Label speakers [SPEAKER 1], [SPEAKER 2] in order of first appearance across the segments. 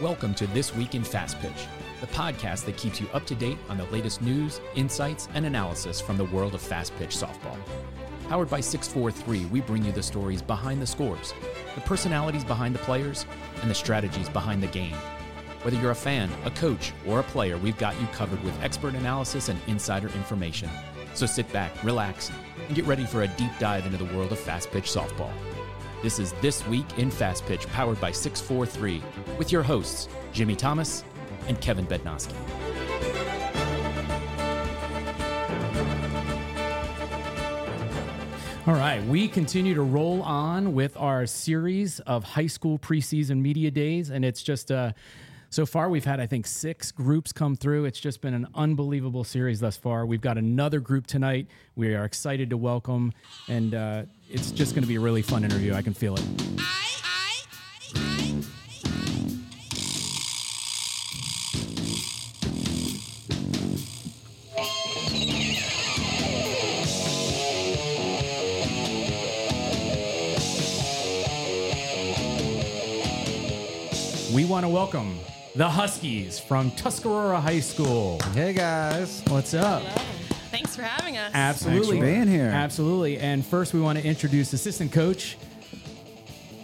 [SPEAKER 1] Welcome to This Week in Fast Pitch, the podcast that keeps you up to date on the latest news, insights, and analysis from the world of fast pitch softball. Powered by 643, we bring you the stories behind the scores, the personalities behind the players, and the strategies behind the game. Whether you're a fan, a coach, or a player, we've got you covered with expert analysis and insider information. So sit back, relax, and get ready for a deep dive into the world of fast pitch softball. This is This Week in Fast Pitch, powered by 643, with your hosts, Jimmy Thomas and Kevin Bednoski.
[SPEAKER 2] All right, we continue to roll on with our series of high school preseason media days, and it's just uh, so far we've had I think six groups come through. It's just been an unbelievable series thus far. We've got another group tonight. We are excited to welcome, and uh, it's just going to be a really fun interview. I can feel it. We want to welcome the Huskies from Tuscarora High School.
[SPEAKER 3] Hey guys.
[SPEAKER 2] What's up?
[SPEAKER 4] Thanks for having us.
[SPEAKER 2] Absolutely.
[SPEAKER 3] Thanks for being here.
[SPEAKER 2] Absolutely. And first, we want to introduce assistant coach,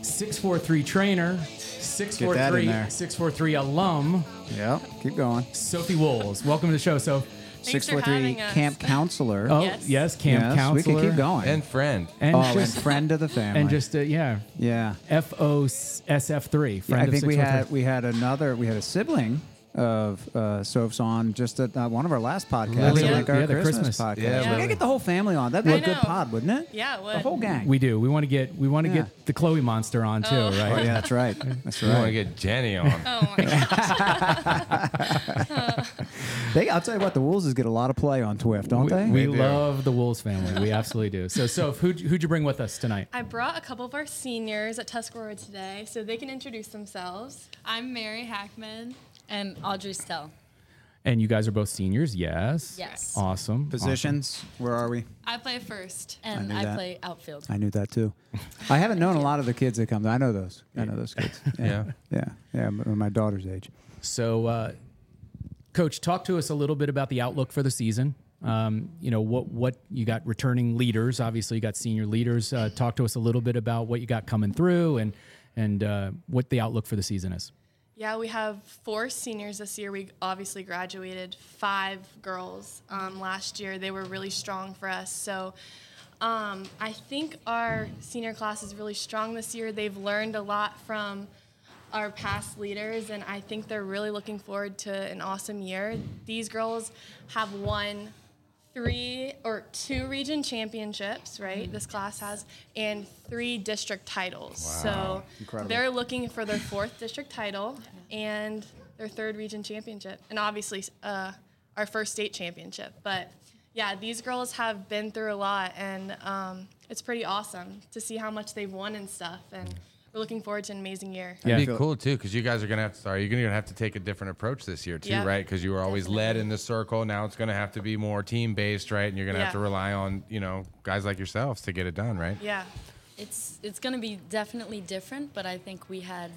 [SPEAKER 2] 643 trainer,
[SPEAKER 3] that in
[SPEAKER 2] 643,
[SPEAKER 3] there.
[SPEAKER 2] 643 alum,
[SPEAKER 3] Yeah. Keep going.
[SPEAKER 2] Sophie Wools. Welcome to the show, Soph.
[SPEAKER 4] Thanks for
[SPEAKER 3] 643
[SPEAKER 4] having us.
[SPEAKER 3] camp counselor.
[SPEAKER 2] Oh, yes,
[SPEAKER 4] Yes.
[SPEAKER 2] camp
[SPEAKER 3] we
[SPEAKER 2] counselor.
[SPEAKER 3] can keep going.
[SPEAKER 5] and friend.
[SPEAKER 2] And
[SPEAKER 3] oh,
[SPEAKER 2] just,
[SPEAKER 3] and friend of the family.
[SPEAKER 2] and just, uh, yeah,
[SPEAKER 3] yeah.
[SPEAKER 2] FOSF3, friend
[SPEAKER 3] I
[SPEAKER 2] of
[SPEAKER 3] think we had
[SPEAKER 2] 643.
[SPEAKER 3] we had another we had a sibling of uh, Soph's on just at uh, one of our last podcasts.
[SPEAKER 2] Lily.
[SPEAKER 3] I think
[SPEAKER 2] Yeah,
[SPEAKER 3] our
[SPEAKER 2] the
[SPEAKER 3] Christmas,
[SPEAKER 2] Christmas.
[SPEAKER 3] podcast.
[SPEAKER 5] Yeah,
[SPEAKER 3] we gotta
[SPEAKER 5] Lily.
[SPEAKER 3] get the whole family on. That'd be a
[SPEAKER 4] I
[SPEAKER 3] good
[SPEAKER 4] know.
[SPEAKER 3] pod, wouldn't it?
[SPEAKER 4] Yeah, it
[SPEAKER 3] The
[SPEAKER 4] would.
[SPEAKER 3] whole gang.
[SPEAKER 2] We do. We want to get we want to
[SPEAKER 3] Yeah.
[SPEAKER 2] get the Chloe monster on too,
[SPEAKER 3] oh,
[SPEAKER 2] right?
[SPEAKER 3] yeah, that's right. That's
[SPEAKER 5] You want to
[SPEAKER 3] right.
[SPEAKER 5] get Jenny on.
[SPEAKER 4] Oh my god.
[SPEAKER 3] They, I'll tell you what, the Wolves get a lot of play on Twift, don't they?
[SPEAKER 2] We
[SPEAKER 5] do.
[SPEAKER 2] love the Wolves family. We absolutely do. So, Soph, who'd, who'd you bring with us tonight?
[SPEAKER 4] I brought a couple of our seniors at Tuscarora today so they can introduce themselves.
[SPEAKER 6] I'm Mary Hackman and Audrey Stell.
[SPEAKER 2] And you guys are both seniors, yes?
[SPEAKER 6] Yes.
[SPEAKER 2] Awesome.
[SPEAKER 3] Positions. Where are we?
[SPEAKER 6] I play first
[SPEAKER 3] I
[SPEAKER 6] and
[SPEAKER 3] knew
[SPEAKER 6] I,
[SPEAKER 3] that.
[SPEAKER 6] play outfield.
[SPEAKER 3] I knew that too. I haven't known a lot of the kids that come. I know those. I know those kids.
[SPEAKER 5] Yeah.
[SPEAKER 3] Yeah. Yeah. m- My daughter's age.
[SPEAKER 2] Awesome. So, uh, Coach, talk to us a little bit about the outlook for the season. Um, you know what what you got returning leaders. Obviously, you got senior leaders. Uh, talk to us a little bit about what you got coming through and and uh, what the outlook for the season is.
[SPEAKER 4] Yeah, we have four seniors this year. We obviously graduated five girls um, last year. They were really strong for us. So um, I think our senior class is really strong this year. They've learned a lot from our past leaders, and I think they're really looking forward to an awesome year. These girls have won three or two region championships, right? This class has, and three district titles. So
[SPEAKER 3] Incredible.
[SPEAKER 4] they're looking for their fourth district title and their third region championship, and obviously uh, our first state championship. But yeah, these girls have been through a lot, and um, it's pretty awesome to see how much they've won and stuff. And we're looking forward to an amazing year.
[SPEAKER 2] Yeah.
[SPEAKER 5] It'd be cool too, because you guys are gonna have to. Sorry, you're gonna have to take a different approach this year too,
[SPEAKER 4] Yeah.
[SPEAKER 5] right? Because you were always led in the circle. Now it's gonna have to be more team based, right? And you're gonna
[SPEAKER 4] Yeah.
[SPEAKER 5] have to rely on you know guys like yourselves to get it done, right?
[SPEAKER 4] Yeah.
[SPEAKER 6] It's it's going to be definitely different, but I think we had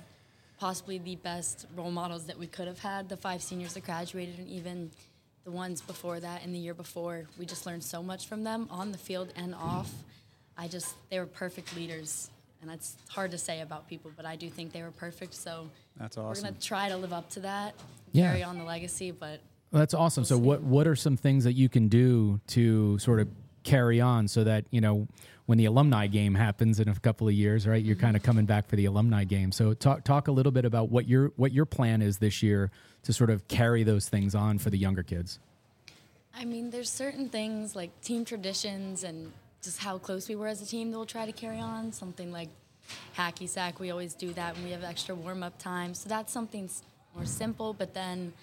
[SPEAKER 6] possibly the best role models that we could have had. The five seniors that graduated and even the ones before that and the year before, we just learned so much from them on the field and off. I just they were perfect leaders. And it's hard to say about people, but I do think they were perfect. So
[SPEAKER 3] That's
[SPEAKER 6] we're
[SPEAKER 3] awesome.
[SPEAKER 6] gonna try to live up to that,
[SPEAKER 2] Yeah.
[SPEAKER 6] carry on the legacy. But
[SPEAKER 2] Well, that's awesome. So, what what are some things that you can do to sort of carry on so that you know when the alumni game happens in a couple of years, right? You're kind of coming back for the alumni game. So, talk talk a little bit about what your what your plan is this year to sort of carry those things on for the younger kids.
[SPEAKER 6] I mean, there's certain things like team traditions and just how close we were as a team that we'll try to carry on. Something like hacky sack, we always do that when we have extra warm up time. So that's something s- more simple. But then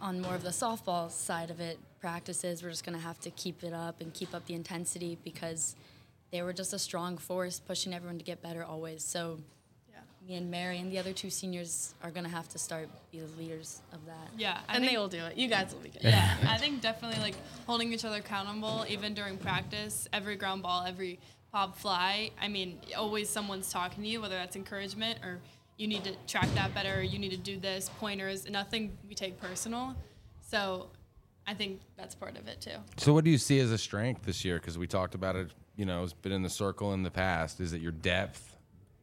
[SPEAKER 6] on more of the softball side of it, practices, we're just going to have to keep it up and keep up the intensity because they were just a strong force pushing everyone to get better always. So me and Mary and the other two seniors are going to have to start be the leaders of that.
[SPEAKER 7] Yeah, I
[SPEAKER 4] And
[SPEAKER 7] think,
[SPEAKER 4] they will do it. You guys will be good.
[SPEAKER 7] yeah, I think definitely like holding each other accountable, even during practice, every ground ball, every pop fly. I mean, always someone's talking to you, whether that's encouragement or you need to track that better, you need to do this, pointers, nothing we take personal. So I think that's part of it too.
[SPEAKER 5] So, what do you see as a strength this year? Because we talked about it, you know, it's been in the circle in the past. Is it your depth,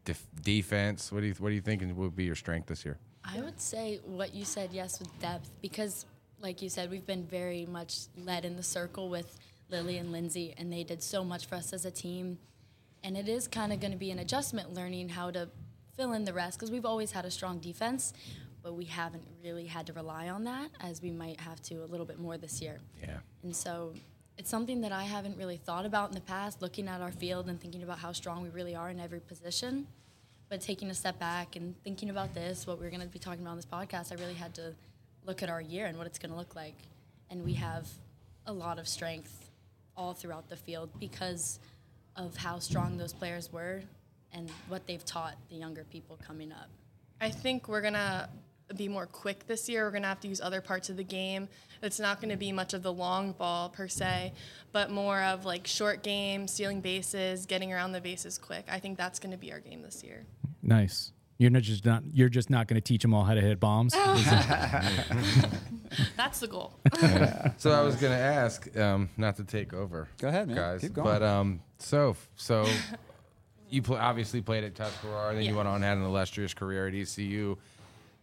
[SPEAKER 5] def- defense? What do you What do you think would be your strength this year?
[SPEAKER 6] I would say what you said, yes, with depth, because like you said, we've been very much led in the circle with Lily and Lindsay, and they did so much for us as a team. And it is kind of going to be an adjustment learning how to fill in the rest, because we've always had a strong defense, but we haven't really had to rely on that as we might have to a little bit more this year.
[SPEAKER 5] Yeah.
[SPEAKER 6] And so it's something that I haven't really thought about in the past, looking at our field and thinking about how strong we really are in every position. But taking a step back and thinking about this, what we're going to be talking about on this podcast, I really had to look at our year and what it's going to look like. And we have a lot of strength all throughout the field because of how strong those players were and what they've taught the younger people coming up.
[SPEAKER 4] I think we're gonna be more quick this year. We're gonna have to use other parts of the game. It's not gonna be much of the long ball per se, but more of like short game, stealing bases, getting around the bases quick. I think that's gonna be our game this year.
[SPEAKER 8] Nice. You're not just not. You're just not going to teach them all how to hit bombs.
[SPEAKER 4] That's the goal.
[SPEAKER 5] So I was gonna ask, um, not to take over.
[SPEAKER 3] Go ahead, man.
[SPEAKER 5] guys.
[SPEAKER 3] Keep going.
[SPEAKER 5] But um, so so, you pl- obviously played at Tuscarora, then you
[SPEAKER 7] Yeah.
[SPEAKER 5] went on and had an illustrious career at ECU.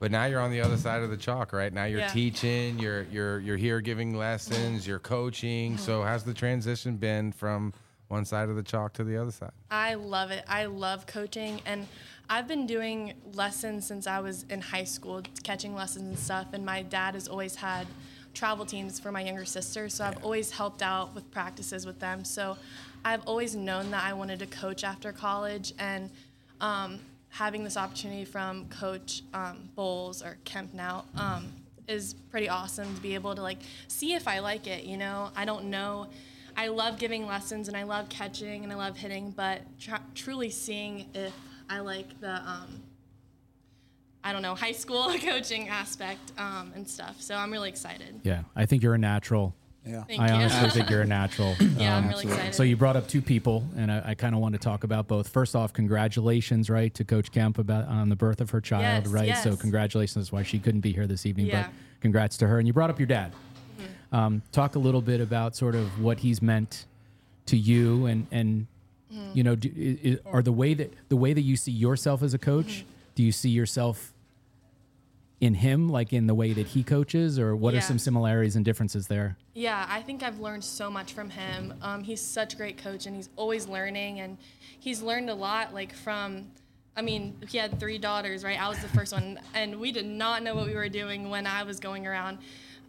[SPEAKER 5] But now you're on the other side of the chalk, right? Now you're
[SPEAKER 7] Yeah.
[SPEAKER 5] teaching, you're you're you're here giving lessons, you're coaching. So how's the transition been from one side of the chalk to the other side?
[SPEAKER 4] I love it. I love coaching, and I've been doing lessons since I was in high school, catching lessons and stuff. And my dad has always had travel teams for my younger sister, so I've always helped out with practices with them. So I've always known that I wanted to coach after college, and um, having this opportunity from Coach um, Bowles or Kemp now um, is pretty awesome to be able to like see if I like it. You know, I don't know. I love giving lessons and I love catching and I love hitting, but tr- truly seeing if I like the um, I don't know high school coaching aspect um, and stuff. So I'm really excited.
[SPEAKER 8] yeah, I think you're a natural.
[SPEAKER 3] Yeah.
[SPEAKER 4] Thank
[SPEAKER 8] I
[SPEAKER 4] you.
[SPEAKER 8] honestly think you're a natural. um,
[SPEAKER 4] yeah, I'm really excited.
[SPEAKER 8] So you brought up two people, and I, I kind of want to talk about both. First off, congratulations, right, to Coach Kemp about on the birth of her child,
[SPEAKER 4] Yes,
[SPEAKER 8] right? So
[SPEAKER 4] yes.
[SPEAKER 8] congratulations. That's why she couldn't be here this evening,
[SPEAKER 4] Yeah. Mm-hmm.
[SPEAKER 8] but congrats to her. And you brought up your dad. Um, talk a little bit about sort of what he's meant to you, and and
[SPEAKER 4] Mm-hmm.
[SPEAKER 8] you know, do, i i are the way that the way that you see yourself as a coach,
[SPEAKER 4] Mm-hmm.
[SPEAKER 8] do you see yourself? In him, like in the way that he coaches, or what are
[SPEAKER 4] Yeah.
[SPEAKER 8] some similarities and differences there?
[SPEAKER 4] Yeah, I think I've learned so much from him. Um, he's such a great coach, and he's always learning, and he's learned a lot. Like from, I mean, he had three daughters, right? I was the first one, and we did not know what we were doing when I was going around.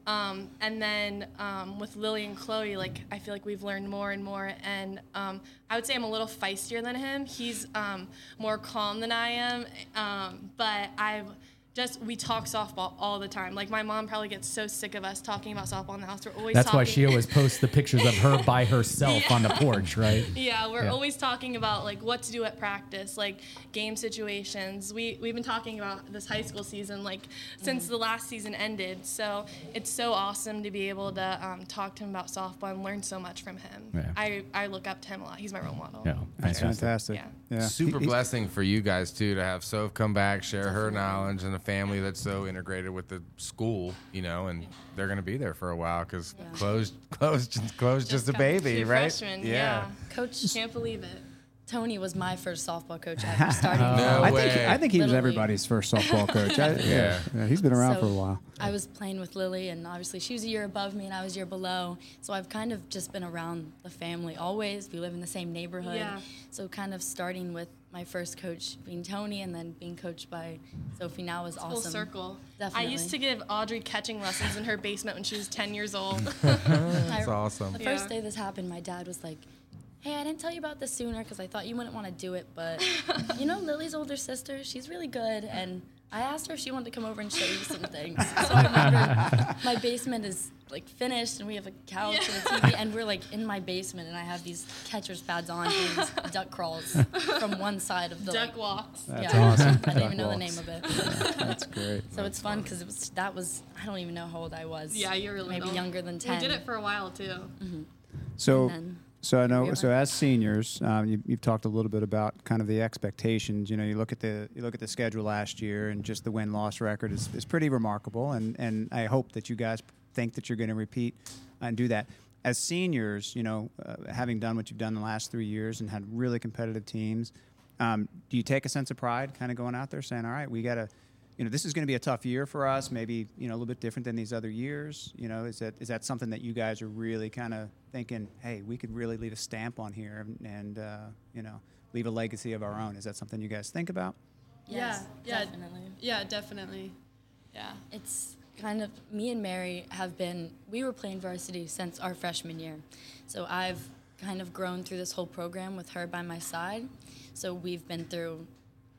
[SPEAKER 4] Um, and then um, with Lily and Chloe, like I feel like we've learned more and more. And um, I would say I'm a little feistier than him. He's um, more calm than I am, um, but I've just we talk softball all the time. Like my mom probably gets so sick of us talking about softball in the house. We're always
[SPEAKER 8] That's
[SPEAKER 4] talking.
[SPEAKER 8] why she always posts the pictures of her by herself on the porch, right?
[SPEAKER 4] yeah, we're
[SPEAKER 8] Yeah.
[SPEAKER 4] always talking about like what to do at practice, like game situations. We we've been talking about this high school season like since the last season ended. So it's so awesome to be able to um, talk to him about softball and learn so much from him.
[SPEAKER 8] Yeah.
[SPEAKER 4] I I look up to him a lot. He's my role model.
[SPEAKER 8] Yeah,
[SPEAKER 2] Oh,
[SPEAKER 3] That's fantastic.
[SPEAKER 4] Yeah.
[SPEAKER 3] Yeah.
[SPEAKER 5] Super
[SPEAKER 3] He- he's-
[SPEAKER 5] blessing for you guys too to have Soph come back, share her knowledge, and a family that's so integrated with the school, you know, and they're gonna be there for a while because Chloe's Chloe's just, Chloe's just, a
[SPEAKER 4] got
[SPEAKER 5] baby,
[SPEAKER 4] two
[SPEAKER 5] right?
[SPEAKER 4] freshmen, yeah.
[SPEAKER 6] Coach
[SPEAKER 4] Can't believe it.
[SPEAKER 6] Tony was my first softball coach I ever started.
[SPEAKER 5] No
[SPEAKER 3] I
[SPEAKER 5] way.
[SPEAKER 3] think, I think he was
[SPEAKER 6] Little
[SPEAKER 3] everybody's first softball coach. I- yeah. yeah. He's been around
[SPEAKER 6] So,
[SPEAKER 3] for a while.
[SPEAKER 6] I was playing with Lily, and obviously she was a year above me, and I was a year below. So I've kind of just been around the family always. We live in the same neighborhood.
[SPEAKER 4] Yeah.
[SPEAKER 6] So kind of starting with my first coach being Tony, and then being coached by Sophie now was
[SPEAKER 4] Full
[SPEAKER 6] awesome.
[SPEAKER 4] circle. I
[SPEAKER 6] Definitely.
[SPEAKER 4] used to give Audrey catching lessons in her basement when she was 10 years old.
[SPEAKER 6] That's
[SPEAKER 5] awesome.
[SPEAKER 6] The first
[SPEAKER 4] Yeah.
[SPEAKER 6] day this happened, my dad was like, "Hey, I didn't tell you about this sooner because I thought you wouldn't want to do it, but you know Lily's older sister, she's really good and." I asked her if she wanted to come over and show you some things. So I remember my basement is like finished, and we have a couch and a TV, and we're like in my basement, and I have these catcher's pads on, doing these duck crawls from one side of the
[SPEAKER 4] Duck
[SPEAKER 6] like,
[SPEAKER 4] walks.
[SPEAKER 6] yeah.
[SPEAKER 3] awesome.
[SPEAKER 6] I
[SPEAKER 3] Duck
[SPEAKER 6] don't even know the
[SPEAKER 3] walks.
[SPEAKER 6] name of it.
[SPEAKER 3] That's great.
[SPEAKER 6] So it's fun because it was that was I don't even know how old I was.
[SPEAKER 4] Yeah, you're really
[SPEAKER 6] maybe
[SPEAKER 4] little.
[SPEAKER 6] younger than
[SPEAKER 4] We
[SPEAKER 6] ten.
[SPEAKER 4] did it for a while too.
[SPEAKER 3] So,
[SPEAKER 6] then-
[SPEAKER 3] So I know. So as seniors, um, you, you've talked a little bit about kind of the expectations. You know, you look at the you look at the schedule last year, and just the win loss record is, is pretty remarkable. And and I hope that you guys think that you're going to repeat and do that. As seniors, you know, uh, having done what you've done the last three years and had really competitive teams, um, do you take a sense of pride, kind of going out there saying, "All right, we got to." you know, this is going to be a tough year for us. Maybe you know a little bit different than these other years. You know, is that is that something that you guys are really kind of thinking? Hey, we could really leave a stamp on here and, and uh, you know leave a legacy of our own. Is that something you guys think about?
[SPEAKER 6] Yes,
[SPEAKER 7] yeah, yeah,
[SPEAKER 6] definitely.
[SPEAKER 7] yeah, definitely, yeah.
[SPEAKER 6] It's kind of me and Mary have been we were playing varsity since our freshman year. So I've kind of grown through this whole program with her by my side. So we've been through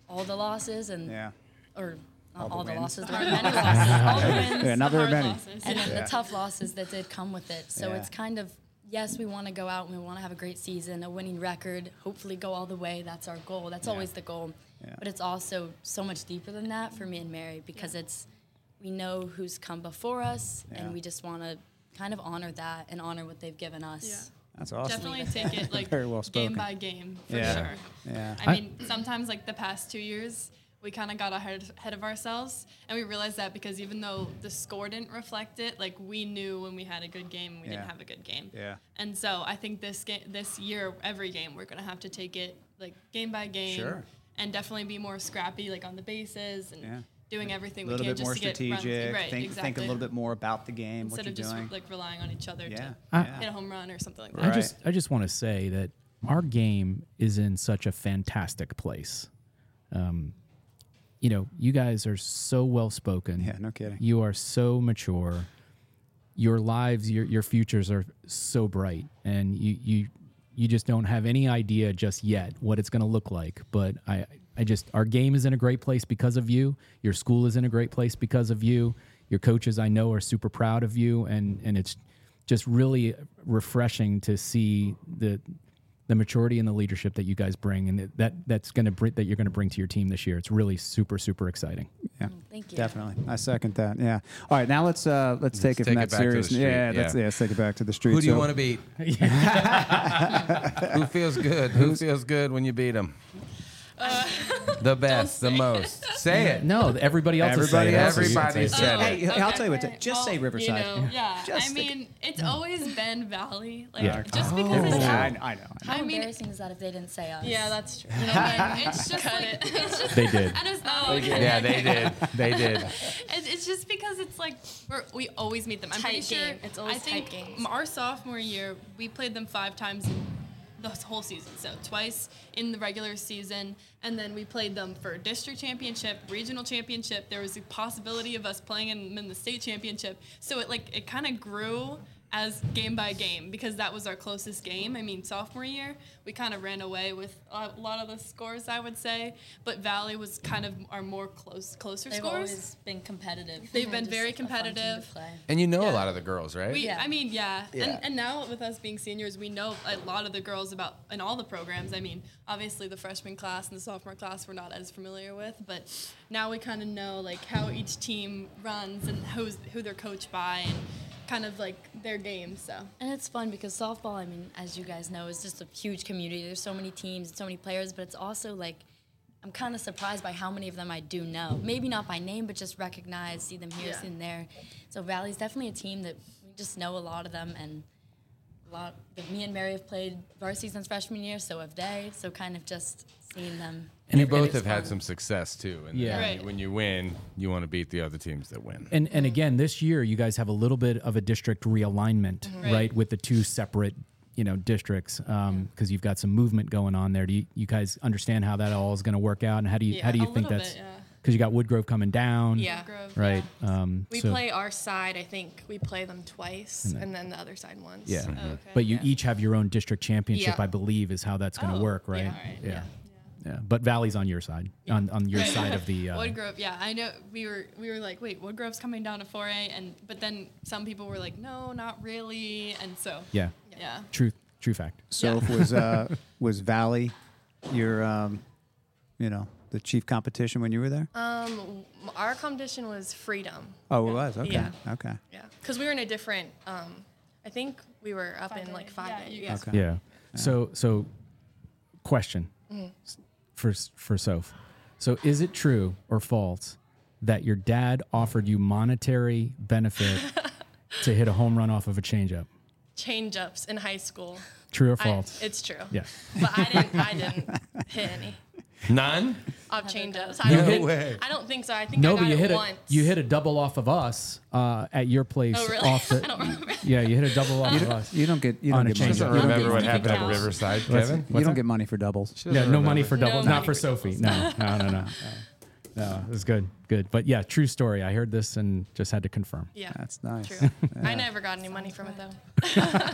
[SPEAKER 6] all the losses and
[SPEAKER 3] Yeah.
[SPEAKER 6] or not all,
[SPEAKER 3] the
[SPEAKER 6] the,
[SPEAKER 3] wins.
[SPEAKER 6] losses. There were many losses. All the wins.
[SPEAKER 3] Yeah, not
[SPEAKER 7] The
[SPEAKER 3] very
[SPEAKER 7] hard
[SPEAKER 3] many.
[SPEAKER 7] losses,
[SPEAKER 6] and then
[SPEAKER 3] Yeah.
[SPEAKER 6] the tough losses that did come with it. So
[SPEAKER 3] Yeah.
[SPEAKER 6] it's kind of yes, we want to go out and we want to have a great season, a winning record, hopefully go all the way. That's our goal. That's always the goal.
[SPEAKER 3] Yeah.
[SPEAKER 6] But it's also so much deeper than that for me and Mary because it's we know who's come before us
[SPEAKER 3] Yeah.
[SPEAKER 6] and we just want to kind of honor that and honor what they've given us.
[SPEAKER 7] Yeah.
[SPEAKER 3] That's awesome.
[SPEAKER 7] Definitely take it like
[SPEAKER 3] Very well spoken.
[SPEAKER 7] game by game for
[SPEAKER 3] Yeah.
[SPEAKER 7] sure.
[SPEAKER 3] Yeah.
[SPEAKER 7] I, mean, sometimes like the past two years, we kind of got ahead, ahead of ourselves, and we realized that because even though the score didn't reflect it, like we knew when we had a good game, and we
[SPEAKER 3] Yeah.
[SPEAKER 7] didn't have a good game.
[SPEAKER 3] Yeah.
[SPEAKER 7] And so I think this game, this year, every game, we're gonna have to take it like game by game.
[SPEAKER 3] Sure.
[SPEAKER 7] And definitely be more scrappy, like on the bases and
[SPEAKER 3] Yeah.
[SPEAKER 7] Mm-hmm. doing everything
[SPEAKER 3] A little
[SPEAKER 7] we can
[SPEAKER 3] bit
[SPEAKER 7] just
[SPEAKER 3] more
[SPEAKER 7] to get
[SPEAKER 3] strategic.
[SPEAKER 7] runs. Right.
[SPEAKER 3] think,
[SPEAKER 7] exactly.
[SPEAKER 3] think a little bit more about the game,
[SPEAKER 7] instead
[SPEAKER 3] what you're
[SPEAKER 7] of just
[SPEAKER 3] doing.
[SPEAKER 7] like relying on each other
[SPEAKER 3] yeah.
[SPEAKER 7] to
[SPEAKER 3] yeah.
[SPEAKER 7] hit a home run or something like that.
[SPEAKER 3] Right.
[SPEAKER 2] I just I just want to say that our game is in such a fantastic place. Um, you know, you guys are so well spoken.
[SPEAKER 3] Yeah, no kidding.
[SPEAKER 2] You are so mature. Your lives, your your futures are so bright, and you you you just don't have any idea just yet what it's going to look like. But I I just our game is in a great place because of you. Your school is in a great place because of you. Your coaches I know are super proud of you, and and it's just really refreshing to see the the maturity and the leadership that you guys bring and that that's going to bring that you're going to bring to your team this year it's really super super exciting
[SPEAKER 3] Yeah.
[SPEAKER 6] Thank you.
[SPEAKER 3] Definitely, I second that. Yeah. All right, now let's uh, let's take it
[SPEAKER 5] take
[SPEAKER 3] from
[SPEAKER 5] it
[SPEAKER 3] that
[SPEAKER 5] back to the
[SPEAKER 3] serious.
[SPEAKER 5] street,
[SPEAKER 3] yeah, that's
[SPEAKER 5] yeah.
[SPEAKER 3] yeah. Let's take it back to the street.
[SPEAKER 5] Who do you
[SPEAKER 3] So-
[SPEAKER 5] want to beat? Who feels good? Who feels good when you beat them?
[SPEAKER 7] Uh,
[SPEAKER 5] the best, the most. Say it.
[SPEAKER 2] no everybody else
[SPEAKER 3] Everybody
[SPEAKER 2] is
[SPEAKER 3] else
[SPEAKER 2] saying
[SPEAKER 3] is-
[SPEAKER 2] that.
[SPEAKER 5] Everybody
[SPEAKER 3] Oh,
[SPEAKER 5] said it.
[SPEAKER 3] Hey, I'll tell you what.
[SPEAKER 7] okay.
[SPEAKER 3] Just say
[SPEAKER 7] Well,
[SPEAKER 3] Riverside.
[SPEAKER 7] You know, yeah.
[SPEAKER 3] Just
[SPEAKER 7] I
[SPEAKER 3] think-
[SPEAKER 7] mean, it's always been Valley. Like
[SPEAKER 2] Yeah.
[SPEAKER 7] just because it's
[SPEAKER 3] Oh, I, I know. I know.
[SPEAKER 6] How
[SPEAKER 7] I mean-
[SPEAKER 6] embarrassing is that if they didn't say us?
[SPEAKER 7] Yeah, that's true. You know, like, it's just like, it's just
[SPEAKER 2] They did.
[SPEAKER 7] I just know.
[SPEAKER 5] Yeah, they did. They did.
[SPEAKER 7] It's, it's just because it's like we're, we always meet them. I'm pretty
[SPEAKER 6] Tight
[SPEAKER 7] sure.
[SPEAKER 6] game. It's always
[SPEAKER 7] I think
[SPEAKER 6] tight games.
[SPEAKER 7] Our sophomore year, we played them five times in the whole season. So twice in the regular season, and then we played them for district championship, regional championship. There was a possibility of us playing them in the state championship. So it like it kind of grew as game by game because that was our closest game. I mean, sophomore year, we kind of ran away with a lot of the scores, I would say, but Valley was kind of our more close closer
[SPEAKER 6] They've
[SPEAKER 7] scores.
[SPEAKER 6] always been competitive.
[SPEAKER 7] They've
[SPEAKER 6] and
[SPEAKER 7] been
[SPEAKER 6] just
[SPEAKER 7] very
[SPEAKER 6] a fun team to
[SPEAKER 7] competitive.
[SPEAKER 6] play.
[SPEAKER 5] And you know a lot of the girls, right?
[SPEAKER 7] We,
[SPEAKER 6] Yeah.
[SPEAKER 7] I mean, yeah.
[SPEAKER 3] Yeah.
[SPEAKER 7] And, and now with us being seniors, we know a lot of the girls about in all the programs. I mean, obviously the freshman class and the sophomore class we're not as familiar with, but now we kind of know like how each team runs and who's who they're coached by and kind of like their game. So
[SPEAKER 6] And it's fun because softball, I mean, as you guys know, is just a huge community. There's so many teams and so many players, but it's also like I'm kind of surprised by how many of them I do know. Maybe not by name, but just recognize, see them here,
[SPEAKER 7] Yeah.
[SPEAKER 6] see them there. So Valley's definitely a team that we just know a lot of them and a lot. Like me and Mary have played varsity since freshman year, so have they. So kind of just seeing them.
[SPEAKER 5] you both
[SPEAKER 6] it's
[SPEAKER 5] have had
[SPEAKER 6] fun.
[SPEAKER 5] some success too. And
[SPEAKER 2] Yeah.
[SPEAKER 5] when,
[SPEAKER 7] Right.
[SPEAKER 5] you, when you win, you want to beat the other teams that win.
[SPEAKER 2] and and again this year you guys have a little bit of a district realignment right,
[SPEAKER 7] Mm-hmm. Right.
[SPEAKER 2] with the two separate you know districts because you've got some movement going on there do you, you guys understand how that all is going to work out and how do you how
[SPEAKER 7] Yeah,
[SPEAKER 2] do you
[SPEAKER 7] a
[SPEAKER 2] think
[SPEAKER 7] little
[SPEAKER 2] that's
[SPEAKER 7] bit, yeah.
[SPEAKER 2] because you got woodgrove coming down
[SPEAKER 4] Yeah.
[SPEAKER 7] Grove,
[SPEAKER 2] right
[SPEAKER 7] yeah.
[SPEAKER 2] um
[SPEAKER 4] We
[SPEAKER 2] so- Mm-hmm.
[SPEAKER 4] play our side. I think we play them twice, and then the other side once.
[SPEAKER 2] yeah
[SPEAKER 7] okay.
[SPEAKER 2] but you each have your own district championship
[SPEAKER 4] Yeah.
[SPEAKER 2] i believe is how that's going to
[SPEAKER 7] Oh,
[SPEAKER 2] work
[SPEAKER 7] yeah,
[SPEAKER 2] right
[SPEAKER 7] alright,
[SPEAKER 2] yeah. Yeah. but Valley's on your side, on, on your side of the. Uh,
[SPEAKER 7] Woodgrove, yeah, I know we were we were like, wait, Woodgrove's coming down to 4A, and but then some people were like, no, not really, and so
[SPEAKER 2] yeah,
[SPEAKER 7] yeah.
[SPEAKER 2] true, true fact.
[SPEAKER 3] So if was uh, was Valley your um, you know the chief competition when you were there?
[SPEAKER 4] Um, our competition was freedom.
[SPEAKER 3] oh, it was. Okay.
[SPEAKER 4] Yeah.
[SPEAKER 3] Okay.
[SPEAKER 4] Yeah, because we were in a different. Um, I think we were up in like
[SPEAKER 7] 5A,
[SPEAKER 4] five.
[SPEAKER 7] yeah,
[SPEAKER 4] A,
[SPEAKER 7] you
[SPEAKER 4] yeah. Mm.
[SPEAKER 7] guys
[SPEAKER 3] Okay.
[SPEAKER 2] Yeah, So so question for for Soph. So is it true or false that your dad offered you monetary benefit to hit a home run off of a changeup?
[SPEAKER 4] Change ups in high school.
[SPEAKER 2] True or
[SPEAKER 4] I-
[SPEAKER 2] false?
[SPEAKER 4] it's true.
[SPEAKER 2] yeah.
[SPEAKER 4] But I didn't. I didn't hit any.
[SPEAKER 5] None?
[SPEAKER 4] I've changed ups. I don't,
[SPEAKER 5] No
[SPEAKER 4] think,
[SPEAKER 5] way.
[SPEAKER 4] I don't think so. I think I
[SPEAKER 2] No,
[SPEAKER 4] got
[SPEAKER 2] but you
[SPEAKER 4] it
[SPEAKER 2] hit
[SPEAKER 4] once.
[SPEAKER 2] a you hit a double off of us uh, at your place.
[SPEAKER 4] Oh, really?
[SPEAKER 2] Off the,
[SPEAKER 4] I don't remember.
[SPEAKER 2] yeah, you hit a double off of us.
[SPEAKER 3] You don't get you
[SPEAKER 2] On
[SPEAKER 3] don't
[SPEAKER 2] a
[SPEAKER 3] get money.
[SPEAKER 2] change
[SPEAKER 5] Doesn't
[SPEAKER 2] up.
[SPEAKER 3] you don't
[SPEAKER 5] remember
[SPEAKER 3] get-
[SPEAKER 5] what
[SPEAKER 6] anything
[SPEAKER 5] happened at
[SPEAKER 6] else.
[SPEAKER 5] Riverside, Kevin.
[SPEAKER 3] You don't get money for doubles.
[SPEAKER 5] She
[SPEAKER 2] Yeah,
[SPEAKER 5] doesn't
[SPEAKER 2] no money
[SPEAKER 5] remember.
[SPEAKER 2] for double,
[SPEAKER 4] money
[SPEAKER 2] not for
[SPEAKER 4] for
[SPEAKER 2] Sophie. No, no, no, no. No, it was good, good. But yeah, true story. I heard this and just had to confirm.
[SPEAKER 4] Yeah.
[SPEAKER 3] That's nice.
[SPEAKER 4] True. I never got any money from it though.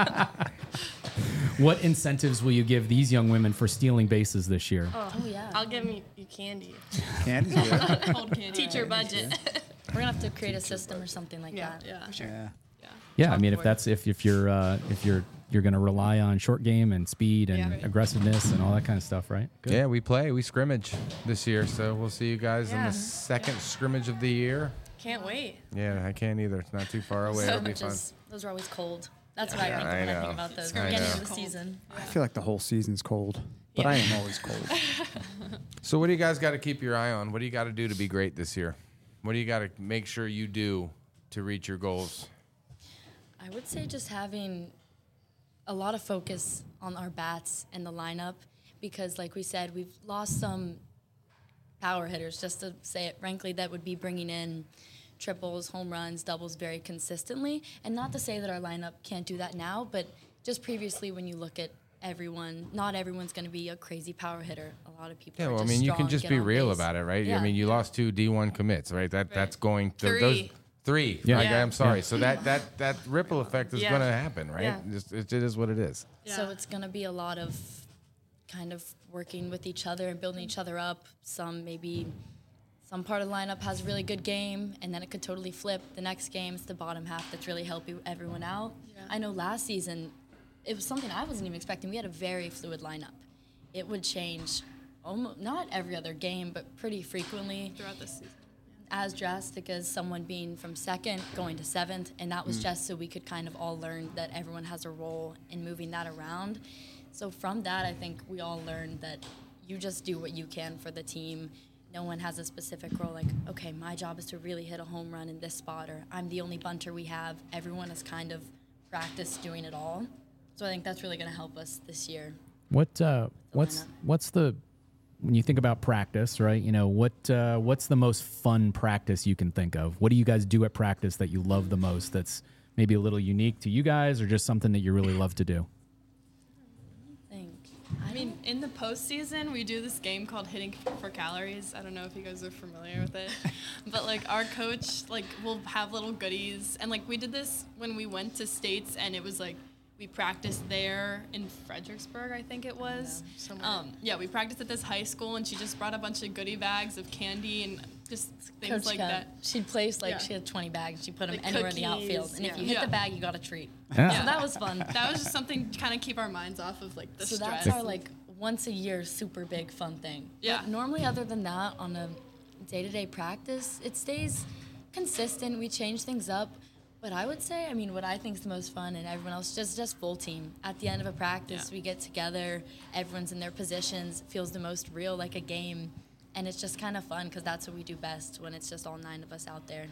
[SPEAKER 2] What incentives will you give these young women for stealing bases this year?
[SPEAKER 6] Oh yeah.
[SPEAKER 4] I'll give you, you candy.
[SPEAKER 3] Candy's good.
[SPEAKER 7] Cold candy.
[SPEAKER 4] Teacher budget.
[SPEAKER 6] We're gonna have to create a system or something like
[SPEAKER 4] Yeah.
[SPEAKER 6] that.
[SPEAKER 7] Yeah. Sure.
[SPEAKER 3] Yeah.
[SPEAKER 7] Yeah.
[SPEAKER 2] yeah, I mean, if
[SPEAKER 7] chalkboard.
[SPEAKER 2] that's if if you're uh, if you're you're going to rely on short game and speed and
[SPEAKER 4] Yeah.
[SPEAKER 2] aggressiveness and all that kind of stuff, right? Good.
[SPEAKER 5] Yeah, we play. We scrimmage this year, so we'll see you guys in
[SPEAKER 4] Yeah.
[SPEAKER 5] the second scrimmage of the year.
[SPEAKER 4] Can't wait.
[SPEAKER 5] Yeah, I can't either. It's not too far away.
[SPEAKER 6] So
[SPEAKER 5] It'll be
[SPEAKER 6] which
[SPEAKER 5] fun.
[SPEAKER 6] is- those are always cold. That's what I
[SPEAKER 5] Yeah, I
[SPEAKER 6] think when I,
[SPEAKER 5] know.
[SPEAKER 6] think about those.
[SPEAKER 5] I
[SPEAKER 6] Beginning
[SPEAKER 5] know.
[SPEAKER 6] of the season.
[SPEAKER 3] I feel like the whole season's cold, but I am always cold.
[SPEAKER 5] So, what do you guys got to keep your eye on? What do you got to do to be great this year? What do you got to make sure you do to reach your goals?
[SPEAKER 6] I would say just having a lot of focus on our bats and the lineup because, like we said, we've lost some power hitters. Just to say it frankly, that would be bringing in triples, home runs, doubles very consistently. And not to say that our lineup can't do that now, but just previously, when you look at everyone, not everyone's going to be a crazy power hitter. A lot of people.
[SPEAKER 5] Yeah,
[SPEAKER 6] are
[SPEAKER 5] well, I
[SPEAKER 6] just
[SPEAKER 5] mean, you can
[SPEAKER 6] strong,
[SPEAKER 5] just
[SPEAKER 6] get
[SPEAKER 5] be
[SPEAKER 6] on
[SPEAKER 5] real
[SPEAKER 6] base.
[SPEAKER 5] about it, right?
[SPEAKER 6] Yeah.
[SPEAKER 5] I mean, you lost two D1 commits, right? That that's going to
[SPEAKER 4] Three.
[SPEAKER 5] three.
[SPEAKER 2] Yeah.
[SPEAKER 5] Like,
[SPEAKER 4] Yeah.
[SPEAKER 5] I'm sorry. So that that that ripple effect is
[SPEAKER 4] Yeah.
[SPEAKER 5] going to happen, right?
[SPEAKER 4] Yeah.
[SPEAKER 5] Just, it, it is what it is.
[SPEAKER 6] So
[SPEAKER 7] Yeah.
[SPEAKER 6] it's going to be a lot of kind of working with each other and building each other up. Some maybe some part of the lineup has a really good game, and then it could totally flip. The next game it's the bottom half that's really helping everyone out. I know last season it was something I wasn't even expecting. We had a very fluid lineup. It would change. Almost, not every other game, but pretty frequently
[SPEAKER 7] Throughout the season.
[SPEAKER 6] as drastic as someone being from second going to seventh, and that was just so we could kind of all learn that everyone has a role in moving that around. So from that, I think we all learned that you just do what you can for the team. No one has a specific role. Like, okay, my job is to really hit a home run in this spot, or I'm the only bunter we have. Everyone has kind of practiced doing it all. So I think that's really going to help us this year.
[SPEAKER 2] What uh, what's
[SPEAKER 6] lineup.
[SPEAKER 2] what's the when you think about practice, right? You know what uh, what's the most fun practice you can think of? What do you guys do at practice that you love the most? That's maybe a little unique to you guys, or just something that you really love to do.
[SPEAKER 6] I think.
[SPEAKER 7] I mean, in the postseason, we do this game called hitting for calories. I don't know if you guys are familiar with it, but like our coach, like will have little goodies, and like we did this when we went to states, and it was like we practiced there in Fredericksburg, I think it was.
[SPEAKER 4] somewhere.
[SPEAKER 7] um, yeah, we practiced at this high school, and she just brought a bunch of goodie bags of candy and just things
[SPEAKER 6] Coach
[SPEAKER 7] like
[SPEAKER 6] Kev,
[SPEAKER 7] that.
[SPEAKER 6] She'd place like
[SPEAKER 7] Yeah.
[SPEAKER 6] she had 20 bags. She put them
[SPEAKER 7] Like
[SPEAKER 6] anywhere in the outfield,
[SPEAKER 4] cookies,
[SPEAKER 6] and if
[SPEAKER 4] yeah.
[SPEAKER 6] you hit
[SPEAKER 7] Yeah.
[SPEAKER 6] the bag, you got a treat.
[SPEAKER 7] Yeah.
[SPEAKER 6] So that was fun.
[SPEAKER 7] That was just something to kind of keep our minds off of like the
[SPEAKER 6] so
[SPEAKER 7] stress.
[SPEAKER 6] that's our like once a year super big fun thing. But
[SPEAKER 7] Yeah.
[SPEAKER 6] normally, other than that, on a day to day practice, it stays consistent. We change things up. But I would say, I mean, what I think is the most fun, and everyone else just just full team. At the end of a practice,
[SPEAKER 7] Yeah.
[SPEAKER 6] we get together. Everyone's in their positions. It feels the most real, like a game, and it's just kind of fun because that's what we do best when it's just all nine of us out there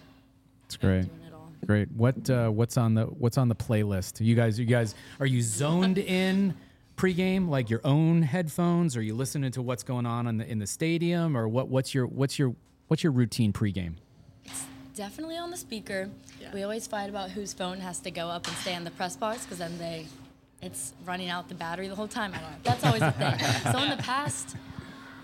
[SPEAKER 2] It's great.
[SPEAKER 6] doing it all.
[SPEAKER 2] Great. What uh, what's on the what's on the playlist? You guys, you guys, are you zoned in pregame, like your own headphones? Are you listening to what's going on in the in the stadium, or what? What's your what's your what's your routine pregame?
[SPEAKER 6] Definitely on the speaker. We always fight about whose phone has to go up and stay in the press box because then they, it's running out the battery the whole time. I don't know. That's always a thing. so in the past,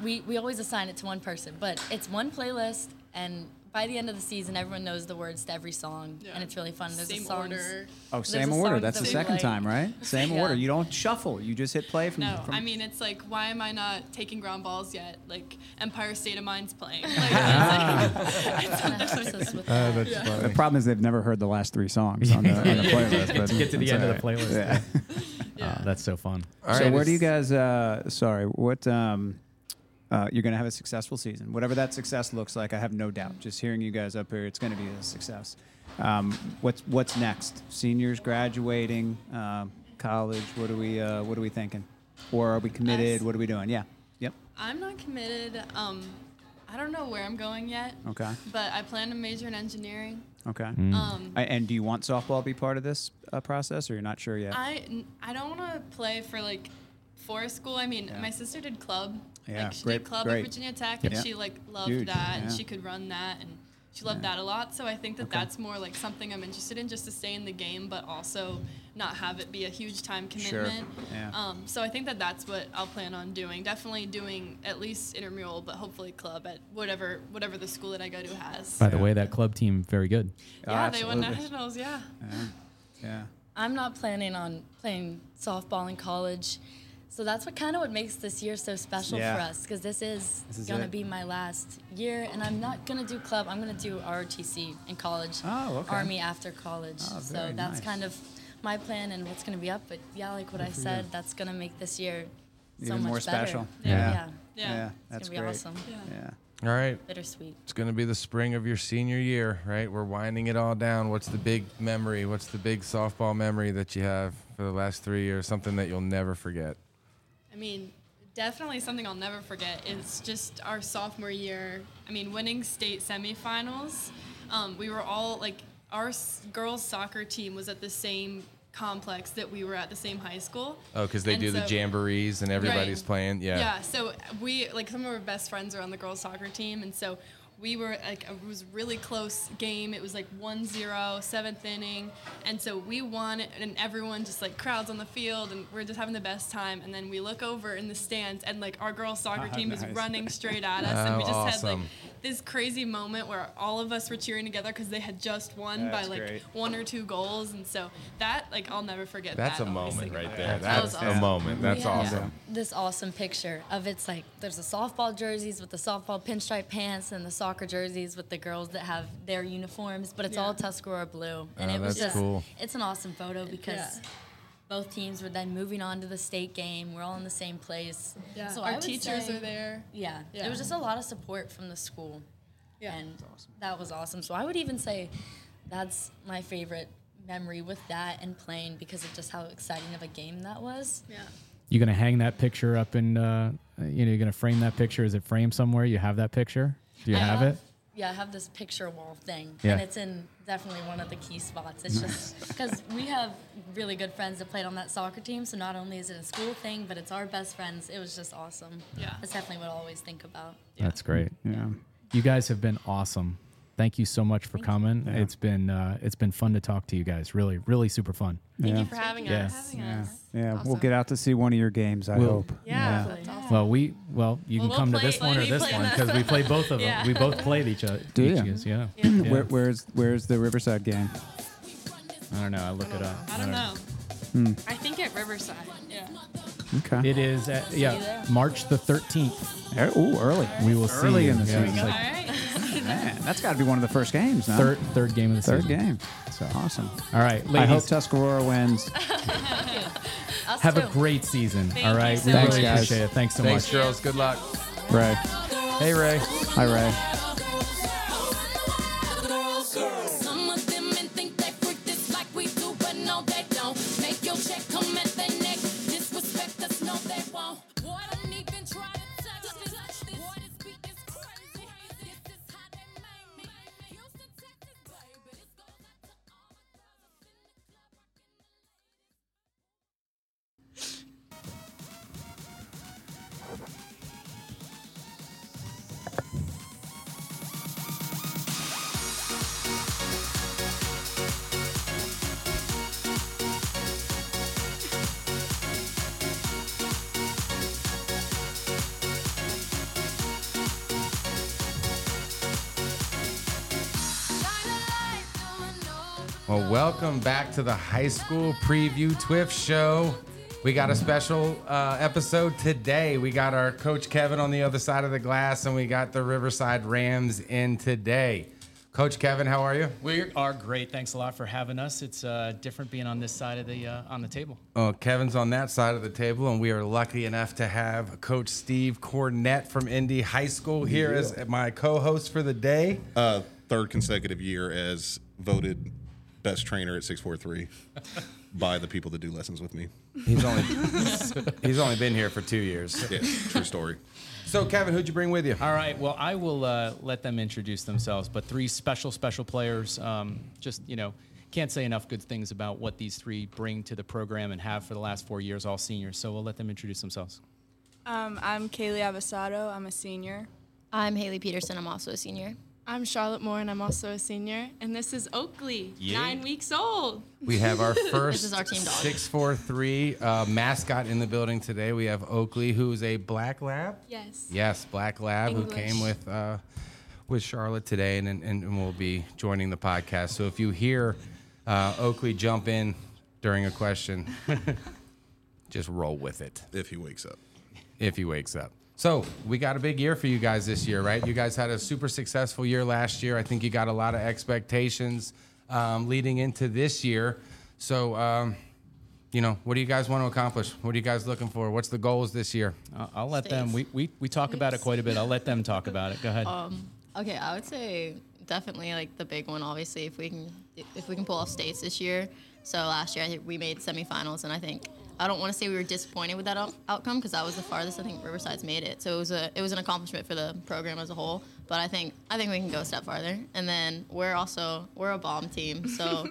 [SPEAKER 6] we, we always assign it to one person, but it's one playlist, and by the end of the season, everyone knows the words to every song,
[SPEAKER 7] Yeah.
[SPEAKER 6] and it's really fun. There's a
[SPEAKER 7] Same
[SPEAKER 6] songs-
[SPEAKER 7] order.
[SPEAKER 3] Oh,
[SPEAKER 6] there's
[SPEAKER 3] same
[SPEAKER 6] a
[SPEAKER 3] order.
[SPEAKER 6] songs
[SPEAKER 3] That's
[SPEAKER 6] that
[SPEAKER 3] the
[SPEAKER 6] we
[SPEAKER 3] second
[SPEAKER 6] like.
[SPEAKER 3] time, right? Same
[SPEAKER 6] Yeah.
[SPEAKER 3] order. You don't shuffle. You just hit play from.
[SPEAKER 7] No,
[SPEAKER 3] from
[SPEAKER 7] I mean it's like why am I not taking ground balls yet? Like Empire State of Mind's playing. Like, it's like-
[SPEAKER 6] Kinda helps us with
[SPEAKER 2] Ah,
[SPEAKER 3] Uh,
[SPEAKER 6] that.
[SPEAKER 5] that's
[SPEAKER 3] Ah. the problem is they've never heard the last three songs on the, on the playlist. but
[SPEAKER 2] to get to the
[SPEAKER 3] that's
[SPEAKER 2] end
[SPEAKER 3] all
[SPEAKER 2] of the
[SPEAKER 3] right.
[SPEAKER 2] playlist.
[SPEAKER 3] Yeah.
[SPEAKER 2] Oh, that's so fun.
[SPEAKER 5] All
[SPEAKER 3] so
[SPEAKER 5] right,
[SPEAKER 3] where do you
[SPEAKER 5] it's-
[SPEAKER 3] guys? Uh, sorry, what? Um, uh, you're gonna have a successful season, whatever that success looks like. I have no doubt. Just hearing you guys up here, it's gonna be a success. Um, what's What's next? Seniors graduating, um, college. What are we? Uh, what are we thinking? or are we committed?
[SPEAKER 7] Us.
[SPEAKER 3] What are we doing? Yeah. Yep.
[SPEAKER 7] I'm not committed. Um, I don't know where I'm going yet.
[SPEAKER 3] Okay.
[SPEAKER 7] But I plan to major in engineering.
[SPEAKER 3] Okay.
[SPEAKER 5] Mm.
[SPEAKER 7] Um,
[SPEAKER 3] I, and do you want softball to be part of this uh, process, or you're not sure yet?
[SPEAKER 7] I n- I don't want to play for like for school. I mean, my sister did club.
[SPEAKER 3] Yeah,
[SPEAKER 7] like, she
[SPEAKER 3] great-
[SPEAKER 7] did club
[SPEAKER 3] great.
[SPEAKER 7] at Virginia Tech,
[SPEAKER 3] Yeah.
[SPEAKER 7] and she like loved
[SPEAKER 3] Huge,
[SPEAKER 7] that, and
[SPEAKER 3] yeah.
[SPEAKER 7] she could run that, and she loved that a lot. So I think that that's more like something I'm interested in, just to stay in the game, but also not have it be a huge time
[SPEAKER 3] Sure,
[SPEAKER 7] commitment.
[SPEAKER 3] yeah.
[SPEAKER 7] Um, so I think that that's what I'll plan on doing. Definitely doing at least intramural, but hopefully club at whatever whatever the school that I go to has.
[SPEAKER 8] By the way, that club team very good.
[SPEAKER 7] yeah, they won
[SPEAKER 3] absolutely.
[SPEAKER 7] nationals. Yeah.
[SPEAKER 3] yeah.
[SPEAKER 6] I'm not planning on playing softball in college. So that's what kind of what makes this year so special
[SPEAKER 3] Yeah.
[SPEAKER 6] for us because this is,
[SPEAKER 3] This is
[SPEAKER 6] going to
[SPEAKER 3] it.
[SPEAKER 6] be my last year and I'm not going to do club. I'm going to do ROTC in college.
[SPEAKER 3] Oh, okay.
[SPEAKER 6] Army after college.
[SPEAKER 3] Oh,
[SPEAKER 6] so
[SPEAKER 3] very
[SPEAKER 6] that's
[SPEAKER 3] nice.
[SPEAKER 6] kind of my plan and what's going to be up. But yeah, like what I said, that's going to make this year so
[SPEAKER 3] Even
[SPEAKER 6] much
[SPEAKER 3] more
[SPEAKER 6] better.
[SPEAKER 3] special.
[SPEAKER 7] Yeah.
[SPEAKER 6] Yeah.
[SPEAKER 7] Yeah.
[SPEAKER 3] Yeah,
[SPEAKER 7] It's
[SPEAKER 3] That's
[SPEAKER 6] it's going to be
[SPEAKER 3] great.
[SPEAKER 6] awesome.
[SPEAKER 3] Yeah.
[SPEAKER 5] All right.
[SPEAKER 6] Bittersweet.
[SPEAKER 5] It's going to be the spring of your senior year, right? We're winding it all down. What's the big memory? What's the big softball memory that you have for the last three years? Something that you'll never forget.
[SPEAKER 7] I mean, definitely something I'll never forget is just our sophomore year. I mean, winning state semifinals. Um, we were all like, our s- girls' soccer team was at the same complex that we were at the same high school.
[SPEAKER 5] Oh, because they
[SPEAKER 7] And
[SPEAKER 5] do the
[SPEAKER 7] so-
[SPEAKER 5] jamborees and everybody's
[SPEAKER 7] Right.
[SPEAKER 5] playing. Yeah.
[SPEAKER 7] Yeah. So we like some of our best friends are on the girls soccer team, and so we were like it was a really close game. It was like 1-0, seventh inning, and so we won, and everyone just like crowds on the field, and we're just having the best time. And then we look over in the stands, and like our girls soccer team
[SPEAKER 3] nice.
[SPEAKER 7] is running straight at us, and we
[SPEAKER 5] Ah, Oh,
[SPEAKER 7] just had
[SPEAKER 5] awesome.
[SPEAKER 7] like this crazy moment where all of us were cheering together because they had just won by
[SPEAKER 3] That's
[SPEAKER 7] like
[SPEAKER 3] great.
[SPEAKER 7] one or two goals, and so that like I'll never forget.
[SPEAKER 5] That's a
[SPEAKER 7] that, I'll always
[SPEAKER 5] moment
[SPEAKER 7] think
[SPEAKER 5] right
[SPEAKER 7] about
[SPEAKER 5] there.
[SPEAKER 7] it. That
[SPEAKER 5] That's
[SPEAKER 7] was
[SPEAKER 5] a
[SPEAKER 7] awesome.
[SPEAKER 5] moment. That's
[SPEAKER 6] We have
[SPEAKER 5] awesome.
[SPEAKER 6] This awesome picture of it's like there's the softball jerseys with the softball pinstripe pants and the soccer jerseys with the girls that have their uniforms, but it's all
[SPEAKER 7] Yeah.
[SPEAKER 6] Tuscarora blue. And
[SPEAKER 5] Oh,
[SPEAKER 6] it was
[SPEAKER 5] that's
[SPEAKER 6] just
[SPEAKER 5] cool.
[SPEAKER 6] it's an awesome photo because
[SPEAKER 7] Yeah.
[SPEAKER 6] both teams were then moving on to the state game. We're all in the same place.
[SPEAKER 7] Yeah.
[SPEAKER 6] So I
[SPEAKER 7] our
[SPEAKER 6] would
[SPEAKER 7] teachers
[SPEAKER 6] say-
[SPEAKER 7] are there.
[SPEAKER 6] Yeah.
[SPEAKER 7] Yeah.
[SPEAKER 6] It was just a lot of support from the school.
[SPEAKER 7] Yeah.
[SPEAKER 6] And that was awesome. So I would even say that's my favorite memory with that and playing because of just how exciting of a game that was.
[SPEAKER 7] Yeah.
[SPEAKER 8] You gonna hang that picture up and uh, you know you're gonna frame that picture. Is it framed somewhere? You have that picture? Do you
[SPEAKER 6] I
[SPEAKER 8] have, it?
[SPEAKER 6] Yeah, I have this picture wall thing,
[SPEAKER 8] Yeah.
[SPEAKER 6] and it's in definitely one of the key spots. It's just because we have really good friends that played on that soccer team, so not only is it a school thing, but it's our best friends. It was just awesome.
[SPEAKER 7] Yeah.
[SPEAKER 6] that's definitely what I always think about.
[SPEAKER 8] That's great.
[SPEAKER 3] Yeah.
[SPEAKER 8] You guys have been awesome. Thank you so much for coming. It's been uh, it's been fun to talk to you guys. Really, really super fun.
[SPEAKER 4] Thank you for having
[SPEAKER 8] Yeah.
[SPEAKER 4] us.
[SPEAKER 3] Yeah. Yeah. We'll
[SPEAKER 4] Awesome.
[SPEAKER 3] get out to see one of your games. I
[SPEAKER 8] We'll-
[SPEAKER 3] hope.
[SPEAKER 4] Yeah.
[SPEAKER 6] Hopefully.
[SPEAKER 8] Well, we well you can
[SPEAKER 7] Well,
[SPEAKER 8] come
[SPEAKER 7] we'll
[SPEAKER 8] to this
[SPEAKER 7] play-
[SPEAKER 8] one or
[SPEAKER 7] we
[SPEAKER 8] this
[SPEAKER 7] play
[SPEAKER 8] one
[SPEAKER 7] that.
[SPEAKER 8] because we play both of them.
[SPEAKER 7] Yeah.
[SPEAKER 8] We both played each other.
[SPEAKER 3] Do
[SPEAKER 8] each
[SPEAKER 3] ya?
[SPEAKER 8] years, Yeah.
[SPEAKER 3] Where, where's Where's the Riverside game?
[SPEAKER 8] I don't know. I look it up.
[SPEAKER 7] I don't know.
[SPEAKER 3] Hmm.
[SPEAKER 4] I think at Riverside.
[SPEAKER 7] Yeah.
[SPEAKER 3] Okay.
[SPEAKER 8] It is at, yeah March the thirteenth.
[SPEAKER 3] oh, early.
[SPEAKER 8] We will see.
[SPEAKER 3] Early in the
[SPEAKER 8] yeah, it's
[SPEAKER 3] season.
[SPEAKER 7] All
[SPEAKER 8] like
[SPEAKER 7] right.
[SPEAKER 3] Man, that's got to be one of the first games. No?
[SPEAKER 8] third third game of the
[SPEAKER 3] Third
[SPEAKER 8] season.
[SPEAKER 3] game. So awesome.
[SPEAKER 8] All right, ladies.
[SPEAKER 3] I hope Tuscarora wins.
[SPEAKER 6] Us
[SPEAKER 8] Have a
[SPEAKER 6] too.
[SPEAKER 8] great season. all
[SPEAKER 7] you
[SPEAKER 8] right.
[SPEAKER 7] so
[SPEAKER 8] we
[SPEAKER 7] much.
[SPEAKER 8] really
[SPEAKER 3] Thanks,
[SPEAKER 8] appreciate it.
[SPEAKER 3] guys.
[SPEAKER 8] Thanks so
[SPEAKER 5] Thanks,
[SPEAKER 8] much.
[SPEAKER 5] girls. Good luck.
[SPEAKER 3] Ray.
[SPEAKER 5] Hey, Ray.
[SPEAKER 3] Hi, Ray.
[SPEAKER 9] Some of them men think they freak this like we do, but no, they don't. Make your check come at their neck. Disrespect us, no, they won't. Boy, don't even try to touch this. Boy, this beat is crazy. This is how they make me. Houston, Texas, baby. This goes out to all the girls up in the club.
[SPEAKER 5] Well, welcome back to the High School Preview Twiff Show. We got a special uh, episode today. We got our coach Kevin on the other side of the glass, and we got the Riverside Rams in today. Coach Kevin, how are you?
[SPEAKER 2] We are great. Thanks a lot for having us. It's uh, different being on this side of the uh, on the table.
[SPEAKER 5] Oh, Kevin's on that side of the table, and we are lucky enough to have Coach Steve Cornett from Indy High School here as my co-host for the day.
[SPEAKER 10] uh, third consecutive year as voted best trainer at 643. by the people that do lessons with me.
[SPEAKER 5] He's only he's only been here for two years.
[SPEAKER 10] Yeah, true story.
[SPEAKER 5] So Kevin, who'd you bring with you?
[SPEAKER 2] All right. Well, I will uh, let them introduce themselves. But three special, special players. Um, just you know, can't say enough good things about what these three bring to the program and have for the last four years, all seniors. So we'll let them introduce themselves.
[SPEAKER 11] Um, I'm Kaylee Abasado. I'm a senior.
[SPEAKER 6] I'm Haley Peterson. I'm also a senior.
[SPEAKER 7] I'm Charlotte Moore, and I'm also a senior. And this is Oakley,
[SPEAKER 5] Yeah.
[SPEAKER 7] nine weeks old.
[SPEAKER 5] We have our first
[SPEAKER 6] is our team dog.
[SPEAKER 5] 643 uh, mascot in the building today. We have Oakley, who is a black lab.
[SPEAKER 7] Yes.
[SPEAKER 5] Yes, Black Lab, who
[SPEAKER 7] English.
[SPEAKER 5] came with uh, with Charlotte today, and, and and will be joining the podcast. So if you hear uh, Oakley jump in during a question, just roll with it
[SPEAKER 10] If he wakes up.
[SPEAKER 5] if he wakes up. So we got a big year for you guys this year, right? You guys had a super successful year last year. I think you got a lot of expectations um, leading into this year. So, um, you know, what do you guys want to accomplish? What are you guys looking for? What's the goals this year?
[SPEAKER 2] I'll, I'll let them. We, we we talk about it quite a bit. I'll let them talk about it. Go ahead.
[SPEAKER 12] Um, Okay, I would say definitely like the big one. Obviously, if we can if we can pull off states this year. So last year I think we made semifinals, and I think I don't want to say we were disappointed with that out- outcome because that was the farthest I think Riverside's made it. So it was a it was an accomplishment for the program as a whole. But I think I think we can go a step farther. And then we're also we're a bomb team, so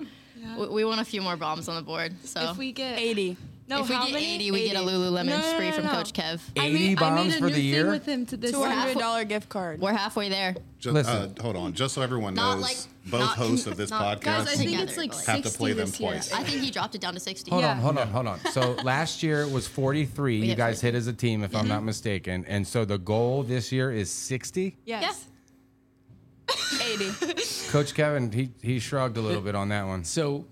[SPEAKER 12] we, we want a few more bombs on the board. So
[SPEAKER 11] If we get
[SPEAKER 7] 80. No,
[SPEAKER 12] if we
[SPEAKER 7] how
[SPEAKER 12] get
[SPEAKER 7] many?
[SPEAKER 12] 80, we get a Lululemon spree from Coach Kev.
[SPEAKER 7] I
[SPEAKER 5] 80
[SPEAKER 7] made, I
[SPEAKER 5] bombs
[SPEAKER 7] made a
[SPEAKER 5] for
[SPEAKER 7] new
[SPEAKER 5] the year?
[SPEAKER 7] thing with him to this
[SPEAKER 11] two hundred
[SPEAKER 7] year.
[SPEAKER 11] dollar gift card.
[SPEAKER 12] We're halfway there.
[SPEAKER 10] Just,
[SPEAKER 5] Listen.
[SPEAKER 10] uh, hold on. Just so everyone
[SPEAKER 12] Not
[SPEAKER 10] knows,
[SPEAKER 12] like-
[SPEAKER 10] both
[SPEAKER 12] not-
[SPEAKER 10] hosts of this
[SPEAKER 12] not-
[SPEAKER 10] podcast
[SPEAKER 7] Guys, I think
[SPEAKER 12] Together,
[SPEAKER 7] it's like
[SPEAKER 12] really.
[SPEAKER 7] 60
[SPEAKER 10] have to play them
[SPEAKER 7] this year.
[SPEAKER 10] twice.
[SPEAKER 12] I think he dropped it down to sixty.
[SPEAKER 5] Hold on,
[SPEAKER 7] Yeah.
[SPEAKER 5] hold on, hold on. So last year it was 43.
[SPEAKER 12] We
[SPEAKER 5] you
[SPEAKER 12] had Mm-hmm.
[SPEAKER 5] guys
[SPEAKER 12] 43.
[SPEAKER 5] hit as a team, if I'm not mistaken. And so the goal this year is 60.
[SPEAKER 11] yes. Eighty.
[SPEAKER 5] Coach Kevin, he, he shrugged a little bit on that one.
[SPEAKER 2] So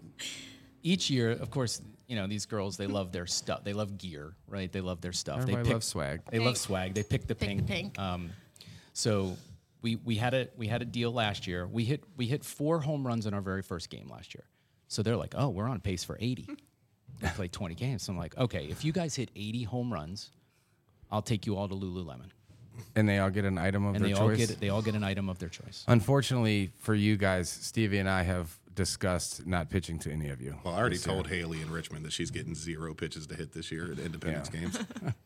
[SPEAKER 2] each year, of course, you know these girls they love their stuff. They love gear, right? They love their stuff.
[SPEAKER 5] Everybody
[SPEAKER 2] they
[SPEAKER 5] loves swag.
[SPEAKER 2] They love swag. They pick the
[SPEAKER 12] Pick the
[SPEAKER 2] pink.
[SPEAKER 12] pink.
[SPEAKER 2] Um, so we we had a we had a deal last year. We hit we hit four home runs in our very first game last year. So they're like, oh, we're on pace for eighty. we played twenty games. So I'm like, okay, if you guys hit eighty home runs, I'll take you all to Lululemon,
[SPEAKER 5] And they all get an item of
[SPEAKER 2] and
[SPEAKER 5] their
[SPEAKER 2] they
[SPEAKER 5] choice. Uh,
[SPEAKER 2] all get they all get an item of their choice.
[SPEAKER 5] Unfortunately for you guys, Stevie and I have discussed not pitching to any of you.
[SPEAKER 10] Well, I already
[SPEAKER 5] this year.
[SPEAKER 10] told Haley in Richmond that she's getting zero pitches to hit this year at Independence
[SPEAKER 5] Yeah.
[SPEAKER 10] Games.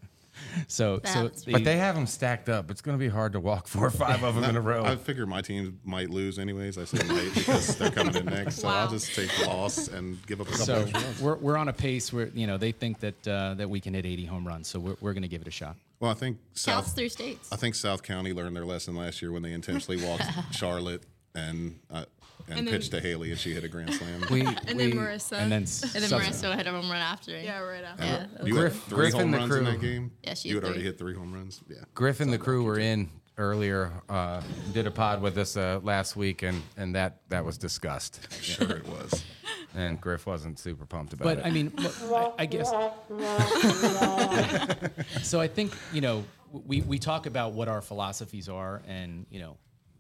[SPEAKER 2] So so
[SPEAKER 12] That's-
[SPEAKER 5] But they have them stacked up. It's going to be hard to walk four or five of them in a row.
[SPEAKER 10] I figure my team might lose anyways. I say might because they're coming in next, so I'll
[SPEAKER 7] Wow.
[SPEAKER 10] just take the loss and give up a couple
[SPEAKER 2] So
[SPEAKER 10] extra runs.
[SPEAKER 2] we're, we're on a pace where you know they think that uh, that we can hit 80 home runs, so we're, we're going to give it a shot.
[SPEAKER 10] Well, I think
[SPEAKER 12] Counts
[SPEAKER 10] South.
[SPEAKER 12] through states.
[SPEAKER 10] I think South County learned their lesson last year when they intentionally walked Charlotte and uh, and,
[SPEAKER 7] And then-
[SPEAKER 10] pitched to Haley and she hit a grand slam.
[SPEAKER 5] we,
[SPEAKER 7] And then
[SPEAKER 5] we-
[SPEAKER 7] Marissa.
[SPEAKER 2] And then
[SPEAKER 12] And then Marissa had a home run after.
[SPEAKER 7] Yeah, right after.
[SPEAKER 12] Yeah.
[SPEAKER 10] uh, you had
[SPEAKER 5] Griff-
[SPEAKER 10] three
[SPEAKER 5] Griff and
[SPEAKER 10] home
[SPEAKER 5] the
[SPEAKER 10] runs in
[SPEAKER 5] crew.
[SPEAKER 10] that game.
[SPEAKER 12] Yeah, she
[SPEAKER 10] you
[SPEAKER 12] hit
[SPEAKER 10] had already
[SPEAKER 12] three.
[SPEAKER 10] hit three home runs. Yeah.
[SPEAKER 5] Griff and the crew were in earlier, uh, did a pod with us uh, last week, and, and that, that was discussed.
[SPEAKER 10] Sure, it was.
[SPEAKER 5] And Griff wasn't super pumped about
[SPEAKER 2] But
[SPEAKER 5] it.
[SPEAKER 2] I mean, look, I, I guess. so I think you know we we talk about what our philosophies are, and you know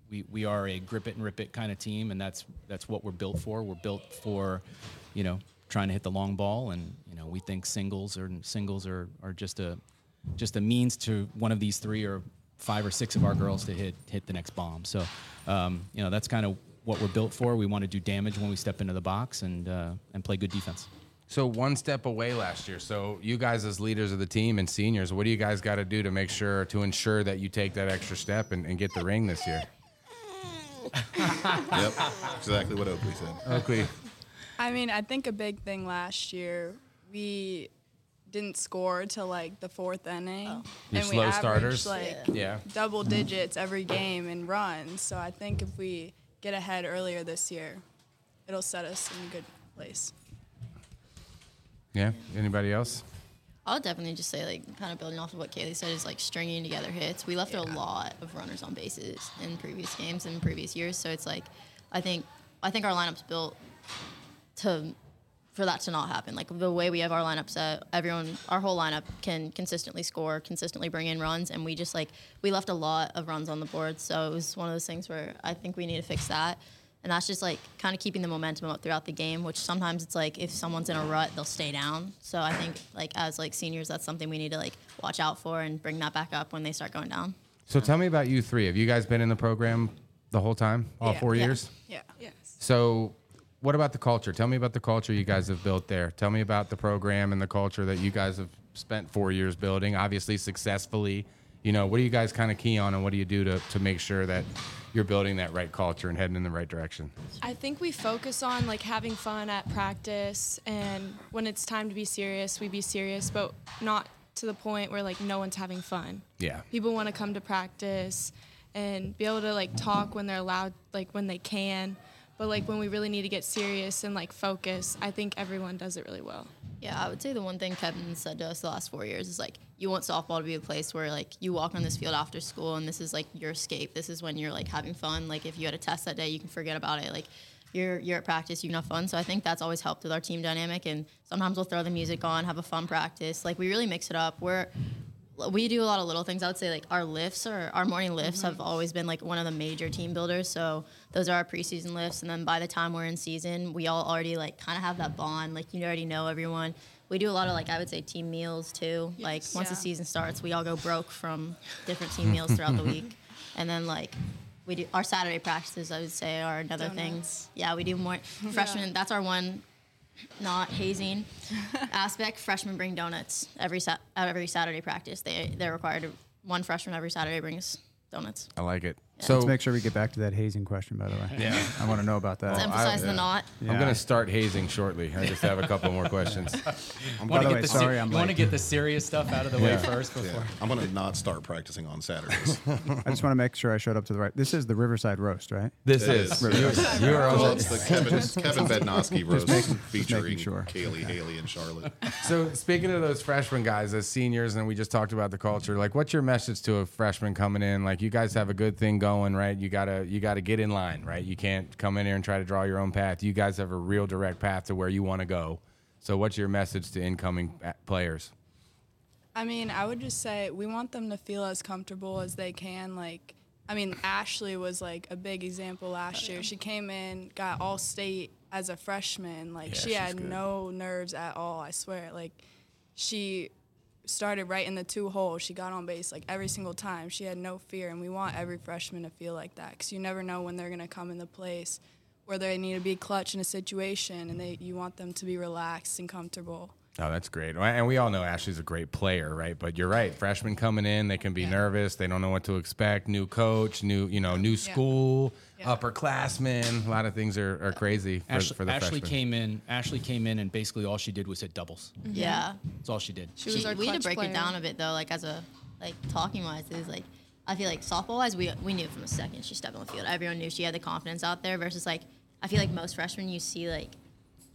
[SPEAKER 2] we we are a grip it and rip it kind of team, and that's that's what we're built for. We're built for, you know, trying to hit the long ball, and you know we think singles or singles are are just a just a means to one of these three or five or six of our girls to hit hit the next bomb. So um, you know that's kind of. What we're built for, we want to do damage when we step into the box and uh, and play good defense.
[SPEAKER 5] So one step away last year. So you guys as leaders of the team and seniors, what do you guys got to do to make sure to ensure that you take that extra step and, and get the ring this year?
[SPEAKER 10] Yep, exactly what Oakley said.
[SPEAKER 5] Oakley,
[SPEAKER 11] I mean, I think a big thing last year we didn't score till like the fourth inning,
[SPEAKER 6] Oh.
[SPEAKER 5] Your
[SPEAKER 11] and we
[SPEAKER 5] slow
[SPEAKER 11] averaged
[SPEAKER 5] starters?
[SPEAKER 11] like
[SPEAKER 5] yeah. Mm-hmm.
[SPEAKER 11] double digits every game in runs. So I think if we get ahead earlier this year, it'll set us in a good place.
[SPEAKER 5] Yeah. Anybody else?
[SPEAKER 12] I would definitely just say, like, kind of building off of what Kaylee said, is like stringing together hits. We left a lot of runners on bases in previous games and previous years, so it's like, I think, I think our lineup's built to for that to not happen. Like the way we have our lineup set, everyone, our whole lineup can consistently score, consistently bring in runs, and we just like we left a lot of runs on the board. So it was one of those things where I think we need to fix that. And that's just like kind of keeping the momentum up throughout the game, which sometimes it's like if someone's in a rut, they'll stay down. So I think like as like seniors, that's something we need to like watch out for and bring that back up when they start going down.
[SPEAKER 5] So tell me about you three. Have you guys been in the program the whole time, all
[SPEAKER 11] Yeah.
[SPEAKER 5] four
[SPEAKER 11] Yeah.
[SPEAKER 5] years?
[SPEAKER 11] Yeah.
[SPEAKER 7] Yes.
[SPEAKER 5] So what about the culture? Tell me about the culture you guys have built there. Tell me about the program and the culture that you guys have spent four years building, obviously successfully. You know, what do you guys kind of key on and what do you do to, to make sure that you're building that right culture and heading in the right direction?
[SPEAKER 13] I think we focus on like having fun at practice, and when it's time to be serious, we be serious, but not to the point where like no one's having fun.
[SPEAKER 5] Yeah.
[SPEAKER 13] People want to come to practice and be able to like talk when they're allowed, like when they can, but like when we really need to get serious and like focus, I think everyone does it really well.
[SPEAKER 12] Yeah, I would say the one thing Kevin said to us the last four years is like, you want softball to be a place where like you walk on this field after school and this is like your escape. This is when you're like having fun. Like if you had a test that day, you can forget about it. Like you're you're at practice, you can have fun. So I think that's always helped with our team dynamic. And sometimes we'll throw the music on, have a fun practice. Like we really mix it up. We're we do a lot of little things. I would say like our lifts or our morning lifts
[SPEAKER 13] Mm-hmm.
[SPEAKER 12] have always been like one of the major team builders. So those are our preseason lifts, and then by the time we're in season, we all already like kind of have that bond. Like you already know everyone. We do a lot of like I would say team meals too. Like once the
[SPEAKER 13] Yeah.
[SPEAKER 12] season starts, we all go broke from different team meals throughout the week, and then like. We do our Saturday practices. I would say are another thing.
[SPEAKER 13] Donuts.
[SPEAKER 12] Yeah, we do more
[SPEAKER 13] Yeah.
[SPEAKER 12] freshmen. That's our one not hazing aspect. Freshmen bring donuts every sat at every Saturday practice. They they're required. to- One freshman every Saturday brings donuts.
[SPEAKER 5] I like it.
[SPEAKER 3] Let's make sure we get back to that hazing question, by the way.
[SPEAKER 5] Yeah.
[SPEAKER 3] I want to know about that.
[SPEAKER 12] Let's emphasize the knot.
[SPEAKER 5] I'm
[SPEAKER 3] Yeah.
[SPEAKER 5] going to start hazing shortly. I just have a couple more questions.
[SPEAKER 10] I'm-
[SPEAKER 3] By
[SPEAKER 10] Wanna
[SPEAKER 3] the
[SPEAKER 10] get
[SPEAKER 3] way,
[SPEAKER 10] the
[SPEAKER 3] sorry,
[SPEAKER 10] se-
[SPEAKER 3] I'm
[SPEAKER 10] you wanna
[SPEAKER 3] late.
[SPEAKER 10] get
[SPEAKER 2] the serious stuff out of the way first before.
[SPEAKER 10] I'm gonna not start practicing on Saturdays.
[SPEAKER 3] I just want to make sure I showed up to the right. This is the Riverside Roast, right?
[SPEAKER 10] This It is. is.
[SPEAKER 3] Riverside.
[SPEAKER 10] You- you are on Well, the- it's the Kevin- Kevin Bednarski
[SPEAKER 3] Just
[SPEAKER 10] roast
[SPEAKER 3] making- just
[SPEAKER 10] featuring
[SPEAKER 3] making
[SPEAKER 10] Kaylee Haley and Charlotte.
[SPEAKER 5] So speaking of those freshman guys as seniors, and we just talked about the culture. Like, what's your message to a freshman coming in? Like, you guys have a good thing going, right? You gotta you gotta get in line, right? You can't come in here and try to draw your own path. You guys have a real direct path to where you want to go. So, what's your message to incoming uh, players?
[SPEAKER 11] I mean, I would just say we want them to feel as comfortable as they can. Like, I mean, Ashley was like a big example
[SPEAKER 13] Oh,
[SPEAKER 11] last year. She came in, got all state as a freshman. Like,
[SPEAKER 13] Yeah,
[SPEAKER 11] she
[SPEAKER 13] she's
[SPEAKER 11] had
[SPEAKER 13] good.
[SPEAKER 11] no nerves at all. I swear. Like, she started right in the two hole. She got on base like every single time. She had no fear, and we want every freshman to feel like that because you never know when they're gonna come in the place where they need to be clutch in a situation, and they you want them to be relaxed and comfortable.
[SPEAKER 5] Oh, that's great. And we all know Ashley's a great player, right? But you're right. Freshmen coming in, they can be nervous. They don't know what to expect. New coach, new, you know, new school, upperclassmen. A lot of things are, are crazy for,
[SPEAKER 2] Ashley,
[SPEAKER 5] for the
[SPEAKER 2] Ashley
[SPEAKER 5] freshmen.
[SPEAKER 2] came in. Ashley came in, and basically all she did was hit doubles.
[SPEAKER 13] Mm-hmm.
[SPEAKER 12] Mhm. Yeah.
[SPEAKER 2] that's all she did.
[SPEAKER 12] She we had to break it down a bit though, like as a like talking wise, it was like I feel like softball wise, we we knew from a second she stepped on the field. Everyone knew she had the confidence out there. Versus like I feel like most freshmen you see like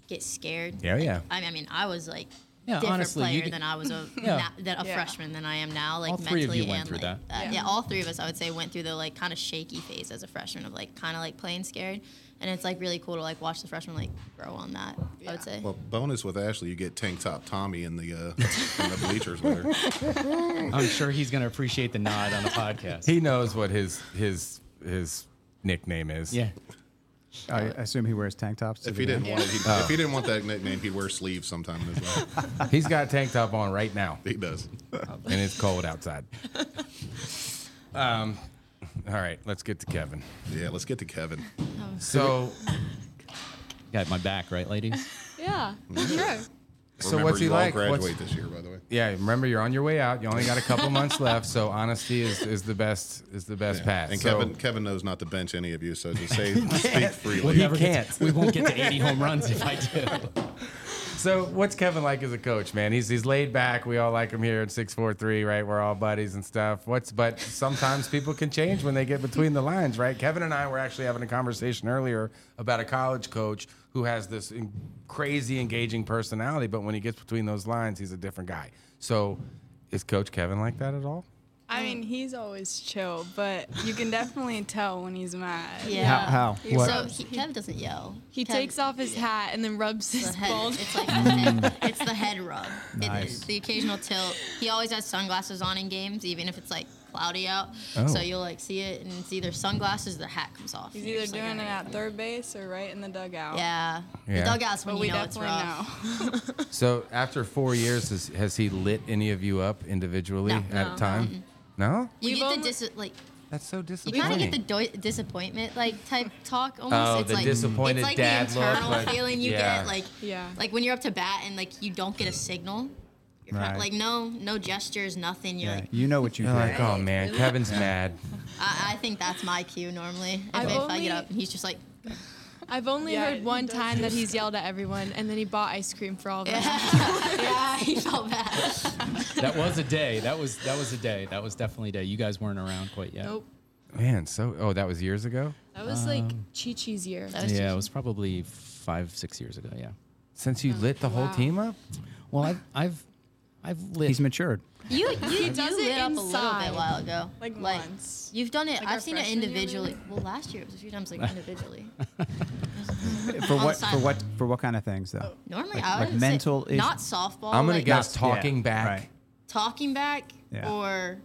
[SPEAKER 12] get scared.
[SPEAKER 5] Yeah,
[SPEAKER 12] Like,
[SPEAKER 5] yeah.
[SPEAKER 12] I mean, I mean, I was like
[SPEAKER 2] Yeah,
[SPEAKER 12] different
[SPEAKER 2] honestly, you
[SPEAKER 12] player
[SPEAKER 2] did-
[SPEAKER 12] than I was a
[SPEAKER 2] Yeah.
[SPEAKER 12] na- that a
[SPEAKER 2] Yeah.
[SPEAKER 12] freshman than I am now. Like
[SPEAKER 2] All three of
[SPEAKER 12] mentally
[SPEAKER 2] you went
[SPEAKER 12] and
[SPEAKER 2] through that.
[SPEAKER 12] like, that.
[SPEAKER 2] Yeah.
[SPEAKER 12] Uh, Yeah, all three of us I would say went through the like kind of shaky phase as a freshman of like kind of like playing scared, and it's like really cool to like watch the freshmen like grow on that. I would say.
[SPEAKER 10] Well, bonus with Ashley, you get tank top Tommy in the uh, in the bleachers with her.
[SPEAKER 2] I'm sure he's going to appreciate the nod on the podcast.
[SPEAKER 5] He knows what his his his nickname is.
[SPEAKER 2] Yeah.
[SPEAKER 3] I assume he wears Oh, tank tops. to
[SPEAKER 10] If
[SPEAKER 3] the
[SPEAKER 10] he didn't
[SPEAKER 3] game.
[SPEAKER 10] want it, he,
[SPEAKER 5] Uh,
[SPEAKER 10] if
[SPEAKER 5] Oh.
[SPEAKER 10] he didn't want that nickname, he'd wear sleeves sometime in his life.
[SPEAKER 5] He's got a tank top on right now.
[SPEAKER 10] He does.
[SPEAKER 5] And it's cold outside. Um, all right, let's get to Kevin.
[SPEAKER 10] Yeah, let's get to Kevin.
[SPEAKER 5] So,
[SPEAKER 2] Oh. got my back right, ladies.
[SPEAKER 13] Yeah,
[SPEAKER 5] Mm-hmm.
[SPEAKER 13] sure.
[SPEAKER 5] So
[SPEAKER 10] Remember,
[SPEAKER 5] what's he
[SPEAKER 10] you all
[SPEAKER 5] like?
[SPEAKER 10] Graduate
[SPEAKER 5] What's-
[SPEAKER 10] this year, by the way.
[SPEAKER 5] yeah, remember you're on your way out. You only got a couple months left, so honesty is, is the best is the best
[SPEAKER 10] Yeah.
[SPEAKER 5] path.
[SPEAKER 10] And
[SPEAKER 5] So-
[SPEAKER 10] Kevin, Kevin knows not to bench any of you, so just say speak
[SPEAKER 5] can't.
[SPEAKER 10] freely.
[SPEAKER 5] We'll He never get to- can't.
[SPEAKER 2] we won't get to 80 home runs if I do.
[SPEAKER 5] So what's Kevin like as a coach, man? He's he's laid back. We all like him here at six four three, right? We're all buddies and stuff. What's but sometimes people can change when they get between the lines, right? Kevin and I were actually having a conversation earlier about a college coach who has this in- crazy engaging personality, but when he gets between those lines, he's a different guy. So is Coach Kevin like that at all?
[SPEAKER 11] I mean, he's always chill, but you can definitely tell when he's mad.
[SPEAKER 12] Yeah.
[SPEAKER 3] How- how?
[SPEAKER 11] He's
[SPEAKER 3] What?
[SPEAKER 11] so-
[SPEAKER 12] he, Kev doesn't yell.
[SPEAKER 13] He
[SPEAKER 12] Kev-
[SPEAKER 13] takes off his hat and then rubs his
[SPEAKER 12] the head.
[SPEAKER 13] bald.
[SPEAKER 12] It's like the head, it's the head rub. It
[SPEAKER 13] Nice.
[SPEAKER 12] is the occasional tilt. He always has sunglasses on in games, even if it's like cloudy out.
[SPEAKER 11] Oh.
[SPEAKER 12] So you'll like see it, and it's either sunglasses or the hat comes off.
[SPEAKER 11] he's
[SPEAKER 12] And you're
[SPEAKER 11] either
[SPEAKER 12] just like,
[SPEAKER 11] doing it
[SPEAKER 12] "Alright."
[SPEAKER 11] at third base or right in the dugout.
[SPEAKER 12] Yeah.
[SPEAKER 5] Yeah.
[SPEAKER 12] The dugout's when
[SPEAKER 11] But
[SPEAKER 12] you
[SPEAKER 11] we
[SPEAKER 12] know it's
[SPEAKER 11] definitely
[SPEAKER 12] rough.
[SPEAKER 5] So after four years, has, has he lit any of you up individually
[SPEAKER 12] No.
[SPEAKER 5] at a
[SPEAKER 12] No.
[SPEAKER 5] time? No.
[SPEAKER 12] You get the dis- like
[SPEAKER 5] That's so
[SPEAKER 12] You kind
[SPEAKER 5] disappointing.
[SPEAKER 12] of get the do- disappointment like type talk almost.
[SPEAKER 5] Oh,
[SPEAKER 12] it's
[SPEAKER 5] the
[SPEAKER 12] like,
[SPEAKER 5] disappointed
[SPEAKER 12] it's like
[SPEAKER 5] dad
[SPEAKER 12] the
[SPEAKER 5] look,
[SPEAKER 12] internal
[SPEAKER 5] like-
[SPEAKER 12] feeling you
[SPEAKER 5] yeah.
[SPEAKER 12] get like
[SPEAKER 13] Yeah.
[SPEAKER 12] like when you're up to bat and like you don't get a signal. You're kinda
[SPEAKER 5] Right.
[SPEAKER 12] like no no gestures, nothing. You're like
[SPEAKER 3] you know what you
[SPEAKER 5] You're
[SPEAKER 3] did.
[SPEAKER 5] like, oh man, Kevin's mad.
[SPEAKER 12] I, I think that's my cue normally. If,
[SPEAKER 13] I've
[SPEAKER 12] if I get
[SPEAKER 13] only-
[SPEAKER 12] up and he's just like
[SPEAKER 13] I've only
[SPEAKER 12] Yeah,
[SPEAKER 13] heard
[SPEAKER 12] he
[SPEAKER 13] one
[SPEAKER 12] does
[SPEAKER 13] time that
[SPEAKER 12] do
[SPEAKER 13] he's yelled at everyone, and then he bought ice cream for all of us.
[SPEAKER 12] yeah, he felt bad.
[SPEAKER 2] that was a day. That was that was a day. That was definitely a day. You guys weren't around quite yet.
[SPEAKER 13] Nope.
[SPEAKER 5] Man, so oh, that was years ago.
[SPEAKER 13] That was like Chi Chi's year.
[SPEAKER 2] Um, yeah, it was probably five six years ago. Yeah.
[SPEAKER 5] Since you lit the whole
[SPEAKER 13] Oh, Wow.
[SPEAKER 5] team up.
[SPEAKER 2] Well, I've I've I've lit.
[SPEAKER 3] He's matured.
[SPEAKER 12] You you
[SPEAKER 13] does
[SPEAKER 12] you
[SPEAKER 13] it
[SPEAKER 12] lit up a little
[SPEAKER 13] inside.
[SPEAKER 12] bit while ago.
[SPEAKER 13] Like once.
[SPEAKER 12] You've done it.
[SPEAKER 13] Like our
[SPEAKER 12] I've seen it
[SPEAKER 13] freshman year,
[SPEAKER 12] individually.
[SPEAKER 13] maybe?
[SPEAKER 12] Well, last year it was a few times like individually.
[SPEAKER 3] For
[SPEAKER 12] On
[SPEAKER 3] what? For
[SPEAKER 12] silent.
[SPEAKER 3] what? For what kind of things though?
[SPEAKER 12] Oh, Normally,
[SPEAKER 3] Like-
[SPEAKER 12] I would
[SPEAKER 3] like
[SPEAKER 12] say
[SPEAKER 3] mental issues.
[SPEAKER 12] not softball.
[SPEAKER 5] I'm gonna
[SPEAKER 12] like,
[SPEAKER 5] guess
[SPEAKER 3] Yeah,
[SPEAKER 5] talking back.
[SPEAKER 3] right.
[SPEAKER 12] talking back
[SPEAKER 3] Yeah.
[SPEAKER 12] or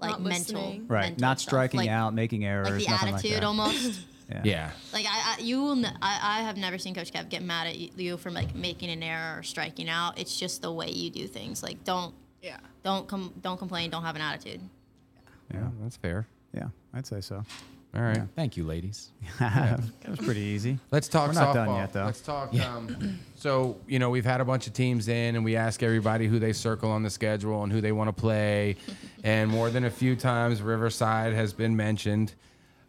[SPEAKER 12] like
[SPEAKER 13] Not
[SPEAKER 12] mental,
[SPEAKER 13] listening.
[SPEAKER 3] Right.
[SPEAKER 12] mental
[SPEAKER 3] not
[SPEAKER 12] stuff,
[SPEAKER 3] striking
[SPEAKER 12] like-
[SPEAKER 3] out, making errors,
[SPEAKER 12] like the
[SPEAKER 3] nothing
[SPEAKER 12] attitude
[SPEAKER 3] like that.
[SPEAKER 12] almost.
[SPEAKER 3] Yeah.
[SPEAKER 5] Yeah.
[SPEAKER 12] Like I, I you will. N- I, I have never seen Coach Kev get mad at you from like making an error or striking out. It's just the way you do things. Like don't
[SPEAKER 13] Yeah.
[SPEAKER 12] don't com- don't complain. Don't have an attitude.
[SPEAKER 5] Yeah, that's fair.
[SPEAKER 3] Yeah, I'd say so.
[SPEAKER 5] All right.
[SPEAKER 2] Thank you, ladies.
[SPEAKER 3] that was pretty easy.
[SPEAKER 5] Let's talk
[SPEAKER 3] We're not
[SPEAKER 5] softball.
[SPEAKER 3] done yet, though.
[SPEAKER 5] Let's talk. Um, so you know we've had a bunch of teams in, and we ask everybody who they circle on the schedule and who they want to play. and more than a few times, Riverside has been mentioned.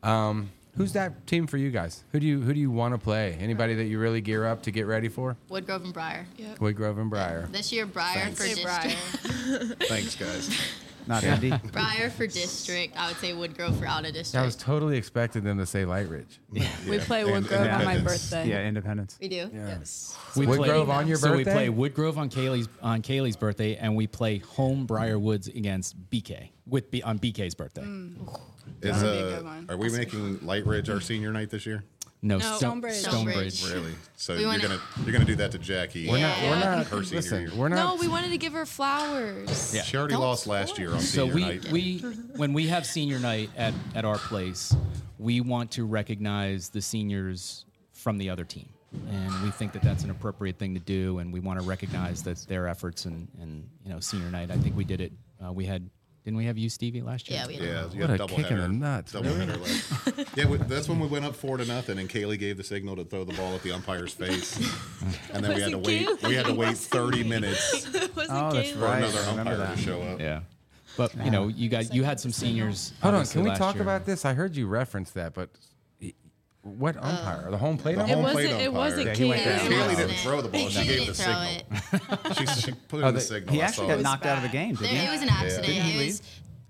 [SPEAKER 5] Um, who's that team for you guys? Who do you who do you want to play? Anybody that you really gear up to get ready for?
[SPEAKER 12] Woodgrove and Briar.
[SPEAKER 13] Yep.
[SPEAKER 5] Woodgrove and Briar.
[SPEAKER 12] This year, Briar for
[SPEAKER 13] Say Briar.
[SPEAKER 12] district.
[SPEAKER 10] Thanks, guys.
[SPEAKER 3] Not
[SPEAKER 5] Yeah.
[SPEAKER 3] Indy.
[SPEAKER 12] Briar for district. I would say Woodgrove for out of district.
[SPEAKER 5] I was totally expecting them to say Lightridge.
[SPEAKER 13] We play
[SPEAKER 10] And-
[SPEAKER 13] Woodgrove on my
[SPEAKER 10] and-
[SPEAKER 13] birthday.
[SPEAKER 3] Yeah, Independence.
[SPEAKER 12] we do.
[SPEAKER 13] Yes.
[SPEAKER 2] We play-
[SPEAKER 5] Woodgrove on your
[SPEAKER 2] so
[SPEAKER 5] birthday.
[SPEAKER 2] we play Woodgrove on Kaylee's on Kaylee's birthday, and we play home Briar Woods against BK with B, on BK's birthday.
[SPEAKER 10] Is,
[SPEAKER 13] That'd Mm. be a
[SPEAKER 10] uh,
[SPEAKER 13] good one.
[SPEAKER 10] are we making Light Ridge our senior night this year?
[SPEAKER 2] No,
[SPEAKER 13] No,
[SPEAKER 2] Stone,
[SPEAKER 13] Stonebridge.
[SPEAKER 2] Stonebridge.
[SPEAKER 10] Really? So
[SPEAKER 12] We
[SPEAKER 10] you're
[SPEAKER 12] wanna-
[SPEAKER 10] gonna you're gonna do that to Jackie.
[SPEAKER 5] We're not. We're
[SPEAKER 13] Yeah.
[SPEAKER 5] not.
[SPEAKER 10] Her senior
[SPEAKER 5] listen,
[SPEAKER 10] year.
[SPEAKER 5] we're
[SPEAKER 13] No,
[SPEAKER 5] not.
[SPEAKER 13] we wanted to give her flowers.
[SPEAKER 2] Yeah.
[SPEAKER 10] She already
[SPEAKER 12] Don't
[SPEAKER 10] lost last year on
[SPEAKER 2] So
[SPEAKER 10] senior
[SPEAKER 2] we,
[SPEAKER 10] night.
[SPEAKER 2] we when we have senior night at, at our place, we want to recognize the seniors from the other team. And we think that that's an appropriate thing to do, and we want to recognize that their efforts and, and you know senior night. I think we did it. Uh, we had didn't we have you Stevie last year?
[SPEAKER 12] Yeah, we do.
[SPEAKER 10] yeah, you
[SPEAKER 5] What
[SPEAKER 10] had
[SPEAKER 5] a
[SPEAKER 10] double
[SPEAKER 5] kick in
[SPEAKER 10] header,
[SPEAKER 5] the nuts,
[SPEAKER 10] Double header left. yeah, we, that's when we went up four to nothing, and Kaylee gave the signal to throw the ball at the umpire's face, and then we had to wait. We had to wait 30 minutes
[SPEAKER 3] Oh, that's
[SPEAKER 10] for
[SPEAKER 3] right.
[SPEAKER 10] another
[SPEAKER 3] I remember
[SPEAKER 10] umpire to
[SPEAKER 3] that.
[SPEAKER 10] show up.
[SPEAKER 2] Yeah. But you know, you got you had some seniors.
[SPEAKER 5] Hold on.
[SPEAKER 2] obviously,
[SPEAKER 5] Can we
[SPEAKER 2] last
[SPEAKER 5] talk
[SPEAKER 2] year.
[SPEAKER 5] about this? I heard you reference that, but what umpire? the home plate
[SPEAKER 10] The
[SPEAKER 13] It
[SPEAKER 5] umpire.
[SPEAKER 10] home
[SPEAKER 13] wasn't.
[SPEAKER 10] plate
[SPEAKER 13] It
[SPEAKER 10] umpire.
[SPEAKER 13] wasn't
[SPEAKER 10] Yeah,
[SPEAKER 3] he went
[SPEAKER 13] Kaylee.
[SPEAKER 3] down.
[SPEAKER 13] It
[SPEAKER 10] Kaylee
[SPEAKER 13] was-
[SPEAKER 10] didn't throw the ball; she
[SPEAKER 12] He
[SPEAKER 10] gave
[SPEAKER 12] didn't
[SPEAKER 10] the
[SPEAKER 12] throw
[SPEAKER 10] signal.
[SPEAKER 12] it.
[SPEAKER 10] She, she put in the
[SPEAKER 5] Oh, they-
[SPEAKER 10] signal.
[SPEAKER 3] He
[SPEAKER 10] I
[SPEAKER 3] actually
[SPEAKER 10] saw
[SPEAKER 3] got
[SPEAKER 10] it.
[SPEAKER 3] knocked out of the game, didn't
[SPEAKER 12] There,
[SPEAKER 3] he?
[SPEAKER 12] It was an accident.
[SPEAKER 10] Didn't
[SPEAKER 3] he
[SPEAKER 12] It was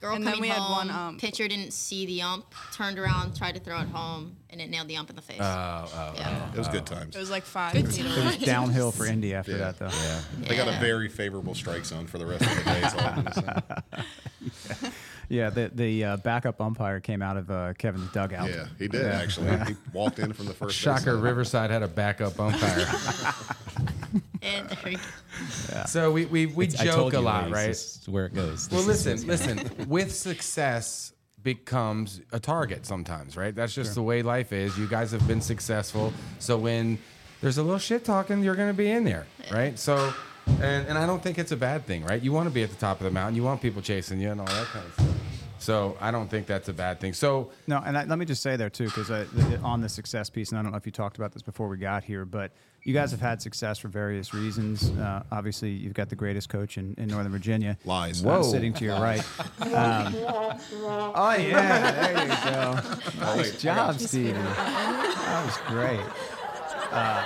[SPEAKER 12] girl
[SPEAKER 13] And then
[SPEAKER 12] coming
[SPEAKER 13] we had
[SPEAKER 12] home.
[SPEAKER 13] one um, ump.
[SPEAKER 12] Pitcher didn't see the ump, turned around, tried to throw it home, and it nailed the ump in the face.
[SPEAKER 5] Oh, oh,
[SPEAKER 12] yeah.
[SPEAKER 10] It was good times.
[SPEAKER 13] It was like five.
[SPEAKER 3] It was downhill for Indy after
[SPEAKER 10] Yeah.
[SPEAKER 3] that, though. Yeah.
[SPEAKER 10] They got a
[SPEAKER 12] Yeah.
[SPEAKER 10] very favorable strike zone for the rest of the day. So I'm gonna say.
[SPEAKER 3] the the uh, backup umpire came out of uh, Kevin's dugout.
[SPEAKER 10] yeah, he did actually. He walked in from the first.
[SPEAKER 5] Shocker!
[SPEAKER 10] baseline.
[SPEAKER 5] Riverside had a backup umpire.
[SPEAKER 12] And there we go.
[SPEAKER 5] so we we, we
[SPEAKER 2] I told
[SPEAKER 5] joke a
[SPEAKER 2] you,
[SPEAKER 5] lot,
[SPEAKER 2] ladies,
[SPEAKER 5] right?
[SPEAKER 2] This is where it goes.
[SPEAKER 5] Well,
[SPEAKER 2] This is-
[SPEAKER 5] listen, listen. With success becomes a target sometimes, right? That's just the way life is. You guys have been successful, so when there's a little shit talking, you're going to be in there, right? So, and and I don't think it's a bad thing, right? You want to be at the top of the mountain. You want people chasing you and all that kind of stuff. So I don't think that's a bad thing. So
[SPEAKER 3] No, and I, let me just say there too, because on the success piece, and I don't know if you talked about this before we got here, but you guys have had success for various reasons. Uh, obviously, you've got the greatest coach in, in Northern Virginia.
[SPEAKER 10] Lies.
[SPEAKER 3] Uh,
[SPEAKER 5] Whoa.
[SPEAKER 3] sitting to your right. Um, oh yeah, there you go.
[SPEAKER 10] Oh, wait, I
[SPEAKER 3] Nice
[SPEAKER 10] got-
[SPEAKER 3] job, Steven. That was great. Uh,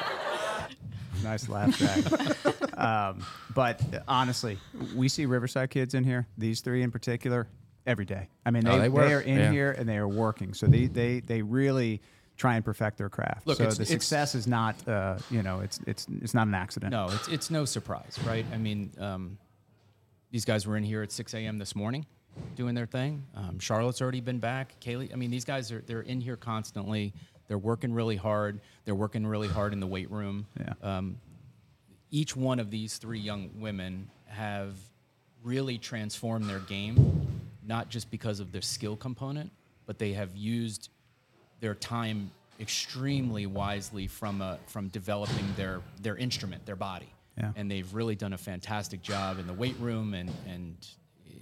[SPEAKER 3] nice laugh track. Um, but honestly, we see Riverside kids in here. These three in particular, every day. I mean, they,
[SPEAKER 5] Oh, they
[SPEAKER 3] they,
[SPEAKER 5] work,
[SPEAKER 3] are in
[SPEAKER 5] yeah.
[SPEAKER 3] here and they are working. So they they they really try and perfect their craft.
[SPEAKER 2] Look,
[SPEAKER 3] so
[SPEAKER 2] it's-
[SPEAKER 3] the
[SPEAKER 2] it's-
[SPEAKER 3] success is not uh, you know it's it's it's not an accident.
[SPEAKER 2] No, it's it's no surprise, right? I mean, um, these guys were in here at 6 a.m. this morning, doing their thing. Um, Charlotte's already been back. Kaylee, I mean, these guys are they're in here constantly. They're working really hard. They're working really hard in the weight room.
[SPEAKER 3] Yeah.
[SPEAKER 2] Um, each one of these three young women have really transformed their game, not just because of their skill component, but they have used their time extremely wisely from a, from developing their their instrument, their body,
[SPEAKER 3] Yeah.
[SPEAKER 2] and they've really done a fantastic job in the weight room and and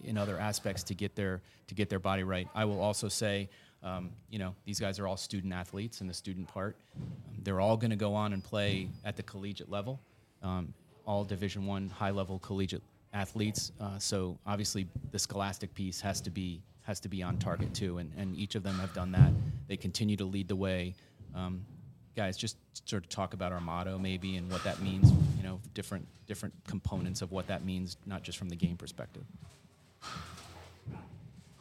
[SPEAKER 2] in other aspects to get their to get their body right. I will also say, um, you know, these guys are all student athletes in the student part. Um, they're all going to go on and play at the collegiate level, um, all Division One high level collegiate athletes. Uh, so obviously, the scholastic piece has to be has to be on target too, and, and each of them have done that. They continue to lead the way. Um, guys, just sort of talk about our motto maybe and what that means. You know, different different components of what that means, not just from the game perspective.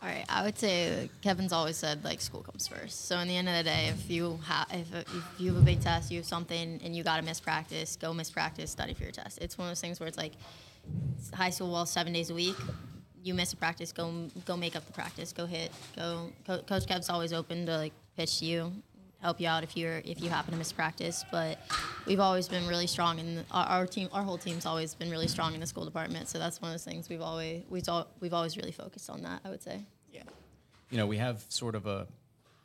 [SPEAKER 12] All right, I would say Kevin's always said like school comes first. So in the end of the day, if you have if, if you have a big test, you have something, and you got to miss practice, go miss practice, study for your test. It's one of those things where it's like high school well seven days a week. You miss a practice, go go make up the practice, go hit, go. Co- Coach Kev's always open to like pitch to you, help you out if you're if you happen to miss practice. But we've always been really strong, and our, our team, our whole team's always been really strong in the school department. So that's one of those things we've always we've al- we've always really focused on that. I would say.
[SPEAKER 2] you know, we have sort of a,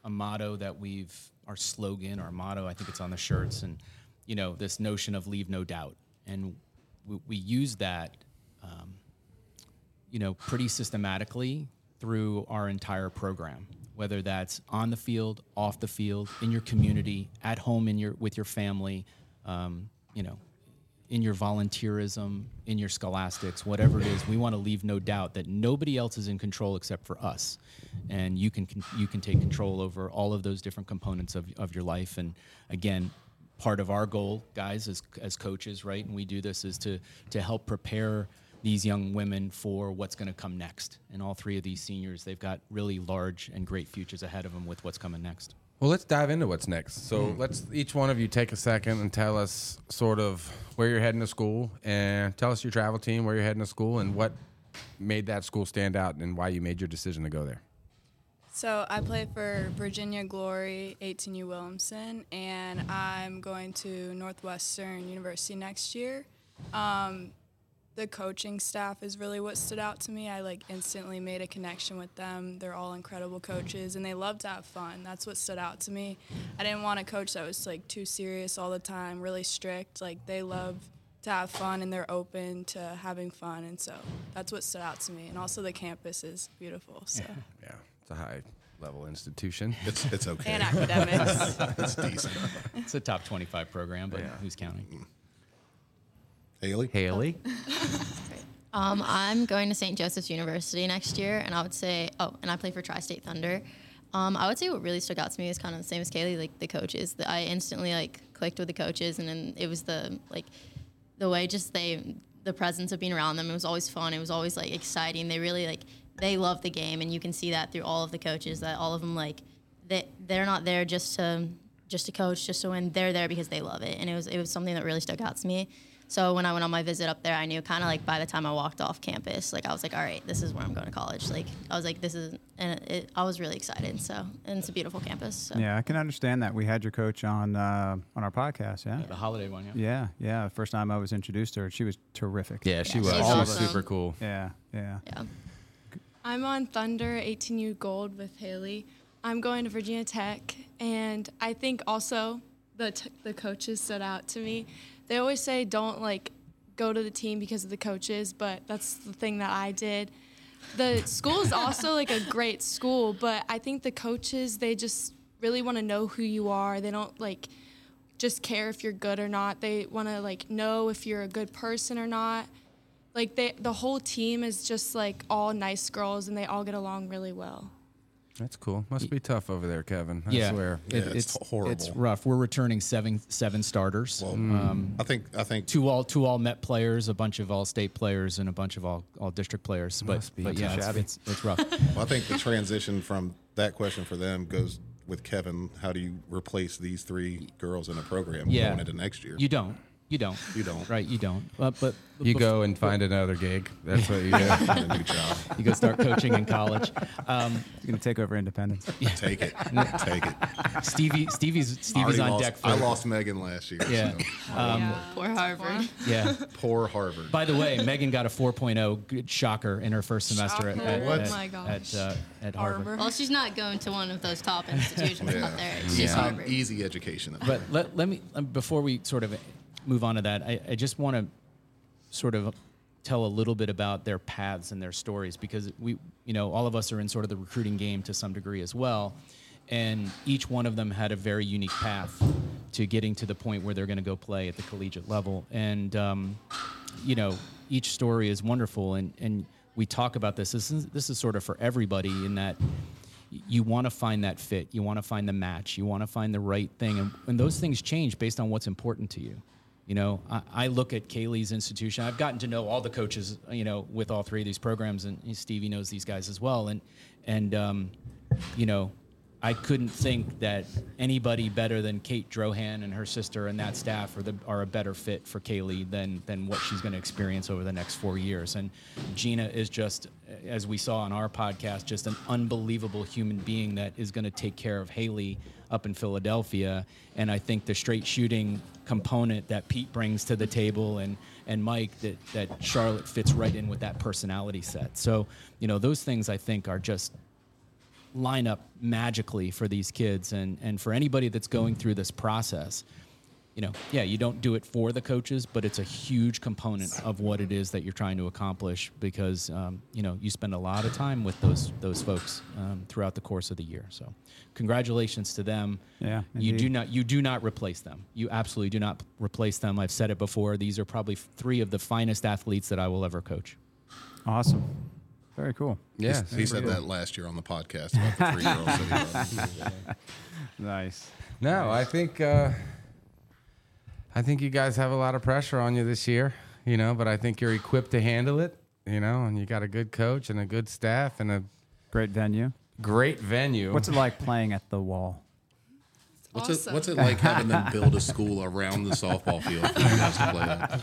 [SPEAKER 2] a motto that we've, our slogan, our motto, I think it's on the shirts, and, you know, this notion of leave no doubt. And we, we use that, um, you know, pretty systematically through our entire program, whether that's on the field, off the field, in your community, at home in your, with your family, um, you know, in your volunteerism, in your scholastics, whatever it is, we want to leave no doubt that nobody else is in control except for us, and you can can- you can take control over all of those different components of, of your life. And again, part of our goal, guys, as as coaches, right, and we do this is to to help prepare these young women for what's going to come next. And all three of these seniors, they've got really large and great futures ahead of them with what's coming next.
[SPEAKER 5] Well, let's dive into what's next. So
[SPEAKER 10] Hmm.
[SPEAKER 2] Mm.
[SPEAKER 5] let's each one of you take a second and tell us sort of where you're heading to school, and tell us your travel team, where you're heading to school, and what made that school stand out, and why you made your decision to go there.
[SPEAKER 11] So I play for Virginia Glory 18U Williamson, and I'm going to Northwestern University next year. Um, the coaching staff is really what stood out to me. I like instantly made a connection with them. They're all incredible coaches, and they love to have fun. That's what stood out to me. I didn't want a coach that was like too serious all the time, really strict. Like they love to have fun, and they're open to having fun, and so that's what stood out to me. And also the campus is beautiful. So.
[SPEAKER 5] Yeah, it's a high level institution.
[SPEAKER 10] It's it's okay.
[SPEAKER 11] And academics.
[SPEAKER 10] It's decent.
[SPEAKER 2] It's a top twenty-five program, but who's counting?
[SPEAKER 10] Mm-hmm. Haley.
[SPEAKER 5] Haley.
[SPEAKER 12] Um, I'm going to St. Joseph's University next year, and I would say, oh, and I play for Tri State Thunder. Um, I would say what really stuck out to me is kind of the same as Kaylee, like the coaches. That I instantly like clicked with the coaches, and then it was the like the way just they the presence of being around them. It was always fun. It was always like exciting. They really like they love the game, and you can see that through all of the coaches. That all of them like they they're not there just to just to coach, just to win. They're there because they love it, and it was it was something that really stuck out to me. So when I went on my visit up there, I knew kind of like by the time I walked off campus, like I was like, all right, this is where I'm going to college. Like I was like, this is, and it, I was really excited. So and it's a beautiful campus. So.
[SPEAKER 3] Yeah, I can understand that. We had your coach on uh, on our podcast. Yeah.
[SPEAKER 2] The holiday one, yeah.
[SPEAKER 3] Yeah, yeah. First time I was introduced to her, she was terrific.
[SPEAKER 5] Yeah, she Yeah, was. she's She was awesome. super cool.
[SPEAKER 3] Yeah, yeah.
[SPEAKER 12] Yeah.
[SPEAKER 13] I'm on Thunder 18U Gold with Haley. I'm going to Virginia Tech, and I think also the t- the coaches stood out to me. They always say don't like go to the team because of the coaches, but that's the thing that I did. The school is also like a great school, but I think the coaches they just really want to know who you are. They don't like just care if you're good or not. They want to like know if you're a good person or not like they the whole team is just like all nice girls and they all get along really well
[SPEAKER 5] That's cool. Must be tough over there, Kevin. I swear.
[SPEAKER 2] It- it's, It's rough. We're returning seven seven starters. Um,
[SPEAKER 10] mm-hmm. I think I think
[SPEAKER 2] two all two all Met players, a bunch of all state players, and a bunch of all all district players. But,
[SPEAKER 10] Must be
[SPEAKER 2] but
[SPEAKER 10] too
[SPEAKER 2] yeah, it's,
[SPEAKER 10] shabby.
[SPEAKER 2] it's, it's rough.
[SPEAKER 10] Well, I think the transition from that question for them goes with Kevin. How do you replace these three girls in a program
[SPEAKER 2] Yeah.
[SPEAKER 10] going into next year?
[SPEAKER 2] You don't. You don't.
[SPEAKER 10] You don't.
[SPEAKER 2] Right. You don't. But, but
[SPEAKER 5] You
[SPEAKER 2] bef-
[SPEAKER 5] go and find another gig. That's what you do.
[SPEAKER 10] Find a new job.
[SPEAKER 2] You go start coaching in college. Um,
[SPEAKER 3] You're gonna take over Independence.
[SPEAKER 10] Take it. Take it.
[SPEAKER 2] Stevie Stevie's Stevie's
[SPEAKER 10] Already
[SPEAKER 2] on
[SPEAKER 10] lost-
[SPEAKER 2] deck. For
[SPEAKER 10] I lost Megan last year.
[SPEAKER 2] Yeah.
[SPEAKER 10] so-
[SPEAKER 2] Um,
[SPEAKER 12] Poor Harvard.
[SPEAKER 2] yeah.
[SPEAKER 10] Poor Harvard.
[SPEAKER 2] By the way, Megan got a 4.0 good shocker in her first semester at,
[SPEAKER 12] Shocker.
[SPEAKER 2] at,
[SPEAKER 12] What?
[SPEAKER 2] at,
[SPEAKER 12] Oh my gosh.
[SPEAKER 2] at, uh, at Harvard.
[SPEAKER 12] Well, she's not going to one of those top institutions out there. She's
[SPEAKER 2] Yeah.
[SPEAKER 12] Harvard.
[SPEAKER 10] Easy education.
[SPEAKER 2] But let, let me, um, before we sort of move on to that, I, I just want to sort of tell a little bit about their paths and their stories because we, you know, all of us are in sort of the recruiting game to some degree as well. And each one of them had a very unique path to getting to the point where they're going to go play at the collegiate level. And, um, you know, each story is wonderful. And, and we talk about this. This is, this is sort of for everybody in that you want to find that fit. You want to find the match. You want to find the right thing. And, and those things change based on what's important to you. You know, I, I look at Kaylee's institution. I've gotten to know all the coaches, you know, with all three of these programs, and Stevie knows these guys as well. And and um, you know, I couldn't think that anybody better than Kate Drohan and her sister and that staff are the are a better fit for Kaylee than than what she's going to experience over the next four years. And Gina is just, as we saw on our podcast, just an unbelievable human being that is going to take care of Haley up in Philadelphia. And I think the straight shooting component that Pete brings to the table and and Mike that that Charlotte fits right in with that personality set. So you know those things I think are just line up magically for these kids and and for anybody that's going through this process you know yeah you don't do it for the coaches but it's a huge component of what it is that you're trying to accomplish because um, you know you spend a lot of time with those those folks um, throughout the course of the year so congratulations to them
[SPEAKER 3] Yeah,
[SPEAKER 2] you do
[SPEAKER 3] indeed.
[SPEAKER 2] not you do not replace them you absolutely do not replace them i've said it before these are probably three of the finest athletes that i will ever coach
[SPEAKER 3] Awesome. Very cool.
[SPEAKER 10] Yes, he said that last year on the podcast about the three year olds that he loved.
[SPEAKER 3] nice.
[SPEAKER 5] No, I think uh, I think you guys have a lot of pressure on you this year, you know. But I think you're equipped to handle it, you know. And you got a good coach and a good staff and a
[SPEAKER 3] great venue.
[SPEAKER 5] Great venue.
[SPEAKER 3] What's it like playing at the wall?
[SPEAKER 10] What's it What's it like having them build a school around the softball field for you guys to play at?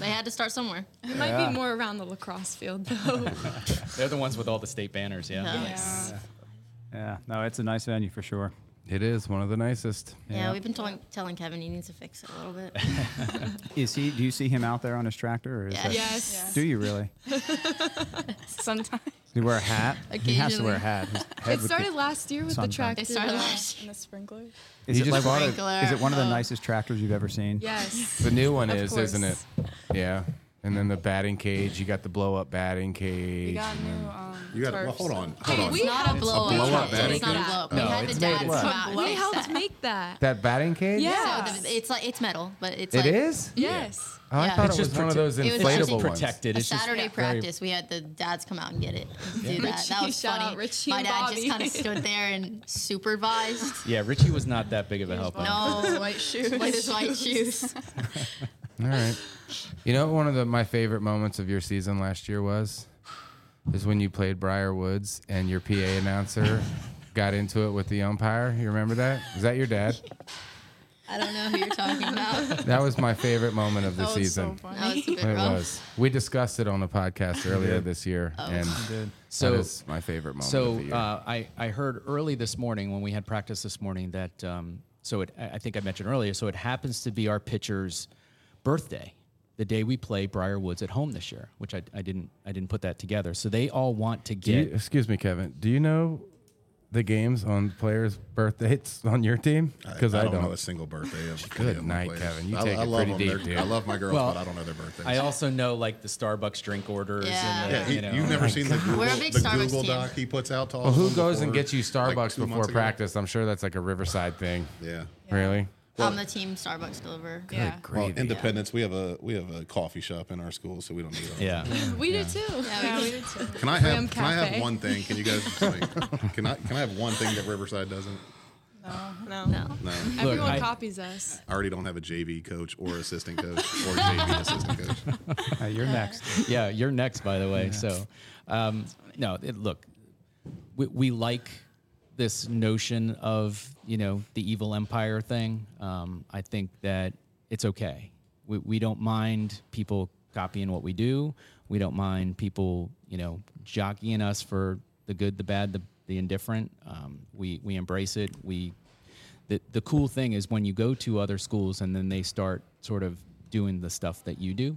[SPEAKER 12] They had to start somewhere.
[SPEAKER 13] It might be more around the lacrosse field, though.
[SPEAKER 2] they're the ones with all the state banners yeah,
[SPEAKER 12] Yeah.
[SPEAKER 3] Yeah, no, it's a nice venue for sure.
[SPEAKER 5] It is one of the nicest.
[SPEAKER 12] Yeah, we've been telling, telling Kevin he needs to fix it a little bit.
[SPEAKER 3] Is he? Do you see him out there on his tractor? Or is That,
[SPEAKER 12] Yes. Yes.
[SPEAKER 3] Do you really?
[SPEAKER 13] Sometimes.
[SPEAKER 3] Does he wear a hat? He has to wear a hat. His head
[SPEAKER 13] It
[SPEAKER 3] would
[SPEAKER 13] started
[SPEAKER 3] get-
[SPEAKER 13] last year with
[SPEAKER 3] sunburned.
[SPEAKER 13] the tractor.
[SPEAKER 12] It started
[SPEAKER 13] and the-
[SPEAKER 12] last
[SPEAKER 13] and the sprinklers.
[SPEAKER 3] Is
[SPEAKER 5] You
[SPEAKER 3] it,
[SPEAKER 5] just
[SPEAKER 3] like one of,
[SPEAKER 13] sprinkler.
[SPEAKER 3] is it one of the
[SPEAKER 13] Oh.
[SPEAKER 3] nicest tractors you've ever seen?
[SPEAKER 13] Yes.
[SPEAKER 5] The new one
[SPEAKER 13] Of
[SPEAKER 5] is, isn't it?
[SPEAKER 13] course.
[SPEAKER 5] Yeah. And then the batting cage. You got the blow up batting cage.
[SPEAKER 13] We got new.
[SPEAKER 12] uh,
[SPEAKER 13] Um,
[SPEAKER 10] You got. Well,
[SPEAKER 13] tarps.
[SPEAKER 10] hold on.
[SPEAKER 13] Hey,
[SPEAKER 10] Hold on.
[SPEAKER 13] we It's not a helped blow-up make
[SPEAKER 10] blow-up
[SPEAKER 13] that.
[SPEAKER 10] batting
[SPEAKER 13] It's not a
[SPEAKER 10] cage?
[SPEAKER 12] blow-up.
[SPEAKER 5] No,
[SPEAKER 12] had the
[SPEAKER 5] it's made
[SPEAKER 12] dads
[SPEAKER 5] of
[SPEAKER 12] come
[SPEAKER 5] what?
[SPEAKER 12] out and
[SPEAKER 13] We
[SPEAKER 12] fix
[SPEAKER 13] helped
[SPEAKER 12] that.
[SPEAKER 13] make that.
[SPEAKER 5] that batting cage.
[SPEAKER 13] Yeah.
[SPEAKER 12] So the- it's like it's metal, but it's
[SPEAKER 5] It
[SPEAKER 12] like
[SPEAKER 5] is?
[SPEAKER 13] Yes.
[SPEAKER 5] Oh, I
[SPEAKER 12] Yeah.
[SPEAKER 5] thought
[SPEAKER 12] It's
[SPEAKER 5] it was
[SPEAKER 12] just
[SPEAKER 5] one of
[SPEAKER 12] prote-
[SPEAKER 5] those
[SPEAKER 12] it was just
[SPEAKER 5] inflatable ones.
[SPEAKER 2] protected.
[SPEAKER 12] a
[SPEAKER 2] It's just
[SPEAKER 12] Saturday
[SPEAKER 2] very-
[SPEAKER 12] practice. We had the dads come out and get it. and Do that. That
[SPEAKER 13] Richie,
[SPEAKER 12] was
[SPEAKER 13] shout
[SPEAKER 12] funny.
[SPEAKER 13] out Richie
[SPEAKER 12] My
[SPEAKER 13] and
[SPEAKER 12] dad
[SPEAKER 13] Bobby.
[SPEAKER 12] just kind of stood there and supervised.
[SPEAKER 2] yeah richie was not that big of a help
[SPEAKER 12] No,
[SPEAKER 13] White shoes.
[SPEAKER 12] with his white shoes.
[SPEAKER 5] All right. You know, what one of the, my favorite moments of your season last year was is when you played Briar Woods and your PA announcer got into it with the umpire. You remember that? Is that your dad?
[SPEAKER 12] I don't know who you're talking about.
[SPEAKER 5] That was my favorite moment of the season.
[SPEAKER 12] That was a bit
[SPEAKER 5] It
[SPEAKER 12] rough.
[SPEAKER 5] was. We discussed it on the podcast earlier this year,
[SPEAKER 12] Oh.
[SPEAKER 5] and
[SPEAKER 2] So-
[SPEAKER 5] that is my favorite moment.
[SPEAKER 2] So
[SPEAKER 5] of the year.
[SPEAKER 2] Uh, I I heard early this morning when we had practice this morning that um, so it I I think I mentioned earlier so it happens to be our pitcher's birthday, the day we play Briar Woods at home this year, which I, I didn't I didn't put that together. So they all want to
[SPEAKER 5] do
[SPEAKER 2] get
[SPEAKER 5] you, excuse me, Kevin. Do you know the games on players' birthdays on your team? Because I,
[SPEAKER 10] I
[SPEAKER 5] don't.
[SPEAKER 10] know a single birthday of
[SPEAKER 5] Good
[SPEAKER 10] any of my
[SPEAKER 5] night,
[SPEAKER 10] players.
[SPEAKER 5] Kevin. You
[SPEAKER 10] I,
[SPEAKER 5] take
[SPEAKER 10] I
[SPEAKER 5] it
[SPEAKER 10] love
[SPEAKER 5] pretty
[SPEAKER 10] them.
[SPEAKER 5] deep,
[SPEAKER 10] They're-
[SPEAKER 5] dude.
[SPEAKER 10] I love my girls,
[SPEAKER 2] Well,
[SPEAKER 10] but I don't know their birthdays.
[SPEAKER 2] I also know like the Starbucks drink orders.
[SPEAKER 12] Yeah.
[SPEAKER 2] And the,
[SPEAKER 10] yeah, he,
[SPEAKER 2] you know,
[SPEAKER 10] you've never seen the Google,
[SPEAKER 12] We're a big
[SPEAKER 10] the
[SPEAKER 12] Starbucks
[SPEAKER 10] Google
[SPEAKER 12] team.
[SPEAKER 10] doc he puts out to all
[SPEAKER 5] Well,
[SPEAKER 10] of
[SPEAKER 5] who
[SPEAKER 10] them
[SPEAKER 5] goes and
[SPEAKER 10] before-
[SPEAKER 5] gets you
[SPEAKER 10] like,
[SPEAKER 5] Starbucks
[SPEAKER 10] two
[SPEAKER 5] before
[SPEAKER 10] months ago?
[SPEAKER 5] practice? I'm sure that's like a Riverside thing.
[SPEAKER 10] Yeah.
[SPEAKER 5] Really?
[SPEAKER 12] I'm the team Starbucks deliver.
[SPEAKER 13] Yeah.
[SPEAKER 10] Well, Independence. We have a we have a coffee shop in our school, so we don't need. All
[SPEAKER 2] Yeah.
[SPEAKER 13] We did too. Yeah, we did too.
[SPEAKER 10] Can I have
[SPEAKER 13] Ram
[SPEAKER 10] Can I have
[SPEAKER 13] Cafe.
[SPEAKER 10] one thing? Can you guys like, Can I Can I have one thing that Riverside doesn't?
[SPEAKER 13] No.
[SPEAKER 10] No.
[SPEAKER 13] Everyone
[SPEAKER 2] I-
[SPEAKER 13] copies us.
[SPEAKER 10] I already don't have a JV coach or assistant coach or JV assistant coach.
[SPEAKER 3] Uh, you're next.
[SPEAKER 2] yeah, you're next, by the way. So, um, no, it, look, we, we like this notion of you know the evil empire thing. Um, I think that it's okay. We, we don't mind people copying what we do. We don't mind people you know jockeying us for the good, the bad, the, the indifferent. Um, we we embrace it. We the, the cool thing is when you go to other schools and then they start sort of doing the stuff that you do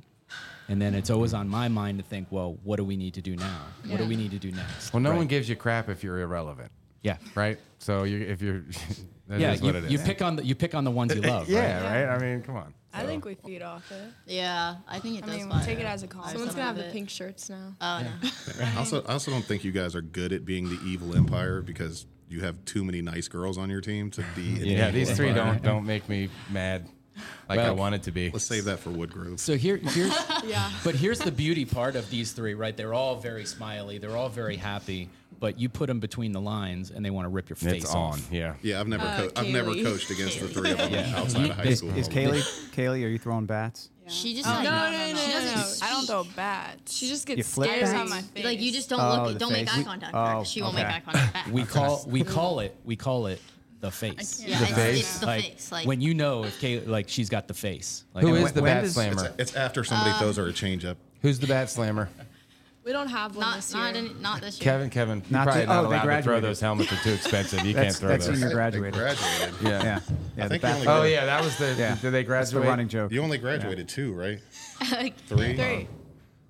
[SPEAKER 2] and then it's always on my mind to think well what do we need to do now what do
[SPEAKER 13] Yeah.
[SPEAKER 2] we need to do next
[SPEAKER 5] Well, no
[SPEAKER 2] Right.
[SPEAKER 5] one gives you crap if you're irrelevant,
[SPEAKER 2] yeah
[SPEAKER 5] right? So you if you're, that is
[SPEAKER 2] yeah you,
[SPEAKER 5] what it is.
[SPEAKER 2] you pick on the you pick on the ones you love
[SPEAKER 5] yeah,
[SPEAKER 2] right?
[SPEAKER 5] right. I mean, come on.
[SPEAKER 11] I
[SPEAKER 12] So-
[SPEAKER 11] think we feed off it.
[SPEAKER 12] Yeah, I think it
[SPEAKER 11] I
[SPEAKER 12] does
[SPEAKER 11] mean,
[SPEAKER 12] fire
[SPEAKER 11] take it
[SPEAKER 12] up.
[SPEAKER 11] as a compliment.
[SPEAKER 13] Someone's gonna have the
[SPEAKER 12] it.
[SPEAKER 13] pink shirts now.
[SPEAKER 12] Oh, I know.
[SPEAKER 10] I also, I also don't think you guys are good at being the evil empire because you have too many nice girls on your team to be. an
[SPEAKER 5] Yeah,
[SPEAKER 10] evil
[SPEAKER 5] these three
[SPEAKER 10] empire.
[SPEAKER 5] don't don't make me mad like I
[SPEAKER 10] Well,
[SPEAKER 5] wanted to be.
[SPEAKER 10] Let's save that for Woodgrove.
[SPEAKER 2] So here, here's,
[SPEAKER 13] Yeah.
[SPEAKER 2] But here's the beauty part of these three, right? They're all very smiley. They're all very happy. But you put them between the lines, and they want to rip your face off.
[SPEAKER 5] Yeah.
[SPEAKER 10] Yeah, I've never, co- I've never coached against the three of them outside of high
[SPEAKER 3] Is,
[SPEAKER 10] school.
[SPEAKER 3] is Kaylee, Kaylee, are you throwing bats?
[SPEAKER 12] She just
[SPEAKER 11] Oh,
[SPEAKER 12] like,
[SPEAKER 11] no, no, no,
[SPEAKER 12] she
[SPEAKER 11] no,
[SPEAKER 12] doesn't
[SPEAKER 11] no.
[SPEAKER 12] speak.
[SPEAKER 11] I don't throw bats. She just
[SPEAKER 3] You
[SPEAKER 11] gets
[SPEAKER 3] flip
[SPEAKER 11] stares
[SPEAKER 3] bats?
[SPEAKER 11] on my face.
[SPEAKER 12] Like you just don't
[SPEAKER 3] Oh,
[SPEAKER 12] look,
[SPEAKER 3] the
[SPEAKER 12] don't make
[SPEAKER 3] face.
[SPEAKER 12] eye
[SPEAKER 3] We-
[SPEAKER 12] contact. with her.
[SPEAKER 3] oh,
[SPEAKER 12] she won't
[SPEAKER 3] okay.
[SPEAKER 12] make eye contact back.
[SPEAKER 2] We call we call it we call it the face.
[SPEAKER 12] Yeah, The it's- face? it's the face, like-
[SPEAKER 2] when you know if Kay, like she's got the face. Like,
[SPEAKER 5] Who
[SPEAKER 2] and
[SPEAKER 5] is
[SPEAKER 2] when-
[SPEAKER 5] the
[SPEAKER 2] when
[SPEAKER 5] bat
[SPEAKER 2] does-
[SPEAKER 5] slammer?
[SPEAKER 10] It's after
[SPEAKER 13] Uh,
[SPEAKER 3] Uh,
[SPEAKER 10] somebody throws her a changeup.
[SPEAKER 5] Who's the bat slammer?
[SPEAKER 13] We don't have one
[SPEAKER 12] Not
[SPEAKER 13] this year.
[SPEAKER 12] not in, not this year.
[SPEAKER 5] Kevin, Kevin, you're
[SPEAKER 3] Not
[SPEAKER 5] probably
[SPEAKER 3] to-
[SPEAKER 5] not
[SPEAKER 3] oh, they
[SPEAKER 5] allowed to throw
[SPEAKER 3] graduated.
[SPEAKER 5] those helmets. They're too expensive. You
[SPEAKER 3] That's-
[SPEAKER 5] can't throw
[SPEAKER 3] that's
[SPEAKER 5] those.
[SPEAKER 3] when you're
[SPEAKER 10] They
[SPEAKER 3] graduated.
[SPEAKER 10] graduated.
[SPEAKER 5] yeah.
[SPEAKER 3] Yeah. yeah
[SPEAKER 10] I
[SPEAKER 3] the
[SPEAKER 10] think
[SPEAKER 3] bat-
[SPEAKER 10] you only
[SPEAKER 5] Oh
[SPEAKER 10] graduated-
[SPEAKER 5] yeah, that was the.
[SPEAKER 3] Yeah.
[SPEAKER 5] Did they
[SPEAKER 3] That's the
[SPEAKER 5] graduate?
[SPEAKER 3] running joke.
[SPEAKER 10] You only graduated two, right?
[SPEAKER 12] Like,
[SPEAKER 10] Three.
[SPEAKER 11] Three.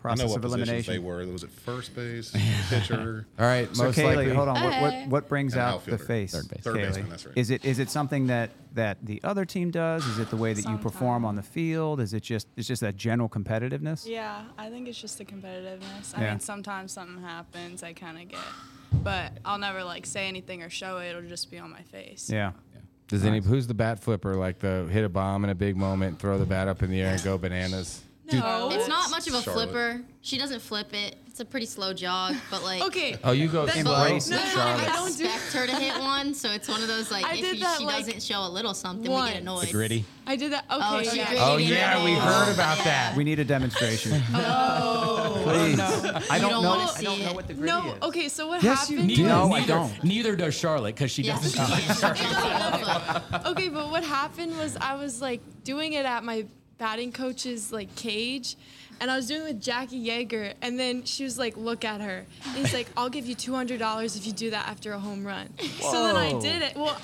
[SPEAKER 10] I know
[SPEAKER 3] Process
[SPEAKER 10] what
[SPEAKER 3] of
[SPEAKER 10] positions they
[SPEAKER 3] elimination.
[SPEAKER 10] were. It was at first base, pitcher.
[SPEAKER 5] All right,
[SPEAKER 3] So
[SPEAKER 5] most
[SPEAKER 3] Kaylee,
[SPEAKER 5] likely.
[SPEAKER 3] hold on. What, what
[SPEAKER 12] Hey.
[SPEAKER 3] what brings
[SPEAKER 10] And
[SPEAKER 3] out
[SPEAKER 10] outfielder.
[SPEAKER 3] the face?
[SPEAKER 10] Third base. Third
[SPEAKER 3] Kaylee?
[SPEAKER 10] baseman, that's right.
[SPEAKER 3] Is it is it something that that the other team does? Is it the way that you perform on the field? Is it just it's just that general competitiveness?
[SPEAKER 11] Yeah, I think it's just the competitiveness. I
[SPEAKER 3] Yeah.
[SPEAKER 11] mean, sometimes something happens, I kind of get, but I'll never like say anything or show it. It'll just be on my face.
[SPEAKER 3] Yeah.
[SPEAKER 5] Does any who's the bat flipper? Like the hit a bomb in a big moment, throw the bat up in the air and go bananas.
[SPEAKER 11] No,
[SPEAKER 12] it's not much of a
[SPEAKER 10] Charlotte.
[SPEAKER 12] flipper. She doesn't flip it. It's a pretty slow jog, but like
[SPEAKER 11] Okay.
[SPEAKER 5] Oh, you go
[SPEAKER 12] That's-
[SPEAKER 5] slow,
[SPEAKER 12] No,
[SPEAKER 11] no, no,
[SPEAKER 5] Charlotte.
[SPEAKER 11] I
[SPEAKER 12] I
[SPEAKER 11] don't do-
[SPEAKER 12] expect her to hit one, so it's one of those like
[SPEAKER 11] I
[SPEAKER 12] if
[SPEAKER 11] did
[SPEAKER 12] you,
[SPEAKER 11] that,
[SPEAKER 12] she
[SPEAKER 11] like,
[SPEAKER 12] doesn't show a little something, we get
[SPEAKER 11] once.
[SPEAKER 12] annoyed.
[SPEAKER 2] The gritty.
[SPEAKER 11] I did that. Okay.
[SPEAKER 12] Oh, she
[SPEAKER 11] yeah.
[SPEAKER 12] gritted
[SPEAKER 5] Oh
[SPEAKER 12] it
[SPEAKER 5] yeah,
[SPEAKER 12] out.
[SPEAKER 5] we heard about
[SPEAKER 12] Yeah.
[SPEAKER 5] that.
[SPEAKER 3] We need a demonstration.
[SPEAKER 13] Oh,
[SPEAKER 11] Please.
[SPEAKER 3] I
[SPEAKER 12] You
[SPEAKER 3] don't,
[SPEAKER 12] don't
[SPEAKER 3] know.
[SPEAKER 12] wanna
[SPEAKER 3] I don't
[SPEAKER 12] see
[SPEAKER 3] know
[SPEAKER 12] it.
[SPEAKER 3] what the gritty
[SPEAKER 11] No.
[SPEAKER 3] is.
[SPEAKER 11] Okay. So what
[SPEAKER 3] Yes, you
[SPEAKER 11] happened?
[SPEAKER 3] do.
[SPEAKER 11] was-
[SPEAKER 3] No, I
[SPEAKER 2] neither,
[SPEAKER 3] don't.
[SPEAKER 2] Neither does Charlotte because she
[SPEAKER 12] Yeah, she
[SPEAKER 2] doesn't.
[SPEAKER 12] can't. She can't flip it.
[SPEAKER 11] Okay, but what happened was I was like doing it at my batting coach's like cage, and I was doing it with Jackie Yeager, and then she was like, "Look at her." And he's like, "I'll give you two hundred dollars if you do that after a home run." So then I
[SPEAKER 3] Whoa.
[SPEAKER 11] did it. Well.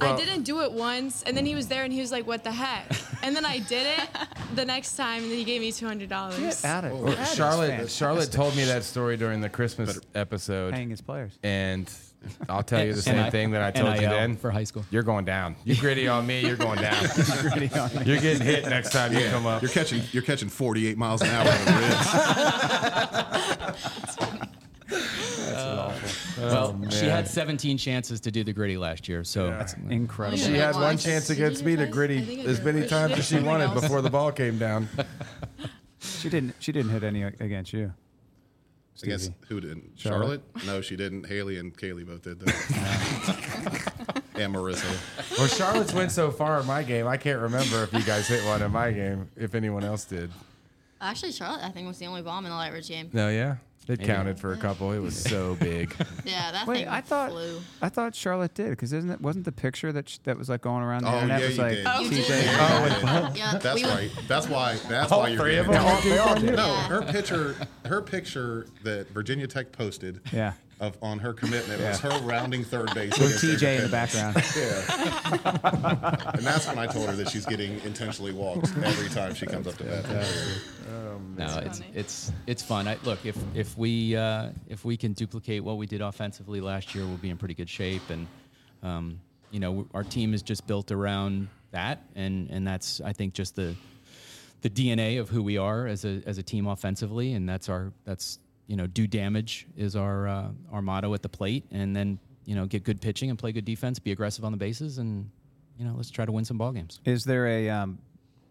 [SPEAKER 11] I didn't do it once, and then he was there, and he was like, "What the heck?" And then I did it the next time, and then he gave me two hundred dollars.
[SPEAKER 3] Get out of
[SPEAKER 10] Oh,
[SPEAKER 3] that is
[SPEAKER 5] Charlotte,
[SPEAKER 3] fantastic.
[SPEAKER 5] Charlotte told me that story during the Christmas episode.
[SPEAKER 3] paying his players.
[SPEAKER 5] and I'll tell you the same
[SPEAKER 2] NIL.
[SPEAKER 5] thing that I told you then.
[SPEAKER 2] for high school.
[SPEAKER 5] You're going down. You gritty on me. You're going down. you're getting hit next time you come up.
[SPEAKER 10] You're catching, you're catching 48 miles an hour. on the wrist.
[SPEAKER 3] Oh,
[SPEAKER 2] well, she had 17 chances to do the gritty last year, so that's
[SPEAKER 3] Incredible.
[SPEAKER 5] She had one
[SPEAKER 12] Once.
[SPEAKER 5] chance against me to gritty as many times as she wanted before the ball came down.
[SPEAKER 3] She didn't. She didn't hit any against you.
[SPEAKER 10] I guess
[SPEAKER 3] Stevie.
[SPEAKER 10] who didn't?
[SPEAKER 3] Charlotte?
[SPEAKER 10] Charlotte? No, she didn't. Haley and Kaylee both did that. and Marissa.
[SPEAKER 5] Well, Charlotte's went so far in my game. I can't remember if you guys hit one in my game. If anyone else did.
[SPEAKER 12] Actually, Charlotte, I think was the only bomb in the light ridge game.
[SPEAKER 5] No, yeah, it counted for a couple. It was so big.
[SPEAKER 12] Yeah, that
[SPEAKER 3] Wait,
[SPEAKER 12] thing
[SPEAKER 3] I thought
[SPEAKER 12] flew.
[SPEAKER 3] I thought Charlotte did because isn't it wasn't the picture that sh- that was like going around the
[SPEAKER 10] Oh,
[SPEAKER 3] internet
[SPEAKER 10] yeah,
[SPEAKER 3] was
[SPEAKER 10] you
[SPEAKER 3] like
[SPEAKER 10] did. Oh,
[SPEAKER 12] You
[SPEAKER 3] she
[SPEAKER 12] did.
[SPEAKER 3] said-
[SPEAKER 12] Yeah. Yeah,
[SPEAKER 10] That's
[SPEAKER 12] we were-
[SPEAKER 10] right. That's why. That's
[SPEAKER 5] All
[SPEAKER 10] why you're
[SPEAKER 5] three of
[SPEAKER 10] doing
[SPEAKER 5] them?
[SPEAKER 10] it.
[SPEAKER 5] All- they all did.
[SPEAKER 10] No,
[SPEAKER 12] Yeah.
[SPEAKER 10] her picture. Her picture that Virginia Tech posted.
[SPEAKER 3] Yeah.
[SPEAKER 10] Of on her commitment was
[SPEAKER 3] Yeah.
[SPEAKER 10] her rounding third base
[SPEAKER 3] With
[SPEAKER 10] against
[SPEAKER 3] TJ in the
[SPEAKER 10] Independence.
[SPEAKER 3] background.
[SPEAKER 10] Yeah. and that's when I told her that she's getting intentionally walked every time she comes up to bat. Oh,
[SPEAKER 2] no, it's
[SPEAKER 11] funny.
[SPEAKER 2] it's it's fun. I, look, if if we uh, if we can duplicate what we did offensively last year, we'll be in pretty good shape. And um, you know, our team is just built around that, and and that's I think just the the DNA of who we are as a as a team offensively, and that's our that's you know do damage is our uh, our motto at the plate, and then you know get good pitching and play good defense, be aggressive on the bases, and you know let's try to win some ball games.
[SPEAKER 3] Is there a um,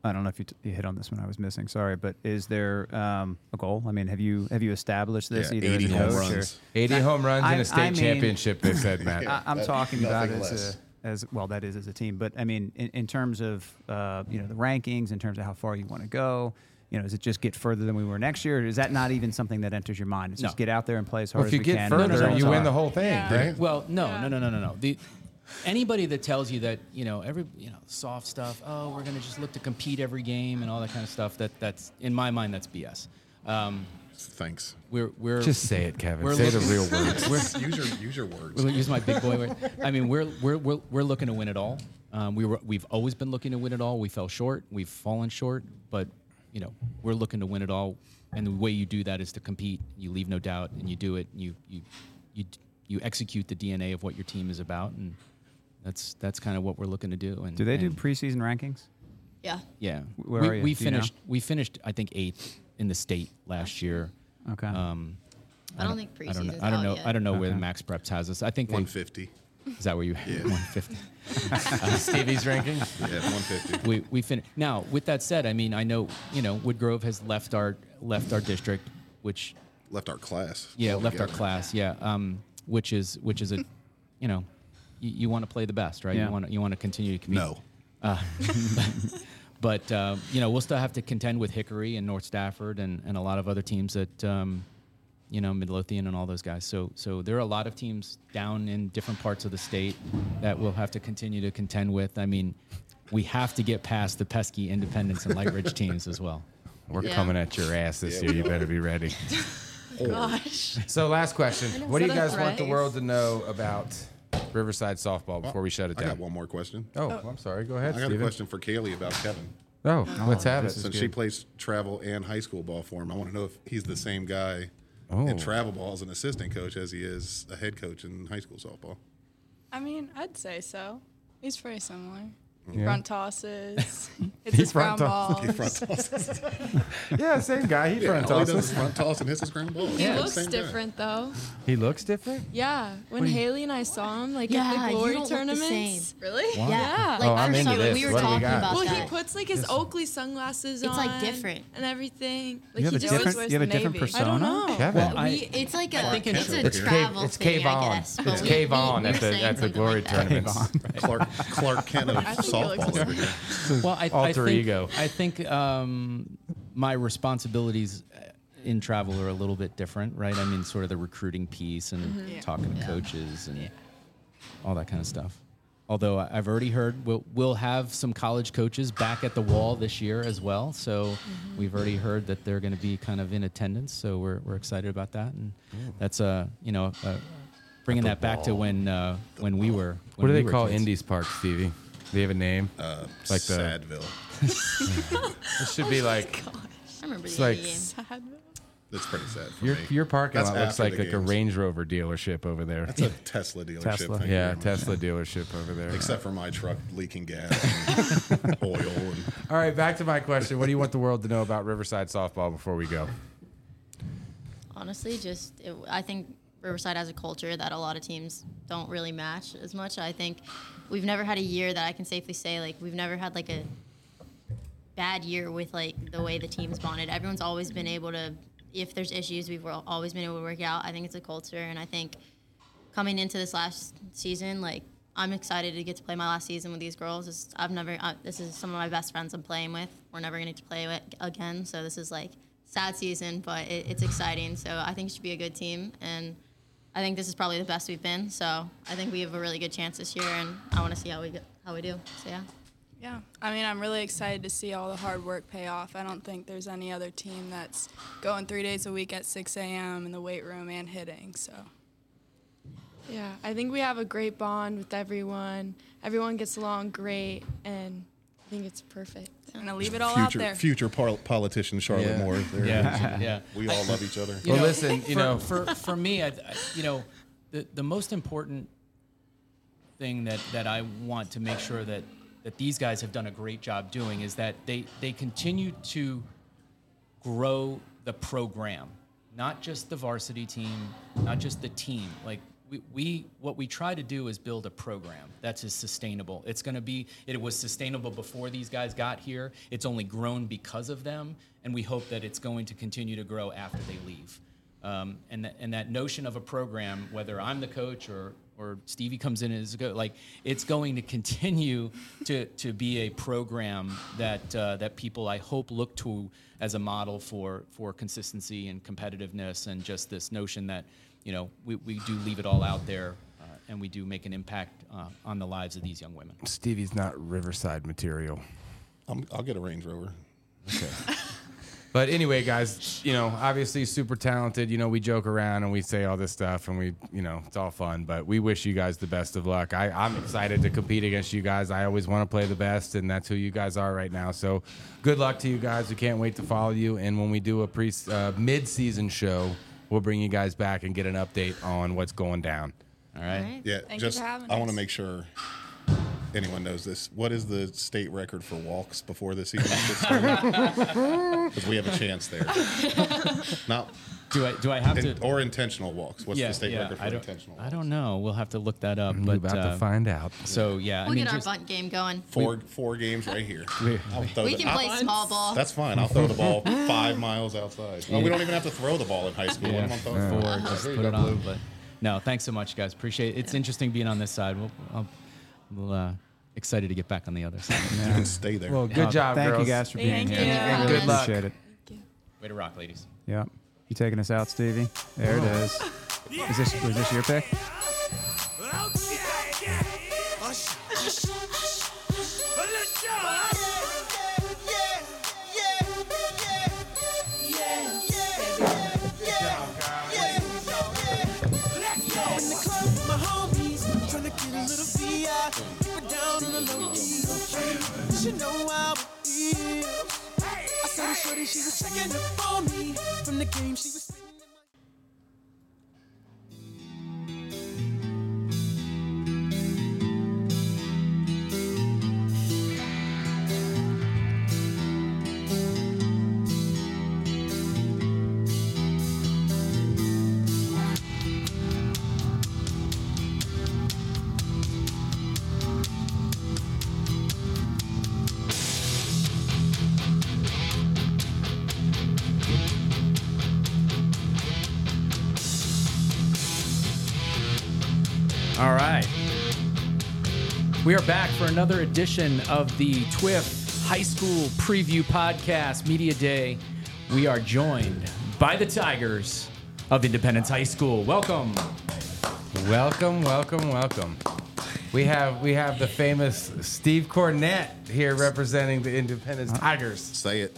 [SPEAKER 3] I don't know if you, t- you hit on this one. I was missing. Sorry, but is there um, a goal? I mean, have you have you established this
[SPEAKER 10] Yeah,
[SPEAKER 3] either as
[SPEAKER 10] 80
[SPEAKER 3] a
[SPEAKER 10] home
[SPEAKER 3] coach or-
[SPEAKER 10] runs.
[SPEAKER 5] 80 home runs in
[SPEAKER 3] I-
[SPEAKER 5] a state
[SPEAKER 3] I mean-
[SPEAKER 5] championship. They said Matt.
[SPEAKER 3] I, I'm
[SPEAKER 10] That-
[SPEAKER 3] talking about
[SPEAKER 10] nothing
[SPEAKER 3] as
[SPEAKER 10] less.
[SPEAKER 3] a, as well that is as a team, but I mean in, in terms of uh, you know the rankings, in terms of how far you want to go. You know, does it just get further than we were next year? Or is that not even something that enters your mind? It's just
[SPEAKER 2] No.
[SPEAKER 3] get out there and play as hard
[SPEAKER 5] Well,
[SPEAKER 3] as
[SPEAKER 5] if you
[SPEAKER 3] we
[SPEAKER 5] get
[SPEAKER 3] can.
[SPEAKER 5] further,
[SPEAKER 3] Results
[SPEAKER 5] you win
[SPEAKER 3] are-
[SPEAKER 5] the whole thing, right?
[SPEAKER 2] Well, no, no, no, no, no, no. The anybody that tells you that you know every you know soft stuff. Oh, we're gonna just look to compete every game and all that kind of stuff. That that's in my mind that's BS. Um,
[SPEAKER 10] Thanks.
[SPEAKER 2] we're we're
[SPEAKER 5] Just say it, Kevin.
[SPEAKER 2] We're
[SPEAKER 5] say the
[SPEAKER 2] looking-
[SPEAKER 5] real words.
[SPEAKER 10] Use your use your words.
[SPEAKER 2] We'll use my big boy. word. I mean, we're we're we're, we're looking to win it all. Um, we were we've always been looking to win it all. We fell short. We've fallen short, but you know we're looking to win it all. And the way you do that is to compete. You leave no doubt, and you do it. And you you you you execute the DNA of what your team is about, and that's that's kind of what we're looking to do. And
[SPEAKER 3] Do they do
[SPEAKER 2] and-
[SPEAKER 3] preseason rankings?
[SPEAKER 12] Yeah.
[SPEAKER 2] Yeah.
[SPEAKER 3] Where
[SPEAKER 2] we,
[SPEAKER 3] are you?
[SPEAKER 2] we
[SPEAKER 3] Do you know?
[SPEAKER 2] finished. We finished. I think eighth in the state last year.
[SPEAKER 3] Okay.
[SPEAKER 2] Um,
[SPEAKER 12] I don't think
[SPEAKER 2] I don't know.
[SPEAKER 12] preseason's
[SPEAKER 2] I don't
[SPEAKER 12] out
[SPEAKER 2] know.
[SPEAKER 12] yet.
[SPEAKER 2] I don't know where
[SPEAKER 12] Okay.
[SPEAKER 2] Max Preps has us. I think they-
[SPEAKER 10] 150.
[SPEAKER 2] Is that where you?
[SPEAKER 10] Yeah.
[SPEAKER 2] 150.
[SPEAKER 10] Stevie's ranking? Yeah, 150.
[SPEAKER 2] We we fin- Now, with that said, I mean, I know you know Woodgrove has left our left our district, which
[SPEAKER 10] left our class.
[SPEAKER 2] Yeah, left our
[SPEAKER 10] altogether.
[SPEAKER 2] class. Yeah, um, which is which is a, you know, you, you want to play the best, right?
[SPEAKER 10] Yeah.
[SPEAKER 2] You want you want to continue to compete.
[SPEAKER 10] No.
[SPEAKER 2] Uh, but uh, you know, we'll still have to contend with Hickory and North Stafford and, and a lot of other teams that, um, you know, Midlothian and all those guys. So so there are a lot of teams down in different parts of the state that we'll have to continue to contend with. I mean, we have to get past the pesky Independence and Light Ridge teams as well.
[SPEAKER 5] We're Yeah. coming at your ass this Yeah, year. we You are. better
[SPEAKER 2] be ready.
[SPEAKER 5] Gosh. So last question.
[SPEAKER 10] I know,
[SPEAKER 5] What do you
[SPEAKER 10] set up
[SPEAKER 5] guys want the
[SPEAKER 10] thrice.
[SPEAKER 5] world to know about Riverside softball before we shut it
[SPEAKER 10] I
[SPEAKER 5] down?
[SPEAKER 10] got one more question.
[SPEAKER 5] Oh, I'm sorry. Go ahead,
[SPEAKER 10] I got
[SPEAKER 5] Steven.
[SPEAKER 10] a question for Kaylee about Kevin.
[SPEAKER 5] Oh, let's have it.
[SPEAKER 10] Since she plays travel and high school ball for him, I want to know if he's the same guy
[SPEAKER 5] Oh.
[SPEAKER 10] in travel ball as an assistant coach as he is a head coach in high school softball.
[SPEAKER 11] I mean, I'd say so. He's pretty similar.
[SPEAKER 10] Yeah.
[SPEAKER 11] Front tosses. It's
[SPEAKER 5] He
[SPEAKER 11] his
[SPEAKER 5] front
[SPEAKER 11] front
[SPEAKER 5] toss-
[SPEAKER 11] balls.
[SPEAKER 5] he front tosses. yeah, same guy. He
[SPEAKER 10] Yeah,
[SPEAKER 5] front
[SPEAKER 10] all he
[SPEAKER 5] tosses.
[SPEAKER 10] does is front toss and hits his ground balls.
[SPEAKER 11] He
[SPEAKER 10] Yeah,
[SPEAKER 11] looks
[SPEAKER 10] same guy.
[SPEAKER 11] different though.
[SPEAKER 5] He looks different.
[SPEAKER 11] Yeah, when
[SPEAKER 5] What do you-
[SPEAKER 11] Haley and I saw him, like
[SPEAKER 12] Yeah,
[SPEAKER 11] at
[SPEAKER 12] you
[SPEAKER 11] the glory
[SPEAKER 12] don't look the
[SPEAKER 11] tournaments,
[SPEAKER 12] same.
[SPEAKER 11] really?
[SPEAKER 5] Wow.
[SPEAKER 11] Yeah,
[SPEAKER 5] Like, Oh, I'm for into some- this.
[SPEAKER 12] we were What do we talking got? about
[SPEAKER 11] Well,
[SPEAKER 12] that.
[SPEAKER 11] he puts like his Oakley sunglasses
[SPEAKER 12] It's,
[SPEAKER 11] on.
[SPEAKER 12] like, different.
[SPEAKER 11] and everything. Like
[SPEAKER 12] You have
[SPEAKER 11] he
[SPEAKER 12] a
[SPEAKER 11] just
[SPEAKER 12] different-
[SPEAKER 11] always wears
[SPEAKER 12] you have
[SPEAKER 11] the
[SPEAKER 12] a different
[SPEAKER 11] navy. I
[SPEAKER 12] persona?
[SPEAKER 11] don't know.
[SPEAKER 5] Kevin.
[SPEAKER 12] Well, I- we- it's like a- I think it's it's a
[SPEAKER 5] Cave-
[SPEAKER 12] travel
[SPEAKER 5] It's
[SPEAKER 12] thing,
[SPEAKER 5] Cave
[SPEAKER 12] I
[SPEAKER 5] on.
[SPEAKER 12] guess, but
[SPEAKER 5] It's
[SPEAKER 12] we-
[SPEAKER 5] Cave
[SPEAKER 12] we
[SPEAKER 5] on
[SPEAKER 12] were
[SPEAKER 5] at the
[SPEAKER 12] saying
[SPEAKER 5] at the
[SPEAKER 12] something
[SPEAKER 5] glory
[SPEAKER 12] like that.
[SPEAKER 5] tournaments.
[SPEAKER 10] Clark Clark Kent of softball. over here.
[SPEAKER 2] well, I,
[SPEAKER 5] alter
[SPEAKER 2] I think,
[SPEAKER 5] ego.
[SPEAKER 2] I think um, my responsibilities uh, in travel are a little bit different, right? I mean, sort of the recruiting piece and
[SPEAKER 12] Mm-hmm.
[SPEAKER 14] Mhm. Yeah.
[SPEAKER 2] talking to
[SPEAKER 14] Yeah.
[SPEAKER 2] coaches and all that kind of stuff. Although I- I've already heard we'll, we'll have some college coaches back at the wall this year as well. So we've already heard that they're going to be kind of in attendance. So we're, we're excited about that. And that's, uh, you know, uh, bringing
[SPEAKER 5] the
[SPEAKER 2] that back to
[SPEAKER 5] wall.
[SPEAKER 2] when, uh, when we were.
[SPEAKER 5] What
[SPEAKER 2] when we
[SPEAKER 5] do they
[SPEAKER 2] were
[SPEAKER 5] call
[SPEAKER 2] kids.
[SPEAKER 5] Indies Park, Stevie? Do they have a name? Uh,
[SPEAKER 10] Sadville.
[SPEAKER 5] it should be like
[SPEAKER 12] Oh I remember
[SPEAKER 5] It's
[SPEAKER 12] the
[SPEAKER 5] like-
[SPEAKER 12] game.
[SPEAKER 10] That's pretty sad. For
[SPEAKER 5] your
[SPEAKER 10] me.
[SPEAKER 5] your parking
[SPEAKER 10] That's
[SPEAKER 5] lot looks
[SPEAKER 10] after
[SPEAKER 5] like,
[SPEAKER 10] the
[SPEAKER 5] like a
[SPEAKER 10] games.
[SPEAKER 5] Range Rover dealership over there.
[SPEAKER 10] That's a Tesla dealership.
[SPEAKER 5] Tesla.
[SPEAKER 10] thank you
[SPEAKER 5] Yeah,
[SPEAKER 10] very much.
[SPEAKER 5] Tesla dealership over there.
[SPEAKER 10] Except for my truck leaking gas, and oil, and
[SPEAKER 5] All right, back to my question. What do you want the world to know about Riverside softball before we go?
[SPEAKER 12] Honestly, just it, I think Riverside has a culture that a lot of teams don't really match as much. I think we've never had a year that I can safely say like we've never had like a bad year with like the way the teams bonded. Everyone's always been able to. If there's issues, we've al- always been able to work it out. I think it's a culture, and I think coming into this last season, like I'm excited to get to play my last season with these girls. It's, I've never. I, this is some of my best friends I'm playing with. We're never going to play with again, so this is like sad season, but it, it's exciting. So I think it should be a good team, and I think this is probably the best we've been. So I think we have a really good chance this year, and I want to see how we go, how we do. So yeah.
[SPEAKER 11] Yeah, I mean, I'm really excited to see all the hard work pay off. I don't think there's any other team that's going three days a week at 6 a.m. in the weight room and hitting. So
[SPEAKER 13] Yeah, I think we have a great bond with everyone. Everyone gets along great, and I think it's perfect.
[SPEAKER 11] I'm gonna leave it all
[SPEAKER 10] future future pol- politician Charlotte
[SPEAKER 5] Yeah.
[SPEAKER 10] Moore. There.
[SPEAKER 2] Yeah, yeah.
[SPEAKER 10] We all love each other.
[SPEAKER 2] You know, for, for for me, I, I- you know, the the most important thing that that I want to make sure that that these guys have done a great job doing is that they they continue to grow the program, not just the varsity team, not just the team. Like we, we what we try to do is build a program that is sustainable. It's going to be it was sustainable before these guys got here. It's only grown because of them, and we hope that it's going to continue to grow after they leave. Um, and that and that notion of a program, whether I'm the coach or or Stevie comes in as a go, like it's going to continue to to be a program that uh, that people I hope look to as a model for for consistency and competitiveness and just this notion that you know we, we do leave it all out there uh, and we do make an impact uh, on the lives of these young women.
[SPEAKER 5] Stevie's not Riverside material.
[SPEAKER 10] I'm, I'll get a Range Rover.
[SPEAKER 5] But anyway, guys, you know, obviously super talented. You know, we joke around and we say all this stuff and we, you know, it's all fun, but we wish you guys the best of luck. I, I'm excited to compete against you guys. I always want to play the best, and that's who you guys are right now. So good luck to you guys. We can't wait to follow you. And when we do a pre uh, mid season show, we'll bring you guys back and get an update on what's going down.
[SPEAKER 2] All right.
[SPEAKER 10] Yeah,
[SPEAKER 11] Thank you
[SPEAKER 10] just
[SPEAKER 11] for having
[SPEAKER 10] I want
[SPEAKER 11] us.
[SPEAKER 10] to make sure anyone knows this, what is the state record for walks before the season gets started? Because we have a chance there. Not
[SPEAKER 2] do I do I have
[SPEAKER 10] to or intentional walks? What's
[SPEAKER 2] Yeah,
[SPEAKER 10] the state
[SPEAKER 2] yeah,
[SPEAKER 10] record for
[SPEAKER 2] I don't-
[SPEAKER 10] intentional?
[SPEAKER 2] I don't know. We'll have to look that up. But
[SPEAKER 5] about to
[SPEAKER 2] uh,
[SPEAKER 5] find out.
[SPEAKER 2] So yeah,
[SPEAKER 12] we'll
[SPEAKER 2] I mean,
[SPEAKER 12] get our
[SPEAKER 2] just-
[SPEAKER 12] bunt game going.
[SPEAKER 10] Four four games right here.
[SPEAKER 2] We-
[SPEAKER 10] I'll throw
[SPEAKER 12] We
[SPEAKER 10] the-
[SPEAKER 12] can
[SPEAKER 10] I'll-
[SPEAKER 12] play small ball.
[SPEAKER 10] That's fine. I'll throw the ball five miles outside. Well, we don't even have to throw the ball in high school. What
[SPEAKER 2] yeah,
[SPEAKER 10] am I
[SPEAKER 2] four.
[SPEAKER 10] throwing it for?
[SPEAKER 2] Just
[SPEAKER 10] Uh-huh. Here you
[SPEAKER 2] put
[SPEAKER 10] go,
[SPEAKER 2] it on.
[SPEAKER 10] Blue.
[SPEAKER 2] But no, thanks so much, guys. Appreciate it. It's interesting being on this side. We'll, I'll, we'll uh, excited to get back on the other side.
[SPEAKER 10] You can stay there.
[SPEAKER 5] Well, good job,
[SPEAKER 3] Thank
[SPEAKER 5] girls.
[SPEAKER 3] you guys for being
[SPEAKER 5] Thank
[SPEAKER 3] here.
[SPEAKER 5] you.
[SPEAKER 3] I really
[SPEAKER 5] Good luck.
[SPEAKER 3] appreciate it.
[SPEAKER 2] Way to rock, ladies.
[SPEAKER 3] Yeah. You taking us out, Stevie? There it is. Is this was this your pick?
[SPEAKER 9] From the game she was
[SPEAKER 8] All right. We are back for another edition of the TWIF High School Preview Podcast Media Day. We are joined by the Tigers of Independence High School. Welcome.
[SPEAKER 5] Welcome, welcome, welcome. We have we have the famous Steve Cornett here representing the Independence Tigers.
[SPEAKER 10] Say it.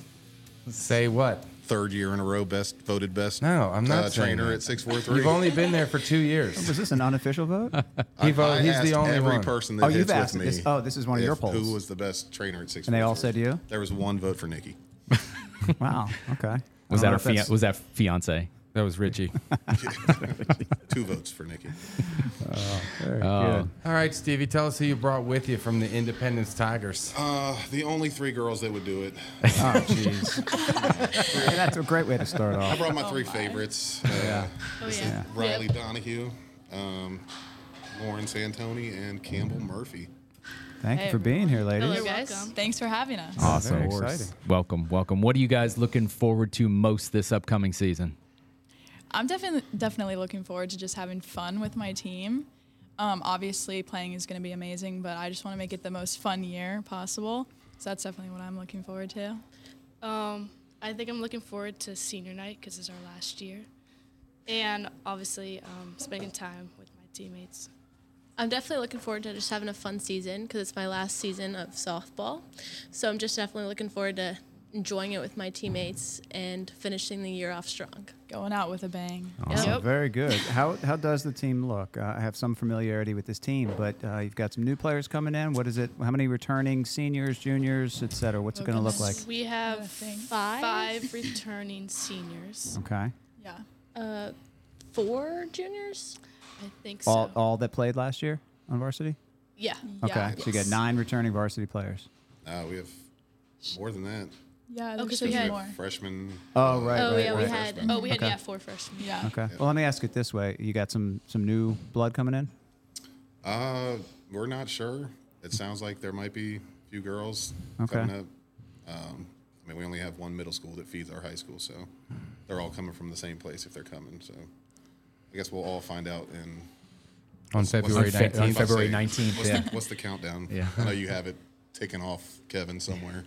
[SPEAKER 5] Say what?
[SPEAKER 10] Third year in a row, best voted best.
[SPEAKER 5] No, I'm not
[SPEAKER 10] uh,
[SPEAKER 5] saying
[SPEAKER 10] trainer
[SPEAKER 5] that.
[SPEAKER 10] at six four three.
[SPEAKER 5] You've only been there for two years.
[SPEAKER 3] Was Oh, this an unofficial vote?
[SPEAKER 5] He vote-
[SPEAKER 10] I
[SPEAKER 5] he's
[SPEAKER 10] asked
[SPEAKER 5] the only
[SPEAKER 10] every
[SPEAKER 5] one.
[SPEAKER 10] person
[SPEAKER 3] Oh,
[SPEAKER 10] that
[SPEAKER 3] you've
[SPEAKER 10] hits
[SPEAKER 3] asked
[SPEAKER 10] with me.
[SPEAKER 3] this- oh, this is one of
[SPEAKER 10] if
[SPEAKER 3] your polls.
[SPEAKER 10] Who was the best trainer at six?
[SPEAKER 3] And they all said you?
[SPEAKER 10] There was one vote for Nikki.
[SPEAKER 3] Wow. Okay.
[SPEAKER 2] Was that
[SPEAKER 3] I don't know
[SPEAKER 2] our
[SPEAKER 3] if that's-
[SPEAKER 2] fia- was that fiance?
[SPEAKER 5] That was Richie.
[SPEAKER 10] Two votes for Nikki.
[SPEAKER 2] Oh.
[SPEAKER 3] Very good.
[SPEAKER 5] Uh, All right, Stevie, tell us who you brought with you from the Independence Tigers.
[SPEAKER 10] Uh, the only three girls that would do it.
[SPEAKER 3] Oh,
[SPEAKER 10] Um,
[SPEAKER 3] Hey, that's a great way to start
[SPEAKER 10] I
[SPEAKER 3] off.
[SPEAKER 10] brought my
[SPEAKER 14] Oh,
[SPEAKER 10] three favorites. Uh,
[SPEAKER 7] Oh yeah.
[SPEAKER 10] Riley Donahue, um, Lauren Santoni, and Campbell Murphy.
[SPEAKER 3] Thank you for being here, ladies.
[SPEAKER 7] guys.
[SPEAKER 14] Thanks for having us.
[SPEAKER 2] Awesome.
[SPEAKER 3] Very exciting.
[SPEAKER 2] Welcome, welcome. What are you guys looking forward to most this upcoming season?
[SPEAKER 14] I'm definitely definitely looking forward to just having fun with my team. Um, obviously, playing is going to be amazing, but I just want to make it the most fun year possible. So that's definitely what I'm looking forward to.
[SPEAKER 15] Um, I think I'm looking forward to senior night because it's our last year, and obviously um, spending time with my teammates.
[SPEAKER 16] I'm definitely looking forward to just having a fun season because it's my last season of softball. So I'm just definitely looking forward to enjoying it with my teammates and finishing the year off strong.
[SPEAKER 14] Going out with a bang.
[SPEAKER 2] Oh.
[SPEAKER 3] Awesome. Very good. How, how does the team look? Uh, I have some familiarity with this team, but uh, you've got some new players coming in. What is it? How many returning seniors, juniors, et cetera? What's
[SPEAKER 12] Oh,
[SPEAKER 3] it going to look like?
[SPEAKER 15] We have
[SPEAKER 14] Five?
[SPEAKER 15] five, five returning seniors.
[SPEAKER 3] Okay.
[SPEAKER 14] Yeah.
[SPEAKER 16] Uh, four juniors,
[SPEAKER 15] I think so.
[SPEAKER 3] All, all that played last year on varsity?
[SPEAKER 15] yeah.
[SPEAKER 3] Okay. So you got nine returning varsity players.
[SPEAKER 10] Uh, we have more than that.
[SPEAKER 14] Yeah,
[SPEAKER 15] Oh,
[SPEAKER 14] there's
[SPEAKER 15] 'cause
[SPEAKER 14] been
[SPEAKER 15] we had-
[SPEAKER 14] more.
[SPEAKER 10] Freshman.
[SPEAKER 3] Oh, right.
[SPEAKER 16] Oh,
[SPEAKER 3] right,
[SPEAKER 16] yeah, we
[SPEAKER 3] right.
[SPEAKER 16] had- oh, we had,
[SPEAKER 3] Okay.
[SPEAKER 16] yeah, four freshmen.
[SPEAKER 14] Yeah.
[SPEAKER 3] Okay. Well, let me ask it this way: You got some some new blood coming in?
[SPEAKER 10] Uh, we're not sure. It sounds like there might be a few girls
[SPEAKER 3] Okay.
[SPEAKER 10] coming up. Um, I mean, we only have one middle school that feeds our high school, so they're all coming from the same place if they're coming. So I guess we'll all find out in
[SPEAKER 5] On
[SPEAKER 10] what's- what's
[SPEAKER 5] February
[SPEAKER 10] the-
[SPEAKER 5] 19th.
[SPEAKER 10] what's the-
[SPEAKER 5] On February
[SPEAKER 10] what's
[SPEAKER 5] 19th,
[SPEAKER 10] the-
[SPEAKER 5] yeah.
[SPEAKER 10] What's the countdown?
[SPEAKER 5] Yeah.
[SPEAKER 10] I know you have it taken off, Kevin, somewhere.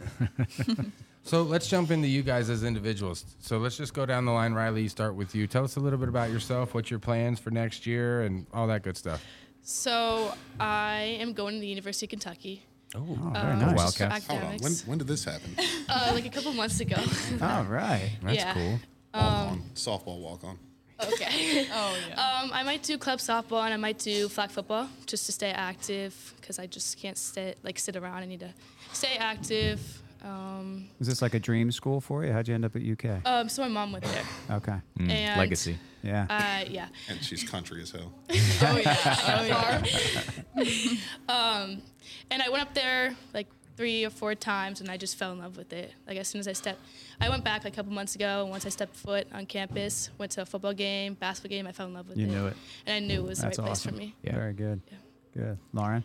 [SPEAKER 5] So let's jump into you guys as individuals. So let's just go down the line. Riley, you start with you. Tell us a little bit about yourself, what your plans for next year, and all that good stuff.
[SPEAKER 15] So I am going to the University of Kentucky.
[SPEAKER 5] Oh,
[SPEAKER 15] very nice.
[SPEAKER 5] Wildcats.
[SPEAKER 10] Hold on. When,
[SPEAKER 15] Academics.
[SPEAKER 10] when did this happen?
[SPEAKER 15] Uh, like a couple months ago.
[SPEAKER 3] All right.
[SPEAKER 5] That's
[SPEAKER 15] yeah.
[SPEAKER 5] cool.
[SPEAKER 10] Um, softball walk on.
[SPEAKER 15] Okay.
[SPEAKER 14] oh yeah.
[SPEAKER 15] Um, I might do club softball and I might do flag football just to stay active because I just can't sit like sit around. I need to stay active. Um,
[SPEAKER 3] Was this like a dream school for you? How'd you end up at UK?
[SPEAKER 16] Oh,
[SPEAKER 15] um, so my mom went there.
[SPEAKER 3] Okay.
[SPEAKER 15] Mm, And- legacy.
[SPEAKER 3] Yeah.
[SPEAKER 15] Uh, yeah.
[SPEAKER 10] And she's country as hell.
[SPEAKER 15] oh yeah, oh yeah. um, and I went up there like three or four times, and I just fell in love with it. Like as soon as I stepped, I went back like, a couple months ago, and once I stepped foot on campus, went to a football game, basketball game, I fell in love with
[SPEAKER 3] You
[SPEAKER 15] it.
[SPEAKER 3] knew it.
[SPEAKER 15] and I knew it was
[SPEAKER 3] That's
[SPEAKER 15] the right
[SPEAKER 3] awesome.
[SPEAKER 15] place for me.
[SPEAKER 3] Very good. Good. Lauren?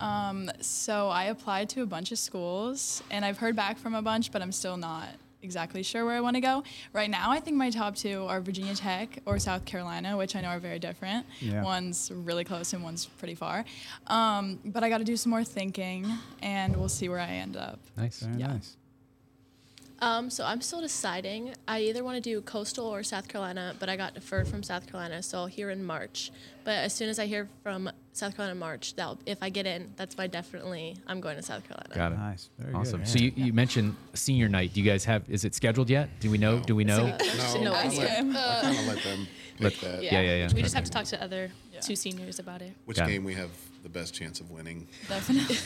[SPEAKER 14] Um, so I applied to a bunch of schools and I've heard back from a bunch, but I'm still not exactly sure where I want to go. Right now, I think my top two are Virginia Tech or South Carolina, which I know are very different.
[SPEAKER 17] Yeah.
[SPEAKER 14] One's really close and one's pretty far. Um, but I got to do some more thinking and we'll see where I end up.
[SPEAKER 8] Nice. Very nice.
[SPEAKER 16] Um, so I'm still deciding. I either want to do coastal or South Carolina, but I got deferred from South Carolina, so I'll hear in March. But as soon as I hear from South Carolina in March, that if I get in, that's why definitely I'm going to South Carolina.
[SPEAKER 2] Got it.
[SPEAKER 3] Nice. Very
[SPEAKER 16] good.
[SPEAKER 2] awesome.
[SPEAKER 16] Yeah.
[SPEAKER 2] So you, you mentioned senior night. Do you guys have? Is it scheduled yet? Do we know? Do we know?
[SPEAKER 10] No, I
[SPEAKER 15] idea.
[SPEAKER 10] kind of let them pick that.
[SPEAKER 2] Yeah, yeah, yeah.
[SPEAKER 15] We just have to talk to other two seniors about it.
[SPEAKER 10] Which
[SPEAKER 2] Got it.
[SPEAKER 10] game we have the best chance of winning?
[SPEAKER 14] Definitely.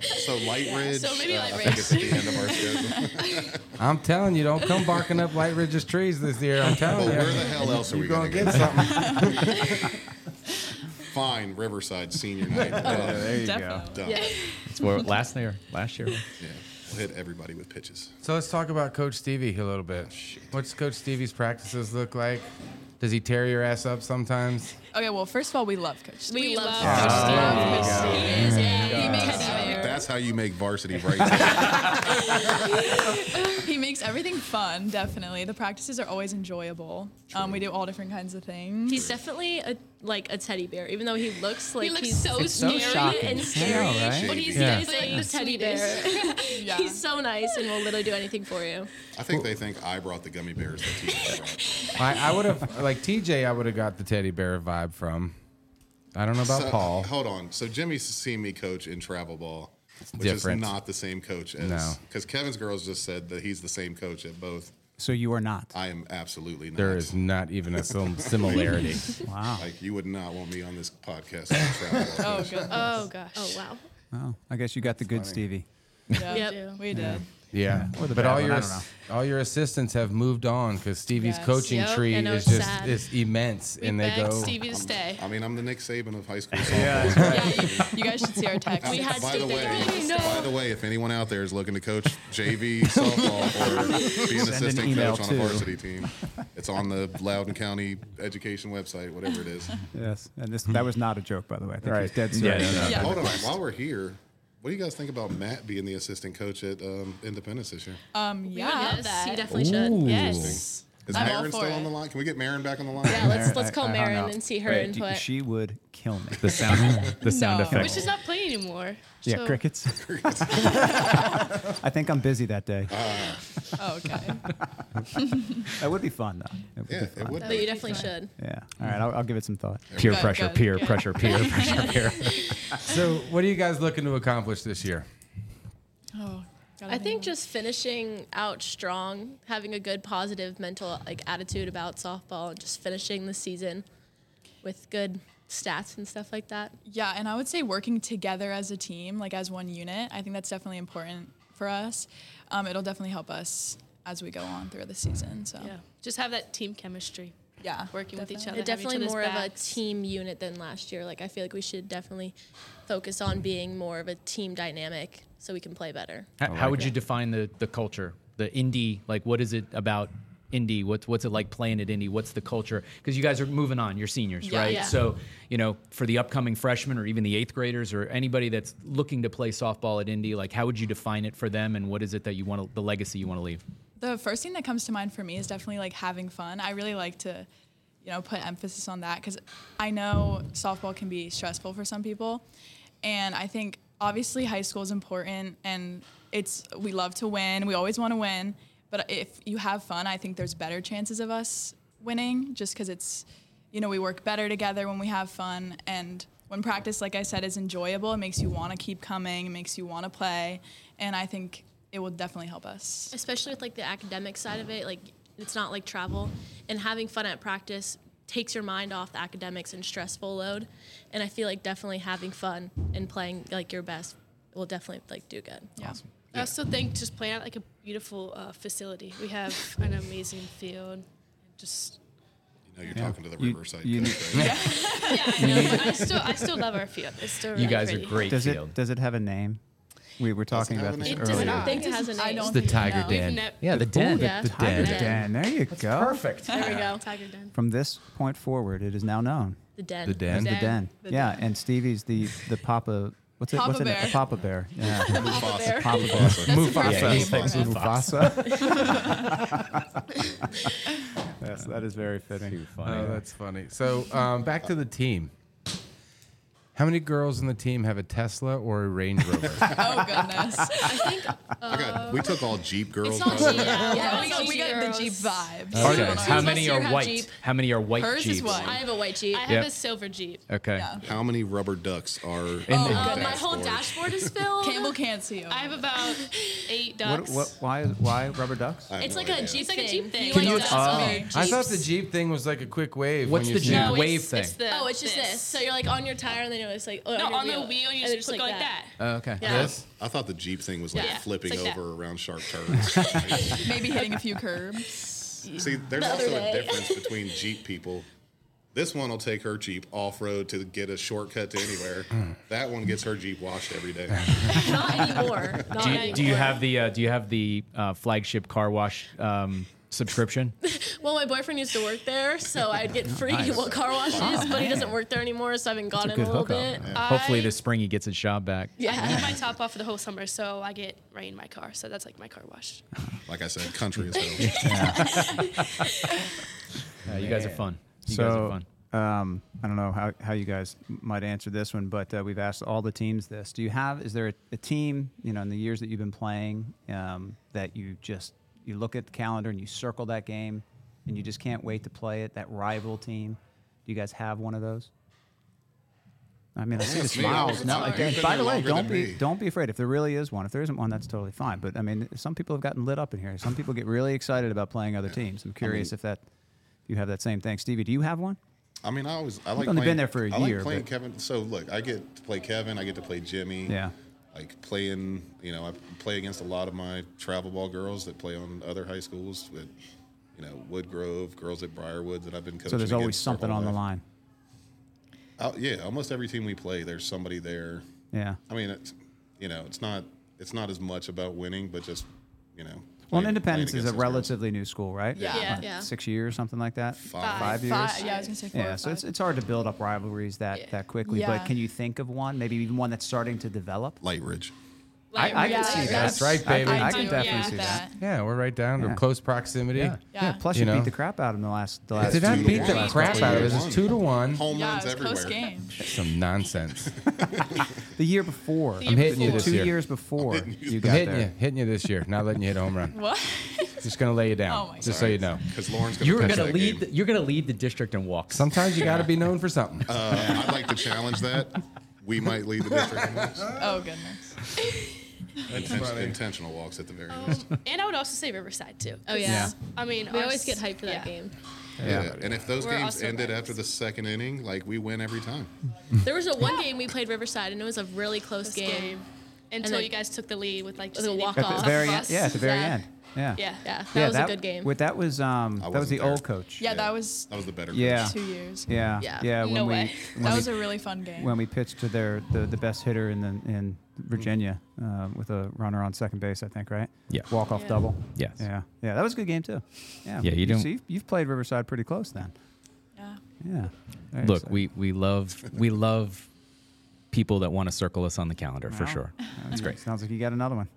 [SPEAKER 10] So Light
[SPEAKER 15] Yeah,
[SPEAKER 10] Ridge.
[SPEAKER 15] so maybe
[SPEAKER 10] uh,
[SPEAKER 15] Light
[SPEAKER 10] I think it's at the
[SPEAKER 15] Ridge.
[SPEAKER 10] end of our schedule.
[SPEAKER 5] I'm telling you, don't come barking up Light Ridge's trees this year. I'm telling
[SPEAKER 10] Well, where
[SPEAKER 5] you.
[SPEAKER 10] the hell else are
[SPEAKER 5] You're
[SPEAKER 10] we gonna
[SPEAKER 5] gonna
[SPEAKER 10] go?
[SPEAKER 5] get something?
[SPEAKER 10] Fine, Riverside Senior Night.
[SPEAKER 5] Oh, there you go. Definitely.
[SPEAKER 10] Done.
[SPEAKER 5] Yeah.
[SPEAKER 2] It's where last year. Last year.
[SPEAKER 10] Yeah, we'll hit everybody with pitches.
[SPEAKER 5] So let's talk about Coach Stevie a little bit. What's Coach Stevie's practices look like? Does he tear your ass up sometimes?
[SPEAKER 14] Okay, well, first of all, we love Coach Steve. We love
[SPEAKER 10] Coach Steve.
[SPEAKER 14] Coach
[SPEAKER 5] Oh,
[SPEAKER 14] Steve. He is a
[SPEAKER 10] That's-
[SPEAKER 14] teddy bear.
[SPEAKER 10] That's how you make varsity right.
[SPEAKER 14] he makes everything fun, definitely. The practices are always enjoyable. Um, we do all different kinds of things.
[SPEAKER 16] He's definitely a like a teddy bear, even though he looks like
[SPEAKER 15] looks
[SPEAKER 16] he's
[SPEAKER 15] so It's so
[SPEAKER 16] scary
[SPEAKER 15] scary shocking.
[SPEAKER 16] and
[SPEAKER 15] I know,
[SPEAKER 16] scary,
[SPEAKER 10] right?
[SPEAKER 16] but he's
[SPEAKER 10] Yeah.
[SPEAKER 16] he's like
[SPEAKER 15] Yeah.
[SPEAKER 16] the teddy bear.
[SPEAKER 14] Yeah.
[SPEAKER 16] He's so nice and will literally do anything for you.
[SPEAKER 10] I think they think I brought the gummy bears. That teacher brought.
[SPEAKER 5] I, I would have, like TJ, I would have got the teddy bear vibe from. I don't know about
[SPEAKER 10] So,
[SPEAKER 5] Paul.
[SPEAKER 10] Hold on. So Jimmy's seen me coach in travel ball, which
[SPEAKER 5] different.
[SPEAKER 10] is not the same coach
[SPEAKER 5] No.
[SPEAKER 10] as because Kevin's girls just said that he's the same coach at both.
[SPEAKER 3] So you are not.
[SPEAKER 10] I am absolutely not.
[SPEAKER 5] There is not even a sim- similarity.
[SPEAKER 3] Wow.
[SPEAKER 10] Like you would not want me on this podcast. as a travel ball coach.
[SPEAKER 15] Oh gosh. Oh wow.
[SPEAKER 3] Oh, I guess you got the good Stevie.
[SPEAKER 14] Yeah,
[SPEAKER 15] Yep.
[SPEAKER 14] we did.
[SPEAKER 5] Yeah,
[SPEAKER 3] Or the
[SPEAKER 5] but
[SPEAKER 3] bad
[SPEAKER 5] all
[SPEAKER 3] one,
[SPEAKER 5] your
[SPEAKER 3] I don't know.
[SPEAKER 5] all your assistants have moved on because Stevie's
[SPEAKER 10] Yes.
[SPEAKER 5] coaching
[SPEAKER 10] Yep,
[SPEAKER 5] tree
[SPEAKER 10] I know,
[SPEAKER 5] is
[SPEAKER 10] it's
[SPEAKER 5] just
[SPEAKER 10] sad.
[SPEAKER 5] it's immense, and they go.
[SPEAKER 10] I'm-
[SPEAKER 15] stay.
[SPEAKER 10] I mean, I'm the Nick Saban of high school.
[SPEAKER 5] Yeah,
[SPEAKER 10] softball.
[SPEAKER 14] You guys should see our text.
[SPEAKER 10] We had By the Steve way- Davis.
[SPEAKER 14] no.
[SPEAKER 10] By the way, if anyone out there is looking to coach JV softball or be an
[SPEAKER 3] Send an
[SPEAKER 10] assistant
[SPEAKER 3] email
[SPEAKER 10] coach on
[SPEAKER 3] too.
[SPEAKER 10] a varsity team, it's on the Loudon County Education website, whatever it is.
[SPEAKER 3] Yes. And this that was not a joke, by the way. I think he's dead
[SPEAKER 10] Yeah,
[SPEAKER 3] serious.
[SPEAKER 10] Hold on. While we're here, what do you guys think about Matt being the assistant coach at um, Independence this year?
[SPEAKER 14] Um, yeah.
[SPEAKER 16] love that. He definitely should. Ooh. Yes.
[SPEAKER 10] Is
[SPEAKER 16] I'm all
[SPEAKER 10] Marin still
[SPEAKER 16] for
[SPEAKER 10] on the
[SPEAKER 16] it.
[SPEAKER 10] line? Can we get Marin back on the line?
[SPEAKER 16] Yeah, let's let's call Marin and see her
[SPEAKER 3] Right.
[SPEAKER 16] input.
[SPEAKER 3] She would kill me.
[SPEAKER 2] The sound, the sound
[SPEAKER 15] Which is not playing anymore.
[SPEAKER 3] Yeah,
[SPEAKER 15] so-
[SPEAKER 3] crickets. I think I'm busy that day.
[SPEAKER 9] Uh, Oh,
[SPEAKER 14] Oh, okay.
[SPEAKER 3] that would be fun, though. It would
[SPEAKER 10] Yeah,
[SPEAKER 3] be
[SPEAKER 10] it
[SPEAKER 3] fun.
[SPEAKER 10] would
[SPEAKER 16] But Oh, you definitely should.
[SPEAKER 3] Yeah. All right, I'll, I'll give it some thought.
[SPEAKER 2] Peer Good, pressure, good, peer good. pressure, peer pressure, peer.
[SPEAKER 5] so, what are you guys looking to accomplish this year?
[SPEAKER 14] Oh,
[SPEAKER 16] I think just finishing out strong, having a good positive mental like attitude about softball, and just finishing the season with good stats and stuff like that.
[SPEAKER 14] Yeah, and I would say working together as a team, like as one unit, I think that's definitely important for us. Um, it'll definitely help us as we go on through the season. So
[SPEAKER 15] Yeah. Just have that team chemistry.
[SPEAKER 14] Yeah.
[SPEAKER 15] Working with each
[SPEAKER 16] They're
[SPEAKER 15] other. having each
[SPEAKER 16] definitely
[SPEAKER 15] other's
[SPEAKER 16] more of a
[SPEAKER 15] back.
[SPEAKER 16] team unit than last year. Like I feel like we should definitely focus on being more of a team dynamic so we can play better.
[SPEAKER 2] How, how would you define the the culture, the indie? Like, what is it about indie? What's what's it like playing at indie? What's the culture? Because you guys are moving on, you're seniors,
[SPEAKER 1] Yeah.
[SPEAKER 2] right?
[SPEAKER 1] Yeah.
[SPEAKER 2] So, you know, for the upcoming freshmen or even the eighth graders or anybody that's looking to play softball at indie, like, how would you define it for them? And what is it that you want to, the legacy you want to leave?
[SPEAKER 14] The first thing that comes to mind for me is definitely like having fun. I really like to, you know, put emphasis on that because I know softball can be stressful for some people. And I think obviously high school is important and it's, we love to win. We always want to win. But if you have fun, I think there's better chances of us winning just because it's, you know, we work better together when we have fun. And when practice, like I said, is enjoyable, it makes you want to keep coming, it makes you want to play. And I think it will definitely help us.
[SPEAKER 16] Especially with like the academic side of it, like it's not like travel and having fun at practice takes your mind off the academics and stressful load. And I feel like definitely having fun and playing like your best will definitely like do good.
[SPEAKER 14] Yeah.
[SPEAKER 15] I also think just plan out like a beautiful uh, facility. We have an amazing field. Just
[SPEAKER 10] No, you're
[SPEAKER 3] Yeah.
[SPEAKER 10] talking to the
[SPEAKER 3] You-
[SPEAKER 10] Riverside.
[SPEAKER 3] you
[SPEAKER 10] coach,
[SPEAKER 3] need-
[SPEAKER 10] right?
[SPEAKER 15] yeah, I know, but I still I still love our field. It's still really pretty.
[SPEAKER 3] Does it does it have a name? We were talking about this
[SPEAKER 15] It does
[SPEAKER 3] earlier.
[SPEAKER 15] not. think it has a name.
[SPEAKER 5] It's the Tiger
[SPEAKER 15] No.
[SPEAKER 5] Den.
[SPEAKER 15] We've nev-
[SPEAKER 5] yeah, the
[SPEAKER 3] Ooh,
[SPEAKER 5] den.
[SPEAKER 3] The, the Tiger Den. There you go.
[SPEAKER 5] perfect.
[SPEAKER 15] There we go. Tiger Den.
[SPEAKER 3] From this point forward, it is now known.
[SPEAKER 15] The Den.
[SPEAKER 3] The
[SPEAKER 15] The
[SPEAKER 3] den.
[SPEAKER 15] Den. Den.
[SPEAKER 3] the den.
[SPEAKER 15] The
[SPEAKER 3] yeah, and Stevie's the the Papa. What's it?
[SPEAKER 15] Papa
[SPEAKER 3] what's it?
[SPEAKER 15] Bear.
[SPEAKER 3] A Papa Bear. Yeah.
[SPEAKER 10] Mufasa.
[SPEAKER 3] It's Papa Bear.
[SPEAKER 10] Mufasa. That's a great
[SPEAKER 3] Mufasa.
[SPEAKER 10] name
[SPEAKER 3] Thanks,
[SPEAKER 10] for it.
[SPEAKER 3] Mufasa. yes, that is very fitting.
[SPEAKER 5] Oh, that's funny. So um, back to the team. How many girls in the team have a Tesla or a Range Rover?
[SPEAKER 14] oh goodness.
[SPEAKER 10] I
[SPEAKER 14] think
[SPEAKER 10] got- we took all Jeep girls.
[SPEAKER 14] It's all
[SPEAKER 10] by the
[SPEAKER 14] Jeep.
[SPEAKER 10] way.
[SPEAKER 14] Yeah,
[SPEAKER 16] Yeah,
[SPEAKER 14] we, got, we got the Jeep vibes.
[SPEAKER 5] Okay.
[SPEAKER 2] Okay. How many are
[SPEAKER 16] have
[SPEAKER 2] white?
[SPEAKER 16] Jeep.
[SPEAKER 2] How many are white
[SPEAKER 16] Hers
[SPEAKER 2] Jeeps?
[SPEAKER 16] is white. I have a white Jeep.
[SPEAKER 15] I have
[SPEAKER 2] Yep.
[SPEAKER 15] a silver Jeep.
[SPEAKER 2] Okay.
[SPEAKER 10] How many rubber ducks are? In
[SPEAKER 2] the
[SPEAKER 16] Uh, my whole
[SPEAKER 15] dashboard is filled.
[SPEAKER 14] Campbell can't see
[SPEAKER 15] I have about eight
[SPEAKER 3] What,
[SPEAKER 15] ducks.
[SPEAKER 3] what, why, why rubber ducks?
[SPEAKER 16] It's like a Jeep.
[SPEAKER 15] It's like a Jeep thing.
[SPEAKER 3] Can you- oh.
[SPEAKER 5] I thought the Jeep thing was like a quick wave.
[SPEAKER 2] What's
[SPEAKER 5] when
[SPEAKER 2] the
[SPEAKER 5] you see
[SPEAKER 2] Jeep
[SPEAKER 5] it.
[SPEAKER 2] wave thing?
[SPEAKER 16] oh, it's just this. So you're like on your tire, and then it's like oh,
[SPEAKER 15] No,
[SPEAKER 16] your
[SPEAKER 15] on the wheel, you
[SPEAKER 16] and
[SPEAKER 15] just
[SPEAKER 16] it's
[SPEAKER 15] click like that.
[SPEAKER 2] Oh, okay.
[SPEAKER 16] Yeah.
[SPEAKER 10] This? I thought the Jeep thing was like
[SPEAKER 16] Yeah.
[SPEAKER 10] flipping
[SPEAKER 16] It's like
[SPEAKER 10] over around sharp turns.
[SPEAKER 14] Maybe hitting a few curbs.
[SPEAKER 10] See, there's also a difference between Jeep people. This one will take her Jeep off road to get a shortcut to
[SPEAKER 2] Hmm.
[SPEAKER 10] anywhere. that one gets her Jeep washed every day.
[SPEAKER 16] Not anymore. Not
[SPEAKER 2] Do you,
[SPEAKER 16] anymore.
[SPEAKER 2] do you have the uh, Do you have the uh, flagship car wash um, subscription?
[SPEAKER 16] Well, my boyfriend used to work there, so I'd get free
[SPEAKER 2] nice.
[SPEAKER 16] what car washes,
[SPEAKER 2] Wow,
[SPEAKER 16] but he doesn't
[SPEAKER 2] man.
[SPEAKER 16] work there anymore, so I haven't gone
[SPEAKER 2] That's
[SPEAKER 16] in a little bit.
[SPEAKER 2] Hopefully, this spring he gets his job back.
[SPEAKER 15] Yeah. I keep my top off for the whole summer, so I get rain in my car. So that's like my car wash.
[SPEAKER 10] Like I said, country as hell.
[SPEAKER 2] Yeah, you guys are fun. You
[SPEAKER 3] so,
[SPEAKER 2] guys are fun.
[SPEAKER 3] Um, I don't know how, how you guys m- might answer this one, but uh, we've asked all the teams this. Do you have, is there a, a team, you know, in the years that you've been playing um, that you just, you look at the calendar and you circle that game and you just can't wait to play it, that rival team? Do you guys have one of those? I mean, I see the
[SPEAKER 10] That's me.
[SPEAKER 3] smiles. No,
[SPEAKER 10] That's
[SPEAKER 3] again,
[SPEAKER 10] me.
[SPEAKER 3] by the way,
[SPEAKER 10] You've been
[SPEAKER 3] don't
[SPEAKER 10] there longer than
[SPEAKER 3] be
[SPEAKER 10] me.
[SPEAKER 3] don't be afraid. If there really is one, if there isn't one, that's totally fine. But I mean, some people have gotten lit up in here. Some people get really excited about playing other teams. I'm curious if that if you have that same thing. Stevie, do you have one?
[SPEAKER 10] I mean, I always I
[SPEAKER 3] You've
[SPEAKER 10] like
[SPEAKER 3] only
[SPEAKER 10] playing,
[SPEAKER 3] been there for a
[SPEAKER 10] I like
[SPEAKER 3] year,
[SPEAKER 10] playing
[SPEAKER 3] but-
[SPEAKER 10] Kevin. So look, I get to play Kevin. I get to play Jimmy.
[SPEAKER 3] Yeah.
[SPEAKER 10] Like playing, you know, I play against a lot of my travel ball girls that play on other high schools with, you know, Wood Grove girls at Briarwood that I've been coaching.
[SPEAKER 3] So there's always
[SPEAKER 10] against their
[SPEAKER 3] something
[SPEAKER 10] whole
[SPEAKER 3] on the
[SPEAKER 10] life.
[SPEAKER 3] line.
[SPEAKER 10] Uh, yeah, almost every team we play, there's somebody there.
[SPEAKER 3] Yeah.
[SPEAKER 10] I mean, it's, you know, it's not it's not as much about winning, but just you know.
[SPEAKER 3] Well,
[SPEAKER 10] playing-
[SPEAKER 3] and Independence
[SPEAKER 10] playing
[SPEAKER 3] is a
[SPEAKER 10] against those girls.
[SPEAKER 3] relatively new school, right?
[SPEAKER 10] Yeah. Yeah.
[SPEAKER 3] Like
[SPEAKER 10] Yeah.
[SPEAKER 3] Six years, something like that.
[SPEAKER 10] Five.
[SPEAKER 3] Five years.
[SPEAKER 14] Five, yeah, I was gonna say four or
[SPEAKER 3] Yeah, so it's, it's hard to build up rivalries that, that quickly.
[SPEAKER 14] Yeah.
[SPEAKER 3] But can you think of one? Maybe even one that's starting to develop.
[SPEAKER 10] Light Ridge.
[SPEAKER 3] I, I can
[SPEAKER 5] Yeah,
[SPEAKER 3] see that.
[SPEAKER 5] That's right,
[SPEAKER 3] I-
[SPEAKER 5] baby.
[SPEAKER 3] I, can definitely see that.
[SPEAKER 5] Yeah, we're right down to
[SPEAKER 3] Yeah.
[SPEAKER 5] close proximity.
[SPEAKER 3] Yeah. Yeah, plus you beat the crap out of him the last. The last
[SPEAKER 5] Did I
[SPEAKER 3] two
[SPEAKER 5] beat
[SPEAKER 3] years,
[SPEAKER 5] the
[SPEAKER 3] last
[SPEAKER 5] crap
[SPEAKER 3] couple
[SPEAKER 5] out of
[SPEAKER 3] years.
[SPEAKER 5] us? It's two to one.
[SPEAKER 10] Home
[SPEAKER 14] Yeah,
[SPEAKER 10] runs
[SPEAKER 14] it was
[SPEAKER 10] everywhere.
[SPEAKER 14] close game.
[SPEAKER 5] Some nonsense.
[SPEAKER 3] the year before.
[SPEAKER 5] I'm hitting you this
[SPEAKER 3] Two
[SPEAKER 5] year.
[SPEAKER 3] years before you
[SPEAKER 5] I'm
[SPEAKER 3] got
[SPEAKER 5] hitting
[SPEAKER 3] there.
[SPEAKER 5] you, hitting you this year. Not letting you hit a home run.
[SPEAKER 14] What?
[SPEAKER 5] Just gonna lay you down.
[SPEAKER 14] Oh my
[SPEAKER 5] just so you know.
[SPEAKER 10] Because Lauren's gonna
[SPEAKER 2] You're
[SPEAKER 10] pitch
[SPEAKER 2] gonna
[SPEAKER 10] that
[SPEAKER 2] lead.
[SPEAKER 10] game.
[SPEAKER 2] The, you're gonna lead the district in walks.
[SPEAKER 5] Sometimes you got to be known for something.
[SPEAKER 10] Uh, I'd like to challenge that. We might lead the district.
[SPEAKER 14] Oh goodness.
[SPEAKER 10] Intentional, intentional walks at the very least.
[SPEAKER 15] and I would also say Riverside too.
[SPEAKER 16] Oh, yeah. Yeah.
[SPEAKER 15] I mean,
[SPEAKER 16] We
[SPEAKER 15] our
[SPEAKER 16] always get
[SPEAKER 15] s-
[SPEAKER 16] hyped for that
[SPEAKER 15] yeah.
[SPEAKER 16] game.
[SPEAKER 10] Yeah. And if those
[SPEAKER 16] We're
[SPEAKER 10] games
[SPEAKER 16] also
[SPEAKER 10] ended after the second inning, like we win every time.
[SPEAKER 16] There was a one game we played Riverside, and it was a really close game.
[SPEAKER 15] game. Until you guys took the lead with like
[SPEAKER 16] It was a
[SPEAKER 15] just
[SPEAKER 16] walk
[SPEAKER 3] At the very end. Yeah, at the very end. Yeah.
[SPEAKER 15] Yeah.
[SPEAKER 16] Yeah, that
[SPEAKER 3] Yeah,
[SPEAKER 16] was a good game.
[SPEAKER 3] With that was um that was the old coach.
[SPEAKER 14] Yeah, that was.
[SPEAKER 10] That was the better.
[SPEAKER 3] Yeah.
[SPEAKER 14] Two years.
[SPEAKER 3] Yeah.
[SPEAKER 14] Yeah.
[SPEAKER 3] Yeah.
[SPEAKER 14] No
[SPEAKER 3] we,
[SPEAKER 14] way.
[SPEAKER 3] when
[SPEAKER 14] That
[SPEAKER 3] we-
[SPEAKER 14] was a really fun game.
[SPEAKER 3] When we pitched to their the, the best hitter in the in Virginia um, with a runner on second base, I think, right?
[SPEAKER 2] Yeah.
[SPEAKER 3] Walk off
[SPEAKER 2] Yeah.
[SPEAKER 3] double.
[SPEAKER 2] Yes.
[SPEAKER 3] Yeah. Yeah. That was a good game too. Yeah.
[SPEAKER 2] Yeah, you don't-
[SPEAKER 3] see, you've played Riverside pretty close then.
[SPEAKER 14] Yeah.
[SPEAKER 3] Yeah. Very
[SPEAKER 2] Look,
[SPEAKER 3] exciting.
[SPEAKER 2] we we love we love people that want to circle us on the calendar for
[SPEAKER 3] Wow.
[SPEAKER 2] sure. That's
[SPEAKER 3] Yeah,
[SPEAKER 2] great.
[SPEAKER 3] Sounds like you got another one.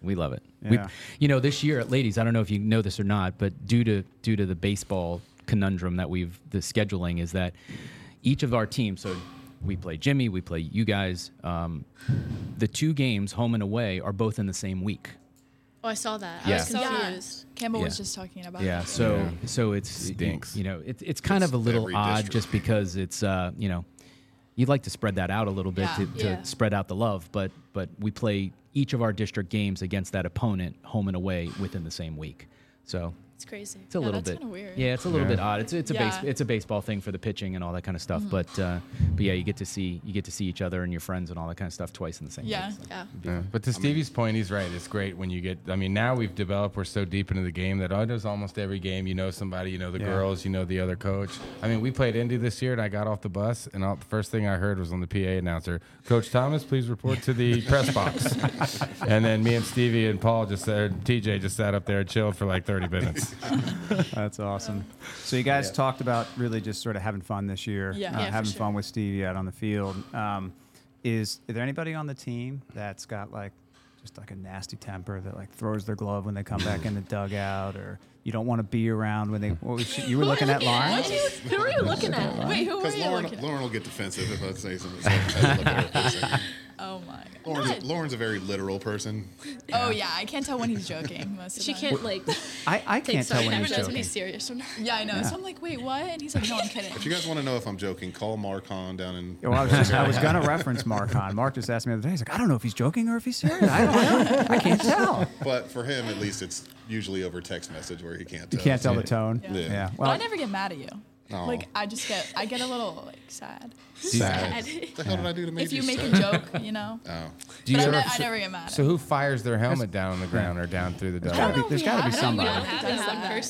[SPEAKER 2] We love it.
[SPEAKER 3] Yeah.
[SPEAKER 2] We, you know, this year, ladies, I don't know if you know this or not, but due to due to the baseball conundrum that we've the scheduling is that each of our teams. So we play Jimmy, we play you guys. Um, the two games, home and away, are both in the same week.
[SPEAKER 16] Oh, I saw that.
[SPEAKER 2] Yeah.
[SPEAKER 16] I was confused.
[SPEAKER 14] Campbell was
[SPEAKER 2] Yeah.
[SPEAKER 14] just talking about.
[SPEAKER 2] Yeah.
[SPEAKER 14] that.
[SPEAKER 2] So so it's You, know, it's it's kind of a little
[SPEAKER 10] every
[SPEAKER 2] odd
[SPEAKER 10] district.
[SPEAKER 2] just because it's uh, you know, you'd like to spread that out a little bit
[SPEAKER 14] Yeah.
[SPEAKER 2] to, to
[SPEAKER 14] Yeah.
[SPEAKER 2] spread out the love, but but we play each of our district games against that opponent home and away within the same week. So
[SPEAKER 15] It's crazy.
[SPEAKER 2] It's a little bit Yeah, it's a little bit odd. It's it's a base, it's a baseball thing for the pitching and all that kind of stuff.
[SPEAKER 14] Mm-hmm.
[SPEAKER 15] Mhm.
[SPEAKER 2] But uh, but yeah, you get to see you get to see each other and your friends and all that kind of stuff twice in the same.
[SPEAKER 14] Yeah.
[SPEAKER 2] Place.
[SPEAKER 14] Yeah.
[SPEAKER 5] Yeah. But to Stevie's point, he's right. It's great when you get. I mean, now we've developed. We're so deep into the game that almost almost every game, you know somebody, you know the
[SPEAKER 2] Yeah.
[SPEAKER 5] girls, you know the other coach. I mean, we played Indy this year, and I got off the bus, and all, the first thing I heard was on the PA announcer, "Coach Thomas, please report to the press box." and then me and Stevie and Paul just said, TJ just sat up there and chilled for like 30 minutes.
[SPEAKER 3] That's awesome. So you guys
[SPEAKER 5] Yeah.
[SPEAKER 3] talked about really just sort of having fun this year,
[SPEAKER 5] Yeah.
[SPEAKER 3] uh,
[SPEAKER 5] Yeah, for
[SPEAKER 3] having
[SPEAKER 5] sure.
[SPEAKER 3] fun with Stevie out on the field. Um, is, is there anybody on the team that's got like just like a nasty temper that like throws their glove when they come back in the dugout, or you don't want to be around when they? What was she, you were looking at Lauren.
[SPEAKER 16] Who are you looking at?
[SPEAKER 14] Wait, who were
[SPEAKER 10] Because
[SPEAKER 14] you
[SPEAKER 10] Lauren,
[SPEAKER 14] looking at?
[SPEAKER 10] Lauren will get defensive if I say something. So I have to look at her for a second.
[SPEAKER 14] Oh my.
[SPEAKER 10] Lauren's, Lauren's a very literal person.
[SPEAKER 14] Oh yeah, I can't tell when he's joking. Most of
[SPEAKER 10] She
[SPEAKER 14] the
[SPEAKER 10] can't,
[SPEAKER 14] time.
[SPEAKER 10] like, I- I take can't tell sarcasm. when he's
[SPEAKER 14] Never knows
[SPEAKER 10] joking.
[SPEAKER 14] serious or not. Yeah, I know.
[SPEAKER 10] Yeah.
[SPEAKER 14] So I'm like, wait, what? And he's like, no, I'm kidding.
[SPEAKER 10] If you guys want to know if I'm joking, call Marcon down in.
[SPEAKER 3] Well, Oh, I was, just, I was gonna reference Marcon. Mark just asked me the other day. He's like, I don't know if he's joking or if he's serious. I don't know. I can't tell.
[SPEAKER 10] But for him, at least, it's usually over text message where he can't.
[SPEAKER 3] You
[SPEAKER 10] Tell.
[SPEAKER 3] can't tell the tone.
[SPEAKER 10] Yeah.
[SPEAKER 3] Yeah.
[SPEAKER 14] But
[SPEAKER 3] Well,
[SPEAKER 14] I never get mad at you.
[SPEAKER 10] Aw.
[SPEAKER 14] Like I just get, I get a little like sad.
[SPEAKER 5] Sad.
[SPEAKER 10] What the hell did I do to make
[SPEAKER 14] If you
[SPEAKER 10] you
[SPEAKER 14] make a joke,
[SPEAKER 10] sad?
[SPEAKER 14] you know.
[SPEAKER 10] Oh.
[SPEAKER 5] Do you
[SPEAKER 14] but I,
[SPEAKER 5] ever-
[SPEAKER 14] ne- I never get mad.
[SPEAKER 5] So who fires their helmet down on the ground or down through the
[SPEAKER 2] There's
[SPEAKER 5] dugout?
[SPEAKER 2] gotta be- there's gotta be somebody.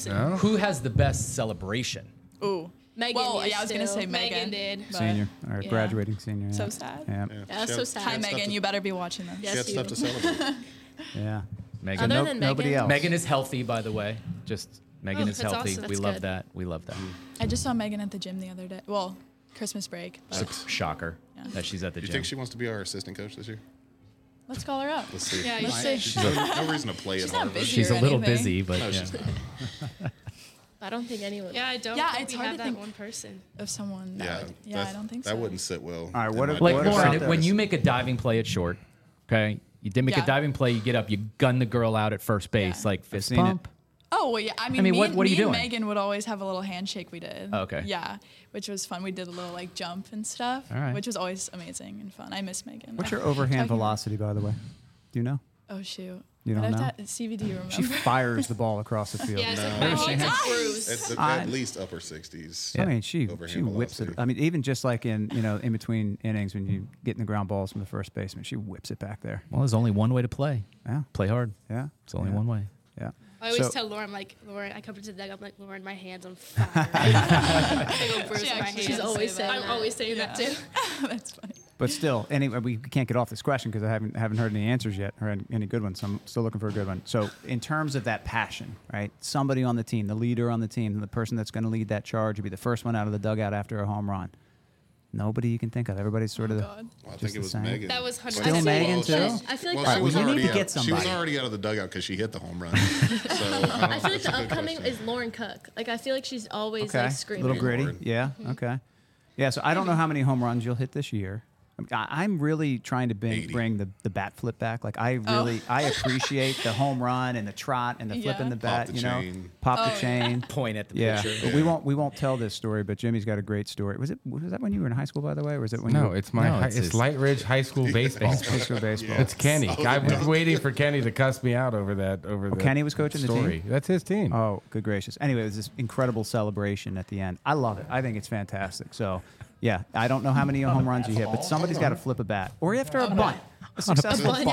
[SPEAKER 5] No?
[SPEAKER 2] Who has the best celebration?
[SPEAKER 14] Ooh.
[SPEAKER 15] Megan
[SPEAKER 14] well,
[SPEAKER 15] used
[SPEAKER 14] yeah, I was gonna
[SPEAKER 15] to.
[SPEAKER 14] say
[SPEAKER 15] Megan
[SPEAKER 14] Megan,
[SPEAKER 15] did.
[SPEAKER 14] but-
[SPEAKER 3] senior or
[SPEAKER 14] yeah.
[SPEAKER 3] graduating senior.
[SPEAKER 14] So
[SPEAKER 3] yeah.
[SPEAKER 14] sad.
[SPEAKER 3] Yeah.
[SPEAKER 14] That's
[SPEAKER 10] She
[SPEAKER 14] so
[SPEAKER 10] had-
[SPEAKER 14] sad.
[SPEAKER 10] she
[SPEAKER 14] Hi
[SPEAKER 10] had stuff
[SPEAKER 14] Megan,
[SPEAKER 10] to-
[SPEAKER 14] you better be watching this.
[SPEAKER 10] She had stuff to celebrate.
[SPEAKER 3] Yeah.
[SPEAKER 2] Megan.
[SPEAKER 14] Other than
[SPEAKER 2] nobody
[SPEAKER 14] Megan.
[SPEAKER 2] else. Megan is healthy, by the way. Just Megan
[SPEAKER 14] Oh,
[SPEAKER 2] is
[SPEAKER 14] that's
[SPEAKER 2] healthy.
[SPEAKER 14] awesome.
[SPEAKER 2] We
[SPEAKER 14] That's
[SPEAKER 2] love
[SPEAKER 14] good.
[SPEAKER 2] that. We love that.
[SPEAKER 14] I just saw Megan at the gym the other day. Well, Christmas break. but-
[SPEAKER 2] Sup- Shocker that she's at the
[SPEAKER 10] you
[SPEAKER 2] gym.
[SPEAKER 10] think she wants to be our assistant coach this year?
[SPEAKER 14] Let's call her up.
[SPEAKER 10] Let's see.
[SPEAKER 14] Yeah,
[SPEAKER 10] Let's
[SPEAKER 14] you
[SPEAKER 10] She's
[SPEAKER 14] should.
[SPEAKER 10] no, no reason to play
[SPEAKER 14] She's
[SPEAKER 10] at
[SPEAKER 14] not
[SPEAKER 10] Harvard.
[SPEAKER 14] busy She's or a little anything. busy,
[SPEAKER 2] but
[SPEAKER 10] no,
[SPEAKER 2] yeah.
[SPEAKER 10] she's not.
[SPEAKER 16] I don't think anyone.
[SPEAKER 15] Yeah, I don't
[SPEAKER 14] Yeah,
[SPEAKER 15] think
[SPEAKER 14] it's
[SPEAKER 15] we
[SPEAKER 14] hard
[SPEAKER 15] have
[SPEAKER 14] to
[SPEAKER 15] that
[SPEAKER 14] think
[SPEAKER 15] one person.
[SPEAKER 14] Of someone.
[SPEAKER 10] Yeah,
[SPEAKER 14] That, yeah, I
[SPEAKER 10] that's-
[SPEAKER 14] don't think so.
[SPEAKER 10] that wouldn't sit well.
[SPEAKER 3] All right, what
[SPEAKER 10] in
[SPEAKER 3] if-
[SPEAKER 10] my
[SPEAKER 2] like
[SPEAKER 10] daughter's
[SPEAKER 2] Lauren,
[SPEAKER 10] eyes.
[SPEAKER 2] when you make a diving play at short, okay, you did make
[SPEAKER 14] Yeah.
[SPEAKER 2] a diving play, you get up, you gun the girl out at first base, like fist
[SPEAKER 3] seen it.
[SPEAKER 2] pump.
[SPEAKER 14] Oh well, yeah. I mean,
[SPEAKER 2] mean,
[SPEAKER 14] me,
[SPEAKER 2] what-
[SPEAKER 14] and-
[SPEAKER 2] what are
[SPEAKER 14] me
[SPEAKER 2] you
[SPEAKER 14] and
[SPEAKER 2] doing?
[SPEAKER 14] Megan would always have a little handshake we did.
[SPEAKER 2] Oh, okay.
[SPEAKER 14] Yeah, which was fun. We did a little like jump and stuff,
[SPEAKER 3] All right.
[SPEAKER 14] which was always amazing and fun. I miss Megan.
[SPEAKER 3] What's your overhand velocity, by the way? Do you know?
[SPEAKER 14] Oh shoot.
[SPEAKER 3] You
[SPEAKER 14] I'd
[SPEAKER 3] don't
[SPEAKER 14] have
[SPEAKER 3] know?
[SPEAKER 14] to- CV, do you remember?
[SPEAKER 3] She fires the ball across the field.
[SPEAKER 14] Yeah, it's
[SPEAKER 10] No.
[SPEAKER 14] like, oh, it's a bruise.
[SPEAKER 10] It's at,
[SPEAKER 3] I-
[SPEAKER 10] at least upper 60s.
[SPEAKER 3] I mean, she
[SPEAKER 10] overhand
[SPEAKER 3] she whips it.
[SPEAKER 10] velocity.
[SPEAKER 3] I mean, even just like in you know in between innings when you get in the ground balls from the first baseman, she whips it back there.
[SPEAKER 2] Well, there's only one way to play.
[SPEAKER 3] Yeah.
[SPEAKER 2] Play hard.
[SPEAKER 3] Yeah.
[SPEAKER 2] It's only
[SPEAKER 3] Yeah.
[SPEAKER 2] one way.
[SPEAKER 3] Yeah.
[SPEAKER 15] I always
[SPEAKER 3] So-
[SPEAKER 15] tell Lauren, like, Lauren, I come to the deck, I'm like, Lauren, my hand's on fire. I go bruise
[SPEAKER 14] She
[SPEAKER 15] my
[SPEAKER 14] actually
[SPEAKER 15] hands.
[SPEAKER 14] She's always saying
[SPEAKER 15] I'm
[SPEAKER 14] that.
[SPEAKER 15] always saying that
[SPEAKER 14] Yeah.
[SPEAKER 15] too.
[SPEAKER 14] That's funny.
[SPEAKER 3] But still, anyway, we can't get off this question because I haven't haven't heard any answers yet or any good ones. So I'm still looking for a good one. So, in terms of that passion, right? Somebody on the team, the leader on the team, the person that's going to lead that charge, will be the first one out of the dugout after a home run. Nobody you can think of. Everybody's sort of.
[SPEAKER 10] Well, I
[SPEAKER 3] just
[SPEAKER 10] think
[SPEAKER 3] the
[SPEAKER 10] it was
[SPEAKER 3] same.
[SPEAKER 10] Megan.
[SPEAKER 15] That was hundred-
[SPEAKER 3] Still
[SPEAKER 10] Well,
[SPEAKER 3] Megan
[SPEAKER 10] she
[SPEAKER 3] too.
[SPEAKER 10] was-
[SPEAKER 16] I feel like
[SPEAKER 10] well,
[SPEAKER 16] that
[SPEAKER 10] she
[SPEAKER 16] was
[SPEAKER 10] was
[SPEAKER 16] a-
[SPEAKER 10] already
[SPEAKER 3] We need to
[SPEAKER 10] out-
[SPEAKER 3] get
[SPEAKER 10] She was
[SPEAKER 3] somebody.
[SPEAKER 10] already out of the dugout because she hit the home run. so
[SPEAKER 3] Oh,
[SPEAKER 10] I,
[SPEAKER 16] I feel like the upcoming is Lauren Cook. Like I feel like she's always
[SPEAKER 3] okay.
[SPEAKER 16] like screaming.
[SPEAKER 3] little gritty. Yeah.
[SPEAKER 14] Mm-hmm.
[SPEAKER 3] Okay. Yeah. So I don't know how many home runs you'll hit this year. I'm- I- I'm really trying to bring, bring the, the bat flip back. Like I
[SPEAKER 14] Oh.
[SPEAKER 3] really I appreciate the home run and the trot and the flip
[SPEAKER 14] Yeah.
[SPEAKER 3] in the
[SPEAKER 14] Pop
[SPEAKER 3] bat.
[SPEAKER 14] the
[SPEAKER 3] you know,
[SPEAKER 14] chain.
[SPEAKER 3] pop
[SPEAKER 14] Oh,
[SPEAKER 3] the
[SPEAKER 14] yeah.
[SPEAKER 3] chain,
[SPEAKER 2] Point at the
[SPEAKER 3] yeah.
[SPEAKER 2] pitcher.
[SPEAKER 3] But we
[SPEAKER 2] Yeah.
[SPEAKER 3] won't we won't tell this story. But Jimmy's got a great story. Was it was that when you were in high school by the way, or was it when you
[SPEAKER 5] No,
[SPEAKER 3] were,
[SPEAKER 5] it's my. hi- it's, Light Ridge High School baseball.
[SPEAKER 3] High school baseball.
[SPEAKER 5] It's Kenny.
[SPEAKER 3] Oh,
[SPEAKER 5] I was
[SPEAKER 3] yeah.
[SPEAKER 5] waiting for Kenny to cuss me out over that. Over
[SPEAKER 3] Oh,
[SPEAKER 5] the
[SPEAKER 3] Kenny was coaching
[SPEAKER 5] story.
[SPEAKER 3] the team.
[SPEAKER 5] That's his team.
[SPEAKER 3] Oh, good gracious. Anyway, it was this incredible celebration at the end. I love it. I think it's fantastic. So, yeah, I don't know how many home runs you hit, but somebody's got to flip a bat or after a bunt. A successful bunt.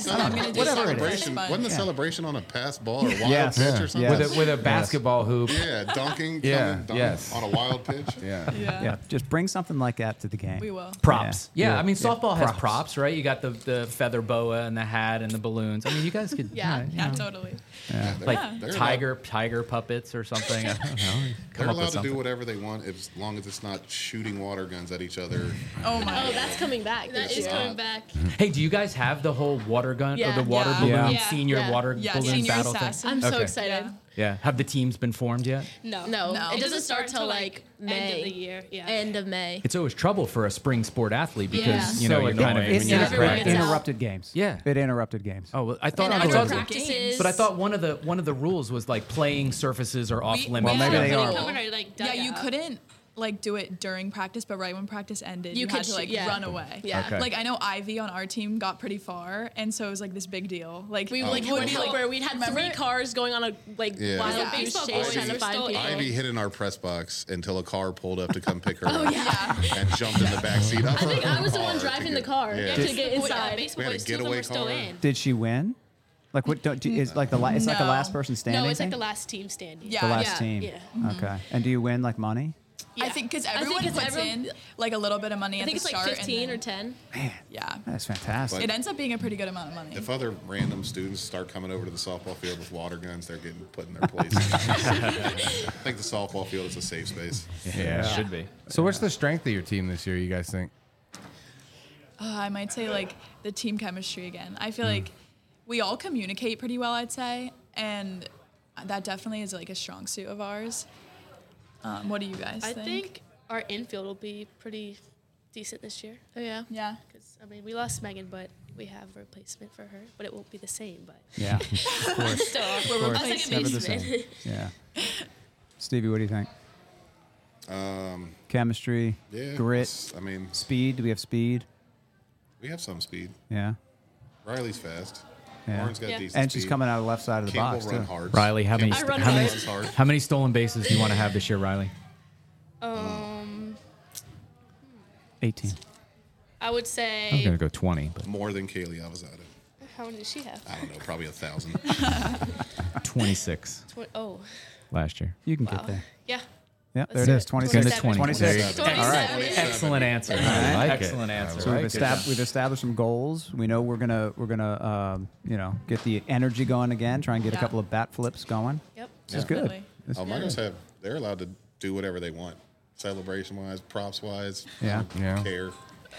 [SPEAKER 3] Whatever it is.
[SPEAKER 10] celebration. Wasn't the celebration on a pass ball or wild
[SPEAKER 3] Yes.
[SPEAKER 10] pitch or something?
[SPEAKER 5] With a, with a basketball hoop.
[SPEAKER 10] Yeah, dunking.
[SPEAKER 5] Yeah,
[SPEAKER 10] coming, dunking
[SPEAKER 5] yes.
[SPEAKER 10] On a wild pitch.
[SPEAKER 5] Yeah.
[SPEAKER 14] Yeah.
[SPEAKER 3] Yeah, just bring something like that to the game.
[SPEAKER 14] We will.
[SPEAKER 2] Props.
[SPEAKER 3] Yeah,
[SPEAKER 2] Yeah,
[SPEAKER 3] yeah,
[SPEAKER 2] I mean
[SPEAKER 3] yeah.
[SPEAKER 2] softball has
[SPEAKER 3] Props.
[SPEAKER 2] props. right? You got the, the feather boa and the hat and the balloons. I mean, you guys could
[SPEAKER 14] Yeah,
[SPEAKER 2] you
[SPEAKER 14] yeah,
[SPEAKER 2] know,
[SPEAKER 14] totally.
[SPEAKER 10] Yeah,
[SPEAKER 2] like
[SPEAKER 10] they're- they're
[SPEAKER 2] tiger tiger puppets or something. I don't know.
[SPEAKER 10] They're
[SPEAKER 2] Come up with
[SPEAKER 10] allowed to do
[SPEAKER 2] something.
[SPEAKER 10] whatever they want as long as it's not shooting water guns at each other.
[SPEAKER 14] Oh my.
[SPEAKER 16] Oh, that's coming back.
[SPEAKER 10] That
[SPEAKER 16] this
[SPEAKER 10] is
[SPEAKER 16] year.
[SPEAKER 10] coming
[SPEAKER 15] back.
[SPEAKER 2] Hey, do you guys have the whole water gun
[SPEAKER 16] Yeah.
[SPEAKER 2] or the water
[SPEAKER 16] Yeah.
[SPEAKER 2] balloon
[SPEAKER 3] Yeah.
[SPEAKER 2] senior
[SPEAKER 16] Yeah.
[SPEAKER 2] water
[SPEAKER 16] Yeah,
[SPEAKER 2] balloon
[SPEAKER 16] senior
[SPEAKER 2] battle
[SPEAKER 16] assassin.
[SPEAKER 2] thing?
[SPEAKER 16] I'm so excited.
[SPEAKER 2] Yeah. Have the teams been formed yet?
[SPEAKER 15] No.
[SPEAKER 16] No,
[SPEAKER 15] No.
[SPEAKER 16] It, doesn't start till like May.
[SPEAKER 15] end of the year. Yeah.
[SPEAKER 16] End of May.
[SPEAKER 2] It's always trouble for a spring sport athlete because
[SPEAKER 16] Yeah.
[SPEAKER 2] you know
[SPEAKER 5] So
[SPEAKER 2] you're kind of
[SPEAKER 5] annoying
[SPEAKER 2] when
[SPEAKER 5] when
[SPEAKER 2] you're
[SPEAKER 5] you
[SPEAKER 2] at
[SPEAKER 5] get
[SPEAKER 2] practice.
[SPEAKER 3] It interrupted games.
[SPEAKER 2] Yeah.
[SPEAKER 3] It interrupted games.
[SPEAKER 2] Oh, well, I thought
[SPEAKER 3] And
[SPEAKER 2] I
[SPEAKER 3] outdoor
[SPEAKER 2] was-
[SPEAKER 15] practices.
[SPEAKER 2] but I thought one of the one of the rules was like playing surfaces are off
[SPEAKER 14] We-
[SPEAKER 2] limits.
[SPEAKER 14] we had a
[SPEAKER 3] they
[SPEAKER 14] rule.
[SPEAKER 3] are.
[SPEAKER 15] Cover, like,
[SPEAKER 14] yeah, you
[SPEAKER 15] dugout.
[SPEAKER 14] couldn't like do it during practice, but right when practice ended,
[SPEAKER 7] You
[SPEAKER 14] you,
[SPEAKER 7] could
[SPEAKER 14] had to
[SPEAKER 7] shoot-
[SPEAKER 14] like
[SPEAKER 7] yeah.
[SPEAKER 14] run away.
[SPEAKER 7] Yeah. Okay.
[SPEAKER 14] Like I know Ivy on our team got pretty far, and so it was like this big deal. Like
[SPEAKER 16] We like would help her. We'd had
[SPEAKER 14] remember
[SPEAKER 16] three
[SPEAKER 14] it?
[SPEAKER 16] cars going on a like
[SPEAKER 10] Yeah.
[SPEAKER 16] wild
[SPEAKER 10] Yeah.
[SPEAKER 16] goose
[SPEAKER 10] Baseball
[SPEAKER 16] chase
[SPEAKER 10] boys
[SPEAKER 16] trying to
[SPEAKER 10] are
[SPEAKER 16] find
[SPEAKER 10] still
[SPEAKER 16] people.
[SPEAKER 10] Ivy hid in our press box until a car pulled up to come pick her
[SPEAKER 16] Oh,
[SPEAKER 10] up
[SPEAKER 16] yeah.
[SPEAKER 10] and jumped in the back seat.
[SPEAKER 16] I think I was the one driving the car
[SPEAKER 10] Yeah.
[SPEAKER 16] to get inside.
[SPEAKER 10] We had a getaway car.
[SPEAKER 3] Did she win? Like what? Don't, do, is like the la- it's like the
[SPEAKER 15] No.
[SPEAKER 3] last person standing.
[SPEAKER 15] No, it's
[SPEAKER 3] thing?
[SPEAKER 15] like the last team standing. Mm-hmm.
[SPEAKER 3] The last team.
[SPEAKER 15] Yeah.
[SPEAKER 3] Okay. And do you win like money?
[SPEAKER 14] I think because
[SPEAKER 16] I think
[SPEAKER 14] everyone
[SPEAKER 16] it's
[SPEAKER 14] puts
[SPEAKER 16] everyone-
[SPEAKER 14] in like a little bit of money.
[SPEAKER 16] I
[SPEAKER 14] at
[SPEAKER 16] think
[SPEAKER 14] the
[SPEAKER 16] it's like
[SPEAKER 14] start and
[SPEAKER 16] 15 or
[SPEAKER 14] then-
[SPEAKER 16] 10.
[SPEAKER 14] Yeah.
[SPEAKER 3] That's fantastic.
[SPEAKER 14] It ends up being a pretty good amount of money.
[SPEAKER 10] If other random students start coming over to the softball field with water guns, they're getting put in their place. I think the softball field is a safe space.
[SPEAKER 5] So, what's the strength of your team this year? You guys think?
[SPEAKER 14] Uh, I might say like the team chemistry again. I feel
[SPEAKER 5] Mm.
[SPEAKER 14] like we all communicate pretty well, I'd say, and that definitely is like a strong suit of ours. Um, what do you guys
[SPEAKER 15] I
[SPEAKER 14] think?
[SPEAKER 15] think our infield will be pretty decent this year.
[SPEAKER 16] Oh yeah.
[SPEAKER 14] Yeah.
[SPEAKER 15] Because I mean, we lost Megan, but we have a replacement for her. But it won't be the same. But
[SPEAKER 3] Yeah. Of course.
[SPEAKER 15] Still,
[SPEAKER 3] Of
[SPEAKER 15] we're
[SPEAKER 3] course.
[SPEAKER 15] replacing
[SPEAKER 3] Never the
[SPEAKER 15] Bateman.
[SPEAKER 3] same. Yeah. Stevie, what do you think?
[SPEAKER 10] Um,
[SPEAKER 3] Chemistry,
[SPEAKER 10] Yeah,
[SPEAKER 3] grit.
[SPEAKER 10] I mean-
[SPEAKER 3] speed. Do we have speed?
[SPEAKER 10] we have some speed.
[SPEAKER 3] Yeah.
[SPEAKER 10] Riley's fast.
[SPEAKER 3] Yeah.
[SPEAKER 10] Warren's got
[SPEAKER 3] Yeah.
[SPEAKER 10] decent
[SPEAKER 3] And she's
[SPEAKER 10] speed.
[SPEAKER 3] coming out of the left side of the
[SPEAKER 10] Campbell
[SPEAKER 3] box,
[SPEAKER 10] run
[SPEAKER 3] too.
[SPEAKER 10] hard.
[SPEAKER 8] Riley, how many,
[SPEAKER 10] I run
[SPEAKER 8] how, many,
[SPEAKER 10] hard. Runs hard.
[SPEAKER 8] how many stolen bases do you want to have this year, Riley?
[SPEAKER 15] Um,
[SPEAKER 8] 18.
[SPEAKER 15] I would say.
[SPEAKER 8] I'm going to go 20.
[SPEAKER 10] More than Kaylee Avazada.
[SPEAKER 15] How many did she have?
[SPEAKER 10] I don't know, probably a thousand.
[SPEAKER 8] 26
[SPEAKER 15] Twen- oh.
[SPEAKER 8] last year.
[SPEAKER 3] You
[SPEAKER 15] can get Wow. there. Yeah.
[SPEAKER 3] Yep,
[SPEAKER 15] Let's
[SPEAKER 3] there it
[SPEAKER 15] do
[SPEAKER 3] is.
[SPEAKER 15] it.
[SPEAKER 3] 26.
[SPEAKER 8] It's gonna be
[SPEAKER 3] 26.
[SPEAKER 8] 26.
[SPEAKER 3] All right.
[SPEAKER 8] Twenty-seven. Excellent answer.
[SPEAKER 3] All right.
[SPEAKER 8] I like it. Excellent answer.
[SPEAKER 3] So
[SPEAKER 8] I
[SPEAKER 3] we've,
[SPEAKER 8] like it.
[SPEAKER 3] estab- we've established some goals. We know we're gonna we're gonna um, you know get the energy going again. Try and get
[SPEAKER 10] Yeah.
[SPEAKER 3] a couple of bat flips going. This is good. This is
[SPEAKER 10] Almighty's
[SPEAKER 3] good.
[SPEAKER 10] Oh, have they're allowed to do whatever they want, celebration wise, props wise.
[SPEAKER 3] Yeah. Yeah.
[SPEAKER 10] Care.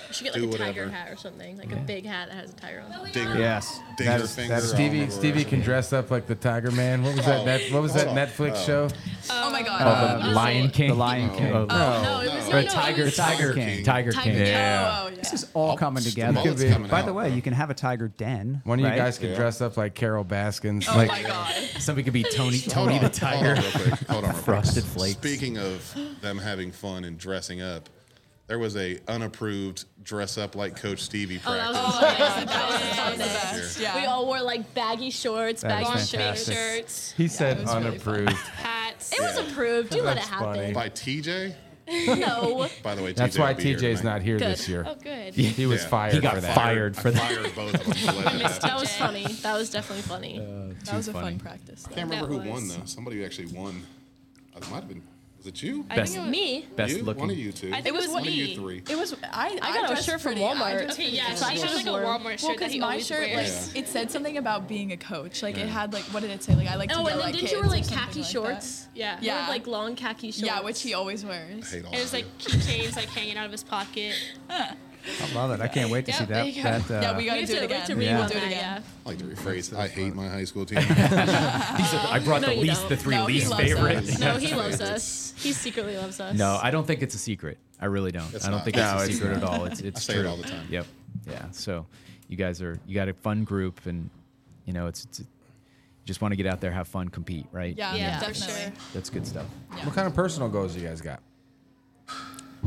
[SPEAKER 16] You should get
[SPEAKER 10] do
[SPEAKER 16] like a
[SPEAKER 10] whatever.
[SPEAKER 16] tiger hat or something, like
[SPEAKER 10] Yeah.
[SPEAKER 16] a big hat that has a tiger on. it.
[SPEAKER 10] Dinger.
[SPEAKER 3] Yes.
[SPEAKER 10] Dinger
[SPEAKER 3] That is-
[SPEAKER 10] finger.
[SPEAKER 3] that is-
[SPEAKER 10] I'll
[SPEAKER 5] Stevie
[SPEAKER 10] remember
[SPEAKER 5] Stevie
[SPEAKER 10] where
[SPEAKER 5] can dress up like the Tiger Man. What was that?
[SPEAKER 10] Oh,
[SPEAKER 5] net, what was that
[SPEAKER 10] hold on.
[SPEAKER 5] Netflix
[SPEAKER 10] Oh.
[SPEAKER 5] show?
[SPEAKER 14] Oh my God.
[SPEAKER 5] Called
[SPEAKER 14] Uh, Lion
[SPEAKER 3] King. The Lion King.
[SPEAKER 5] Oh,
[SPEAKER 3] no,
[SPEAKER 14] it was-
[SPEAKER 5] Or
[SPEAKER 14] no, it
[SPEAKER 5] Tiger,
[SPEAKER 14] was-
[SPEAKER 5] Tiger
[SPEAKER 14] Tiger
[SPEAKER 5] King.
[SPEAKER 14] King. Tiger King.
[SPEAKER 5] Yeah.
[SPEAKER 14] Oh, yeah.
[SPEAKER 3] This is all coming together.
[SPEAKER 5] mullet's Could be. coming
[SPEAKER 3] By
[SPEAKER 5] out.
[SPEAKER 3] the way, you can have a tiger den.
[SPEAKER 5] One of
[SPEAKER 3] right?
[SPEAKER 5] you guys could dress up like Carol Baskins.
[SPEAKER 3] Oh
[SPEAKER 5] like,
[SPEAKER 3] my
[SPEAKER 14] God.
[SPEAKER 5] Somebody could be Tony
[SPEAKER 10] Hold
[SPEAKER 5] Tony
[SPEAKER 10] on,
[SPEAKER 5] the Tiger.
[SPEAKER 10] Hold on real quick. Hold on real quick.
[SPEAKER 5] Frosted Flakes.
[SPEAKER 10] Speaking of them having fun and dressing up, there was a unapproved dress up like Coach Stevie
[SPEAKER 16] Oh, that
[SPEAKER 10] practice.
[SPEAKER 16] was, amazing. that was amazing.
[SPEAKER 10] This year.
[SPEAKER 16] Yeah. We all wore like baggy shorts,
[SPEAKER 10] That
[SPEAKER 16] baggy
[SPEAKER 10] is
[SPEAKER 16] short
[SPEAKER 10] fantastic.
[SPEAKER 16] shirts.
[SPEAKER 5] He said unapproved.
[SPEAKER 16] Hats. It was approved. You let it happen.
[SPEAKER 10] By TJ?
[SPEAKER 16] no.
[SPEAKER 10] By the way,
[SPEAKER 5] That's
[SPEAKER 10] TJ
[SPEAKER 5] why
[SPEAKER 10] will be here
[SPEAKER 5] TJ's
[SPEAKER 10] tonight.
[SPEAKER 5] not here this year.
[SPEAKER 16] Oh, good.
[SPEAKER 5] He was
[SPEAKER 10] Yeah.
[SPEAKER 5] fired.
[SPEAKER 10] He got
[SPEAKER 5] for that.
[SPEAKER 8] fired for
[SPEAKER 10] I
[SPEAKER 8] that.
[SPEAKER 10] fired both of them. for letting that happen.
[SPEAKER 16] That was funny. That was definitely
[SPEAKER 10] Uh,
[SPEAKER 5] Uh,
[SPEAKER 16] funny.
[SPEAKER 14] that was a fun practice.
[SPEAKER 10] I can't remember who won though. Somebody actually won. Uh, It might have been. Was it you?
[SPEAKER 16] I think Best- it was- me.
[SPEAKER 10] you?
[SPEAKER 16] best
[SPEAKER 10] One of
[SPEAKER 16] looking.
[SPEAKER 10] you two.
[SPEAKER 16] I think it was
[SPEAKER 10] one of
[SPEAKER 16] me.
[SPEAKER 10] you three.
[SPEAKER 14] It was I.
[SPEAKER 16] I got a
[SPEAKER 14] dressed
[SPEAKER 16] shirt from
[SPEAKER 14] pretty- I
[SPEAKER 16] Walmart.
[SPEAKER 14] dressed pretty
[SPEAKER 16] Yeah,
[SPEAKER 14] good.
[SPEAKER 16] so I had, like, a
[SPEAKER 14] wore-
[SPEAKER 16] Walmart shirt
[SPEAKER 14] Well,
[SPEAKER 16] that
[SPEAKER 14] because
[SPEAKER 16] he
[SPEAKER 14] my
[SPEAKER 16] always
[SPEAKER 14] shirt
[SPEAKER 16] wears.
[SPEAKER 14] like it said something about being a coach. Like it had like what did it say? Like I like to
[SPEAKER 16] oh,
[SPEAKER 14] yell
[SPEAKER 16] and then
[SPEAKER 14] at
[SPEAKER 16] didn't
[SPEAKER 14] kids
[SPEAKER 16] you
[SPEAKER 14] or
[SPEAKER 16] wear like
[SPEAKER 14] something
[SPEAKER 16] khaki
[SPEAKER 14] like that.
[SPEAKER 16] shorts?
[SPEAKER 15] Yeah.
[SPEAKER 16] You
[SPEAKER 14] Yeah.
[SPEAKER 16] had, like long khaki shorts.
[SPEAKER 14] Yeah, which he always wears.
[SPEAKER 10] hate
[SPEAKER 15] It was like keychains like hanging out of his pocket.
[SPEAKER 3] I love it. I can't wait to see that. that uh,
[SPEAKER 15] have to- we have to
[SPEAKER 3] Yeah.
[SPEAKER 15] rewind that, yeah.
[SPEAKER 10] I like to rephrase. I hate my high school team.
[SPEAKER 8] I brought
[SPEAKER 16] No,
[SPEAKER 8] the
[SPEAKER 16] you
[SPEAKER 8] least, the
[SPEAKER 16] don't.
[SPEAKER 8] three
[SPEAKER 16] No, he
[SPEAKER 8] least
[SPEAKER 16] loves
[SPEAKER 8] favorite.
[SPEAKER 16] us. No, he loves us. He secretly loves us.
[SPEAKER 8] No, I don't think it's a secret. I really don't.
[SPEAKER 10] It's
[SPEAKER 8] I don't
[SPEAKER 10] not.
[SPEAKER 8] think
[SPEAKER 10] No,
[SPEAKER 8] it's a
[SPEAKER 10] it's
[SPEAKER 8] secret at
[SPEAKER 10] not.
[SPEAKER 8] all. It's
[SPEAKER 10] I
[SPEAKER 8] it's
[SPEAKER 10] say it
[SPEAKER 8] true.
[SPEAKER 10] all the time.
[SPEAKER 8] Yep. Yeah. So you guys are you got a fun group and you know it's, it's you just want to get out there, have fun, compete, right?
[SPEAKER 14] Yeah,
[SPEAKER 8] You know,
[SPEAKER 14] Yeah,
[SPEAKER 8] that's-
[SPEAKER 14] definitely.
[SPEAKER 8] That's good stuff.
[SPEAKER 5] What kind of personal goals you guys got?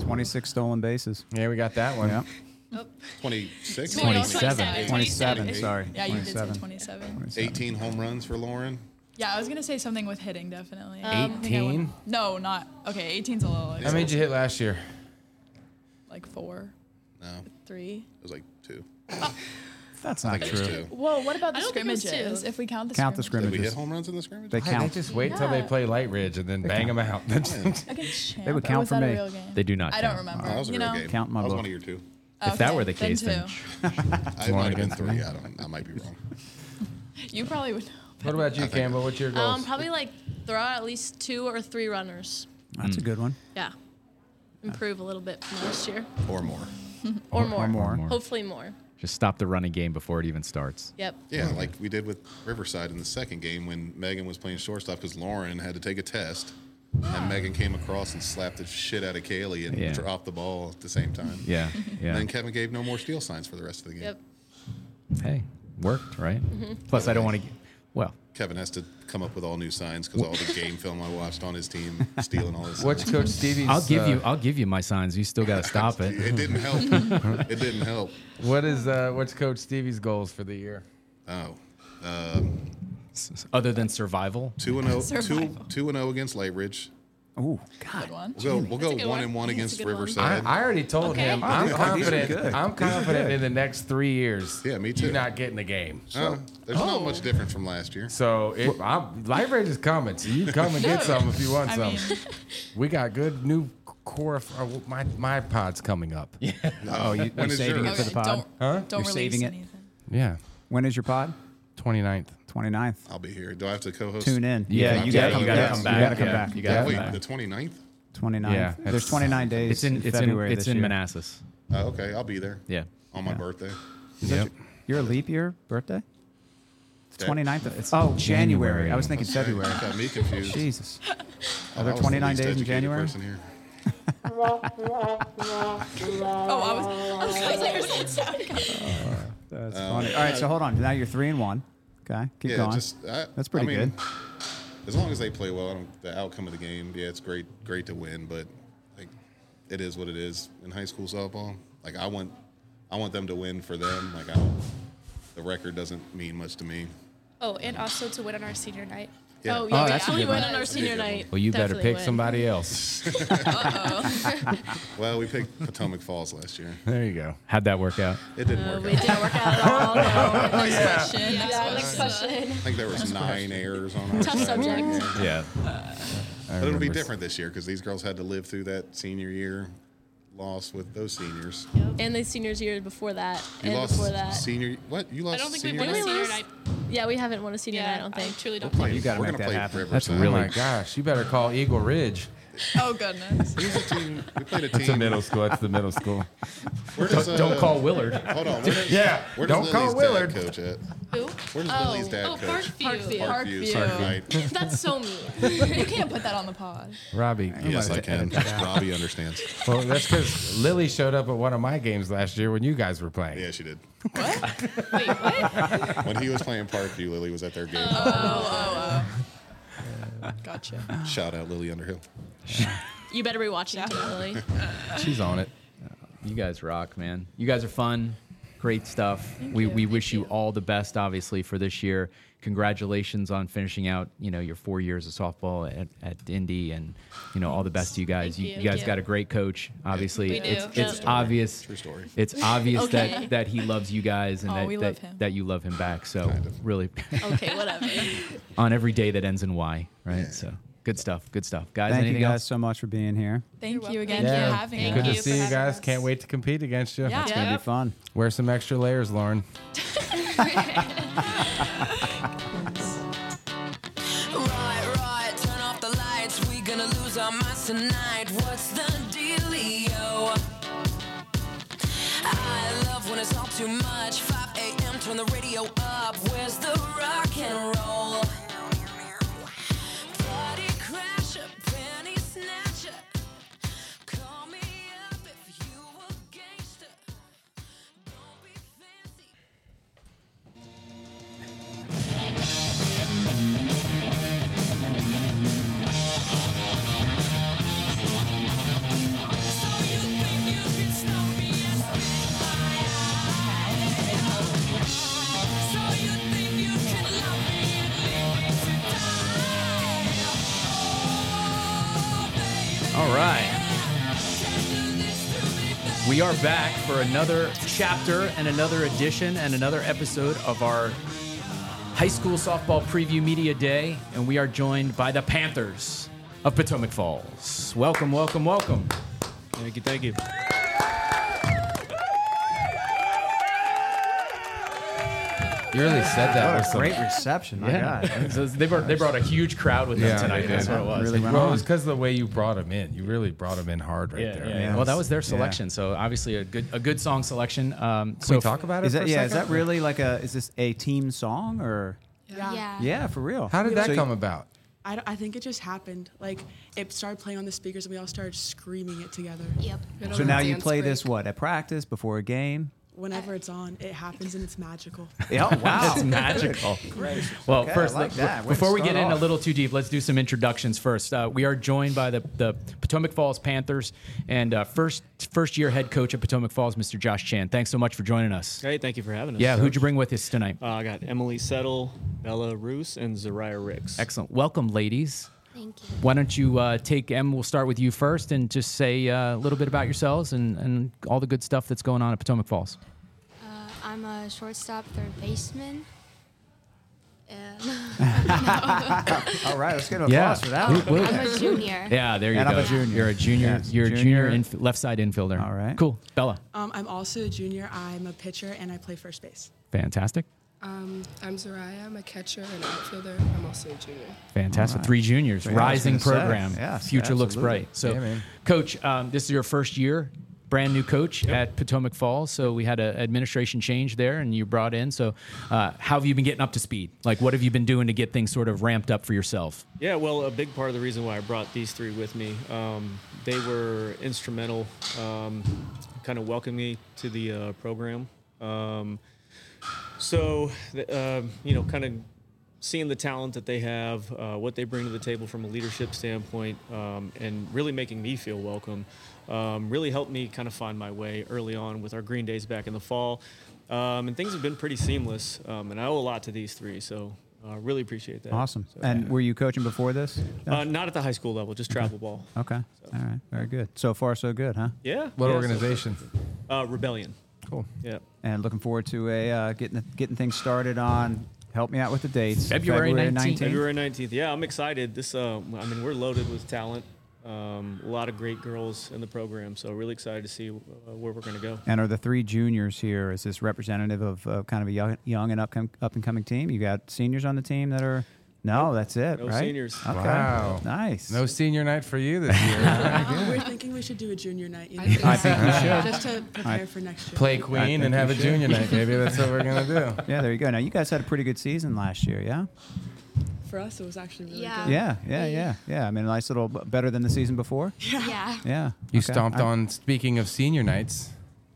[SPEAKER 3] 26 stolen bases.
[SPEAKER 5] Yeah, we got that one.
[SPEAKER 3] Yeah.
[SPEAKER 10] 26?
[SPEAKER 3] 27. 27, sorry.
[SPEAKER 14] Yeah, you did say 27.
[SPEAKER 10] 18 home runs for Lauren.
[SPEAKER 14] Yeah, I was gonna say something with hitting definitely.
[SPEAKER 10] Um, I think I won. 18?
[SPEAKER 14] No, not okay. 18's a little.
[SPEAKER 5] How many did you hit last year?
[SPEAKER 14] Like four,
[SPEAKER 10] No, it
[SPEAKER 14] three.
[SPEAKER 10] was like two.
[SPEAKER 14] Oh,
[SPEAKER 3] That's
[SPEAKER 10] I
[SPEAKER 3] not
[SPEAKER 10] think it was
[SPEAKER 3] true.
[SPEAKER 10] two.
[SPEAKER 14] Whoa, what about
[SPEAKER 10] I
[SPEAKER 14] the
[SPEAKER 10] don't think it was
[SPEAKER 14] scrimmages? If we count the
[SPEAKER 3] Count the
[SPEAKER 10] Did we hit
[SPEAKER 3] scrimmages.
[SPEAKER 10] home runs in the scrimmage?
[SPEAKER 3] They
[SPEAKER 5] Hey,
[SPEAKER 3] count.
[SPEAKER 5] just wait till they
[SPEAKER 14] Yeah.
[SPEAKER 5] play Light Ridge and then bang them out.
[SPEAKER 14] Against Champ.
[SPEAKER 3] They would
[SPEAKER 14] Or
[SPEAKER 3] count
[SPEAKER 14] was
[SPEAKER 3] for
[SPEAKER 14] that a
[SPEAKER 3] me.
[SPEAKER 14] real game?
[SPEAKER 8] They do not
[SPEAKER 14] I don't
[SPEAKER 8] count.
[SPEAKER 14] remember.
[SPEAKER 10] Oh, that was a
[SPEAKER 14] you
[SPEAKER 10] real
[SPEAKER 14] know?
[SPEAKER 10] game.
[SPEAKER 8] Count my
[SPEAKER 10] I was
[SPEAKER 8] book.
[SPEAKER 10] one of your two.
[SPEAKER 8] If that
[SPEAKER 14] Okay,
[SPEAKER 8] were the
[SPEAKER 14] then
[SPEAKER 8] case, then
[SPEAKER 10] I
[SPEAKER 8] One
[SPEAKER 10] might have been
[SPEAKER 8] against
[SPEAKER 10] three.
[SPEAKER 8] one.
[SPEAKER 10] I don't. I might be wrong.
[SPEAKER 14] You probably would know.
[SPEAKER 5] What about you, Campbell? What's your goals?
[SPEAKER 16] Um, probably like throw out at least two or three runners.
[SPEAKER 3] That's a good one.
[SPEAKER 16] Yeah. Improve a little bit from last year.
[SPEAKER 10] Or more.
[SPEAKER 16] Or,
[SPEAKER 8] Or-
[SPEAKER 16] more.
[SPEAKER 8] or more.
[SPEAKER 16] Hopefully more.
[SPEAKER 8] just stop the running game before it even starts.
[SPEAKER 16] Yep.
[SPEAKER 10] Yeah,
[SPEAKER 8] Hmm.
[SPEAKER 10] like we did with Riverside in the second game when Megan was playing shortstop because Lauren had to take a test, and Megan came across and slapped the shit out of Kaylee and
[SPEAKER 8] Yeah.
[SPEAKER 10] dropped the ball at the same time.
[SPEAKER 8] Yeah, yeah.
[SPEAKER 10] And then Kevin gave no more steal signs for the rest of the game.
[SPEAKER 16] Yep.
[SPEAKER 8] Hey, worked, right?
[SPEAKER 2] Mm-hmm.
[SPEAKER 16] Mhm.
[SPEAKER 8] Plus, I don't want to. Well,
[SPEAKER 10] Kevin has to come up with all new signs because all the game film I watched on his team stealing all his. signs.
[SPEAKER 2] I'll give
[SPEAKER 8] uh,
[SPEAKER 2] you. I'll give you my signs. You still got to stop it.
[SPEAKER 10] It didn't help. it didn't help.
[SPEAKER 5] What is uh, what's Coach Stevie's goals for the year?
[SPEAKER 10] Oh, um,
[SPEAKER 2] other than survival.
[SPEAKER 10] Two and zero. Two two and zero against Labridge.
[SPEAKER 3] Oh
[SPEAKER 10] God! We'll go, we'll go one, and one against
[SPEAKER 5] I,
[SPEAKER 10] Riverside.
[SPEAKER 5] I already told him
[SPEAKER 10] Oh,
[SPEAKER 5] I'm
[SPEAKER 10] these are good.
[SPEAKER 5] confident. I'm
[SPEAKER 10] These are
[SPEAKER 5] confident
[SPEAKER 10] good.
[SPEAKER 5] in the next three years.
[SPEAKER 10] Yeah, me
[SPEAKER 5] You're
[SPEAKER 10] too.
[SPEAKER 5] not getting the game.
[SPEAKER 10] So, there's not much different from last year.
[SPEAKER 5] So it, I'm, Light Rage is coming. So you come and get
[SPEAKER 10] No.
[SPEAKER 5] some if you want
[SPEAKER 10] I
[SPEAKER 5] some.
[SPEAKER 10] mean-
[SPEAKER 5] we got good new core. For, uh, my my pod's coming up. Yeah.
[SPEAKER 3] Oh, you, you're saving it for the pod?
[SPEAKER 5] Huh?
[SPEAKER 3] you're saving it.
[SPEAKER 5] Yeah.
[SPEAKER 3] When is your pod?
[SPEAKER 5] 29th.
[SPEAKER 3] 29th.
[SPEAKER 10] I'll be here. Do I have to co-host?
[SPEAKER 3] Tune in. Yeah,
[SPEAKER 10] I'll
[SPEAKER 3] you
[SPEAKER 10] have
[SPEAKER 3] gotta-
[SPEAKER 10] to co-host.
[SPEAKER 3] you gotta come back. You gotta come Yeah, back. you gotta
[SPEAKER 10] Wait,
[SPEAKER 3] come
[SPEAKER 10] the
[SPEAKER 3] back.
[SPEAKER 10] 29th?
[SPEAKER 3] 29th.
[SPEAKER 2] Yeah,
[SPEAKER 3] There's
[SPEAKER 2] it's-
[SPEAKER 3] 29 days
[SPEAKER 2] it's in-
[SPEAKER 3] in
[SPEAKER 2] it's in-
[SPEAKER 3] February
[SPEAKER 2] it's
[SPEAKER 3] this
[SPEAKER 2] in
[SPEAKER 3] year.
[SPEAKER 2] Manassas.
[SPEAKER 10] Oh, okay, I'll be there.
[SPEAKER 2] Yeah.
[SPEAKER 10] On my
[SPEAKER 2] Yeah.
[SPEAKER 10] birthday.
[SPEAKER 3] Is that your- your leap year birthday? It's
[SPEAKER 10] Yeah.
[SPEAKER 3] 29th. Of, oh, January. I was thinking
[SPEAKER 10] Sorry,
[SPEAKER 3] February.
[SPEAKER 10] you Got me confused.
[SPEAKER 3] Jesus.
[SPEAKER 10] Oh,
[SPEAKER 3] Are
[SPEAKER 10] I
[SPEAKER 3] there
[SPEAKER 10] was the
[SPEAKER 3] 29
[SPEAKER 10] least
[SPEAKER 3] days in
[SPEAKER 10] educated
[SPEAKER 3] January?
[SPEAKER 10] person here.
[SPEAKER 9] Oh,
[SPEAKER 14] I was- I was like, "Where's that
[SPEAKER 9] sound?"
[SPEAKER 3] That's
[SPEAKER 10] Uh,
[SPEAKER 3] funny. All right, so hold on. Now you're three and one. Okay, keep
[SPEAKER 10] yeah,
[SPEAKER 3] going.
[SPEAKER 10] just I,
[SPEAKER 3] That's pretty
[SPEAKER 10] I mean,
[SPEAKER 3] good.
[SPEAKER 10] As long as they play well, I don't, the outcome of the game, yeah, it's great, great to win, but like, it is what it is in high school softball. Like I want, I want them to win for them. Like I, the record doesn't mean much to me.
[SPEAKER 15] Oh, and also to win on our senior night.
[SPEAKER 10] Yeah.
[SPEAKER 15] Oh,
[SPEAKER 10] Oh,
[SPEAKER 15] yeah,
[SPEAKER 10] that's a
[SPEAKER 15] we win
[SPEAKER 10] good one.
[SPEAKER 15] on our
[SPEAKER 10] That's a
[SPEAKER 15] senior
[SPEAKER 10] good one.
[SPEAKER 15] night.
[SPEAKER 5] Well, you better
[SPEAKER 15] Definitely
[SPEAKER 5] pick
[SPEAKER 15] win.
[SPEAKER 5] somebody else.
[SPEAKER 15] Uh-oh.
[SPEAKER 10] Well, we picked Potomac Falls last year.
[SPEAKER 2] There you go. How'd that work out?
[SPEAKER 10] It didn't
[SPEAKER 15] Uh,
[SPEAKER 10] work. out.
[SPEAKER 15] didn't work out at all, no.
[SPEAKER 5] Oh,
[SPEAKER 3] Oh,
[SPEAKER 15] Next Yeah. question, next Yeah, next question. question.
[SPEAKER 10] I think there was
[SPEAKER 15] Next
[SPEAKER 10] nine
[SPEAKER 15] question.
[SPEAKER 10] errors on our
[SPEAKER 15] Tough
[SPEAKER 10] side.
[SPEAKER 15] subject.
[SPEAKER 2] Yeah. I
[SPEAKER 10] but it'll be
[SPEAKER 2] remember.
[SPEAKER 10] different this year because these girls had to live through that senior year loss with those seniors.
[SPEAKER 16] And the seniors year before that,
[SPEAKER 10] You
[SPEAKER 16] and
[SPEAKER 10] lost
[SPEAKER 16] before that.
[SPEAKER 10] senior. What you lost?
[SPEAKER 16] I don't think
[SPEAKER 10] senior
[SPEAKER 16] we won
[SPEAKER 10] night?
[SPEAKER 16] a senior night. Yeah, we haven't won a senior night. I don't think. truly don't
[SPEAKER 10] think. You gotta make that happen.
[SPEAKER 5] That's
[SPEAKER 10] Riverside.
[SPEAKER 5] really.
[SPEAKER 10] Oh
[SPEAKER 5] Oh
[SPEAKER 10] my
[SPEAKER 5] my gosh! You better call Eagle Ridge.
[SPEAKER 14] Oh goodness.
[SPEAKER 10] We played a
[SPEAKER 5] That's a middle school. That's the middle school.
[SPEAKER 10] Where
[SPEAKER 5] don't,
[SPEAKER 10] does, uh,
[SPEAKER 5] don't call Willard.
[SPEAKER 10] Hold on. Where does,
[SPEAKER 5] yeah.
[SPEAKER 10] Where does
[SPEAKER 5] don't call
[SPEAKER 10] Lily's dad
[SPEAKER 5] Willard.
[SPEAKER 10] Coach at?
[SPEAKER 15] Who?
[SPEAKER 10] Where's
[SPEAKER 14] Oh.
[SPEAKER 10] Lily's dad
[SPEAKER 14] Oh,
[SPEAKER 10] coach?
[SPEAKER 14] Parkview.
[SPEAKER 10] Parkview.
[SPEAKER 14] Parkview.
[SPEAKER 10] Sorry, mate.
[SPEAKER 14] That's so mean. you can't put that on the pod.
[SPEAKER 5] Robbie.
[SPEAKER 10] Yes, I
[SPEAKER 5] Robbie
[SPEAKER 10] can.
[SPEAKER 5] edit that out.
[SPEAKER 10] Robbie understands.
[SPEAKER 5] Well, that's because Lily showed up at one of my games last year when you guys were playing. Yeah,
[SPEAKER 10] she did.
[SPEAKER 9] Wait, what?
[SPEAKER 10] When he was playing Parkview, Lily was at their game.
[SPEAKER 14] Oh, oh, oh. Gotcha.
[SPEAKER 10] Shout out Lily Underhill.
[SPEAKER 16] You better be watching it, Lily.
[SPEAKER 2] She's on it. You guys rock, man. You guys are fun. Great stuff. we
[SPEAKER 16] you.
[SPEAKER 2] we wish you all the best, obviously, for this year. Congratulations on finishing out, you know, your four years of softball at, at Indy, and you know, all the best to you guys.
[SPEAKER 1] Thank
[SPEAKER 2] you,
[SPEAKER 1] you.
[SPEAKER 2] guys
[SPEAKER 1] Thank
[SPEAKER 2] got
[SPEAKER 1] you.
[SPEAKER 2] a great coach. Obviously,
[SPEAKER 1] We do.
[SPEAKER 2] it's,
[SPEAKER 1] Yeah.
[SPEAKER 2] it's
[SPEAKER 1] True story.
[SPEAKER 2] obvious.
[SPEAKER 10] True story.
[SPEAKER 2] It's obvious
[SPEAKER 1] Okay.
[SPEAKER 2] that that he loves you guys and
[SPEAKER 1] Oh,
[SPEAKER 2] that
[SPEAKER 1] we
[SPEAKER 2] that,
[SPEAKER 1] love him.
[SPEAKER 2] that you love him back. So really,
[SPEAKER 16] Okay, whatever.
[SPEAKER 2] on every day that ends in Y, right? So good stuff. Good stuff, guys.
[SPEAKER 3] Thank you
[SPEAKER 2] anything
[SPEAKER 3] guys
[SPEAKER 2] else?
[SPEAKER 3] so much for being here.
[SPEAKER 14] Thank you again
[SPEAKER 5] Yeah.
[SPEAKER 14] for having us.
[SPEAKER 5] Good to see you guys. Can't wait to compete against you.
[SPEAKER 14] Yeah. It's gonna be Yep.
[SPEAKER 3] fun.
[SPEAKER 5] Wear some extra layers, Lauren.
[SPEAKER 9] Right, right, turn off the lights. We gonna lose our minds tonight. What's the dealio? I love when it's all too much. 5 a.m. Turn the radio up. Where's the rock and roll? Party crasher, penny snatcher. Call me up if you a gangster. Don't be fancy.
[SPEAKER 2] All right. We are back for another chapter and another edition and another episode of our uh, high school softball preview media day. And we are joined by the Panthers of Potomac Falls. Welcome, welcome, welcome. Thank you, thank you.
[SPEAKER 5] You really said that
[SPEAKER 3] What
[SPEAKER 5] with
[SPEAKER 3] a
[SPEAKER 5] some-
[SPEAKER 3] great reception. My God.
[SPEAKER 2] So they, brought, they brought a huge crowd with them tonight. That's what it was.
[SPEAKER 5] well, it was because of the way you brought him in. You really brought him in hard right
[SPEAKER 2] yeah,
[SPEAKER 5] there.
[SPEAKER 2] yeah, yeah. Well, that was their selection. So obviously a good a good song selection. Um,
[SPEAKER 5] Can
[SPEAKER 2] so
[SPEAKER 5] we talk about
[SPEAKER 3] Is that, yeah, is that really like a, is this a team song or?
[SPEAKER 17] Yeah. Yeah.
[SPEAKER 3] Yeah, for real.
[SPEAKER 5] How did that
[SPEAKER 3] So you-
[SPEAKER 5] come about?
[SPEAKER 17] I, d- I think it just happened. Like it started playing on the speakers, and we all started screaming it together. Yep.
[SPEAKER 3] So now you play this what at practice before a game?
[SPEAKER 17] whenever it's on, it happens and it's magical.
[SPEAKER 2] Yeah, wow. That's magical.
[SPEAKER 17] Great.
[SPEAKER 2] Oh. Well,
[SPEAKER 17] Okay, I
[SPEAKER 2] first,
[SPEAKER 17] like
[SPEAKER 2] let-
[SPEAKER 17] that. Way to
[SPEAKER 2] before we
[SPEAKER 17] start
[SPEAKER 2] get in a
[SPEAKER 17] off.
[SPEAKER 2] little too deep, let's do some introductions first. Uh, we are joined by the, the Potomac Falls Panthers and uh, first first year head coach at Potomac Falls, Mr. Josh Chan. Thanks so much for joining us.
[SPEAKER 18] Great, thank you for having us.
[SPEAKER 2] Yeah, who'd you bring with us tonight?
[SPEAKER 18] Uh, I got Emily Settle, Bella Roos, and Zariah Ricks.
[SPEAKER 2] Excellent. Welcome, ladies.
[SPEAKER 18] Thank
[SPEAKER 2] you. Why don't you uh, take Em? We'll start with you first, and just say uh, a little bit about yourselves and, and all the good stuff that's going on at Potomac Falls.
[SPEAKER 19] Uh, I'm a shortstop, third baseman. Uh,
[SPEAKER 3] All right, let's get an applause
[SPEAKER 2] Yeah.
[SPEAKER 3] for that.
[SPEAKER 2] Woo,
[SPEAKER 3] one.
[SPEAKER 2] woo. I'm a junior. Yeah, there you
[SPEAKER 3] and
[SPEAKER 2] go.
[SPEAKER 3] I'm a junior.
[SPEAKER 2] You're a junior.
[SPEAKER 3] Yes,
[SPEAKER 2] You're a junior, inf- left side infielder. All right. Cool. Bella,
[SPEAKER 17] Um, I'm also a junior. I'm a pitcher and I play first base.
[SPEAKER 2] fantastic.
[SPEAKER 20] Um, I'm Zariah. I'm a catcher and outfielder. I'm also a junior.
[SPEAKER 2] Fantastic. Three juniors,
[SPEAKER 18] Yeah, I was
[SPEAKER 2] rising
[SPEAKER 18] gonna say.
[SPEAKER 2] program.
[SPEAKER 18] Yes,
[SPEAKER 2] Future looks
[SPEAKER 18] absolutely.
[SPEAKER 2] bright. So,
[SPEAKER 18] Yeah, man.
[SPEAKER 2] coach, um, this is your first year, brand new coach at Potomac Falls. So, we had an administration change there and you brought in. So, uh, how have you been getting up to speed? Like, what have you been doing to get things sort of ramped up for yourself?
[SPEAKER 18] Yeah, well, a big part of the reason why I brought these three with me, um, they were instrumental, um, kind of welcoming me to the uh, program. Um, so, th- uh, you know, kind of seeing the talent that they have, uh, what they bring to the table from a leadership standpoint, um, and really making me feel welcome, um, really helped me kind of find my way early on with our Green Days back in the fall. Um, and things have been pretty seamless, um, and I owe a lot to these three. So, uh, really appreciate that.
[SPEAKER 3] Awesome.
[SPEAKER 18] So-
[SPEAKER 3] And were you coaching before this?
[SPEAKER 18] uh, not at the high school level, just travel ball.
[SPEAKER 3] Okay. All right. Very good. So far, so good, huh?
[SPEAKER 18] Yeah.
[SPEAKER 5] What
[SPEAKER 18] yeah, so-
[SPEAKER 5] organization?
[SPEAKER 18] uh, Rebellion.
[SPEAKER 3] Cool.
[SPEAKER 18] Yeah.
[SPEAKER 3] And looking forward to a uh, getting getting things started on. Help me out with the dates.
[SPEAKER 18] February 19th. Yeah, I'm excited. This, uh, I mean, we're loaded with talent. Um, a lot of great girls in the program, so really excited to see uh, where we're going to go.
[SPEAKER 3] And are the three juniors here? Is this representative of uh, kind of a young, young and up, up and coming team? You got seniors on the team that are. No, that's it,
[SPEAKER 5] No
[SPEAKER 3] right?
[SPEAKER 5] seniors.
[SPEAKER 3] Okay.
[SPEAKER 5] Wow.
[SPEAKER 3] Nice.
[SPEAKER 5] No senior night for you this year.
[SPEAKER 17] Uh, We're thinking we should do a junior night. You know?
[SPEAKER 5] I think we should.
[SPEAKER 17] Just to prepare for next year.
[SPEAKER 5] Play queen
[SPEAKER 3] I think
[SPEAKER 5] and have
[SPEAKER 3] we
[SPEAKER 5] a junior night, maybe. That's what we're gonna do.
[SPEAKER 3] Yeah, there you go. Now you guys had a pretty good season last year, yeah?
[SPEAKER 17] For us, it was actually really
[SPEAKER 13] Yeah.
[SPEAKER 17] good.
[SPEAKER 3] Yeah, yeah, yeah, yeah. I mean, a nice little better than the season before.
[SPEAKER 13] Yeah.
[SPEAKER 3] Yeah.
[SPEAKER 5] You
[SPEAKER 3] Okay.
[SPEAKER 5] stomped
[SPEAKER 3] I-
[SPEAKER 5] on. Speaking of senior nights,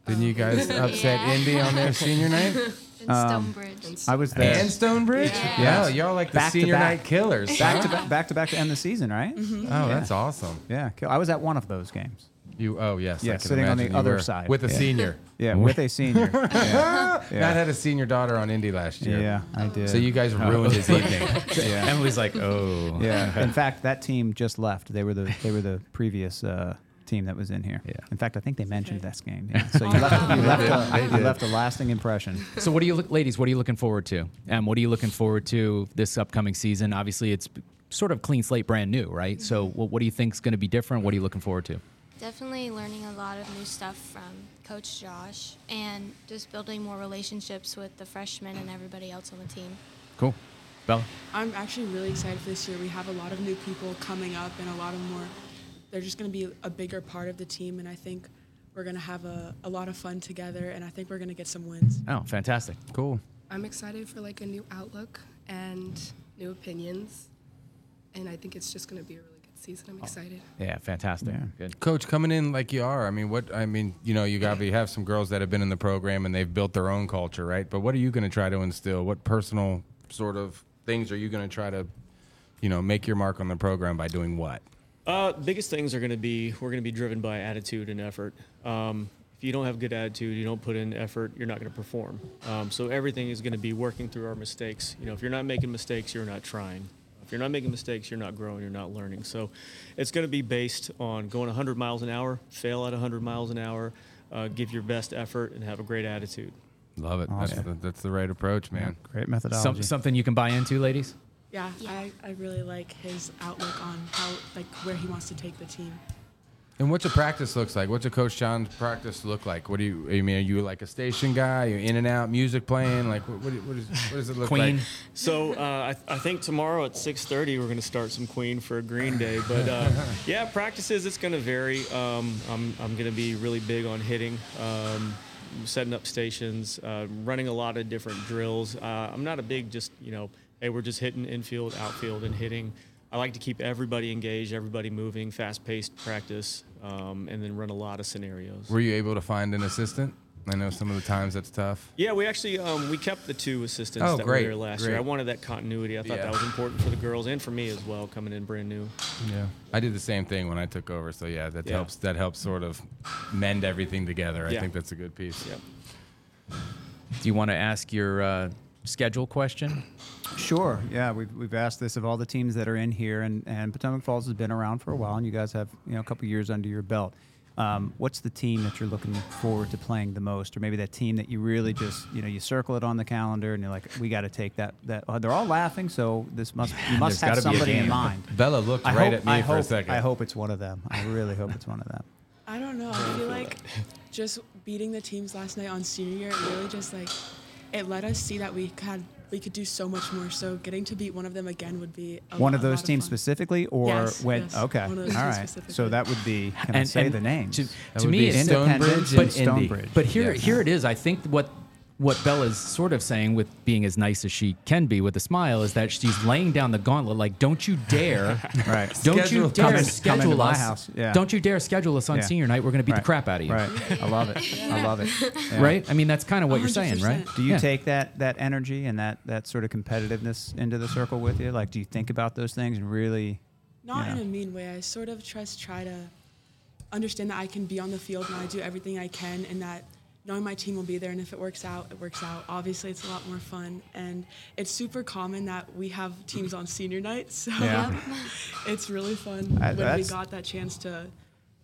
[SPEAKER 5] didn't you guys
[SPEAKER 3] Yeah.
[SPEAKER 5] upset Indy on their senior night?
[SPEAKER 3] And Um, Stonebridge. I was there.
[SPEAKER 5] And Stonebridge.
[SPEAKER 3] Yeah.
[SPEAKER 5] Wow, y'all like the
[SPEAKER 3] Back to
[SPEAKER 5] senior
[SPEAKER 3] back.
[SPEAKER 5] night killers.
[SPEAKER 3] Back to Mm-hmm. back, back to back to end the season, right?
[SPEAKER 5] Mhm. Oh, that's awesome.
[SPEAKER 3] Yeah, cool. I was at one of those games.
[SPEAKER 5] You oh yes,
[SPEAKER 3] yeah,
[SPEAKER 5] I can
[SPEAKER 3] sitting on the
[SPEAKER 5] imagine you
[SPEAKER 3] other
[SPEAKER 5] were.
[SPEAKER 3] side
[SPEAKER 5] with a
[SPEAKER 3] Yeah.
[SPEAKER 5] senior.
[SPEAKER 3] Yeah, with a senior. Yeah. Yeah.
[SPEAKER 5] Matt had a senior daughter on Indy last year.
[SPEAKER 3] Yeah, I did.
[SPEAKER 5] So you guys
[SPEAKER 3] Oh.
[SPEAKER 5] ruined his evening.
[SPEAKER 3] Yeah.
[SPEAKER 2] Emily's like, oh.
[SPEAKER 3] Yeah. In fact, that team just left. They were the they were the previous uh, team that was in here. Yeah. In fact, I think they mentioned this game. Yeah. So you left, you
[SPEAKER 2] They
[SPEAKER 3] left,
[SPEAKER 2] did. They
[SPEAKER 3] a, you
[SPEAKER 2] did.
[SPEAKER 3] left a lasting impression.
[SPEAKER 2] So, what are you, look- ladies? What are you looking forward to? And what are you looking forward to this upcoming season? Obviously, it's sort of clean slate, brand new, right? So, what, what do you think's going to be different? What are you looking forward to?
[SPEAKER 19] Definitely learning a lot of new stuff from Coach Josh and just building more relationships with the freshmen and everybody else on the team.
[SPEAKER 2] Cool, Bella.
[SPEAKER 17] I'm actually really excited for this year. We have a lot of new people coming up and a lot of more. They're just going to be a bigger part of the team, and I think we're going to have a, a lot of fun together, and I think we're going to get some wins.
[SPEAKER 2] Oh, fantastic. Cool.
[SPEAKER 20] I'm excited for like a new outlook and new opinions, and I think it's just going to be a really good season. I'm excited.
[SPEAKER 2] Yeah, fantastic. Good.
[SPEAKER 5] Coach, coming in like you are, I mean, what I mean, you know, you got to have some girls that have been in the program and they've built their own culture, right? But what are you going to try to instill? What personal sort of things are you going to try to, you know, make your mark on the program by doing what?
[SPEAKER 18] Uh, biggest things are going to be we're going to be driven by attitude and effort. Um, if you don't have good attitude, you don't put in effort, you're not going to perform. Um, so everything is going to be working through our mistakes. You know, if you're not making mistakes, you're not trying. If you're not making mistakes, you're not growing, you're not learning. So it's going to be based on going 100 miles an hour, fail at 100 miles an hour, uh, give your best effort, and have a great attitude.
[SPEAKER 5] Love it. That's, the, that's the right approach, man.
[SPEAKER 3] Great
[SPEAKER 2] Some, something you can buy into, ladies.
[SPEAKER 17] Yeah, I, I really like his outlook on how, like, where he wants to take the team.
[SPEAKER 5] And what's a practice looks like? What's a Coach John's practice look like? What do you? I mean, are you like a station guy? you in and out, music playing. Like, what? What, what, is, what does it look like?
[SPEAKER 18] So uh, I, I think tomorrow at 6:30 we're going to start some Queen for a Green Day. But uh, yeah, practices it's going to vary. Um, I'm I'm going to be really big on hitting. Um, setting up stations, uh, running a lot of different drills. Uh, I'm not a big just you know, hey, we're just hitting infield, outfield, and hitting. I like to keep everybody engaged, everybody moving, fast-paced practice, um, and then run a lot of scenarios.
[SPEAKER 5] Were you able to find an assistant? I know some of the times that's tough.
[SPEAKER 18] Yeah, we actually um, we kept the two assistants
[SPEAKER 5] Oh,
[SPEAKER 18] that
[SPEAKER 5] great,
[SPEAKER 18] were there last
[SPEAKER 5] great.
[SPEAKER 18] year. I wanted that continuity. I thought
[SPEAKER 5] Yeah.
[SPEAKER 18] that was important for the girls and for me as well, coming in brand new.
[SPEAKER 5] Yeah. I did the same thing when I took over, so yeah, that
[SPEAKER 18] Yeah.
[SPEAKER 5] helps. That helps sort of mend everything together. I
[SPEAKER 18] Yeah.
[SPEAKER 5] think that's a good piece. Yeah.
[SPEAKER 2] Do you want to ask your uh, schedule question?
[SPEAKER 3] Sure. Yeah, we've, we've asked this of all the teams that are in here, and, and Potomac Falls has been around for a while, and you guys have you know a couple years under your belt. Um, what's the team that you're looking forward to playing the most, or maybe that team that you really just you know you circle it on the calendar and you're like, we got to take that that. oh, they're all laughing, so this must you must have
[SPEAKER 5] there's gotta be a
[SPEAKER 3] somebody in
[SPEAKER 5] game.
[SPEAKER 3] mind.
[SPEAKER 5] Bella looked
[SPEAKER 3] I
[SPEAKER 5] right
[SPEAKER 3] hope-
[SPEAKER 5] at me
[SPEAKER 3] I
[SPEAKER 5] for a
[SPEAKER 3] hope-
[SPEAKER 5] second.
[SPEAKER 3] I hope it's one of them. I really hope it's one of them.
[SPEAKER 17] I don't know. I feel like just beating the teams last night on senior year, it really just like it let us see that we had we could do so much more. So getting to beat one of them again would be a
[SPEAKER 3] One
[SPEAKER 17] lo-
[SPEAKER 3] of
[SPEAKER 17] a lot
[SPEAKER 3] those teams specifically, or
[SPEAKER 17] Yes,
[SPEAKER 3] when?
[SPEAKER 17] yes.
[SPEAKER 3] Okay,
[SPEAKER 17] One
[SPEAKER 3] all
[SPEAKER 17] of those teams
[SPEAKER 3] right. So that would be. Can I
[SPEAKER 2] And-
[SPEAKER 3] say
[SPEAKER 2] and
[SPEAKER 3] the names?
[SPEAKER 2] To, to me, it's
[SPEAKER 3] Independence
[SPEAKER 2] but
[SPEAKER 3] and
[SPEAKER 2] Indy.
[SPEAKER 3] Stonebridge.
[SPEAKER 2] But here, here it is. I think what what Bella's sort of saying with being as nice as she can be with a smile is that she's laying down the gauntlet. Like, don't you dare,
[SPEAKER 3] Right.
[SPEAKER 2] Don't
[SPEAKER 3] Schedule-
[SPEAKER 2] you
[SPEAKER 3] come
[SPEAKER 2] dare
[SPEAKER 3] in- come
[SPEAKER 2] schedule
[SPEAKER 3] into my
[SPEAKER 2] us.
[SPEAKER 3] house. Yeah.
[SPEAKER 2] Don't you dare schedule us on
[SPEAKER 3] Yeah.
[SPEAKER 2] senior night. We're going to beat the crap out of you.
[SPEAKER 3] Right. I love it. I love it. Yeah.
[SPEAKER 2] Right. I mean, that's kind of what you are saying, right?
[SPEAKER 3] Do you
[SPEAKER 2] Yeah.
[SPEAKER 3] take that that energy and that that sort of competitiveness into the circle with you? Like, do you think about those things and really?
[SPEAKER 17] Not
[SPEAKER 3] you know,
[SPEAKER 17] in a mean way. I sort of just try to understand that I can be on the field and I do everything I can, and that knowing my team will be there. And if it works out, it works out. Obviously, it's a lot more fun, and it's super common that we have teams on senior night, so
[SPEAKER 3] Yeah. Yep.
[SPEAKER 17] it's really fun
[SPEAKER 3] Uh,
[SPEAKER 17] when we
[SPEAKER 3] that's-
[SPEAKER 17] got that chance to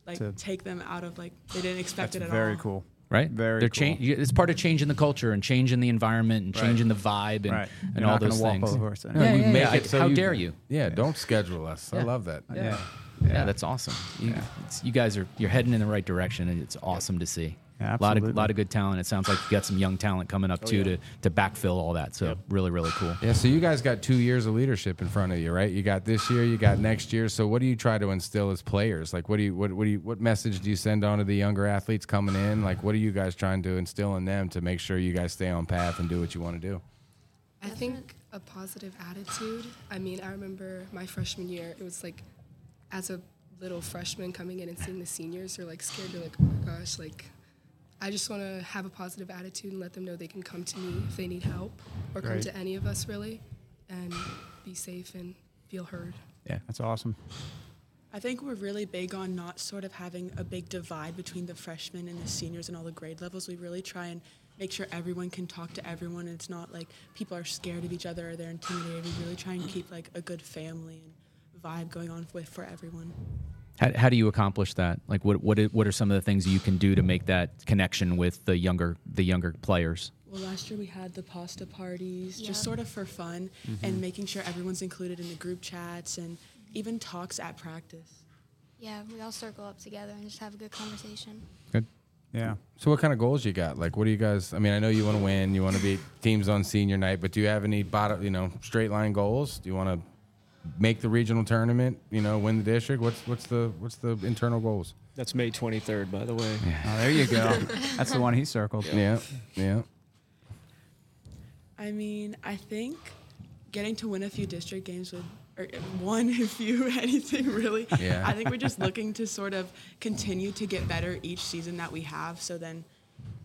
[SPEAKER 17] like
[SPEAKER 3] To-
[SPEAKER 17] take them out of like they didn't expect it at all.
[SPEAKER 3] cool.
[SPEAKER 2] Right.
[SPEAKER 3] Very
[SPEAKER 2] They're
[SPEAKER 3] cool.
[SPEAKER 2] cha- you- It's part of changing the culture and changing the environment and
[SPEAKER 5] Right.
[SPEAKER 2] changing the vibe and,
[SPEAKER 5] Right.
[SPEAKER 2] and
[SPEAKER 5] You're
[SPEAKER 2] all
[SPEAKER 5] not gonna
[SPEAKER 2] those
[SPEAKER 5] walk
[SPEAKER 2] things.
[SPEAKER 5] over us.
[SPEAKER 2] Yeah,
[SPEAKER 5] No,
[SPEAKER 2] yeah,
[SPEAKER 5] you
[SPEAKER 2] yeah.
[SPEAKER 5] make
[SPEAKER 2] I-
[SPEAKER 5] it so
[SPEAKER 2] How
[SPEAKER 5] you-
[SPEAKER 2] dare you?
[SPEAKER 5] Yeah, don't schedule us. I love that.
[SPEAKER 2] Yeah.
[SPEAKER 5] Yeah.
[SPEAKER 2] Yeah, that's awesome. You, it's- you guys are you're heading in the right direction, and it's awesome to see. a
[SPEAKER 3] Yeah,
[SPEAKER 2] lot
[SPEAKER 3] absolutely.
[SPEAKER 2] of lot of good talent. It sounds like you got some young talent coming up
[SPEAKER 5] Oh,
[SPEAKER 2] too
[SPEAKER 5] yeah.
[SPEAKER 2] to to backfill all that. So really really cool.
[SPEAKER 5] Yeah, so you guys got two years of leadership in front of you, right? You got this year, you got next year. So what do you try to instill as players? Like what do you what what do you what message do you send on to the younger athletes coming in? Like what are you guys trying to instill in them to make sure you guys stay on path and do what you want to do?
[SPEAKER 20] I think a positive attitude. I mean, I remember my freshman year, it was like as a little freshman coming in and seeing the seniors, you're like scared. You're like, oh my gosh, like I just want to have a positive attitude and let them know they can come to me if they need help or come
[SPEAKER 3] Right.
[SPEAKER 20] to any of us really and be safe and feel heard.
[SPEAKER 3] Yeah, that's awesome.
[SPEAKER 17] I think we're really big on not sort of having a big divide between the freshmen and the seniors and all the grade levels. We really try and make sure everyone can talk to everyone. It's not like people are scared of each other or they're intimidated. We really try and keep like a good family and vibe going on with for everyone.
[SPEAKER 2] How, how do you accomplish that? Like what what i- what are some of the things you can do to make that connection with the younger the younger players?
[SPEAKER 17] Well, last year we had the pasta parties,
[SPEAKER 13] Yeah.
[SPEAKER 17] just sort of for fun,
[SPEAKER 2] Mhm.
[SPEAKER 17] and making sure everyone's included in the group chats and even talks at practice.
[SPEAKER 19] Yeah, we all circle up together and just have a good conversation.
[SPEAKER 5] Good.
[SPEAKER 3] Yeah.
[SPEAKER 5] So what kind of goals you got? Like what do you guys I mean, I know you want to win, you want to beat teams on senior night, but do you have any bottom, you know, straight line goals? Do you want to make the regional tournament, you know, win the district? What's what's the what's the internal goals?
[SPEAKER 18] That's May 23rd, by the way.
[SPEAKER 3] Oh, there you go. That's the one he circled.
[SPEAKER 5] Yeah. Yeah.
[SPEAKER 17] I mean, I think getting to win a few district games would, or one a few, anything really.
[SPEAKER 5] Yeah.
[SPEAKER 17] I think we're just looking to sort of continue to get better each season that we have. So then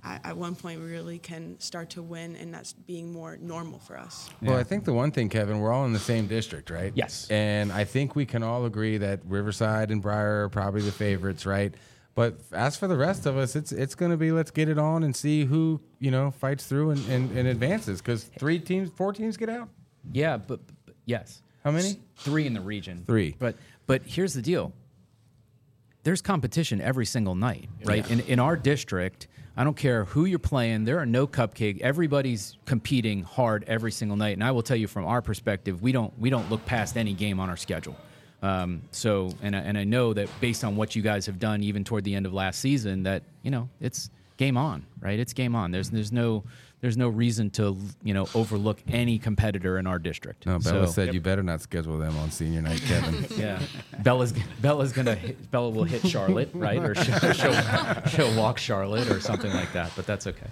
[SPEAKER 17] at, at one point we really can start to win, and that's being more normal for us.
[SPEAKER 5] Well, I think the one thing, Kevin, we're all in the same district, right? Yes. And I think we can all agree that Riverside and Briar are probably the favorites, right? But as for the rest of us, it's it's going to be let's get it on and see who you know fights through and, and, and advances because three teams, four teams get out.
[SPEAKER 2] Yeah, but, but yes.
[SPEAKER 5] How many?
[SPEAKER 2] Three in the region.
[SPEAKER 5] Three.
[SPEAKER 2] But but here's the deal. There's competition every single night, right?
[SPEAKER 1] Yeah.
[SPEAKER 2] In in our district, I don't care who you're playing, there are no cupcake. Everybody's competing hard every single night. And I will tell you from our perspective, we don't we don't look past any game on our schedule. Um, so and I, and I know that based on what you guys have done even toward the end of last season that, you know, it's game on, right? It's game on. There's there's no there's no reason to, you know, overlook any competitor in our district.
[SPEAKER 5] No, Bella
[SPEAKER 2] So-
[SPEAKER 5] said you better not schedule them on senior night, Kevin.
[SPEAKER 2] yeah, Bella's Bella's gonna hit, Bella will hit Charlotte, right? Or she'll, she'll she'll walk Charlotte or something like that. But that's okay.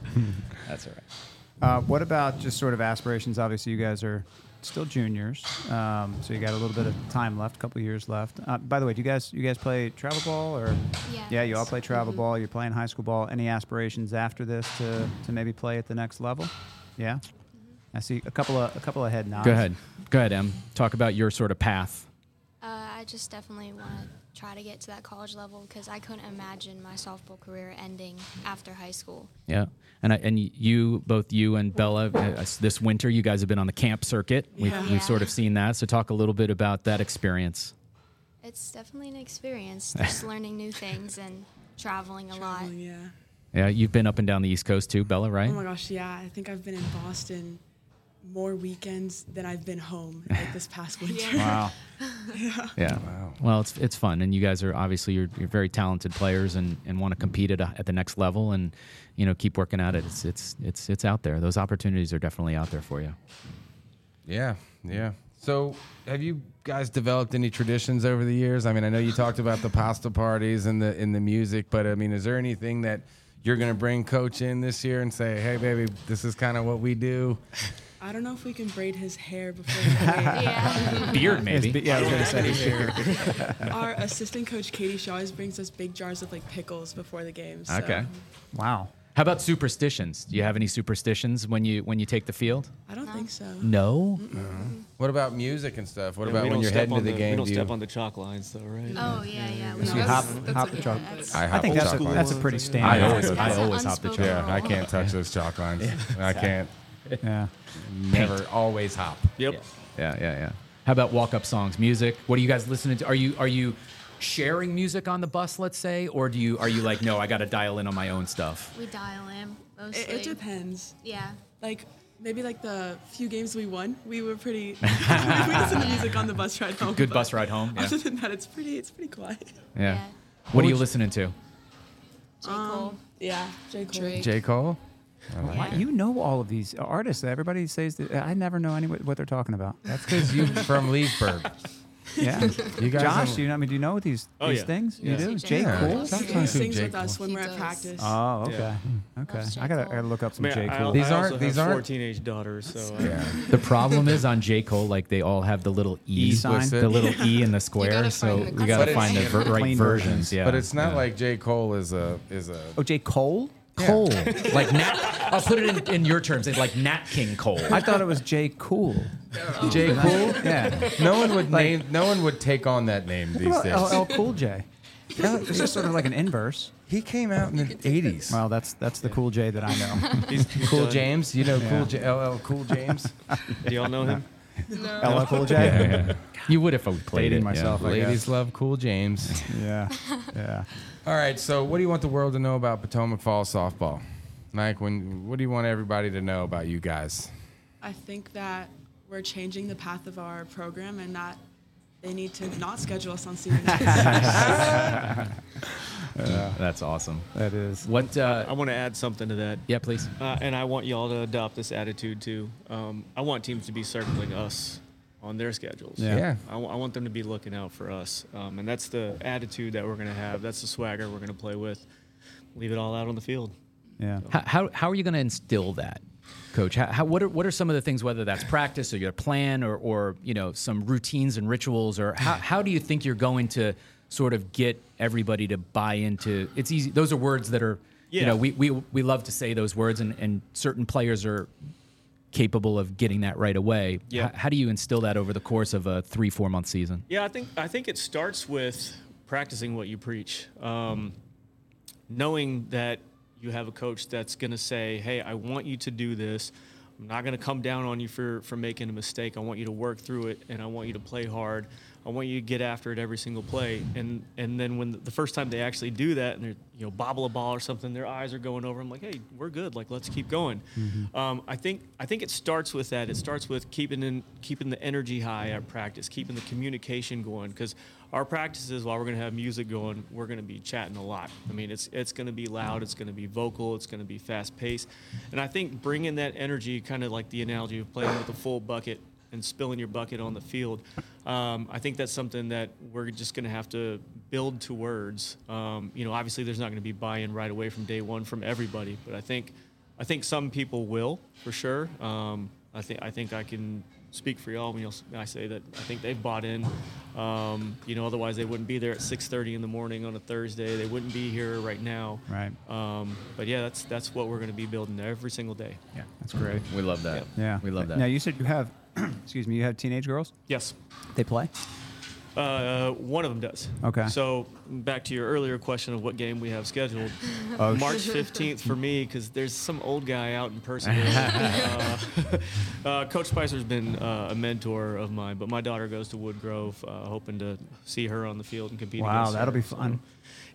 [SPEAKER 2] That's all right.
[SPEAKER 3] Uh, what about just sort of aspirations? Obviously, you guys are still juniors, um, so you got a little bit of time left, a couple years left. Uh, by the way, do you guys you guys play travel ball or?
[SPEAKER 19] Yeah.
[SPEAKER 3] you all play travel
[SPEAKER 17] Mm-hmm.
[SPEAKER 19] Mhm.
[SPEAKER 3] ball. You're playing high school ball. Any aspirations after this to, to maybe play at the next level? Yeah.
[SPEAKER 17] Mm-hmm.
[SPEAKER 3] I see a couple of a couple of head nods.
[SPEAKER 2] Go ahead. Go ahead, Em. Talk about your sort of path.
[SPEAKER 19] Uh, I just definitely want to try to get to that college level because I couldn't imagine my softball career ending after high school.
[SPEAKER 2] Yeah, and I, and you both you and Bella uh, this winter you guys have been on the camp circuit. We've,
[SPEAKER 19] Yeah.
[SPEAKER 2] we've sort of seen that. So talk a little bit about that experience.
[SPEAKER 19] It's definitely an experience, just learning new things and traveling a lot.
[SPEAKER 17] Yeah.
[SPEAKER 2] Yeah, you've been up and down the East Coast too, Bella, right?
[SPEAKER 17] Oh my gosh, yeah. I think I've been in Boston more weekends than I've been home like this past winter.
[SPEAKER 2] Wow.
[SPEAKER 17] yeah.
[SPEAKER 2] Yeah. Well, it's it's fun, and you guys are obviously you're, you're very talented players, and, and want to compete at, a, at the next level, and you know keep working at it. It's it's it's it's out there. Those opportunities are definitely out there for you.
[SPEAKER 5] Yeah, yeah. So, have you guys developed any traditions over the years? I mean, I know you talked about the pasta parties and the and the music, but I mean, is there anything that you're gonna bring Coach in this year and say, "Hey, baby, this is kind of what we do."
[SPEAKER 17] I don't know if we can braid his hair before the game.
[SPEAKER 5] Yeah. Beard, maybe.
[SPEAKER 3] Yes, be- yeah, I was gonna say
[SPEAKER 5] beard.
[SPEAKER 17] Our uh, assistant coach Katie, she always brings us big jars of like pickles before the game. So.
[SPEAKER 2] Okay.
[SPEAKER 3] Wow.
[SPEAKER 2] How about superstitions? Do you have any superstitions when you when you take the field?
[SPEAKER 17] I don't think so.
[SPEAKER 2] No.
[SPEAKER 5] What about music and stuff? What
[SPEAKER 18] Yeah,
[SPEAKER 5] about
[SPEAKER 18] we
[SPEAKER 5] when
[SPEAKER 18] don't
[SPEAKER 5] you're
[SPEAKER 18] step
[SPEAKER 5] heading to
[SPEAKER 18] on
[SPEAKER 5] the,
[SPEAKER 18] the- we
[SPEAKER 5] game?
[SPEAKER 18] don't
[SPEAKER 5] do
[SPEAKER 18] step
[SPEAKER 5] you-
[SPEAKER 18] on the chalk lines, though, right?
[SPEAKER 19] Oh, yeah, yeah.
[SPEAKER 3] You hop, hop the chalk. I think that's a, that's a pretty standard.
[SPEAKER 5] I always, I
[SPEAKER 3] That's an
[SPEAKER 5] always hop the chalk.
[SPEAKER 3] unspoken
[SPEAKER 5] Yeah, I
[SPEAKER 3] rule.
[SPEAKER 5] can't touch those chalk lines.
[SPEAKER 2] Yeah.
[SPEAKER 5] I can't.
[SPEAKER 3] Yeah.
[SPEAKER 5] Never, always hop.
[SPEAKER 18] Yep.
[SPEAKER 2] Yeah, yeah, yeah. How about walk up songs, music? What are you guys listening to? Are you are you sharing music on the bus, let's say, or do you are you like, no, I got to dial in on my own stuff?
[SPEAKER 19] We dial in mostly.
[SPEAKER 17] It, it depends.
[SPEAKER 19] Yeah.
[SPEAKER 17] Like maybe like the few games we won, we were pretty. we listened to music on the bus ride home.
[SPEAKER 2] Good
[SPEAKER 17] but
[SPEAKER 2] bus ride home, yeah.
[SPEAKER 17] Other than that, it's pretty. It's pretty quiet.
[SPEAKER 2] Yeah. What are you listening to?
[SPEAKER 17] J. Cole. Um, yeah, J. Cole.
[SPEAKER 5] J. Cole. I like
[SPEAKER 3] Why-
[SPEAKER 5] it.
[SPEAKER 3] You know all of these artists. Everybody says that "Uh, I never know any what they're talking about.
[SPEAKER 5] That's because you from Leesburg.
[SPEAKER 3] Yeah.
[SPEAKER 5] You guys
[SPEAKER 3] Josh,
[SPEAKER 5] are-
[SPEAKER 3] do you know, I mean, do you know these
[SPEAKER 5] Oh,
[SPEAKER 3] these
[SPEAKER 5] yeah.
[SPEAKER 3] things?
[SPEAKER 5] Yeah.
[SPEAKER 3] You do?
[SPEAKER 5] Yeah.
[SPEAKER 3] J.
[SPEAKER 5] Yeah.
[SPEAKER 3] Cole?
[SPEAKER 5] Sometimes Yeah.
[SPEAKER 17] sings
[SPEAKER 5] J.
[SPEAKER 17] with us
[SPEAKER 5] Cole.
[SPEAKER 17] when
[SPEAKER 5] He
[SPEAKER 17] we're at
[SPEAKER 5] does.
[SPEAKER 17] practice.
[SPEAKER 3] Oh, okay.
[SPEAKER 18] Yeah.
[SPEAKER 3] Okay. I gotta, I gotta look up some
[SPEAKER 18] Man,
[SPEAKER 3] J.
[SPEAKER 18] I-
[SPEAKER 3] Cole.
[SPEAKER 18] I also have four teenage daughters, so uh, I-
[SPEAKER 2] The problem is on J Cole, like they all have the little
[SPEAKER 5] E
[SPEAKER 2] E,
[SPEAKER 5] sign?
[SPEAKER 2] the little E in
[SPEAKER 5] You
[SPEAKER 2] the
[SPEAKER 5] gotta
[SPEAKER 2] square. So
[SPEAKER 5] find the
[SPEAKER 2] we got
[SPEAKER 5] But
[SPEAKER 2] to
[SPEAKER 5] it's-
[SPEAKER 2] find the ver- right
[SPEAKER 5] Clean
[SPEAKER 2] versions. Yeah,
[SPEAKER 5] But it's not
[SPEAKER 2] yeah.
[SPEAKER 5] like J. Cole is a is a.
[SPEAKER 3] Oh, J. Cole.
[SPEAKER 2] Cole, like Nat. I'll put it in, in your terms, it's like Nat King Cole.
[SPEAKER 3] I thought it was J. Cool.
[SPEAKER 5] J. Cole.
[SPEAKER 3] Yeah.
[SPEAKER 5] No one would name. No one would take on that name
[SPEAKER 3] What
[SPEAKER 5] these
[SPEAKER 3] about
[SPEAKER 5] days.
[SPEAKER 3] LL Cool J. Yeah, it's just sort of like an inverse.
[SPEAKER 5] He came out in the '80s.
[SPEAKER 3] Well, that's that's the Cool J that I know.
[SPEAKER 5] cool James. You know
[SPEAKER 3] Yeah.
[SPEAKER 5] Cool J, LL Cool James.
[SPEAKER 18] Do y'all know him?
[SPEAKER 5] No.
[SPEAKER 3] LL Cool J.
[SPEAKER 5] Yeah, yeah. You would if I played
[SPEAKER 3] Dating
[SPEAKER 5] it, yeah.
[SPEAKER 3] myself. I
[SPEAKER 5] Ladies
[SPEAKER 3] guess.
[SPEAKER 5] love Cool James.
[SPEAKER 3] Yeah. Yeah.
[SPEAKER 5] All right. So, what do you want the world to know about Potomac Falls softball? Like, when what do you want everybody to know about you guys?
[SPEAKER 17] I think that we're changing the path of our program and that they need to not schedule us on senior night.
[SPEAKER 2] That's awesome.
[SPEAKER 3] That is.
[SPEAKER 2] What uh,
[SPEAKER 18] I want to add something to that.
[SPEAKER 2] Yeah, please.
[SPEAKER 18] Uh, and I want y'all to adopt this attitude too. Um, I want teams to be circling us on their schedules.
[SPEAKER 5] Yeah. Yeah.
[SPEAKER 18] I wa- I want them to be looking out for us, um, and that's the attitude that we're going to have. That's the swagger we're going to play with. Leave it all out on the field.
[SPEAKER 3] Yeah.
[SPEAKER 2] How, how, how are you going to instill that, Coach? How, how, what are what are some of the things, whether that's practice or your plan or or you know some routines and rituals, or how, how do you think you're going to sort of get everybody to buy into? It's easy. Those are words that are you
[SPEAKER 18] Yeah.
[SPEAKER 2] know we, we we love to say those words, and and certain players are capable of getting that right away.
[SPEAKER 18] Yeah.
[SPEAKER 2] How, how do you instill that over the course of a three four month season?
[SPEAKER 18] Yeah, I think I think it starts with practicing what you preach. Um, knowing that you have a coach that's going to say, "Hey, I want you to do this. I'm not going to come down on you for for making a mistake. I want you to work through it, and I want you to play hard. I want you to get after it every single play." And and then when the, the first time they actually do that, and they're you know bobble a ball or something, their eyes are going over. I'm like, "Hey, we're good. Like, let's keep going." Um, I think I think it starts with that. It starts with keeping in keeping the energy high at practice, keeping the communication going. Because our practices, while we're going to have music going, we're going to be chatting a lot. I mean, it's it's going to be loud, it's going to be vocal, it's going to be fast paced, and I think bringing that energy, kind of like the analogy of playing with a full bucket and spilling your bucket on the field. Um, I think that's something that we're just going to have to build towards. Um, you know, obviously there's not going to be buy-in right away from day one from everybody, but I think I think some people will for sure. Um, I think I think I can speak for y'all when, y'all, s- when I say that I think they've bought in. Um, you know, otherwise they wouldn't be there at 6:30 in the morning on a Thursday. They wouldn't be here right now.
[SPEAKER 3] Right.
[SPEAKER 18] Um, but yeah, that's that's what we're going to be building every single day.
[SPEAKER 3] Yeah, that's great.
[SPEAKER 2] We love that.
[SPEAKER 3] Yeah,
[SPEAKER 2] We love that.
[SPEAKER 3] Now you said you have, excuse me, you have teenage girls.
[SPEAKER 18] Yes.
[SPEAKER 3] They play.
[SPEAKER 18] Uh, one of them does.
[SPEAKER 3] Okay.
[SPEAKER 18] So back to your earlier question of what game we have scheduled.
[SPEAKER 3] Oh, sh-
[SPEAKER 18] March 15th for me because there's some old guy out in person. uh, uh, Coach Spicer's been uh, a mentor of mine, but my daughter goes to Wood Grove, uh, hoping to see her on the field and compete.
[SPEAKER 3] Wow,
[SPEAKER 18] against
[SPEAKER 3] that'll
[SPEAKER 18] her.
[SPEAKER 3] be fun.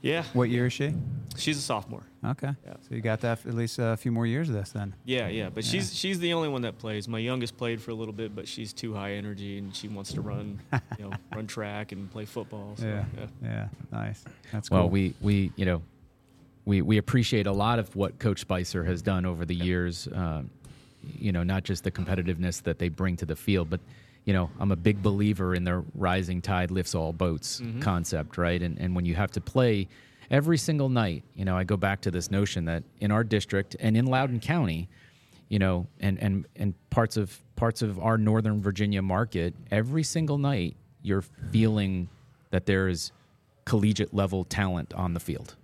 [SPEAKER 18] Yeah.
[SPEAKER 3] What year is she?
[SPEAKER 18] She's a sophomore.
[SPEAKER 3] Okay. So you got that for at least a few more years of this then.
[SPEAKER 18] Yeah, yeah, but she's she's the only one that plays. My youngest played for a little bit, but she's too high energy and she wants to run, you know, run track and play football. So,
[SPEAKER 3] yeah.
[SPEAKER 18] yeah.
[SPEAKER 3] Yeah. Nice. That's
[SPEAKER 2] well,
[SPEAKER 3] cool.
[SPEAKER 2] we we you know, we we appreciate a lot of what Coach Spicer has done over the years. Um, you know, not just the competitiveness that they bring to the field, but you know, I'm a big believer in the rising tide lifts all boats
[SPEAKER 21] Mhm.
[SPEAKER 2] concept, right? And and when you have to play every single night, you know, I go back to this notion that in our district and in Loudoun County, you know, and and and parts of parts of our northern Virginia market, every single night you're feeling that there is collegiate level talent on the field,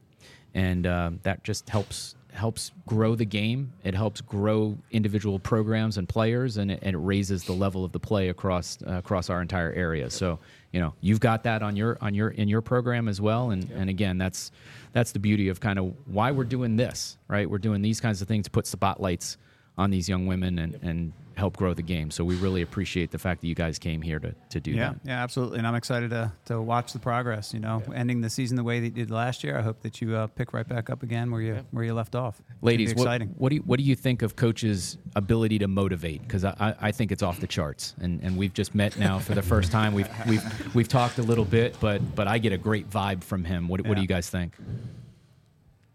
[SPEAKER 2] and um, that just helps helps grow the game. It helps grow individual programs and players, and it, and it raises the level of the play across uh, across our entire area. So you know you've got that on your on your in your program as well, and and again that's that's the beauty of kind of why we're doing this, right? We're doing these kinds of things to put spotlights on these young women and, and help grow the game. So we really appreciate the fact that you guys came here to, to do
[SPEAKER 3] yeah,
[SPEAKER 2] that.
[SPEAKER 3] yeah, absolutely, and I'm excited to, to watch the progress. You know, ending the season the way that you did last year. I hope that you uh, pick right back up again where you where you left off. It's gonna
[SPEAKER 2] Ladies,
[SPEAKER 3] be
[SPEAKER 2] what,
[SPEAKER 3] exciting.
[SPEAKER 2] what do you, what do you think of Coach's ability to motivate? Because I, I- I think it's off the charts, and, and we've just met now for the first time. We've we've we've talked a little bit, but but I get a great vibe from him. What, what do
[SPEAKER 17] Yeah.
[SPEAKER 2] you guys think?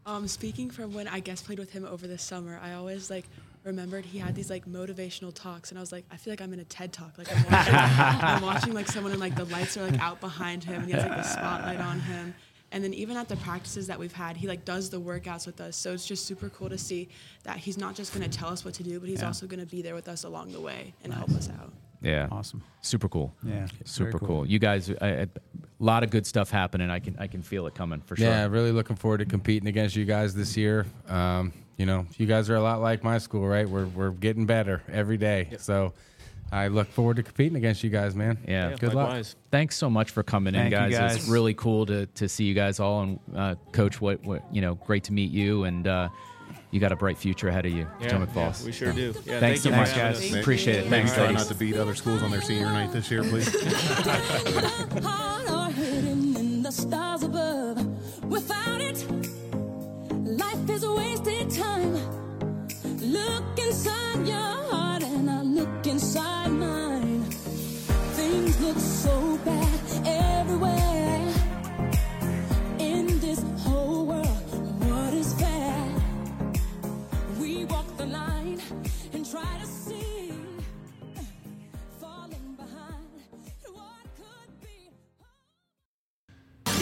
[SPEAKER 17] Um, speaking from when I guest played with him over the summer, I always like remembered he had these like motivational talks, and I was like, I feel like I'm in a TED talk. Like I'm watching, I'm watching like someone, and like the lights are like out behind him, and he has like the spotlight on him. And then even at the practices that we've had, he like does the workouts with us. So it's just super cool to see that he's not just gonna tell us what to do, but he's
[SPEAKER 3] Yeah.
[SPEAKER 17] also gonna be there with us along the way and help us out.
[SPEAKER 2] Yeah,
[SPEAKER 3] awesome,
[SPEAKER 2] super cool.
[SPEAKER 3] Yeah, very
[SPEAKER 2] super
[SPEAKER 3] cool.
[SPEAKER 2] cool. You guys, I- I- a lot of good stuff happening. I can I can feel it coming for sure.
[SPEAKER 5] Yeah, really looking forward to competing against you guys this year. Um, you know, you guys are a lot like my school, right? We're we're getting better every day. So I look forward to competing against you guys, man.
[SPEAKER 2] Yeah, good luck. Thanks so much for coming
[SPEAKER 5] Thank you,
[SPEAKER 2] in, guys.
[SPEAKER 5] guys.
[SPEAKER 2] It's really cool to, to see you guys all. And uh, Coach, what, what you know, great to meet you, and uh, you got a bright future ahead of you,
[SPEAKER 18] Yeah,
[SPEAKER 2] Potomac
[SPEAKER 18] yeah,
[SPEAKER 2] Falls.
[SPEAKER 18] we sure do. Yeah,
[SPEAKER 2] thanks
[SPEAKER 18] thank
[SPEAKER 2] so
[SPEAKER 18] you
[SPEAKER 2] much,
[SPEAKER 18] for having
[SPEAKER 2] guys.
[SPEAKER 18] us. Thank
[SPEAKER 2] Appreciate
[SPEAKER 18] you.
[SPEAKER 2] it. Thanks,
[SPEAKER 10] Try
[SPEAKER 2] guys.
[SPEAKER 10] not to beat other schools on their senior night this year, please.
[SPEAKER 9] Heart are hidden in the stars above. Without it, life is a wasted time. Look inside your heart, and I look inside mine. Things look so bad everywhere. In this whole world, what is fair? We walk the line and try to see, falling behind.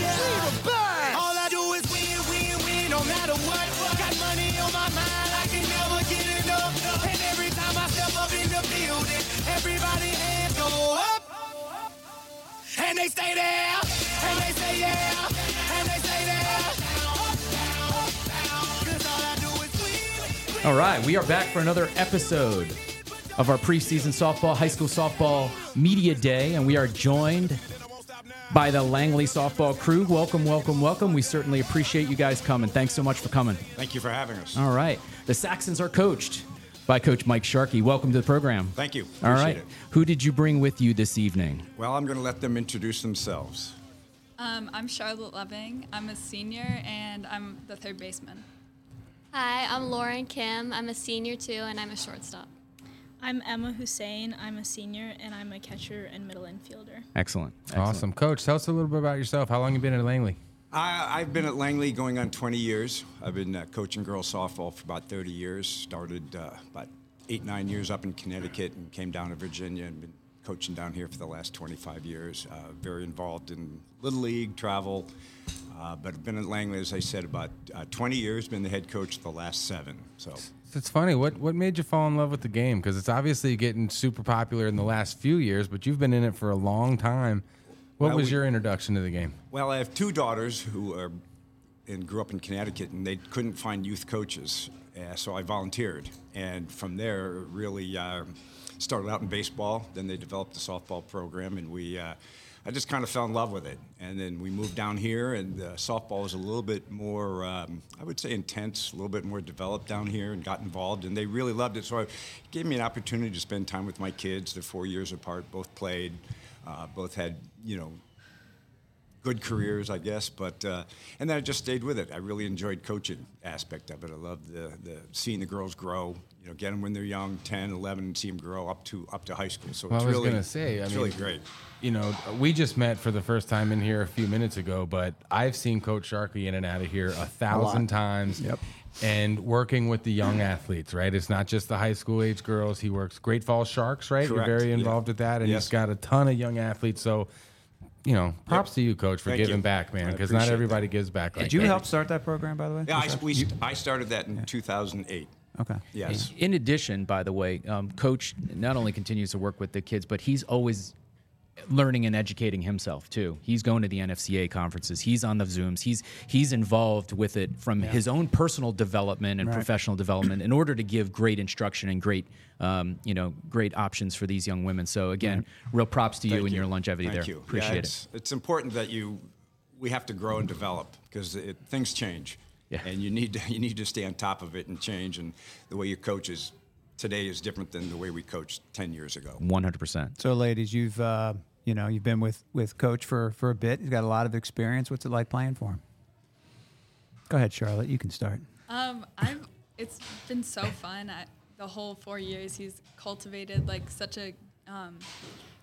[SPEAKER 22] All I do is win, win, win, no matter what. Got money on my mind, I can never get enough. And every time I step up in the building, everybody hands go up. And they stay there, and they say yeah, and they stay there. Up, down, up, down. 'Cause all I do is
[SPEAKER 1] All right, we are back for another episode
[SPEAKER 2] of our preseason softball, high school softball media day, and we are joined
[SPEAKER 1] by the Langley softball crew. Welcome, welcome, welcome. We certainly appreciate you guys coming. Thanks so much for coming.
[SPEAKER 23] Thank you for having us.
[SPEAKER 1] All right, the Saxons are coached by Coach Mike Sharkey. Welcome to the program.
[SPEAKER 23] Thank you.
[SPEAKER 1] All
[SPEAKER 23] Appreciate
[SPEAKER 1] right,
[SPEAKER 23] it.
[SPEAKER 1] who did you bring with you this evening?
[SPEAKER 23] Well, I'm going to let them introduce themselves.
[SPEAKER 24] Um, I'm Charlotte Loving. I'm a senior and I'm the third baseman.
[SPEAKER 25] Hi, I'm Lauren Kim. I'm a senior too, and I'm a shortstop.
[SPEAKER 24] I'm Emma Hussein. I'm a senior and I'm a catcher and middle infielder.
[SPEAKER 2] Excellent.
[SPEAKER 5] Awesome. Coach, tell us a little bit about yourself. How long you been at Langley?
[SPEAKER 23] I, I've been at Langley going on 20 years. I've been uh, coaching girls softball for about 30 years. Started uh, about eight, nine years up in Connecticut and came down to Virginia and been coaching down here for the last 25 years. Uh, very involved in Little League, travel, uh, but I've been at Langley, as I said, about uh, 20 years, been the head coach the last seven. So
[SPEAKER 5] So it's funny. What what made you fall in love with the game? Because it's obviously getting super popular in the last few years, but you've been in it for a long time. What
[SPEAKER 23] Well,
[SPEAKER 5] was
[SPEAKER 23] we-
[SPEAKER 5] your introduction to the game?
[SPEAKER 23] Well, I have two daughters who are and grew up in Connecticut, and they couldn't find youth coaches, uh, so I volunteered, and from there really uh, started out in baseball. Then they developed the softball program, and we. Uh, I just kind of fell in love with it, and then we moved down here. And uh, softball is a little bit more, um, I would say, intense, a little bit more developed down here, and got involved. And they really loved it, so it gave me an opportunity to spend time with my kids. They're four years apart, both played, uh, both had, you know, good careers, I guess. But uh, and then I just stayed with it. I really enjoyed coaching aspect of it. I loved the, the seeing the girls grow. You know, get them when they're young, 10, 11, and see them grow up to up to high school. So
[SPEAKER 5] Well,
[SPEAKER 23] it's
[SPEAKER 5] I was
[SPEAKER 23] really,
[SPEAKER 5] gonna say, I
[SPEAKER 23] it's
[SPEAKER 5] mean,
[SPEAKER 23] really great.
[SPEAKER 5] You know, we just met for the first time in here a few minutes ago, but I've seen Coach Sharkey in and out of here a thousand times. Yep. And working with the young athletes, right? It's not just the high school age girls. He works Great Falls Sharks, right?
[SPEAKER 23] Correct,
[SPEAKER 5] You're very
[SPEAKER 23] yeah.
[SPEAKER 5] involved with that, and
[SPEAKER 23] Yes.
[SPEAKER 5] he's got a ton of young athletes. So, you know, props to you, Coach, for
[SPEAKER 23] Thank
[SPEAKER 5] giving
[SPEAKER 23] you.
[SPEAKER 5] back, man,
[SPEAKER 23] I
[SPEAKER 5] because not
[SPEAKER 23] appreciate
[SPEAKER 5] everybody gives back. like
[SPEAKER 23] you
[SPEAKER 5] that.
[SPEAKER 23] help
[SPEAKER 3] start that program, by the way?
[SPEAKER 23] Yeah, I, we, I started that in 2008.
[SPEAKER 3] Okay.
[SPEAKER 23] Yes.
[SPEAKER 4] In addition, by the way, um, Coach not only continues to work with the kids, but he's always learning and educating himself too. He's going to the NFCA conferences. He's on the Zooms. He's he's involved with it from
[SPEAKER 2] Yeah.
[SPEAKER 4] his own personal development and
[SPEAKER 2] Right.
[SPEAKER 4] professional development in order to give great instruction and great um, you know great options for these young women. So again, real props to you
[SPEAKER 23] Thank
[SPEAKER 4] and your longevity
[SPEAKER 23] Thank
[SPEAKER 4] there.
[SPEAKER 23] you. Yeah,
[SPEAKER 4] Appreciate it.
[SPEAKER 23] it's, It's important that you we have to grow and develop because it, things change, and you need to, you need to stay on top of it and change. And the way you coach is today is different than the way we coached 10 years ago.
[SPEAKER 4] One hundred percent.
[SPEAKER 3] So, ladies, you've uh, you know you've been with with Coach for for a bit. He's got a lot of experience. What's it like playing for him? Go ahead, Charlotte. You can start.
[SPEAKER 24] Um, I've it's been so fun. I, the whole four years, he's cultivated like such a um,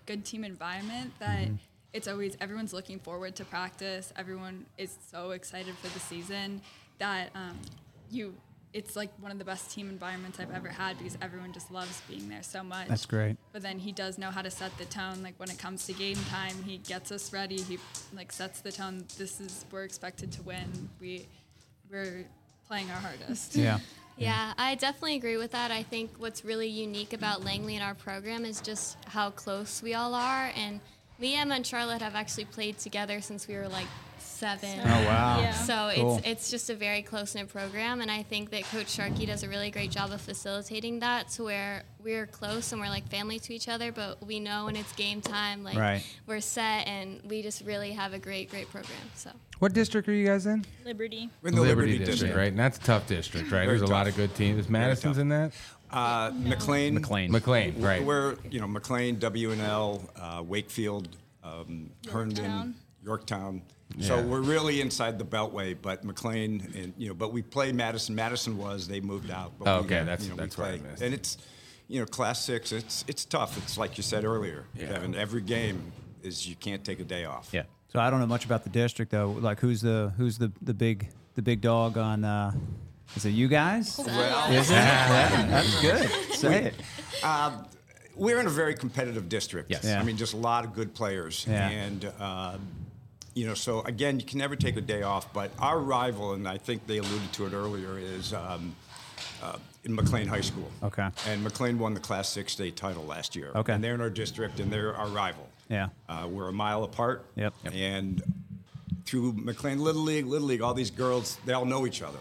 [SPEAKER 24] good team environment that
[SPEAKER 3] Mm-hmm.
[SPEAKER 6] Mhm.
[SPEAKER 24] it's always everyone's looking forward to practice. Everyone is so excited for the season that um, you. It's like one of the best team environments I've ever had because everyone just loves being there so much.
[SPEAKER 3] That's great.
[SPEAKER 24] But then he does know how to set the tone. Like when it comes to game time, he gets us ready. He like sets the tone. This is we're expected to win. We we're playing our hardest.
[SPEAKER 25] Yeah, I definitely agree with that. I think what's really unique about Langley and our program is just how close we all are. And Liam and Charlotte have actually played together since we were like seven.
[SPEAKER 11] Oh, wow. Yeah.
[SPEAKER 25] So
[SPEAKER 11] Cool.
[SPEAKER 25] it's it's just a very close knit program, and I think that Coach Sharkey does a really great job of facilitating that to where we're close and we're like family to each other, but we know when it's game time, like
[SPEAKER 5] Right.
[SPEAKER 25] we're set, and we just really have a great great program. So.
[SPEAKER 5] What district are you guys in?
[SPEAKER 25] Liberty.
[SPEAKER 5] We're in the Liberty, district, right? And that's a tough district, right?
[SPEAKER 23] Very
[SPEAKER 5] There's a lot
[SPEAKER 23] tough.
[SPEAKER 5] of good teams. Is
[SPEAKER 23] Very
[SPEAKER 5] Madison's
[SPEAKER 23] tough.
[SPEAKER 5] in that?
[SPEAKER 23] Uh, McLean.
[SPEAKER 4] McLean.
[SPEAKER 5] McLean, right.
[SPEAKER 23] Where, you know, McLean, WNL, uh, Wakefield, um, Herndon, Yorktown. So
[SPEAKER 5] Yeah.
[SPEAKER 23] we're really inside the Beltway, but McLean, and, you know, but we play Madison. Madison was, they moved out. But
[SPEAKER 5] Oh,
[SPEAKER 23] we,
[SPEAKER 5] okay, that's-
[SPEAKER 23] you know,
[SPEAKER 5] that's
[SPEAKER 23] we
[SPEAKER 5] what I
[SPEAKER 23] play.
[SPEAKER 5] missed.
[SPEAKER 23] And it's, you know, Class 6, it's, it's tough. It's like you said earlier, Kevin, every game is you can't take a day off.
[SPEAKER 4] Yeah.
[SPEAKER 3] So I don't know much about the district though. Like who's the who's the the big the big dog on? Uh, is it you guys?
[SPEAKER 23] Well-
[SPEAKER 3] is it? Yeah, that's good. Say it.
[SPEAKER 23] Uh, we're in a very competitive district.
[SPEAKER 3] Yes. Yeah.
[SPEAKER 23] I mean, just a lot of good players.
[SPEAKER 3] Yeah.
[SPEAKER 23] And, uh, you know, so again, you can never take a day off, but our rival, and I think they alluded to it earlier, is um, uh, in McLean High School.
[SPEAKER 3] Okay.
[SPEAKER 23] And McLean won the Class 6 state title last year.
[SPEAKER 3] Okay.
[SPEAKER 23] And they're in our district, and they're our rival.
[SPEAKER 3] Yeah.
[SPEAKER 23] Uh, we're a mile apart.
[SPEAKER 3] Yep.
[SPEAKER 23] And through McLean Little League, Little League, all these girls, they all know each other.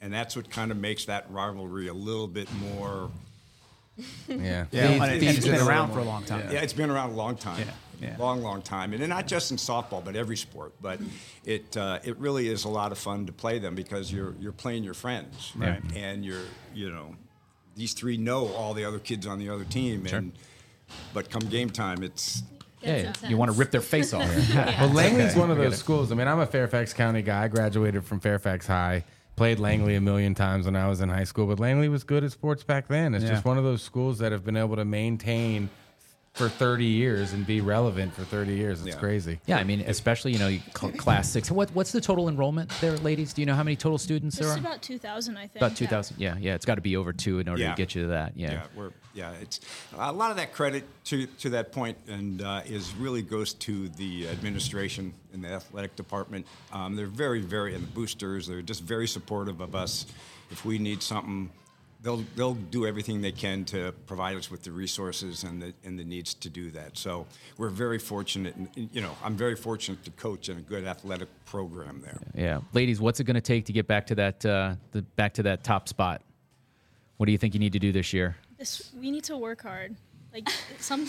[SPEAKER 23] And that's what kind of makes that rivalry a little bit more.
[SPEAKER 5] Yeah.
[SPEAKER 3] Yeah, and it- and it's been around for a long time.
[SPEAKER 23] Yeah, it's been around a long time.
[SPEAKER 3] Yeah, yeah.
[SPEAKER 23] Long, long time. And then not just in softball, but every sport. But it uh, it really is a lot of fun to play them because you're you're playing your friends.
[SPEAKER 4] Right.
[SPEAKER 23] And you're, you know, these three know all the other kids on the other team.
[SPEAKER 4] Sure.
[SPEAKER 23] And but come game time, it's
[SPEAKER 4] Yeah, you want to rip their face off.
[SPEAKER 5] Well, Langley's one of
[SPEAKER 4] Forget
[SPEAKER 5] those
[SPEAKER 4] it.
[SPEAKER 5] schools. I mean, I'm a Fairfax County guy. I graduated from Fairfax High. Played Langley a million times when I was in high school, but Langley was good at sports back then. It's
[SPEAKER 2] Yeah.
[SPEAKER 5] just one of those schools that have been able to maintain for 30 years and be relevant for 30 years. It's crazy.
[SPEAKER 2] Yeah, I mean, especially you know, you cl- class six. What what's the total enrollment there, ladies? Do you know how many total students there
[SPEAKER 26] It's
[SPEAKER 2] are?
[SPEAKER 26] about 2,000, I think.
[SPEAKER 2] About two thousand. Yeah, yeah. It's got to be over two in order
[SPEAKER 23] Yeah.
[SPEAKER 2] to get you to that. Yeah.
[SPEAKER 23] Yeah, we're yeah. It's a lot of that credit to to that point, and uh, is really goes to the administration and the athletic department. Um, they're very, very, and the boosters. They're just very supportive of us. If we need something, they'll they'll do everything they can to provide us with the resources and the and the needs to do that. So we're very fortunate, and and, you know, I'm very fortunate to coach in a good athletic program there.
[SPEAKER 2] Yeah, ladies, what's it going to take to get back to that uh, the, back to that top spot? What do you think you need to do this year?
[SPEAKER 27] This we need to work hard. Like some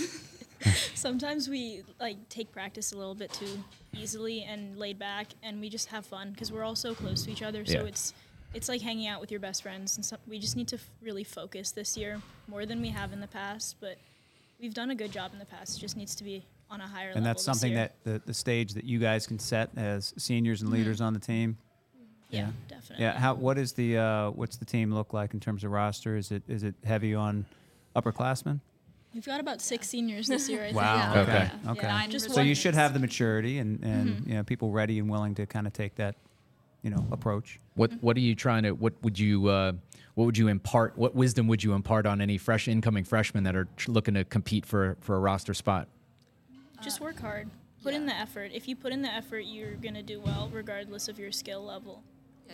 [SPEAKER 27] sometimes we like take practice a little bit too easily and laid back, and we just have fun because we're all so close to each other. So
[SPEAKER 2] Yeah.
[SPEAKER 27] it's it's like hanging out with your best friends, and some, we just need to f- really focus this year more than we have in the past. But we've done a good job in the past. It just needs to be on a higher level.
[SPEAKER 3] and that's
[SPEAKER 27] this
[SPEAKER 3] something
[SPEAKER 27] year.
[SPEAKER 3] that the, the stage that you guys can set as seniors and
[SPEAKER 27] Mhm.
[SPEAKER 3] leaders on the team.
[SPEAKER 27] Yeah, definitely.
[SPEAKER 3] Yeah. How? What is the? Uh, what's the team look like in terms of roster? Is it is it heavy on upperclassmen?
[SPEAKER 27] we've got about six seniors this year. I think.
[SPEAKER 3] Wow. Okay. Okay.
[SPEAKER 27] Nine
[SPEAKER 3] so you
[SPEAKER 27] reserves.
[SPEAKER 3] should have the maturity and and
[SPEAKER 27] Mhm.
[SPEAKER 3] you know people ready and willing to kind of take that, you know, approach.
[SPEAKER 2] What What are you trying to? What would you? Uh, what would you impart? What wisdom would you impart on any fresh incoming freshmen that are tr- looking to compete for for a roster spot?
[SPEAKER 27] Just work hard. Put in the effort. If you put in the effort, you're going to do well regardless of your skill level.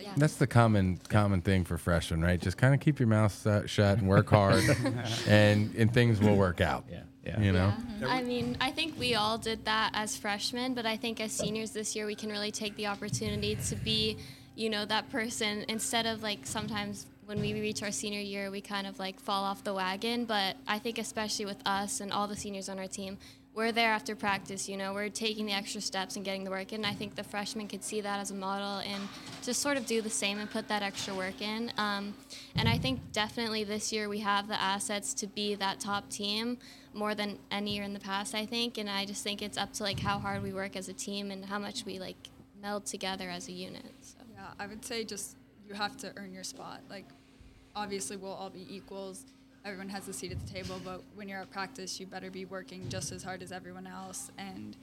[SPEAKER 27] Yeah.
[SPEAKER 5] That's the common common thing for freshmen, right? Just kind of keep your mouth uh, shut and work hard, and and things will work out. Yeah, yeah. You know,
[SPEAKER 25] I mean, I think we all did that as freshmen, but I think as seniors this year, we can really take the opportunity to be, you know, that person instead of like sometimes when we reach our senior year, we kind of like fall off the wagon. But I think, especially with us and all the seniors on our team, we're there after practice, you know, we're taking the extra steps and getting the work in. I think the freshmen could see that as a model and just sort of do the same and put that extra work in. Um, and I think definitely this year we have the assets to be that top team more than any year in the past, I think. And I just think it's up to like how hard we work as a team and how much we like meld together as a unit. So.
[SPEAKER 24] Yeah, I would say just you have to earn your spot. Like, obviously, we'll all be equals. Everyone has a seat at the table, but when you're at practice, you better be working just as hard as everyone else. And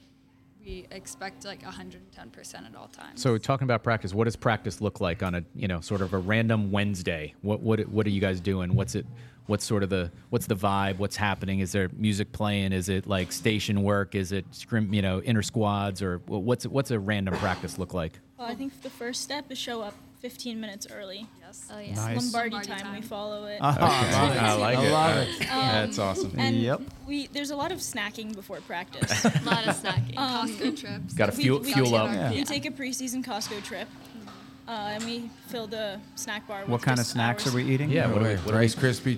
[SPEAKER 24] we expect like 110% at all times.
[SPEAKER 2] So, talking about practice, what does practice look like on a you know sort of a random Wednesday? What what what are you guys doing? What's it? What's sort of the what's the vibe? What's happening? Is there music playing? Is it like station work? Is it scrim? You know, inter squads or wh- what's what's a random practice look like?
[SPEAKER 27] Well, I think the first step is show up 15 minutes early. Yes. Oh, yeah.
[SPEAKER 2] Nice.
[SPEAKER 27] Lombardi,
[SPEAKER 24] Lombardi
[SPEAKER 27] time, We follow
[SPEAKER 3] Oh,
[SPEAKER 27] it. Um,
[SPEAKER 2] Ah, I love it. I like it.
[SPEAKER 5] love it. That's awesome.
[SPEAKER 27] And
[SPEAKER 5] Yep.
[SPEAKER 27] We there's a lot of snacking before practice. a lot
[SPEAKER 24] of
[SPEAKER 27] snacking.
[SPEAKER 24] Costco trips.
[SPEAKER 2] Gotta fuel- fuel up. Yeah.
[SPEAKER 27] We
[SPEAKER 2] Yeah.
[SPEAKER 27] take a preseason Costco trip, uh, and we fill the snack bar.
[SPEAKER 3] What
[SPEAKER 27] with
[SPEAKER 3] kind of
[SPEAKER 27] just
[SPEAKER 3] snacks
[SPEAKER 27] ours.
[SPEAKER 3] are we eating?
[SPEAKER 5] Yeah, what are we-
[SPEAKER 3] Right.
[SPEAKER 5] what are we- Rice Krispie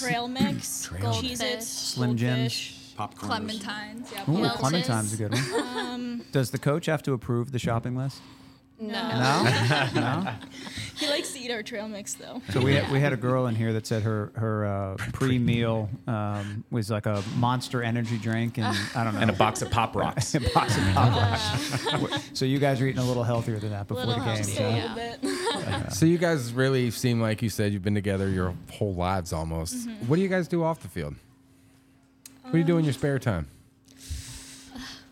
[SPEAKER 27] Trail mix,
[SPEAKER 5] Trail mix.
[SPEAKER 27] Cheez-Its,
[SPEAKER 3] Slim
[SPEAKER 27] Goldfish.
[SPEAKER 3] Jims,
[SPEAKER 27] Clementines, yeah,
[SPEAKER 3] Ooh,
[SPEAKER 27] Welch's.
[SPEAKER 3] Clementine's a good one.
[SPEAKER 27] Um,
[SPEAKER 3] Does the coach have to approve the shopping list?
[SPEAKER 27] No.
[SPEAKER 3] No. no?
[SPEAKER 27] he likes to eat our trail mix though.
[SPEAKER 3] So we had, we had a girl in here that said her her uh, pre meal um, was like a Monster Energy drink and I don't know
[SPEAKER 2] And a box of Pop Rocks.
[SPEAKER 3] a box of Pop Rocks. so you guys are eating a little healthier than that before
[SPEAKER 27] Little
[SPEAKER 3] the game.
[SPEAKER 27] healthy,
[SPEAKER 3] so-
[SPEAKER 27] yeah. A little bit.
[SPEAKER 5] so you guys really seem like you said you've been together your whole lives almost.
[SPEAKER 27] Mhm.
[SPEAKER 5] What do you guys do off the field? What do you do in your spare time?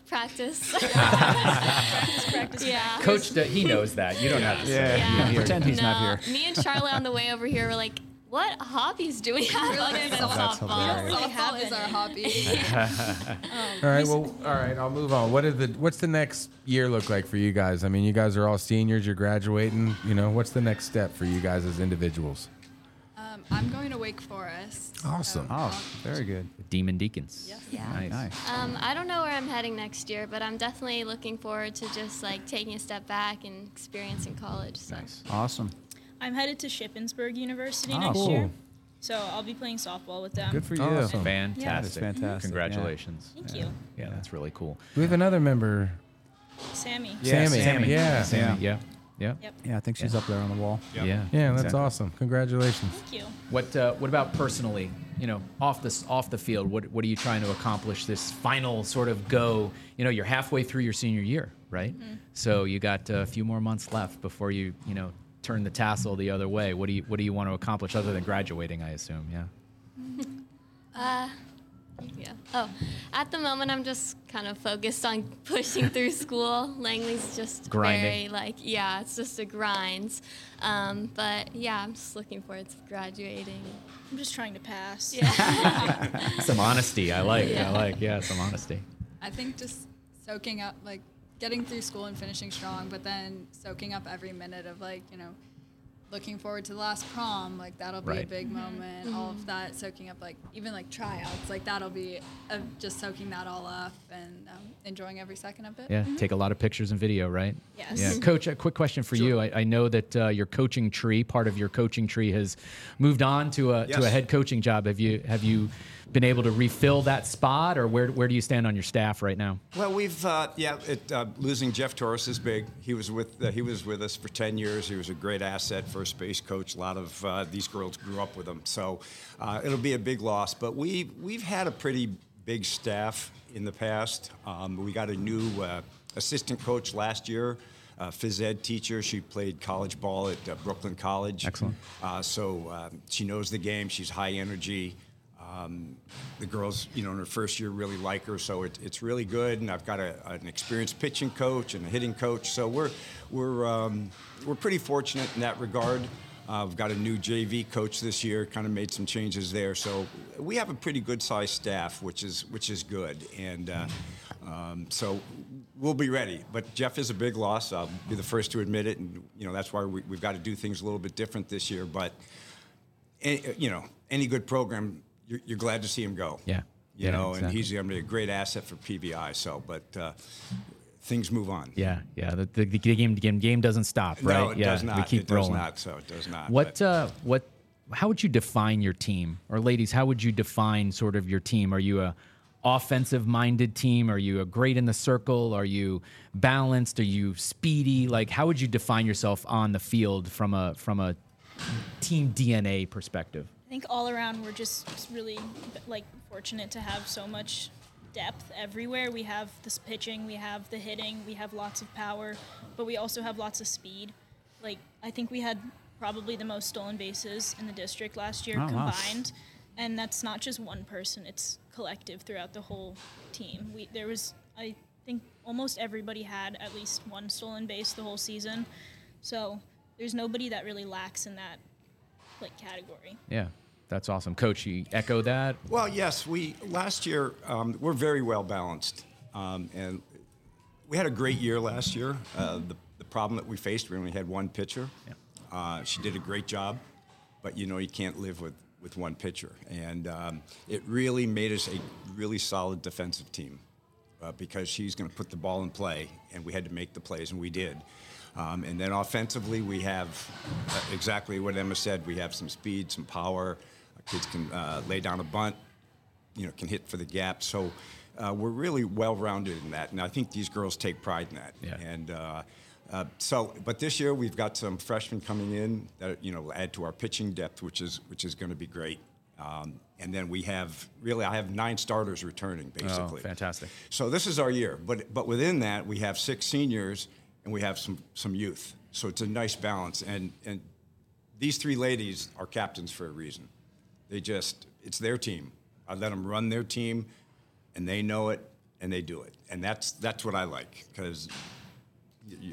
[SPEAKER 25] Practice.
[SPEAKER 27] practice, practice.
[SPEAKER 25] Yeah.
[SPEAKER 2] Coach, d- he knows that. You don't have to say.
[SPEAKER 3] Yeah.
[SPEAKER 2] it.
[SPEAKER 3] Yeah.
[SPEAKER 2] You hear it.
[SPEAKER 3] Pretend he's not here.
[SPEAKER 25] Me and Charlotte on the way over here were like, what hobbies do we have other than
[SPEAKER 5] That's
[SPEAKER 25] softball?
[SPEAKER 5] hilarious.
[SPEAKER 25] really have
[SPEAKER 24] Softball is our hobby.
[SPEAKER 25] Um,
[SPEAKER 5] all right. Well, all right. I'll move on. What are the What's the next year look like for you guys? I mean, you guys are all seniors. You're graduating. You know, what's the next step for you guys as individuals?
[SPEAKER 24] Um, I'm going to Wake Forest.
[SPEAKER 5] Awesome.
[SPEAKER 3] Oh, very good.
[SPEAKER 2] Demon Deacons.
[SPEAKER 25] Yeah.
[SPEAKER 2] Nice.
[SPEAKER 25] Um, I don't know where I'm heading next year, but I'm definitely looking forward to just like taking a step back and experiencing college. So.
[SPEAKER 3] Awesome.
[SPEAKER 27] I'm headed to Shippensburg University
[SPEAKER 3] Ah,
[SPEAKER 27] next
[SPEAKER 3] cool.
[SPEAKER 27] year, so I'll be playing softball with them.
[SPEAKER 3] Good for you.
[SPEAKER 2] Awesome.
[SPEAKER 27] Um, Yeah.
[SPEAKER 2] Fantastic.
[SPEAKER 3] That is fantastic, yeah.
[SPEAKER 2] Congratulations.
[SPEAKER 27] Thank you.
[SPEAKER 2] Yeah, that's really cool.
[SPEAKER 5] We have another member.
[SPEAKER 27] Sammy.
[SPEAKER 5] Yeah, Sammy. Sammy. Yeah.
[SPEAKER 2] Sammy. Yeah. Yeah.
[SPEAKER 27] Yep.
[SPEAKER 3] Yeah, I think she's up there on the wall.
[SPEAKER 2] Yeah. Yeah.
[SPEAKER 5] Yeah, that's
[SPEAKER 2] Exactly.
[SPEAKER 5] awesome. Congratulations.
[SPEAKER 27] Thank you.
[SPEAKER 2] What uh, What about personally? You know, off the off the field, what what are you trying to accomplish this final sort of go? You know, you're halfway through your senior year, right?
[SPEAKER 28] Mhm.
[SPEAKER 2] So you got uh, a few more months left before you you know turn the tassel the other way. What do you What do you want to accomplish other than graduating? I assume, yeah.
[SPEAKER 25] Uh, Yeah. Oh, at the moment, I'm just kind of focused on pushing through school. Langley's just very
[SPEAKER 2] Grinding.
[SPEAKER 25] like, yeah, it's just a grind. Um, but yeah, I'm just looking forward to graduating.
[SPEAKER 27] I'm just trying to pass.
[SPEAKER 25] Yeah.
[SPEAKER 2] Some honesty, I like.
[SPEAKER 25] Yeah.
[SPEAKER 2] I like. Yeah, some honesty.
[SPEAKER 24] I think just soaking up, like getting through school and finishing strong, but then soaking up every minute of like, you know, looking forward to the last prom, like that'll be a
[SPEAKER 2] Right.
[SPEAKER 24] big
[SPEAKER 2] Mhm.
[SPEAKER 24] moment. All of that, soaking up, like even like tryouts, like that'll be uh, just soaking that all up and um, enjoying every second of it.
[SPEAKER 2] Yeah, take a lot of pictures and video, right?
[SPEAKER 24] Mm-hmm. Yes.
[SPEAKER 2] Yeah, coach. A quick question for you. I, I know that uh, your coaching tree, part of your coaching tree, has moved on to a to a
[SPEAKER 23] Yes.
[SPEAKER 2] head coaching job. Have you have you been able to refill that spot, or where where do you stand on your staff right now?
[SPEAKER 23] Well, we've uh, yeah, it, uh, losing Jeff Torres is big. He was with uh, he was with us for ten years. He was a great asset, first base coach. A lot of uh, these girls grew up with him, so uh, it'll be a big loss. But we we've had a pretty big staff in the past. Um, we got a new uh, assistant coach last year. Uh, phys ed teacher. She played college ball at uh, Brooklyn College.
[SPEAKER 2] Excellent.
[SPEAKER 23] Uh, so um, she knows the game. She's high energy. Um, the girls, you know, in her first year really like her, so it, it's really good. And I've got a, an experienced pitching coach and a hitting coach, so we're we're um, we're pretty fortunate in that regard. Uh, we've got a new JV coach this year, kind of made some changes there, so we have a pretty good sized staff, which is which is good. And uh, um, so we'll be ready. But Jeff is a big loss. I'll be the first to admit it, and you know that's why we, we've got to do things a little bit different this year. But a- you know, any good program, you're, you're glad to see him go.
[SPEAKER 2] Yeah.
[SPEAKER 23] You
[SPEAKER 2] Yeah,
[SPEAKER 23] know, and
[SPEAKER 2] exactly.
[SPEAKER 23] he's going to be a great asset for PBI. So, but uh, things move on.
[SPEAKER 2] Yeah, yeah. The, the, the game game game doesn't stop, right?
[SPEAKER 23] No, it
[SPEAKER 2] yeah,
[SPEAKER 23] does not.
[SPEAKER 2] We keep
[SPEAKER 23] it
[SPEAKER 2] rolling.
[SPEAKER 23] does not. So it does not.
[SPEAKER 2] What uh, what? How would you define your team, or ladies? How would you define sort of your team? Are you a offensive minded team? Are you a great in the circle? Are you balanced? Are you speedy? Like, how would you define yourself on the field from a from a team DNA perspective?
[SPEAKER 27] I think all around we're just really like fortunate to have so much depth everywhere. We have this pitching, we have the hitting, we have lots of power, but we also have lots of speed. Like I think we had probably the most stolen bases in the district last year
[SPEAKER 15] Oh, wow.
[SPEAKER 27] combined. And that's not just one person, it's collective throughout the whole team. We there was I think almost everybody had at least one stolen base the whole season. So there's nobody that really lacks in that like category.
[SPEAKER 2] Yeah, that's awesome, Coach. You echo that.
[SPEAKER 23] Well, yes, we last year um, we're very well balanced, um, and we had a great year last year. Uh, the, the problem that we faced, we only had one pitcher. Uh, she did a great job, but you know you can't live with with one pitcher, and um, it really made us a really solid defensive team uh, because she's going to put the ball in play, and we had to make the plays, and we did. Um, and then offensively, we have uh, exactly what Emma said. We have some speed, some power. Our kids can uh, lay down a bunt, you know, can hit for the gap. So uh, we're really well rounded in that, and I think these girls take pride in that. And uh, uh, so, but this year we've got some freshmen coming in that you know will add to our pitching depth, which is which is going to be great. Um, and then we have really, I have nine starters returning basically.
[SPEAKER 2] fantastic.
[SPEAKER 23] So this is our year, but but within that we have six seniors and we have some some youth. So it's a nice balance. And and these three ladies are captains for a reason. They just it's their team. I let them run their team, and they know it and they do it. And that's that's what I like because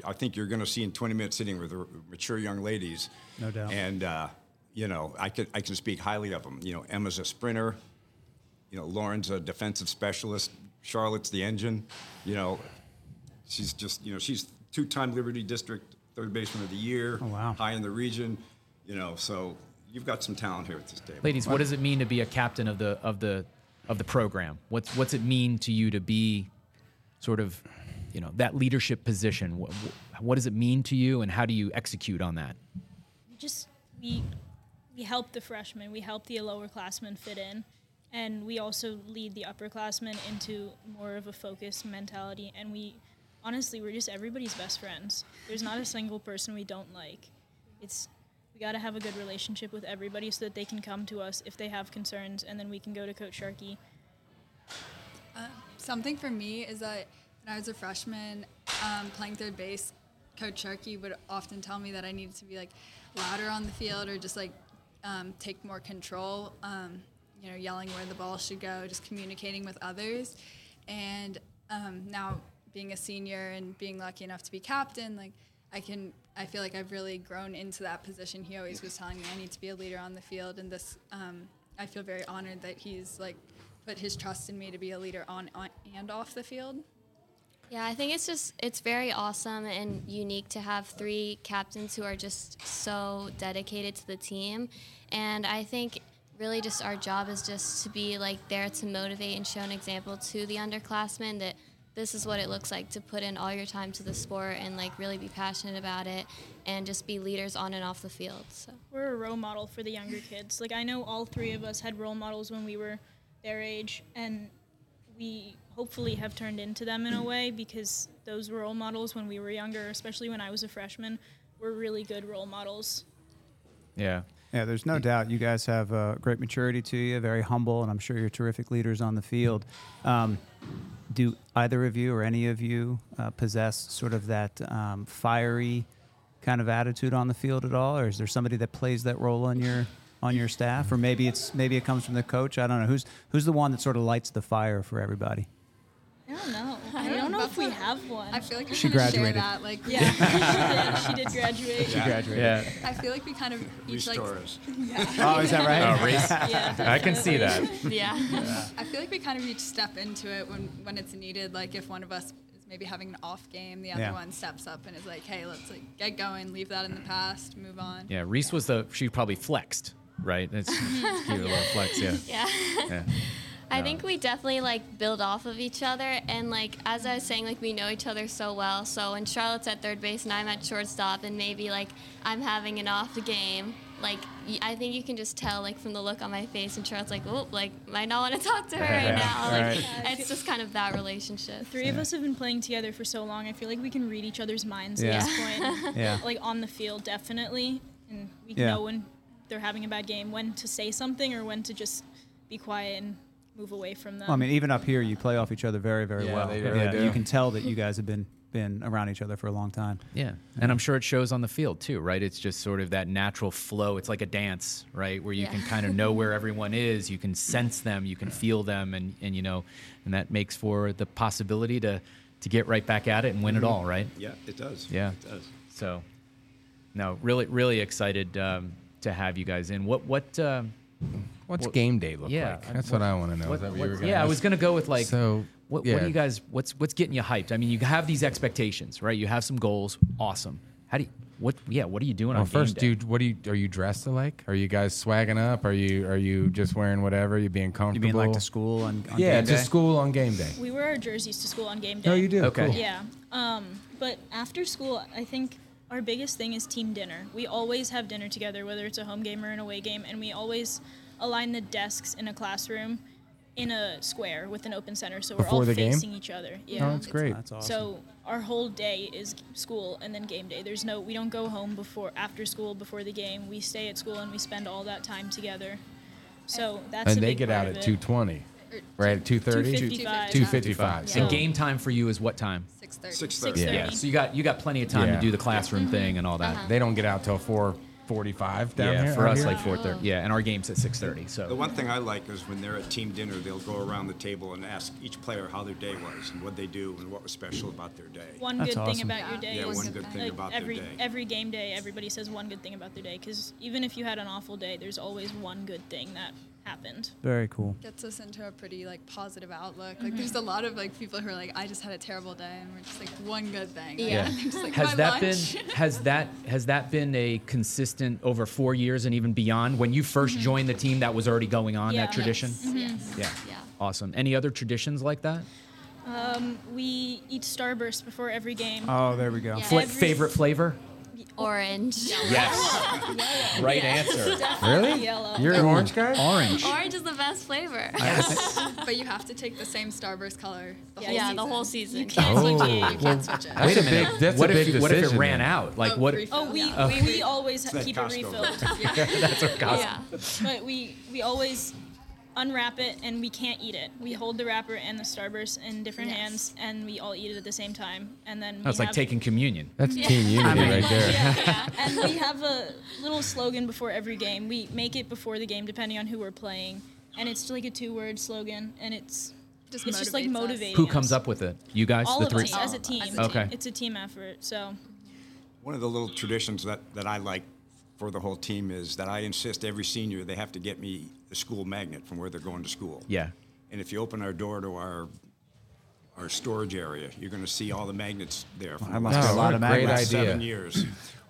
[SPEAKER 23] I think you're going to see in 20 minutes sitting with r- mature young ladies.
[SPEAKER 3] No doubt.
[SPEAKER 23] And uh, you know, I could I can speak highly of them. You know, Emma's a sprinter. You know, Lauren's a defensive specialist. Charlotte's the engine. You know, she's just you know she's two-time Liberty District third baseman of the year.
[SPEAKER 2] Oh, wow.
[SPEAKER 23] High in the region. You know, so you've got some talent here at this table.
[SPEAKER 2] Ladies, what does it mean to be a captain of the of the of the program? What's what's it mean to you to be sort of you know that leadership position? What, what does it mean to you, and how do you execute on that?
[SPEAKER 27] we just we we help the freshmen, we help the lowerclassmen fit in, and we also lead the upperclassmen into more of a focused mentality. And we honestly, we're just everybody's best friends. There's not a single person we don't like. It's we got to have a good relationship with everybody so that they can come to us if they have concerns, and then we can go to Coach Sharkey.
[SPEAKER 24] Uh, something for me is that when I was a freshman um, playing third base, Coach Sharkey would often tell me that I needed to be like louder on the field or just like um, take more control. Um, you know, yelling where the ball should go, just communicating with others. And um, now being a senior and being lucky enough to be captain, like I can, I feel like I've really grown into that position. He always was telling me I need to be a leader on the field, and this, um, I feel very honored that he's like put his trust in me to be a leader on, on and off the field.
[SPEAKER 25] Yeah, I think it's just it's very awesome and unique to have three captains who are just so dedicated to the team. And I think really just our job is just to be like there to motivate and show an example to the underclassmen that this is what it looks like to put in all your time to the sport and like really be passionate about it and just be leaders on and off the field. So
[SPEAKER 27] We're a role model for the younger kids. Like I know all three of us had role models when we were their age, and we hopefully have turned into them in a way because those role models when we were younger, especially when I was a freshman, were really good role models.
[SPEAKER 2] Yeah.
[SPEAKER 3] Yeah, there's no doubt you guys have uh, great maturity to you, very humble, and I'm sure you're terrific leaders on the field. Um, do either of you or any of you uh, possess sort of that um, fiery kind of attitude on the field at all, or is there somebody that plays that role on your on your staff, or maybe it's maybe it comes from the coach? I don't know who's who's the one that sort of lights the fire for everybody.
[SPEAKER 27] I don't know.
[SPEAKER 24] I
[SPEAKER 27] I
[SPEAKER 24] don't
[SPEAKER 27] don't know
[SPEAKER 24] about
[SPEAKER 27] if we
[SPEAKER 24] that.
[SPEAKER 27] have one.
[SPEAKER 24] I feel like we
[SPEAKER 3] She
[SPEAKER 24] kinda share
[SPEAKER 3] graduated.
[SPEAKER 24] that. Like, we-
[SPEAKER 27] yeah, she did. She did graduate.
[SPEAKER 3] She graduated. Yeah.
[SPEAKER 24] I feel like we kind of each like.
[SPEAKER 23] Restorers.
[SPEAKER 24] Yeah.
[SPEAKER 3] Oh, is that right?
[SPEAKER 23] Oh, race.
[SPEAKER 24] Yeah,
[SPEAKER 23] I can see
[SPEAKER 24] definitely.
[SPEAKER 23] that.
[SPEAKER 24] Yeah.
[SPEAKER 23] Yeah.
[SPEAKER 24] I feel like we kind of each step into it when when it's needed. Like if one of us is maybe having an off game, the other
[SPEAKER 2] Yeah.
[SPEAKER 24] one steps up and is like, "Hey, let's like get going, leave that in the past, move on."
[SPEAKER 2] Yeah, Reese was the she probably flexed, right? That's cute, a little flex, yeah.
[SPEAKER 25] Yeah.
[SPEAKER 2] Yeah.
[SPEAKER 25] I think we definitely like build off of each other, and like as I was saying, like we know each other so well. So when Charlotte's at third base and I'm at shortstop, and maybe like I'm having an off game, like y- I think you can just tell like from the look on my face, and Charlotte's like, oh, like might not want to talk to her
[SPEAKER 27] Yeah,
[SPEAKER 25] right now. Like
[SPEAKER 27] right.
[SPEAKER 25] it's just kind of that relationship.
[SPEAKER 27] Three of us have been playing together for so long. I feel like we can read each other's minds
[SPEAKER 25] Yeah.
[SPEAKER 27] at this point.
[SPEAKER 25] Yeah.
[SPEAKER 27] Like on the field, definitely, and we
[SPEAKER 3] Yeah.
[SPEAKER 27] know when they're having a bad game, when to say something or when to just be quiet and move away from them.
[SPEAKER 3] Well, I mean, even up here, you play off each other very, very
[SPEAKER 2] Yeah,
[SPEAKER 3] well.
[SPEAKER 2] they really do.
[SPEAKER 3] You can tell that you guys have been been around each other for a long time.
[SPEAKER 2] Yeah. And I'm sure it shows on the field too, right? It's just sort of that natural flow. It's like a dance, right? Where you
[SPEAKER 25] Yeah.
[SPEAKER 2] can kind of know where everyone is, you can sense them, you can feel them and and you know, and that makes for the possibility to to get right back at it and win it
[SPEAKER 5] Mm-hmm.
[SPEAKER 23] Mhm.
[SPEAKER 2] all, right?
[SPEAKER 23] Yeah, it does.
[SPEAKER 2] Yeah.
[SPEAKER 23] It does.
[SPEAKER 2] So no, really really excited um, to have you guys in. What what um,
[SPEAKER 5] What's
[SPEAKER 2] what-
[SPEAKER 5] game day look
[SPEAKER 2] yeah, Uh,
[SPEAKER 5] like? That's what I wanna know. Is that what you were gonna
[SPEAKER 2] yeah, I
[SPEAKER 5] ask?
[SPEAKER 2] was gonna go with like
[SPEAKER 5] So,
[SPEAKER 2] what,
[SPEAKER 5] yeah.
[SPEAKER 2] what do you guys what's what's getting you hyped? I mean, you have these expectations, right? You have some goals. Awesome. How do you what yeah, what are you doing
[SPEAKER 5] Well,
[SPEAKER 2] on game
[SPEAKER 5] first,
[SPEAKER 2] day?
[SPEAKER 5] dude, what do you are you dressed alike? Are you guys swagging up? Are you are you
[SPEAKER 23] Mm-hmm.
[SPEAKER 5] just wearing whatever? You being comfortable?
[SPEAKER 3] like, to school on- on
[SPEAKER 5] yeah,
[SPEAKER 3] game
[SPEAKER 5] to
[SPEAKER 3] day?
[SPEAKER 5] school on game day.
[SPEAKER 27] We wear our jerseys to school on game day.
[SPEAKER 5] Oh, you do? Okay. Cool.
[SPEAKER 27] Yeah. Um, but after school, I think our biggest thing is team dinner. We always have dinner together, whether it's a home game or an away game, and we always align the desks in a classroom in a square with an open center, so we're all
[SPEAKER 5] Before the game? Oh,
[SPEAKER 27] facing each other. Yeah,
[SPEAKER 5] that's It's- great. that's awesome.
[SPEAKER 27] So our whole day is school and then game day. There's no, we don't go home before after school before the game. We stay at school and we spend all that time together. So that's a
[SPEAKER 5] and they
[SPEAKER 27] big
[SPEAKER 5] get
[SPEAKER 27] part
[SPEAKER 5] out
[SPEAKER 27] of
[SPEAKER 5] at
[SPEAKER 27] it. Er,
[SPEAKER 5] two twenty, right? At two thirty.
[SPEAKER 27] 2:55.
[SPEAKER 5] Two fifty five.
[SPEAKER 2] And game time for you is what time?
[SPEAKER 27] 6:30.
[SPEAKER 5] 6:30.
[SPEAKER 2] Yeah. So you got you got plenty of time to do the classroom
[SPEAKER 24] Mm-hmm.
[SPEAKER 2] thing and all that.
[SPEAKER 24] Uh-huh.
[SPEAKER 5] They don't get out till four forty five down
[SPEAKER 2] yeah,
[SPEAKER 5] here.
[SPEAKER 2] for
[SPEAKER 5] out
[SPEAKER 2] us
[SPEAKER 5] here.
[SPEAKER 2] like 4:30. Yeah, and our game's at 6:30.
[SPEAKER 23] The
[SPEAKER 2] So
[SPEAKER 23] one thing I like is when they're at team dinner, they'll go around the table and ask each player how their day was and what they do and what was special about their day.
[SPEAKER 27] One good thing about your day
[SPEAKER 23] Yeah,
[SPEAKER 27] is
[SPEAKER 23] one good thing
[SPEAKER 27] like,
[SPEAKER 23] about
[SPEAKER 27] every
[SPEAKER 23] their day.
[SPEAKER 27] every game day, everybody says one good thing about their day because even if you had an awful day, there's always one good thing that happened.
[SPEAKER 3] Very cool.
[SPEAKER 24] Gets us into a pretty like positive outlook. Like there's
[SPEAKER 27] Mm-hmm.
[SPEAKER 24] a lot of like people who are like, "I just had a terrible day," and we're just like, "One good thing." Like, just like,
[SPEAKER 2] has
[SPEAKER 24] "My
[SPEAKER 2] that
[SPEAKER 24] lunch."
[SPEAKER 2] been has that has that been a consistent over four years and even beyond? When you 1st
[SPEAKER 24] Mhm.
[SPEAKER 2] joined the team, that was already going on that tradition.
[SPEAKER 27] Yes.
[SPEAKER 24] Mm-hmm.
[SPEAKER 2] Yeah. Awesome. Any other traditions like that?
[SPEAKER 27] Um, we eat Starburst before every game.
[SPEAKER 2] Oh,
[SPEAKER 3] there we go.
[SPEAKER 27] Yeah.
[SPEAKER 2] Fla-
[SPEAKER 27] Every-
[SPEAKER 2] favorite flavor?
[SPEAKER 25] Orange.
[SPEAKER 2] Yes. Right answer.
[SPEAKER 5] Really?
[SPEAKER 24] Yellow.
[SPEAKER 5] You're an orange guy.
[SPEAKER 2] Orange.
[SPEAKER 24] Orange is the best flavor.
[SPEAKER 5] Yes.
[SPEAKER 24] but you have to take the same Starburst color the
[SPEAKER 25] Yeah,
[SPEAKER 24] whole Oh.
[SPEAKER 25] the
[SPEAKER 24] whole
[SPEAKER 25] season.
[SPEAKER 24] You can't switch it. You
[SPEAKER 2] well,
[SPEAKER 24] can't switch it.
[SPEAKER 2] Wait a minute.
[SPEAKER 5] big- that's a
[SPEAKER 2] what if
[SPEAKER 5] big
[SPEAKER 2] you- what if it
[SPEAKER 5] decision
[SPEAKER 2] ran
[SPEAKER 5] then.
[SPEAKER 2] out? Like what?
[SPEAKER 27] Oh, we,
[SPEAKER 2] Oh.
[SPEAKER 27] we, we always
[SPEAKER 2] It's
[SPEAKER 27] ha-
[SPEAKER 2] at
[SPEAKER 27] keep it
[SPEAKER 2] Costco.
[SPEAKER 27] refilled.
[SPEAKER 2] That's our Costco.
[SPEAKER 27] Yeah. But we, we always unwrap it and we can't eat it. We hold the wrapper and the Starburst in different hands and we all eat it at the same time. And then
[SPEAKER 2] That's
[SPEAKER 27] we
[SPEAKER 2] like
[SPEAKER 27] have-
[SPEAKER 2] taking communion.
[SPEAKER 5] That's team unity
[SPEAKER 2] I mean-
[SPEAKER 5] right there.
[SPEAKER 27] and we have a little slogan before every game. We make it before the game, depending on who we're playing. and it's like a two-word slogan, and it's
[SPEAKER 24] Just
[SPEAKER 27] it's just like
[SPEAKER 24] motivates us.
[SPEAKER 27] motivating.
[SPEAKER 2] Who comes
[SPEAKER 27] us.
[SPEAKER 2] up with it? You guys,
[SPEAKER 27] All
[SPEAKER 2] the
[SPEAKER 27] of
[SPEAKER 2] three?
[SPEAKER 27] us as a team.
[SPEAKER 23] Okay.
[SPEAKER 27] It's a team effort. So
[SPEAKER 23] One of the little traditions that, that I like for the whole team is that I insist every senior they have to get me the school magnet from where they're going to school.
[SPEAKER 2] Yeah.
[SPEAKER 23] And if you open our door to our our storage area, you're going to see all the magnets there. From
[SPEAKER 3] I
[SPEAKER 23] the
[SPEAKER 3] must
[SPEAKER 23] last-
[SPEAKER 3] have a lot of
[SPEAKER 23] last
[SPEAKER 3] magnets. Great
[SPEAKER 23] Seven
[SPEAKER 3] idea.
[SPEAKER 23] years,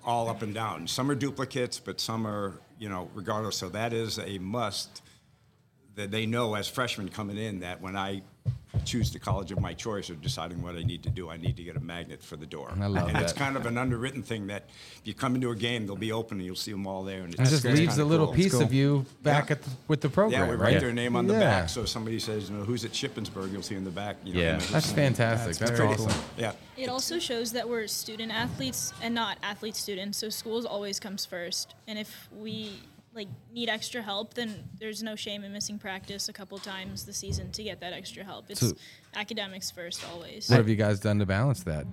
[SPEAKER 23] all up and down. Some are duplicates, but some are you know regardless. So that is a must that they know as freshmen coming in that when I choose the college of my choice or deciding what I need to do, I need to get a magnet for the door.
[SPEAKER 5] I love
[SPEAKER 23] and it's
[SPEAKER 5] that.
[SPEAKER 23] kind of an underwritten thing that if you come into a game, they'll be open and you'll see them all there. And
[SPEAKER 5] It just
[SPEAKER 23] it's
[SPEAKER 5] leaves
[SPEAKER 23] kinda
[SPEAKER 5] a little
[SPEAKER 23] cool.
[SPEAKER 5] piece of you back at the, with the program.
[SPEAKER 23] Yeah, we
[SPEAKER 5] right?
[SPEAKER 23] write their name on the
[SPEAKER 5] Yeah.
[SPEAKER 23] back. So if somebody says, you know, who's at Shippensburg, you'll see in the back. You know,
[SPEAKER 5] Yeah.
[SPEAKER 23] the middle
[SPEAKER 5] That's
[SPEAKER 23] name.
[SPEAKER 5] fantastic. That's
[SPEAKER 23] pretty
[SPEAKER 5] awesome.
[SPEAKER 23] cool. Yeah.
[SPEAKER 27] it also shows that we're student athletes and not athlete students. So schools always comes first, and if we like need extra help, then there's no shame in missing practice a couple times the season to get that extra help. It's
[SPEAKER 5] So-
[SPEAKER 27] academics first always.
[SPEAKER 5] What have you guys done to balance that?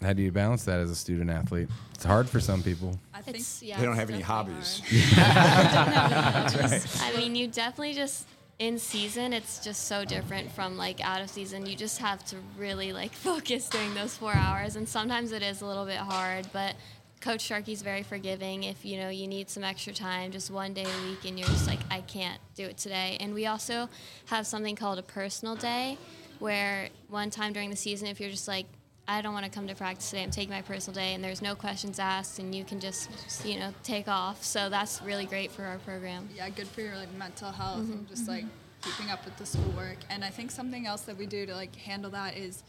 [SPEAKER 5] How do you balance that as a student athlete? It's hard for some people.
[SPEAKER 25] I think it's, yeah,
[SPEAKER 23] they don't
[SPEAKER 25] it's
[SPEAKER 23] have any
[SPEAKER 25] definitely
[SPEAKER 23] hobbies.
[SPEAKER 25] hard.
[SPEAKER 23] That's
[SPEAKER 25] Just-
[SPEAKER 23] right.
[SPEAKER 25] I mean, you definitely just in season. It's just so different from like out of season. You just have to really like focus during those four hours, and sometimes it is a little bit hard. But Coach Sharkey's very forgiving. If you know you need some extra time, just one day a week, and you're just like, I can't do it today. And we also have something called a personal day, where one time during the season, if you're just like I don't want to come to practice today. I'm taking my personal day, and there's no questions asked, and you can just, you know, take off. So that's really great for our program.
[SPEAKER 24] yeah, good for your like mental health and
[SPEAKER 25] Mhm.
[SPEAKER 24] just like keeping up with the schoolwork. And I think something else that we do to like handle that is,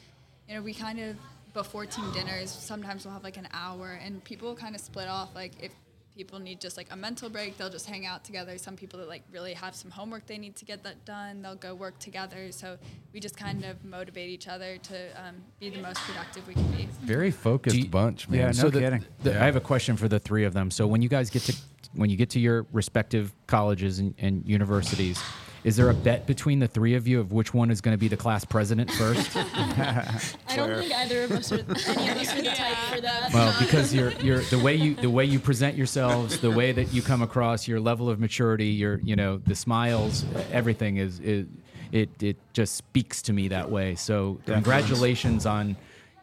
[SPEAKER 24] you know, we kind of before team dinners sometimes we'll have like an hour and people kind of split off. Like if people need just like a mental break, they'll just hang out together. Some people that like really have some homework they need to get that done, they'll go work together. So we just kind of motivate each other to um, be the most productive we can be.
[SPEAKER 5] Very focused bunch, man.
[SPEAKER 2] so the- the-
[SPEAKER 5] Yeah.
[SPEAKER 2] I have a question for the three of them. So when you guys get to when you get to your respective colleges and, and universities, is there a bet between the three of you of which one is going to be the class president first?
[SPEAKER 27] I don't think either of us are any of us are the type for that.
[SPEAKER 2] Well, because you're, you're the way you the way you present yourselves, the way that you come across, your level of maturity, your you know the smiles, everything is it it, it just speaks to me that way. So congratulations on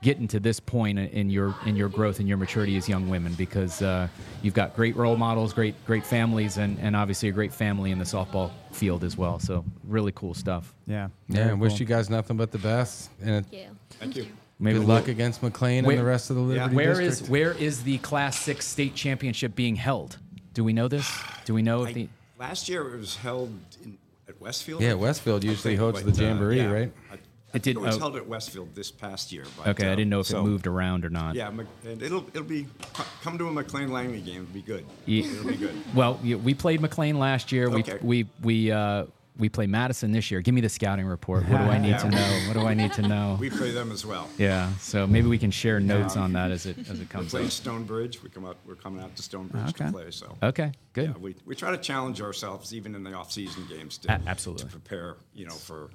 [SPEAKER 2] getting to this point in your in your growth and your maturity as young women because uh, you've got great role models, great great families, and and obviously a great family in the softball field as well. So really cool stuff.
[SPEAKER 3] Yeah.
[SPEAKER 5] Yeah.
[SPEAKER 2] Very
[SPEAKER 5] I wish
[SPEAKER 2] cool.
[SPEAKER 5] you guys nothing but the best. And
[SPEAKER 25] Thank you.
[SPEAKER 23] Thank you.
[SPEAKER 5] Maybe good
[SPEAKER 2] we'll-
[SPEAKER 5] luck against McLean
[SPEAKER 2] Where-
[SPEAKER 5] and the rest of the Liberty
[SPEAKER 2] Where is
[SPEAKER 5] District.
[SPEAKER 2] where is the Class Six state championship being held? Do we know this? Do we know if the
[SPEAKER 23] Last year it was held in, at Westfield.
[SPEAKER 5] Yeah,
[SPEAKER 23] I think.
[SPEAKER 5] Westfield
[SPEAKER 23] I
[SPEAKER 5] usually
[SPEAKER 23] think,
[SPEAKER 5] hosts
[SPEAKER 23] but, uh,
[SPEAKER 5] the Jamboree, right?
[SPEAKER 23] I,
[SPEAKER 2] It
[SPEAKER 23] it
[SPEAKER 2] didn't-
[SPEAKER 23] didn't. It was
[SPEAKER 2] oh.
[SPEAKER 23] held at Westfield this past year. But,
[SPEAKER 2] Okay, I
[SPEAKER 23] uh,
[SPEAKER 2] didn't know if it
[SPEAKER 23] so-
[SPEAKER 2] moved around or not.
[SPEAKER 23] Yeah, Mc- and it'll it'll be co- come to a McLean Langley game. It'll be good.
[SPEAKER 2] Ye-
[SPEAKER 23] It'll be good.
[SPEAKER 2] Well, yeah, we played McLean last year.
[SPEAKER 23] Okay.
[SPEAKER 2] We we we uh, we play Madison this year. Give me the scouting report. What do I need to know? What do I need to know?
[SPEAKER 23] We play them as well.
[SPEAKER 2] Yeah, so maybe we can share notes
[SPEAKER 23] Um,
[SPEAKER 2] on that as it as it comes
[SPEAKER 23] We're
[SPEAKER 2] up.
[SPEAKER 23] playing Stonebridge. We come out. We're coming out to Stonebridge
[SPEAKER 2] Okay.
[SPEAKER 23] to play. So
[SPEAKER 2] Okay, good.
[SPEAKER 23] Yeah, we, we try to challenge ourselves even in the off-season games to
[SPEAKER 2] A- absolutely.
[SPEAKER 23] to prepare. You know for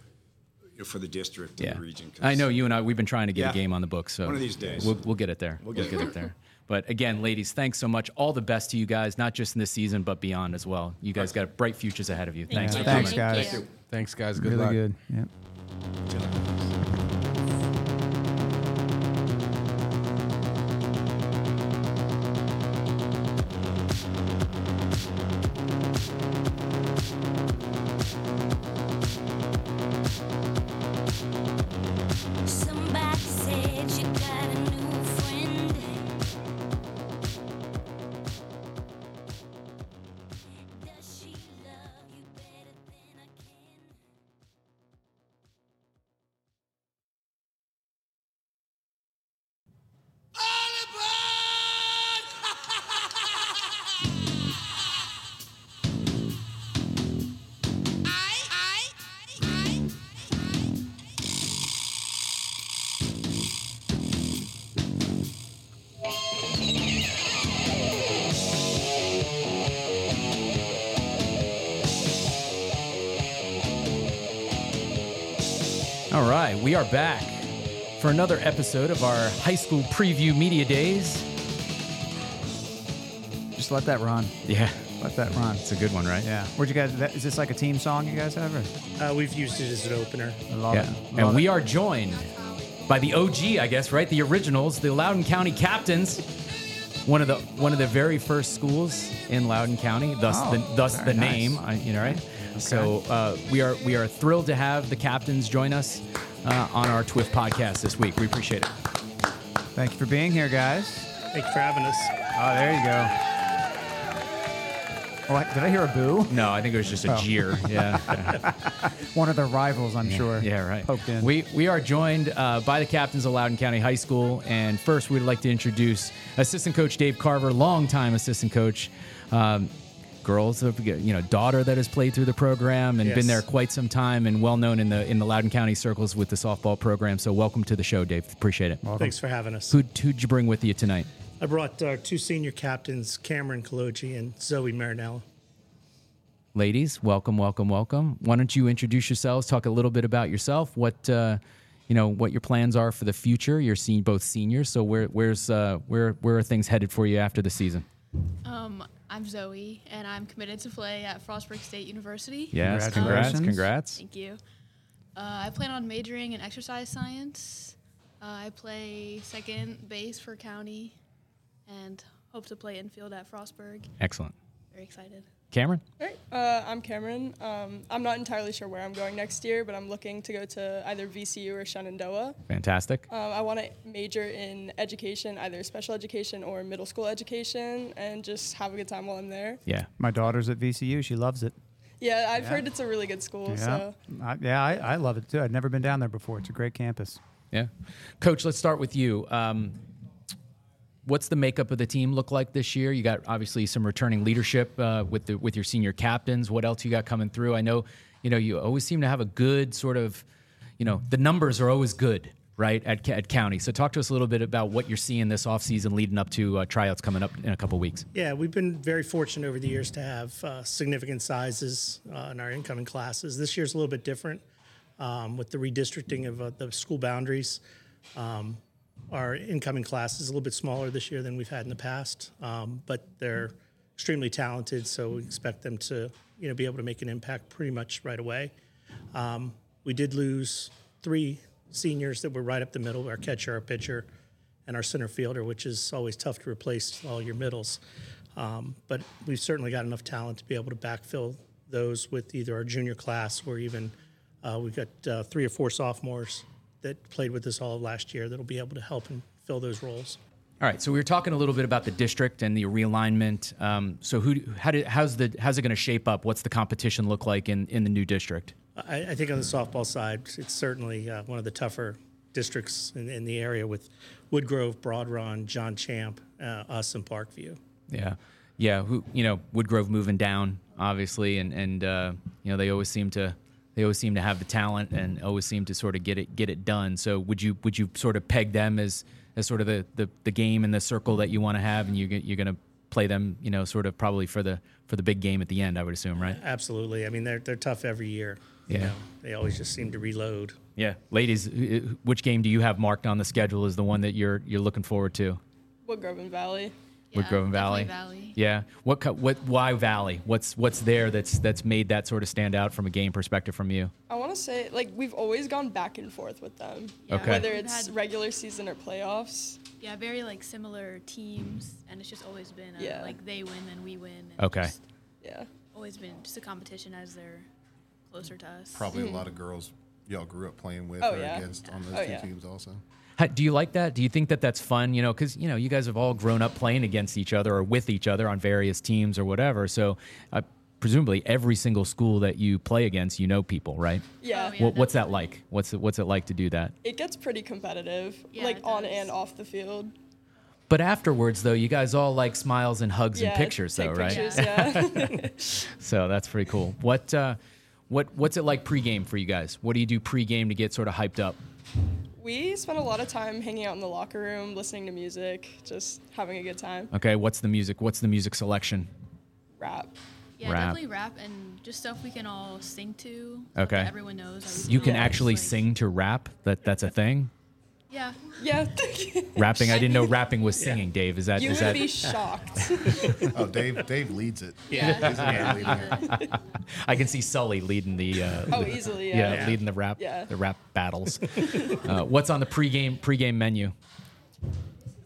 [SPEAKER 23] you know, for the district and
[SPEAKER 2] Yeah,
[SPEAKER 23] the region. 'cause
[SPEAKER 2] I know you and I. We've been trying to get a
[SPEAKER 23] Yeah.
[SPEAKER 2] game on the books. So
[SPEAKER 23] One of these days.
[SPEAKER 2] we'll, we'll get it there.
[SPEAKER 23] We'll get it
[SPEAKER 2] it there. But again, ladies, thanks so much. All the best to you guys, not just in this season, but beyond as well. You guys got bright futures ahead of you.
[SPEAKER 27] Thank
[SPEAKER 2] Thanks.
[SPEAKER 27] you.
[SPEAKER 2] for
[SPEAKER 27] Thanks,
[SPEAKER 2] coming.
[SPEAKER 27] guys. Thank you.
[SPEAKER 5] Thanks, guys. Good
[SPEAKER 3] really
[SPEAKER 5] luck.
[SPEAKER 3] good. Yeah.
[SPEAKER 9] Somebody said you got a new friend. Does she love you better than I can?
[SPEAKER 2] All right, we are back for another episode of our high school preview media days.
[SPEAKER 3] Just let that run.
[SPEAKER 2] Yeah.
[SPEAKER 3] Let that run.
[SPEAKER 2] It's a good one, right?
[SPEAKER 3] Yeah. Where'd you guys? That, is this like a team song you guys have? Or?
[SPEAKER 8] Uh, we've used it as an opener.
[SPEAKER 3] I love
[SPEAKER 2] Yeah.
[SPEAKER 3] it.
[SPEAKER 2] And we are joined by the OG, I guess, right? The originals, the Loudon County Captains. One of the one of the very first schools in Loudon County, thus
[SPEAKER 18] Oh,
[SPEAKER 2] the thus the
[SPEAKER 18] very nice.
[SPEAKER 2] name, I, you know, right? So uh, we are we are thrilled to have the captains join us uh, on our TWIF podcast this week. We appreciate it.
[SPEAKER 3] Thank you for being here, guys.
[SPEAKER 8] Thank you for having us.
[SPEAKER 3] Oh, there you go. Well, I- did I hear a boo?
[SPEAKER 2] No, I think it was just a
[SPEAKER 3] Oh.
[SPEAKER 2] jeer. Yeah. yeah.
[SPEAKER 3] One of their rivals, I'm sure.
[SPEAKER 2] Yeah, right.
[SPEAKER 3] Poked in.
[SPEAKER 2] We we are joined uh, by the captains of Loudoun County High School, and first we'd like to introduce assistant coach Dave Carver, longtime assistant coach. Um, girls, uh, you know, daughter that has played through the program and
[SPEAKER 18] Yes.
[SPEAKER 2] been there quite some time, and well known in the in the Loudoun County circles with the softball program. So welcome to the show, Dave. Appreciate it.
[SPEAKER 8] Thanks for having us.
[SPEAKER 2] Who who'd you bring with you tonight?
[SPEAKER 8] I brought our two senior captains, Cameron Cologi and Zoe Marinella.
[SPEAKER 2] ladies welcome welcome welcome why don't you introduce yourselves talk a little bit about yourself what uh, you know what your plans are for the future you're seeing both seniors so where where's uh, where where are things headed for you after the season
[SPEAKER 29] Um, I'm Zoe, and I'm committed to play at Frostburg State University.
[SPEAKER 2] Yes,
[SPEAKER 29] Um,
[SPEAKER 2] congrats, congrats.
[SPEAKER 29] Thank you. Uh, I plan on majoring in exercise science. Uh, I play second base for county, and hope to play infield at Frostburg.
[SPEAKER 2] excellent
[SPEAKER 29] Very excited.
[SPEAKER 2] cameron
[SPEAKER 11] Alright, Uh, I'm Cameron. Um, I'm not entirely sure where I'm going next year, but I'm looking to go to either VCU or Shenandoah.
[SPEAKER 2] fantastic
[SPEAKER 11] Um, I want to major in education, either special education or middle school education, and just have a good time while I'm there.
[SPEAKER 2] Yeah.
[SPEAKER 3] My daughter's at VCU. She loves it.
[SPEAKER 11] Yeah, I've
[SPEAKER 3] Yeah.
[SPEAKER 11] heard it's a really good school.
[SPEAKER 3] Yeah.
[SPEAKER 11] So
[SPEAKER 3] I, yeah, I, I love it too. I'd never been down there before. It's a great campus.
[SPEAKER 2] yeah coach let's start with you um, what's the makeup of the team look like this year you got obviously some returning leadership uh, with the with your senior captains what else you got coming through i know you know you always seem to have a good sort of you know the numbers are always good right at, at county so talk to us a little bit about what you're seeing this offseason leading up to uh, tryouts coming up in a couple weeks
[SPEAKER 8] Yeah, we've been very fortunate over the years to have uh, significant sizes uh, in our incoming classes. This year's a little bit different um, with the redistricting of uh, the school boundaries. Um, our incoming class is a little bit smaller this year than we've had in the past, um, but they're extremely talented, so we expect them to you know be able to make an impact pretty much right away. Um, we did lose three seniors that were right up the middle: our catcher, our pitcher, and our center fielder, which is always tough to replace all your middles. Um, but we've certainly got enough talent to be able to backfill those with either our junior class or even uh, we've got uh, three or four sophomores that played with us all of last year that'll be able to help and fill those roles.
[SPEAKER 2] all right so we were talking a little bit about the district and the realignment um, so who do- how did, how's the how's it going to shape up what's the competition look like in in the new district
[SPEAKER 8] I, I think on the softball side, it's certainly uh, one of the tougher districts in, in the area with Woodgrove, Broad Run, John Champ, uh, us, and Parkview.
[SPEAKER 2] Yeah, yeah. Who you know Woodgrove moving down, obviously, and and uh, you know they always seem to they always seem to have the talent and always seem to sort of get it get it done. So would you would you sort of peg them as as sort of the the, the game and the circle that you want to have, and you you're going to play them, you know, sort of probably for the for the big game at the end, I would assume, right?
[SPEAKER 8] Absolutely. I mean, they're, they're tough every year. You
[SPEAKER 2] Yeah.
[SPEAKER 8] know, they always just seem to reload.
[SPEAKER 2] Yeah, ladies, wh- which game do you have marked on the schedule as the one that you're you're looking forward to?
[SPEAKER 11] what Grove and Valley?
[SPEAKER 2] Woodgrove and Valley.
[SPEAKER 11] Valley.
[SPEAKER 2] Yeah. What co- what why Valley? What's what's there that's that's made that sort of stand out from a game perspective from you?
[SPEAKER 11] I want to say like we've always gone back and forth with them,
[SPEAKER 2] Yeah. Okay.
[SPEAKER 11] whether
[SPEAKER 29] We've
[SPEAKER 11] it's
[SPEAKER 29] had-
[SPEAKER 11] regular season or playoffs.
[SPEAKER 29] Yeah, very like similar teams, and it's just always been a,
[SPEAKER 11] Yeah.
[SPEAKER 29] like they win and we win. and
[SPEAKER 2] Okay.
[SPEAKER 29] just
[SPEAKER 11] Yeah.
[SPEAKER 29] Always been just a competition as they're closer to us.
[SPEAKER 10] Probably a lot of girls y'all grew up playing with
[SPEAKER 29] Oh,
[SPEAKER 10] or
[SPEAKER 29] yeah.
[SPEAKER 10] against on those
[SPEAKER 29] Oh,
[SPEAKER 10] two
[SPEAKER 29] yeah.
[SPEAKER 10] teams also.
[SPEAKER 2] How, do you like that? Do you think that that's fun? You know, because you know you guys have all grown up playing against each other or with each other on various teams or whatever. So uh, presumably every single school that you play against, you know people, right?
[SPEAKER 11] Yeah. Oh, yeah,
[SPEAKER 2] What, what's that like? What's it, what's it like to do that?
[SPEAKER 11] It gets pretty competitive, like on and off the field.
[SPEAKER 2] But afterwards, though, you guys all like smiles and hugs
[SPEAKER 11] Yeah,
[SPEAKER 2] and pictures,
[SPEAKER 11] take
[SPEAKER 2] though, right?
[SPEAKER 11] pictures, yeah.
[SPEAKER 2] so that's pretty cool. What uh, what what's it like pregame for you guys? What do you do pregame to get sort of hyped up?
[SPEAKER 11] We spent a lot of time hanging out in the locker room, listening to music, just having a good time.
[SPEAKER 2] Okay, what's the music? What's the music selection?
[SPEAKER 11] Rap.
[SPEAKER 29] Yeah,
[SPEAKER 2] Rap.
[SPEAKER 29] definitely rap and just stuff we can all sing to. so that
[SPEAKER 2] Okay.
[SPEAKER 29] Everyone knows.
[SPEAKER 2] You can actually sing to rap. That that's a thing.
[SPEAKER 29] Yeah.
[SPEAKER 11] Yeah.
[SPEAKER 2] Rapping. I didn't know rapping was singing. Dave, is that
[SPEAKER 11] you
[SPEAKER 2] is
[SPEAKER 11] would
[SPEAKER 2] that?
[SPEAKER 11] be shocked.
[SPEAKER 10] oh, Dave. Dave leads it.
[SPEAKER 11] Yeah.
[SPEAKER 10] He's the man leading it.
[SPEAKER 2] I can see Sully leading the. Uh,
[SPEAKER 11] Oh,
[SPEAKER 2] the-
[SPEAKER 11] easily, yeah. Yeah.
[SPEAKER 2] leading the rap.
[SPEAKER 11] Yeah.
[SPEAKER 2] The rap battles. uh, what's on the pregame pregame menu?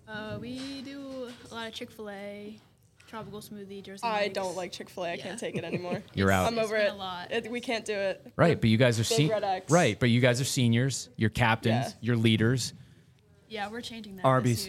[SPEAKER 29] Uh, we do a lot of Chick Fil A, tropical smoothie, Jersey.
[SPEAKER 11] I don't like Chick Fil A. I can't take it anymore.
[SPEAKER 2] You're out.
[SPEAKER 11] I'm over
[SPEAKER 29] It's
[SPEAKER 11] it.
[SPEAKER 29] been a lot.
[SPEAKER 11] It- We can't do it.
[SPEAKER 2] Right, but you guys are
[SPEAKER 11] Big
[SPEAKER 2] se-
[SPEAKER 11] Red X.
[SPEAKER 2] right, but you guys are seniors. You're captains.
[SPEAKER 11] Yeah.
[SPEAKER 2] You're leaders.
[SPEAKER 29] Yeah, we're changing that.
[SPEAKER 3] Arby's.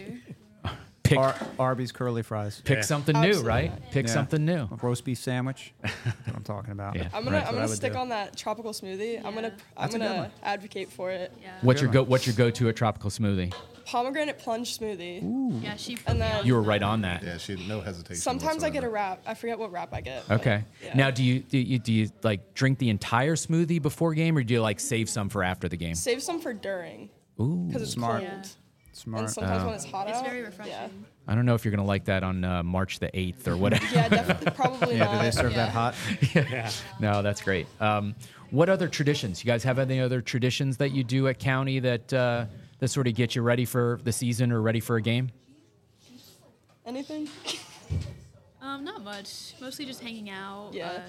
[SPEAKER 2] Pick
[SPEAKER 3] Arby's curly fries.
[SPEAKER 2] Pick
[SPEAKER 11] Oh,
[SPEAKER 2] something new, Absolutely. right? Pick something new.
[SPEAKER 3] A roast beef sandwich. That's what I'm talking about.
[SPEAKER 11] I'm gonna I'm gonna stick on that tropical smoothie. I'm gonna I'm
[SPEAKER 3] That's a good
[SPEAKER 11] gonna
[SPEAKER 3] one.
[SPEAKER 11] advocate for it. Yeah.
[SPEAKER 2] What's your go? What's your go-to at tropical smoothie?
[SPEAKER 11] Pomegranate plunge smoothie.
[SPEAKER 2] Ooh.
[SPEAKER 11] Yeah, she. And then
[SPEAKER 2] You were right on that.
[SPEAKER 10] Yeah, she no hesitation.
[SPEAKER 11] Um, sometimes I get a wrap. I forget what wrap I get. but
[SPEAKER 2] Okay. Now, do you, do you do you like drink the entire smoothie before game, or do you like save some for after the game?
[SPEAKER 11] Save some for during.
[SPEAKER 2] Ooh.
[SPEAKER 11] Because it's
[SPEAKER 2] Smart.
[SPEAKER 11] cold.
[SPEAKER 2] Smart.
[SPEAKER 11] And sometimes
[SPEAKER 2] Oh.
[SPEAKER 11] when it's hot
[SPEAKER 29] It's
[SPEAKER 11] out.
[SPEAKER 29] very refreshing.
[SPEAKER 11] Yeah.
[SPEAKER 2] I don't know if you're gonna like that on uh, March the eighth or whatever.
[SPEAKER 11] Yeah, definitely- probably Yeah, do they not. serve that Yeah. hot?
[SPEAKER 2] yeah. No, that's great. Um, what other traditions? You guys have any other traditions that you do at county that uh, that sort of get you ready for the season or ready for a game?
[SPEAKER 11] Anything?
[SPEAKER 29] Um, not much. Mostly just hanging out.
[SPEAKER 11] Yeah.
[SPEAKER 29] Uh,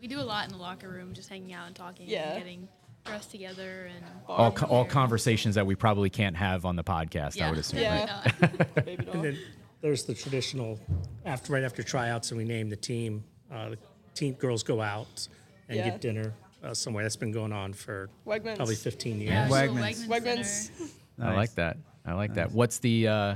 [SPEAKER 29] we do a lot in the locker room, just hanging out and talking
[SPEAKER 11] Yeah.
[SPEAKER 29] and getting dressed together and
[SPEAKER 11] Um,
[SPEAKER 2] All co- all conversations that we probably can't have on the podcast. I would assume. right?
[SPEAKER 8] and then there's the traditional after right after tryouts, and we name the team. Uh, the team girls go out and
[SPEAKER 11] Yeah.
[SPEAKER 8] get dinner uh, somewhere. That's been going on for
[SPEAKER 11] Wegmans.
[SPEAKER 8] probably 15 years.
[SPEAKER 2] Yeah,
[SPEAKER 11] Wegmans.
[SPEAKER 2] I like that. I like that. What's the uh,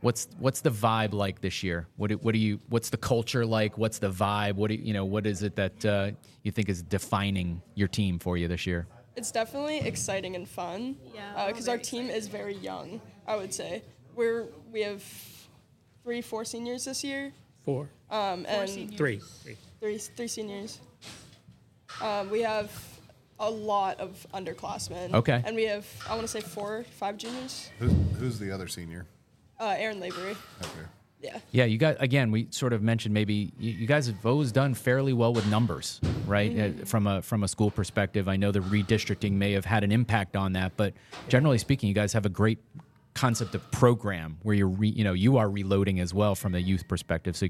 [SPEAKER 2] what's what's the vibe like this year? What do, what do you what's the culture like? What's the vibe? What do you know? What is it that uh, you think is defining your team for you this year?
[SPEAKER 11] It's definitely exciting and fun. Yeah. Because our team is very young. I would say we're we have three, four seniors this year.
[SPEAKER 8] Four.
[SPEAKER 11] Um,
[SPEAKER 8] Four
[SPEAKER 11] and
[SPEAKER 8] seniors. Three. Three.
[SPEAKER 11] Three, three seniors. Um, we have a lot of underclassmen.
[SPEAKER 10] Okay.
[SPEAKER 11] And we have, I want to say, four, five juniors.
[SPEAKER 10] Who, who's the other senior?
[SPEAKER 11] Uh, Aaron Lavery.
[SPEAKER 10] Okay.
[SPEAKER 11] Yeah.
[SPEAKER 2] Yeah, you got again. We sort of mentioned maybe you, you guys have always done fairly well with numbers, right? Uh, from a from a school perspective, I know the redistricting may have had an impact on that, but generally speaking, you guys have a great concept of program where you're re, you know you are reloading as well from the youth perspective. So,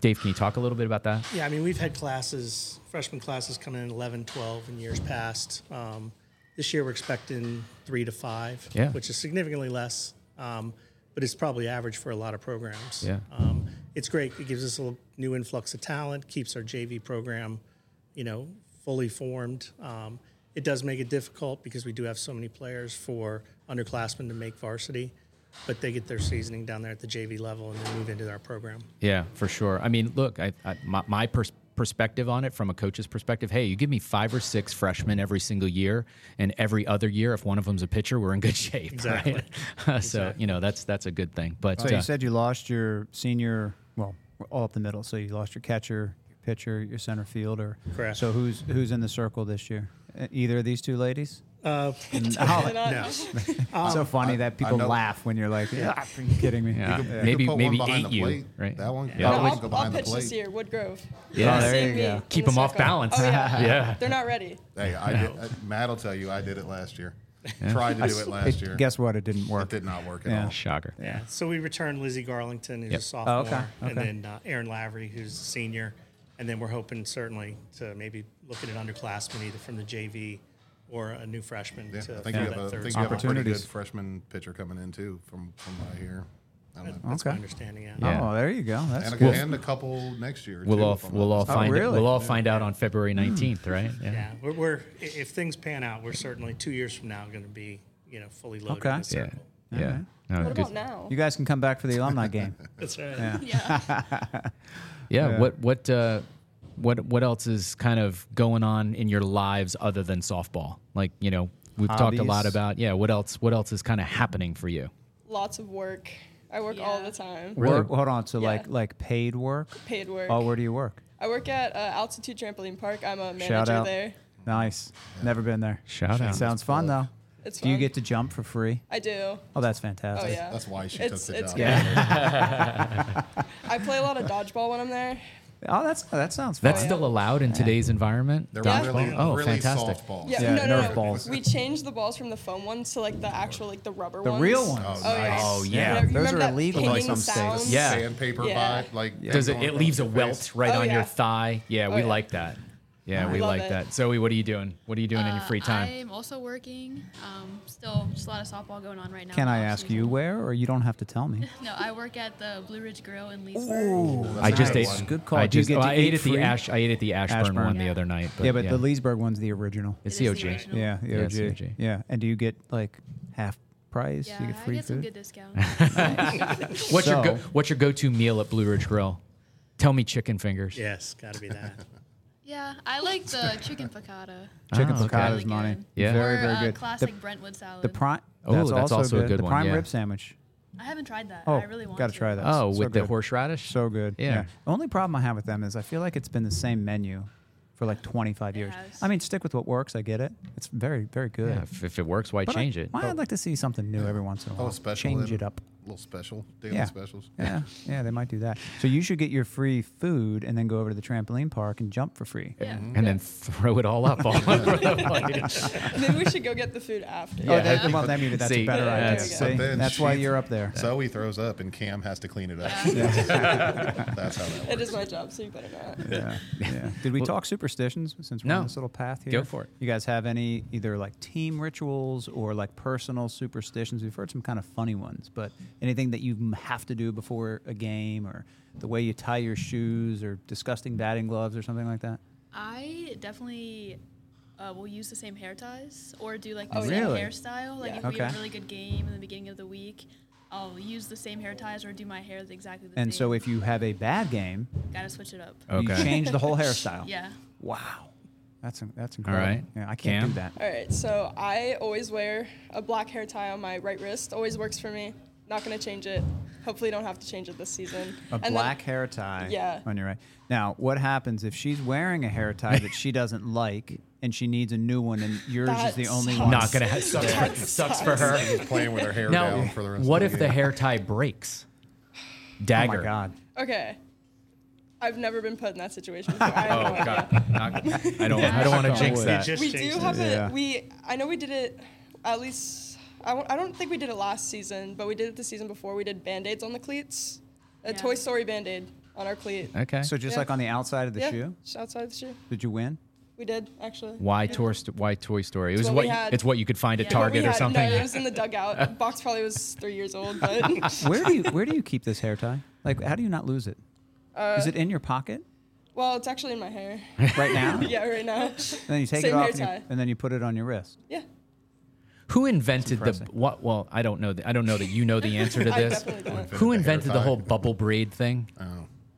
[SPEAKER 2] Dave, can you talk a little bit about that?
[SPEAKER 8] Yeah, I mean, we've had classes, freshman classes coming in 11, 12 in years past. Um, this year we're expecting three to five,
[SPEAKER 2] Yeah.
[SPEAKER 8] which is significantly less, um, but it's probably average for a lot of programs.
[SPEAKER 2] Yeah.
[SPEAKER 8] Um, it's great. It gives us a little new influx of talent, keeps our JV program, you know, fully formed. Um, it does make it difficult because we do have so many players for underclassmen to make varsity, but they get their seasoning down there at the JV level and then move into our program.
[SPEAKER 2] Yeah, for sure. I mean, look, I, I my, my pers- perspective on it from a coach's perspective, hey, you give me five or six freshmen every single year, and every other year, if one of them's a pitcher, we're in good shape.
[SPEAKER 3] Exactly.
[SPEAKER 2] Right? so you know that's that's a good thing. But
[SPEAKER 3] so
[SPEAKER 2] uh,
[SPEAKER 3] you said you lost your senior, well, we're all up the middle. So you lost your catcher, your pitcher, your center fielder.
[SPEAKER 8] Correct.
[SPEAKER 3] So who's who's in the circle this year? E- Either of these two ladies?
[SPEAKER 8] Uh,
[SPEAKER 3] No.
[SPEAKER 8] not.
[SPEAKER 3] No.
[SPEAKER 8] Um,
[SPEAKER 3] so funny
[SPEAKER 8] I- I
[SPEAKER 3] that people
[SPEAKER 8] know-
[SPEAKER 3] laugh when you're like, "Ah, are you kidding me?
[SPEAKER 2] Yeah. You could- you could Maybe- put one maybe behind eight the you, plate. right?
[SPEAKER 10] That one.
[SPEAKER 2] Yeah.
[SPEAKER 10] That
[SPEAKER 2] No,
[SPEAKER 10] one
[SPEAKER 2] I'll-
[SPEAKER 10] go
[SPEAKER 11] I'll
[SPEAKER 10] behind the
[SPEAKER 11] pitch
[SPEAKER 10] plate.
[SPEAKER 11] this year, Woodgrove. They'll
[SPEAKER 2] Yeah, there
[SPEAKER 11] see
[SPEAKER 2] you
[SPEAKER 11] me
[SPEAKER 2] go.
[SPEAKER 11] in
[SPEAKER 2] Keep
[SPEAKER 11] the
[SPEAKER 2] 'em off
[SPEAKER 11] circle.
[SPEAKER 2] balance.
[SPEAKER 11] Oh, yeah.
[SPEAKER 2] Yeah.
[SPEAKER 11] They're not ready.
[SPEAKER 10] Hey, I did, uh, Matt will tell you I did it last year.
[SPEAKER 3] Yeah.
[SPEAKER 10] Tried to
[SPEAKER 3] I
[SPEAKER 10] do
[SPEAKER 3] s-
[SPEAKER 10] it last
[SPEAKER 3] it-
[SPEAKER 10] year.
[SPEAKER 3] Guess what? It didn't work.
[SPEAKER 10] It did not work at
[SPEAKER 3] Yeah.
[SPEAKER 10] all.
[SPEAKER 2] Shocker.
[SPEAKER 8] Yeah. So we returned Lizzie Garlington, who's
[SPEAKER 3] Yep.
[SPEAKER 8] a
[SPEAKER 3] Oh,
[SPEAKER 8] sophomore,
[SPEAKER 3] okay,
[SPEAKER 8] and
[SPEAKER 3] okay.
[SPEAKER 8] then uh, Aaron Lavery, who's a senior, and then we're hoping certainly to maybe look at an underclassman either from the JV or a new freshman
[SPEAKER 10] Yeah, I
[SPEAKER 8] to
[SPEAKER 10] think
[SPEAKER 8] fill
[SPEAKER 10] you have
[SPEAKER 8] that
[SPEAKER 10] a, I
[SPEAKER 8] third
[SPEAKER 10] think you have a pretty good
[SPEAKER 3] Opportunities.
[SPEAKER 10] freshman pitcher coming in too, from from what I hear. I don't know.
[SPEAKER 8] That's my Okay. understanding, yeah.
[SPEAKER 3] Oh, there you go. That's
[SPEAKER 10] and, a,
[SPEAKER 3] good.
[SPEAKER 10] and a couple next year.
[SPEAKER 2] we'll
[SPEAKER 10] too,
[SPEAKER 2] all
[SPEAKER 10] if I'm
[SPEAKER 2] we'll
[SPEAKER 3] Oh,
[SPEAKER 10] not
[SPEAKER 2] all
[SPEAKER 10] mistaken.
[SPEAKER 2] find it, we'll all find out on
[SPEAKER 3] Hmm.
[SPEAKER 2] February nineteenth, right?
[SPEAKER 8] Yeah, we're, we're i- if things pan out, we're certainly two years from now going to be you know fully loaded.
[SPEAKER 3] Okay.
[SPEAKER 8] In the
[SPEAKER 3] Yeah.
[SPEAKER 8] circle.
[SPEAKER 3] All
[SPEAKER 2] Yeah.
[SPEAKER 3] right.
[SPEAKER 2] No, What
[SPEAKER 8] good. about now?
[SPEAKER 3] You guys can come back for the alumni game.
[SPEAKER 8] That's right.
[SPEAKER 2] Yeah.
[SPEAKER 3] Yeah.
[SPEAKER 2] What what uh, what what else is kind of going on in your lives other than softball? Like you know, we've talked a lot
[SPEAKER 11] Hobbies.
[SPEAKER 2] about yeah. What else? What else is kind of happening for you?
[SPEAKER 11] Lots of work. I work all the time.
[SPEAKER 3] Work, hold on. So like like paid work.
[SPEAKER 11] Paid work.
[SPEAKER 3] Oh, where do you work?
[SPEAKER 11] I work at uh, Altitude Trampoline Park. I'm a manager
[SPEAKER 3] Shout out.
[SPEAKER 11] there.
[SPEAKER 3] Nice. Never been there.
[SPEAKER 2] Shout out.
[SPEAKER 3] Sounds fun though.
[SPEAKER 11] It's
[SPEAKER 3] Do you
[SPEAKER 11] fun.
[SPEAKER 3] get to jump for free?
[SPEAKER 11] I do.
[SPEAKER 3] Oh, that's fantastic.
[SPEAKER 11] Oh, yeah. That's why she It's- took the it's job.
[SPEAKER 3] Yeah.
[SPEAKER 11] I play a lot of dodgeball when I'm there.
[SPEAKER 3] Oh, that's that sounds.
[SPEAKER 2] That's
[SPEAKER 3] fun.
[SPEAKER 2] still allowed in today's environment.
[SPEAKER 3] They're
[SPEAKER 2] Dodgeball?
[SPEAKER 3] really-
[SPEAKER 2] oh,
[SPEAKER 3] really
[SPEAKER 2] fantastic!
[SPEAKER 3] soft balls.
[SPEAKER 11] Yeah,
[SPEAKER 3] Yeah,
[SPEAKER 11] no, no,
[SPEAKER 2] Nerf
[SPEAKER 11] no.
[SPEAKER 2] balls.
[SPEAKER 11] We changed the balls from the foam ones to like the actual, like the rubber
[SPEAKER 3] The
[SPEAKER 11] ones.
[SPEAKER 3] real ones. Oh,
[SPEAKER 11] yeah.
[SPEAKER 3] nice. Oh, yeah.
[SPEAKER 11] Remember-
[SPEAKER 3] Those
[SPEAKER 11] remember
[SPEAKER 3] are
[SPEAKER 11] that
[SPEAKER 3] illegal in
[SPEAKER 11] pinging
[SPEAKER 3] some states.
[SPEAKER 11] sound?
[SPEAKER 2] Yeah.
[SPEAKER 10] Sandpaper
[SPEAKER 11] Yeah.
[SPEAKER 10] vibe, like
[SPEAKER 2] Does it?
[SPEAKER 10] going
[SPEAKER 2] It
[SPEAKER 10] across
[SPEAKER 2] leaves a
[SPEAKER 10] your face.
[SPEAKER 2] welt right
[SPEAKER 11] Oh,
[SPEAKER 2] on
[SPEAKER 11] yeah.
[SPEAKER 2] your thigh. Yeah,
[SPEAKER 11] Oh,
[SPEAKER 2] we
[SPEAKER 11] yeah.
[SPEAKER 2] like that. Yeah,
[SPEAKER 11] I
[SPEAKER 2] we
[SPEAKER 11] love
[SPEAKER 2] like
[SPEAKER 11] it.
[SPEAKER 2] that. Zoe, what are you doing? What are you doing in your free time?
[SPEAKER 29] Uh, I'm also working. Um, still, just a lot of softball going on right now.
[SPEAKER 3] Can I
[SPEAKER 29] Off
[SPEAKER 3] ask you where, or you don't have to tell me?
[SPEAKER 29] season. No, I work at the Blue Ridge Grill in Leesburg.
[SPEAKER 2] I just ate.
[SPEAKER 3] Good call.
[SPEAKER 2] I
[SPEAKER 3] Do you
[SPEAKER 2] just.
[SPEAKER 3] get
[SPEAKER 2] oh,
[SPEAKER 3] to
[SPEAKER 2] I
[SPEAKER 3] eat
[SPEAKER 2] ate at the
[SPEAKER 3] free?
[SPEAKER 2] ash. I ate at the Ashburn,
[SPEAKER 3] Ashburn.
[SPEAKER 2] one the other night. But
[SPEAKER 3] yeah, but the Leesburg one's the original.
[SPEAKER 2] It's It is the the OG. original.
[SPEAKER 3] Yeah, the
[SPEAKER 2] Yeah,
[SPEAKER 3] OG.
[SPEAKER 2] it's E the OG.
[SPEAKER 3] Yeah, and do you get like half price?
[SPEAKER 29] Yeah,
[SPEAKER 3] you get
[SPEAKER 29] I
[SPEAKER 3] free
[SPEAKER 29] get some
[SPEAKER 3] food?
[SPEAKER 29] good discounts.
[SPEAKER 2] what's your go,
[SPEAKER 3] So-
[SPEAKER 2] what's your go-to meal at Blue Ridge Grill? Tell me chicken fingers.
[SPEAKER 8] Yes, gotta be that.
[SPEAKER 29] Yeah, I like the chicken piccata.
[SPEAKER 3] Chicken
[SPEAKER 2] Oh, okay.
[SPEAKER 3] piccata
[SPEAKER 2] Really
[SPEAKER 3] is money.
[SPEAKER 2] good. Yeah.
[SPEAKER 3] very
[SPEAKER 2] Or,
[SPEAKER 3] very
[SPEAKER 29] uh,
[SPEAKER 3] good. The-
[SPEAKER 29] classic Brentwood salad.
[SPEAKER 3] The prime.
[SPEAKER 2] Oh, that's also a good
[SPEAKER 3] The
[SPEAKER 2] one,
[SPEAKER 3] prime
[SPEAKER 2] yeah.
[SPEAKER 3] rib sandwich.
[SPEAKER 29] I haven't tried that.
[SPEAKER 3] Oh,
[SPEAKER 29] I really want
[SPEAKER 3] gotta
[SPEAKER 29] to.
[SPEAKER 3] try that.
[SPEAKER 2] Oh,
[SPEAKER 3] So
[SPEAKER 2] with the
[SPEAKER 3] good.
[SPEAKER 2] horseradish?
[SPEAKER 3] So good. Yeah.
[SPEAKER 2] Yeah.
[SPEAKER 3] The only problem I have with them is I feel like it's been the same menu for like 25 years. I mean, stick with what works. I get it. It's very very good.
[SPEAKER 2] Yeah, if, if it works, why
[SPEAKER 3] But I-
[SPEAKER 2] change it? Oh.
[SPEAKER 3] Why I'd like to see something new every once in a
[SPEAKER 10] Oh,
[SPEAKER 3] while.
[SPEAKER 10] a special.
[SPEAKER 3] Change
[SPEAKER 10] then.
[SPEAKER 3] it up.
[SPEAKER 10] Little special. Daily specials.
[SPEAKER 3] Yeah, yeah, they might do that. So you should get your free food and then go over to the trampoline park and jump for free.
[SPEAKER 2] Yeah.
[SPEAKER 10] Mm-hmm.
[SPEAKER 2] And then throw it all up all over the plate.
[SPEAKER 11] Maybe we should go get the food after.
[SPEAKER 3] Oh, that- well, that- maybe that's a better idea.
[SPEAKER 10] that's-
[SPEAKER 3] See,
[SPEAKER 10] but then
[SPEAKER 3] that's why
[SPEAKER 10] she-
[SPEAKER 3] you're up there.
[SPEAKER 10] Zoe throws up and Cam has to clean it up. that's how that works.
[SPEAKER 11] It is my job, so you better not.
[SPEAKER 3] Yeah, yeah. Did we
[SPEAKER 10] Well-
[SPEAKER 3] talk superstitions since we're
[SPEAKER 10] No.
[SPEAKER 3] on this little path here?
[SPEAKER 10] Go for it.
[SPEAKER 3] You guys have any either like team rituals or like personal superstitions? We've heard some kind of funny ones, but anything that you m- have to do before a game or the way you tie your shoes or disgusting batting gloves or something like that?
[SPEAKER 29] I definitely uh, will use the same hair ties or do like the
[SPEAKER 3] Oh,
[SPEAKER 29] same
[SPEAKER 3] really?
[SPEAKER 29] hairstyle. Like
[SPEAKER 3] Yeah.
[SPEAKER 29] if we have
[SPEAKER 3] Okay.
[SPEAKER 29] a really good game in the beginning of the week, I'll use the same hair ties or do my hair exactly the
[SPEAKER 3] And
[SPEAKER 29] same.
[SPEAKER 3] so if you have a bad game,
[SPEAKER 29] gotta switch it up.
[SPEAKER 3] you change the whole hairstyle.
[SPEAKER 29] yeah.
[SPEAKER 3] Wow. That's that's incredible.
[SPEAKER 2] right.
[SPEAKER 3] Yeah, I can't do
[SPEAKER 2] Cam?
[SPEAKER 3] that.
[SPEAKER 11] All right, so I always wear a black hair tie on my right wrist. Always works for me. Not gonna change it. Hopefully, don't have to change it this season.
[SPEAKER 3] A
[SPEAKER 11] And then-
[SPEAKER 3] black hair tie
[SPEAKER 11] Yeah.
[SPEAKER 3] on your right. Now, what happens if she's wearing a hair tie that she doesn't like and she needs a new one and yours is
[SPEAKER 2] That
[SPEAKER 3] the only
[SPEAKER 2] sucks.
[SPEAKER 3] one?
[SPEAKER 2] Not gonna ha- sucks for- That sucks for her. sucks. She's playing with her hair Now, down for the rest what of the if the game. hair tie breaks? Dagger.
[SPEAKER 3] Oh my god.
[SPEAKER 11] Okay. I've never been put in that situation before. I have no
[SPEAKER 2] Oh
[SPEAKER 11] idea.
[SPEAKER 2] god. Knock- I don't. I don't want to jinx that.
[SPEAKER 11] We do have
[SPEAKER 2] Yeah.
[SPEAKER 11] it. We I know we did it at least. I w- I don't think we did it last season, but we did it the season before. We did band aids on the cleats, a Toy Story band aid on our cleat.
[SPEAKER 2] Okay.
[SPEAKER 3] So just
[SPEAKER 11] Yeah.
[SPEAKER 3] like on the outside of the
[SPEAKER 11] yeah,
[SPEAKER 3] shoe?
[SPEAKER 11] just outside the shoe.
[SPEAKER 3] Did you win?
[SPEAKER 11] We did actually.
[SPEAKER 2] Why
[SPEAKER 11] Yeah.
[SPEAKER 2] Toy Sto- Why Toy Story? It
[SPEAKER 11] It's
[SPEAKER 2] was
[SPEAKER 11] what
[SPEAKER 2] what.
[SPEAKER 11] we
[SPEAKER 2] you-
[SPEAKER 11] had.
[SPEAKER 2] It's what you could find at
[SPEAKER 11] Yeah, what we
[SPEAKER 2] Target or
[SPEAKER 11] had-
[SPEAKER 2] something.
[SPEAKER 11] No, it was in the dugout. Box probably was three years old, but
[SPEAKER 3] where do you where do you keep this hair tie? Like how do you not lose it? Is
[SPEAKER 11] Uh,
[SPEAKER 3] it in your pocket?
[SPEAKER 11] Well, it's actually in my hair.
[SPEAKER 3] Right now?
[SPEAKER 11] yeah, right now. And
[SPEAKER 3] And then you take
[SPEAKER 11] Same
[SPEAKER 3] it off
[SPEAKER 11] Hair
[SPEAKER 3] and, you-
[SPEAKER 11] tie.
[SPEAKER 3] and then you put it on your wrist.
[SPEAKER 2] Who invented the what? Well, I don't know. The, I don't know that you know the answer to
[SPEAKER 11] I
[SPEAKER 2] this.
[SPEAKER 11] definitely don't. Invented
[SPEAKER 2] Who
[SPEAKER 11] the hair
[SPEAKER 2] invented the
[SPEAKER 11] tie.
[SPEAKER 2] whole bubble braid thing?
[SPEAKER 10] Oh.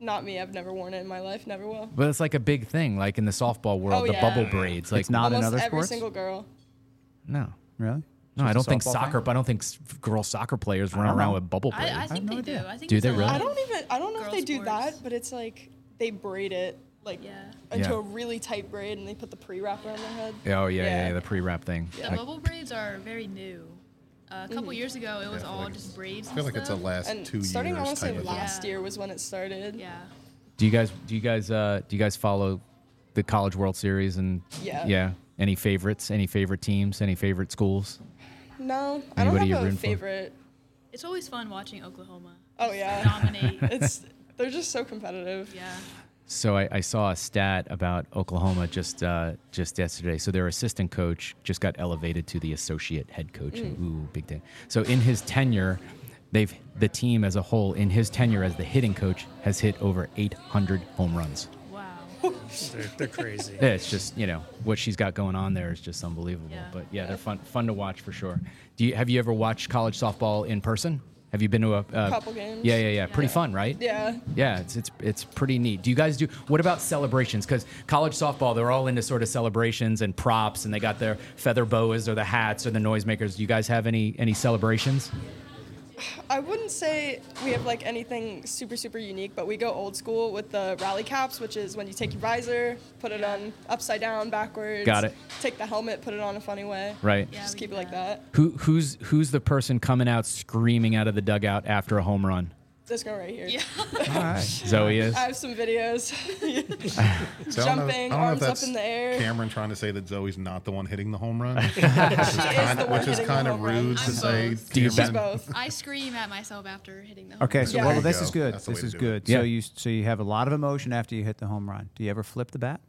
[SPEAKER 11] Not me. I've never worn it in my life. Never will.
[SPEAKER 2] But it's like a big thing, like in the softball world,
[SPEAKER 11] Oh,
[SPEAKER 2] the
[SPEAKER 11] yeah.
[SPEAKER 2] bubble braids. Like
[SPEAKER 11] Almost every single girl.
[SPEAKER 2] No.
[SPEAKER 3] Really?
[SPEAKER 2] No,
[SPEAKER 3] Just
[SPEAKER 2] I
[SPEAKER 3] a
[SPEAKER 2] don't think
[SPEAKER 3] softball
[SPEAKER 2] soccer. I don't think s- girl soccer players run
[SPEAKER 3] don't
[SPEAKER 2] around
[SPEAKER 3] know.
[SPEAKER 2] with bubble
[SPEAKER 29] I- I
[SPEAKER 2] braids.
[SPEAKER 29] think they do. I think
[SPEAKER 2] Do
[SPEAKER 29] it's
[SPEAKER 2] they
[SPEAKER 29] a lot
[SPEAKER 2] really?
[SPEAKER 11] I don't even. I don't know if
[SPEAKER 29] Girl
[SPEAKER 11] they do that, but it's like they braid it like into
[SPEAKER 2] Yeah.
[SPEAKER 11] a really tight braid, and they put the pre wrap around their head.
[SPEAKER 2] Oh yeah, yeah, yeah, the pre-wrap thing.
[SPEAKER 29] The
[SPEAKER 2] I-
[SPEAKER 29] bubble braids are very new. Uh, a couple years ago, it was
[SPEAKER 10] Yeah, I feel
[SPEAKER 29] all
[SPEAKER 10] like
[SPEAKER 29] just braids.
[SPEAKER 10] I feel like it's a last
[SPEAKER 11] Mm. and
[SPEAKER 10] two
[SPEAKER 11] starting
[SPEAKER 10] years
[SPEAKER 11] honestly
[SPEAKER 10] type of thing.
[SPEAKER 11] last year was when it started. Yeah.
[SPEAKER 2] Do you guys do you guys uh, do you guys follow the College World Series and
[SPEAKER 11] Yeah.
[SPEAKER 2] Any favorites? Any favorite teams? Any favorite schools?
[SPEAKER 11] No,
[SPEAKER 2] Anybody
[SPEAKER 11] I
[SPEAKER 2] you're
[SPEAKER 11] don't have
[SPEAKER 2] rooting
[SPEAKER 11] a
[SPEAKER 2] for?
[SPEAKER 11] favorite.
[SPEAKER 29] It's always fun watching Oklahoma.
[SPEAKER 11] Oh
[SPEAKER 29] just
[SPEAKER 11] yeah.
[SPEAKER 29] Dominate.
[SPEAKER 11] it's they're just so competitive.
[SPEAKER 29] Yeah.
[SPEAKER 2] So I, I saw a stat about Oklahoma just uh, just yesterday. So their assistant coach just got elevated to the associate head coach.
[SPEAKER 29] Mm.
[SPEAKER 2] Ooh, big day. So in his tenure, they've the team as a whole in his tenure as the hitting coach has hit over 800 home runs.
[SPEAKER 8] they're, they're crazy.
[SPEAKER 2] Yeah, it's just you know what she's got going on there is just unbelievable. But yeah, they're fun fun to watch for sure. Do you have you ever watched college softball in person? Have you been to a uh,
[SPEAKER 11] Couple games.
[SPEAKER 2] Yeah, yeah, yeah. Pretty fun, right?
[SPEAKER 11] Yeah.
[SPEAKER 2] Yeah, it's it's it's pretty neat. Do you guys do what about celebrations? Because college softball, they're all into sort of celebrations and props, and they got their feather boas or the hats or the noisemakers. Do you guys have any any celebrations?
[SPEAKER 11] I wouldn't say we have like anything super super unique, but we go old school with the rally caps, which is when you take your visor, put it on upside down, backwards.
[SPEAKER 2] Got it.
[SPEAKER 11] Take the helmet, put it on a funny way.
[SPEAKER 2] Right. Yeah,
[SPEAKER 11] just keep it like that.
[SPEAKER 2] Who who's who's the person coming out screaming out of the dugout after a home run?
[SPEAKER 11] This girl right here. Yeah.
[SPEAKER 5] right. Zoe is.
[SPEAKER 11] I have some videos.
[SPEAKER 10] So I don't know-
[SPEAKER 11] Jumping,
[SPEAKER 10] I don't know if
[SPEAKER 11] arms up
[SPEAKER 10] that's
[SPEAKER 11] in the air.
[SPEAKER 10] Cameron trying to say that Zoe's not the one hitting the home run, which is
[SPEAKER 11] She is
[SPEAKER 10] kind
[SPEAKER 11] the
[SPEAKER 10] of,
[SPEAKER 11] one
[SPEAKER 10] which is
[SPEAKER 11] hitting the
[SPEAKER 10] kind of
[SPEAKER 11] home run.
[SPEAKER 10] rude to
[SPEAKER 11] I'm
[SPEAKER 10] say.
[SPEAKER 11] both. She's
[SPEAKER 10] Cameron-
[SPEAKER 11] both.
[SPEAKER 29] I scream at myself after hitting the. home
[SPEAKER 3] Okay,
[SPEAKER 29] run.
[SPEAKER 3] so well, this is good. this is good.
[SPEAKER 2] Yeah.
[SPEAKER 3] So you so you have a lot of emotion after you hit the home run. Do you ever flip the bat?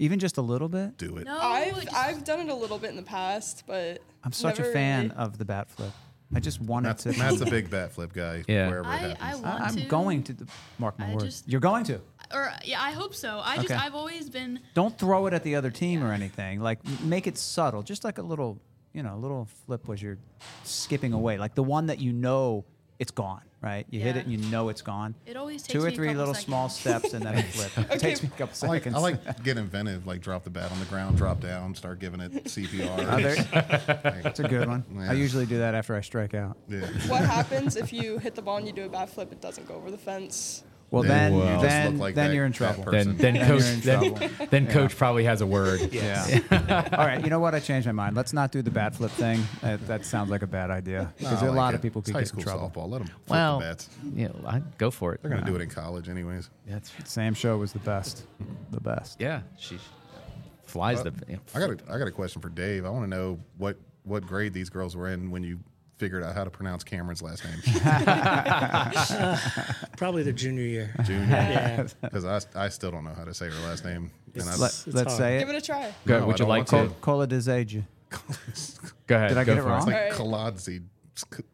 [SPEAKER 3] Even just a little bit?
[SPEAKER 10] Do it.
[SPEAKER 11] I've, I've done it a little bit in the past, but
[SPEAKER 3] I'm such
[SPEAKER 11] never
[SPEAKER 3] a fan
[SPEAKER 11] really.
[SPEAKER 3] of the bat flip. I just wanted
[SPEAKER 10] Matt's,
[SPEAKER 3] to.
[SPEAKER 10] Matt's a big bat flip guy.
[SPEAKER 2] Yeah.
[SPEAKER 10] Wherever
[SPEAKER 29] I-
[SPEAKER 10] it
[SPEAKER 29] I
[SPEAKER 10] happens.
[SPEAKER 29] want
[SPEAKER 3] I'm
[SPEAKER 29] to.
[SPEAKER 3] going to. The, mark my
[SPEAKER 29] I
[SPEAKER 3] words.
[SPEAKER 29] just-
[SPEAKER 3] You're going to.
[SPEAKER 29] Or yeah, I hope so. I just
[SPEAKER 3] Okay.
[SPEAKER 29] I've always been
[SPEAKER 3] Don't throw it at the other team or anything. Like m- make it subtle, just like a little, you know, a little flip was you're skipping away, like the one that you know it's gone. Right? You hit
[SPEAKER 29] Yeah.
[SPEAKER 3] it and you know it's gone.
[SPEAKER 29] It always
[SPEAKER 3] two
[SPEAKER 29] takes
[SPEAKER 3] or
[SPEAKER 29] me a
[SPEAKER 3] three
[SPEAKER 29] couple
[SPEAKER 3] little small
[SPEAKER 29] seconds.
[SPEAKER 3] steps and then a flip. It takes me a couple
[SPEAKER 10] I like,
[SPEAKER 3] seconds.
[SPEAKER 10] I like get inventive, like drop the bat on the ground, drop down, start giving it CPR.
[SPEAKER 3] Oh, there- That's a good one.
[SPEAKER 10] Yeah.
[SPEAKER 3] I usually do that after I strike out.
[SPEAKER 10] Yeah.
[SPEAKER 11] What happens if you hit the ball and you do a bat flip? It doesn't go over the fence.
[SPEAKER 3] Well,
[SPEAKER 10] Then
[SPEAKER 3] then,
[SPEAKER 10] you just look
[SPEAKER 3] then,
[SPEAKER 10] like
[SPEAKER 3] then
[SPEAKER 10] that-
[SPEAKER 3] you're in
[SPEAKER 10] that
[SPEAKER 3] trouble.
[SPEAKER 10] person.
[SPEAKER 2] Then, then
[SPEAKER 3] you're
[SPEAKER 2] coach,
[SPEAKER 3] in
[SPEAKER 2] then,
[SPEAKER 3] trouble.
[SPEAKER 2] then
[SPEAKER 3] Yeah.
[SPEAKER 2] coach probably has a word.
[SPEAKER 3] Yeah. All right. You know what? I changed my mind. Let's not do the bat flip thing. Uh, that sounds like a bad idea
[SPEAKER 10] No,
[SPEAKER 3] because
[SPEAKER 10] I
[SPEAKER 3] a
[SPEAKER 10] like
[SPEAKER 3] lot
[SPEAKER 10] it.
[SPEAKER 3] of people
[SPEAKER 10] It's
[SPEAKER 3] could
[SPEAKER 10] high
[SPEAKER 3] get in
[SPEAKER 10] school
[SPEAKER 3] trouble.
[SPEAKER 10] softball. Let 'em flip the
[SPEAKER 2] well,
[SPEAKER 10] bats.
[SPEAKER 2] yeah, I, go for it.
[SPEAKER 10] They're gonna do it in college, anyways.
[SPEAKER 2] That's
[SPEAKER 3] Sam Show was the best. The best.
[SPEAKER 2] yeah. She flies
[SPEAKER 10] Uh,
[SPEAKER 2] the. yeah.
[SPEAKER 10] I got a, I got a question for Dave. I want to know what what grade these girls were in when you figured out how to pronounce Cameron's last name.
[SPEAKER 8] Probably their junior year.
[SPEAKER 10] Junior,
[SPEAKER 8] Yeah.
[SPEAKER 10] because I, I still don't know how to say her last name.
[SPEAKER 8] It's-
[SPEAKER 10] I,
[SPEAKER 3] Let,
[SPEAKER 8] It's
[SPEAKER 3] let's
[SPEAKER 8] hard.
[SPEAKER 3] say it.
[SPEAKER 11] Give it a try.
[SPEAKER 2] Go- would
[SPEAKER 10] I
[SPEAKER 2] you
[SPEAKER 10] don't
[SPEAKER 2] like
[SPEAKER 10] want
[SPEAKER 2] to?
[SPEAKER 3] Cola de Zage.
[SPEAKER 2] Go ahead.
[SPEAKER 3] Did I
[SPEAKER 2] go
[SPEAKER 3] get it
[SPEAKER 2] for
[SPEAKER 3] wrong?
[SPEAKER 10] It's like
[SPEAKER 11] Alright.
[SPEAKER 10] Colodzi.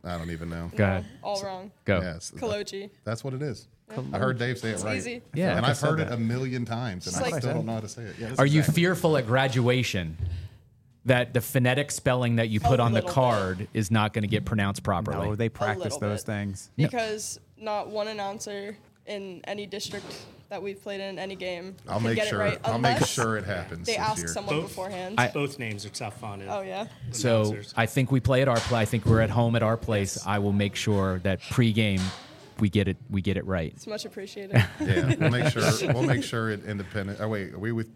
[SPEAKER 10] I don't even know.
[SPEAKER 2] Go ahead.
[SPEAKER 11] All wrong.
[SPEAKER 2] Go.
[SPEAKER 10] Yeah, it's-
[SPEAKER 11] Kalochi.
[SPEAKER 10] That's what it is. I heard Dave say it
[SPEAKER 11] It's
[SPEAKER 10] right.
[SPEAKER 11] easy.
[SPEAKER 2] Yeah.
[SPEAKER 10] and
[SPEAKER 2] Like I
[SPEAKER 10] I've heard
[SPEAKER 2] said
[SPEAKER 10] it a million times, and
[SPEAKER 11] Just
[SPEAKER 10] I
[SPEAKER 11] like-
[SPEAKER 10] still don't know how to say it. Yeah, that's
[SPEAKER 2] Are you
[SPEAKER 10] exactly-
[SPEAKER 2] fearful at graduation that the phonetic spelling that you put
[SPEAKER 11] A
[SPEAKER 2] on the
[SPEAKER 11] little bit.
[SPEAKER 2] card is not going to get pronounced properly?
[SPEAKER 3] Oh, they
[SPEAKER 11] A little
[SPEAKER 3] practice those
[SPEAKER 11] bit.
[SPEAKER 3] things.
[SPEAKER 11] Because not one announcer in any district that we've played in any game
[SPEAKER 10] I'll
[SPEAKER 11] can
[SPEAKER 10] make
[SPEAKER 11] get
[SPEAKER 10] sure.
[SPEAKER 11] it right
[SPEAKER 10] I'll make
[SPEAKER 11] unless
[SPEAKER 10] sure it happens.
[SPEAKER 11] They
[SPEAKER 10] this
[SPEAKER 11] ask
[SPEAKER 10] year.
[SPEAKER 11] someone beforehand.
[SPEAKER 2] I-
[SPEAKER 8] Both names are tough on it.
[SPEAKER 11] oh yeah.
[SPEAKER 2] So
[SPEAKER 8] announcers.
[SPEAKER 2] I think we play at our play. I think we're at home at our place. I will make sure that pregame we get it we get it right.
[SPEAKER 11] It's much appreciated.
[SPEAKER 10] Yeah, we'll make sure. We'll make sure it independent. Oh wait, are we with?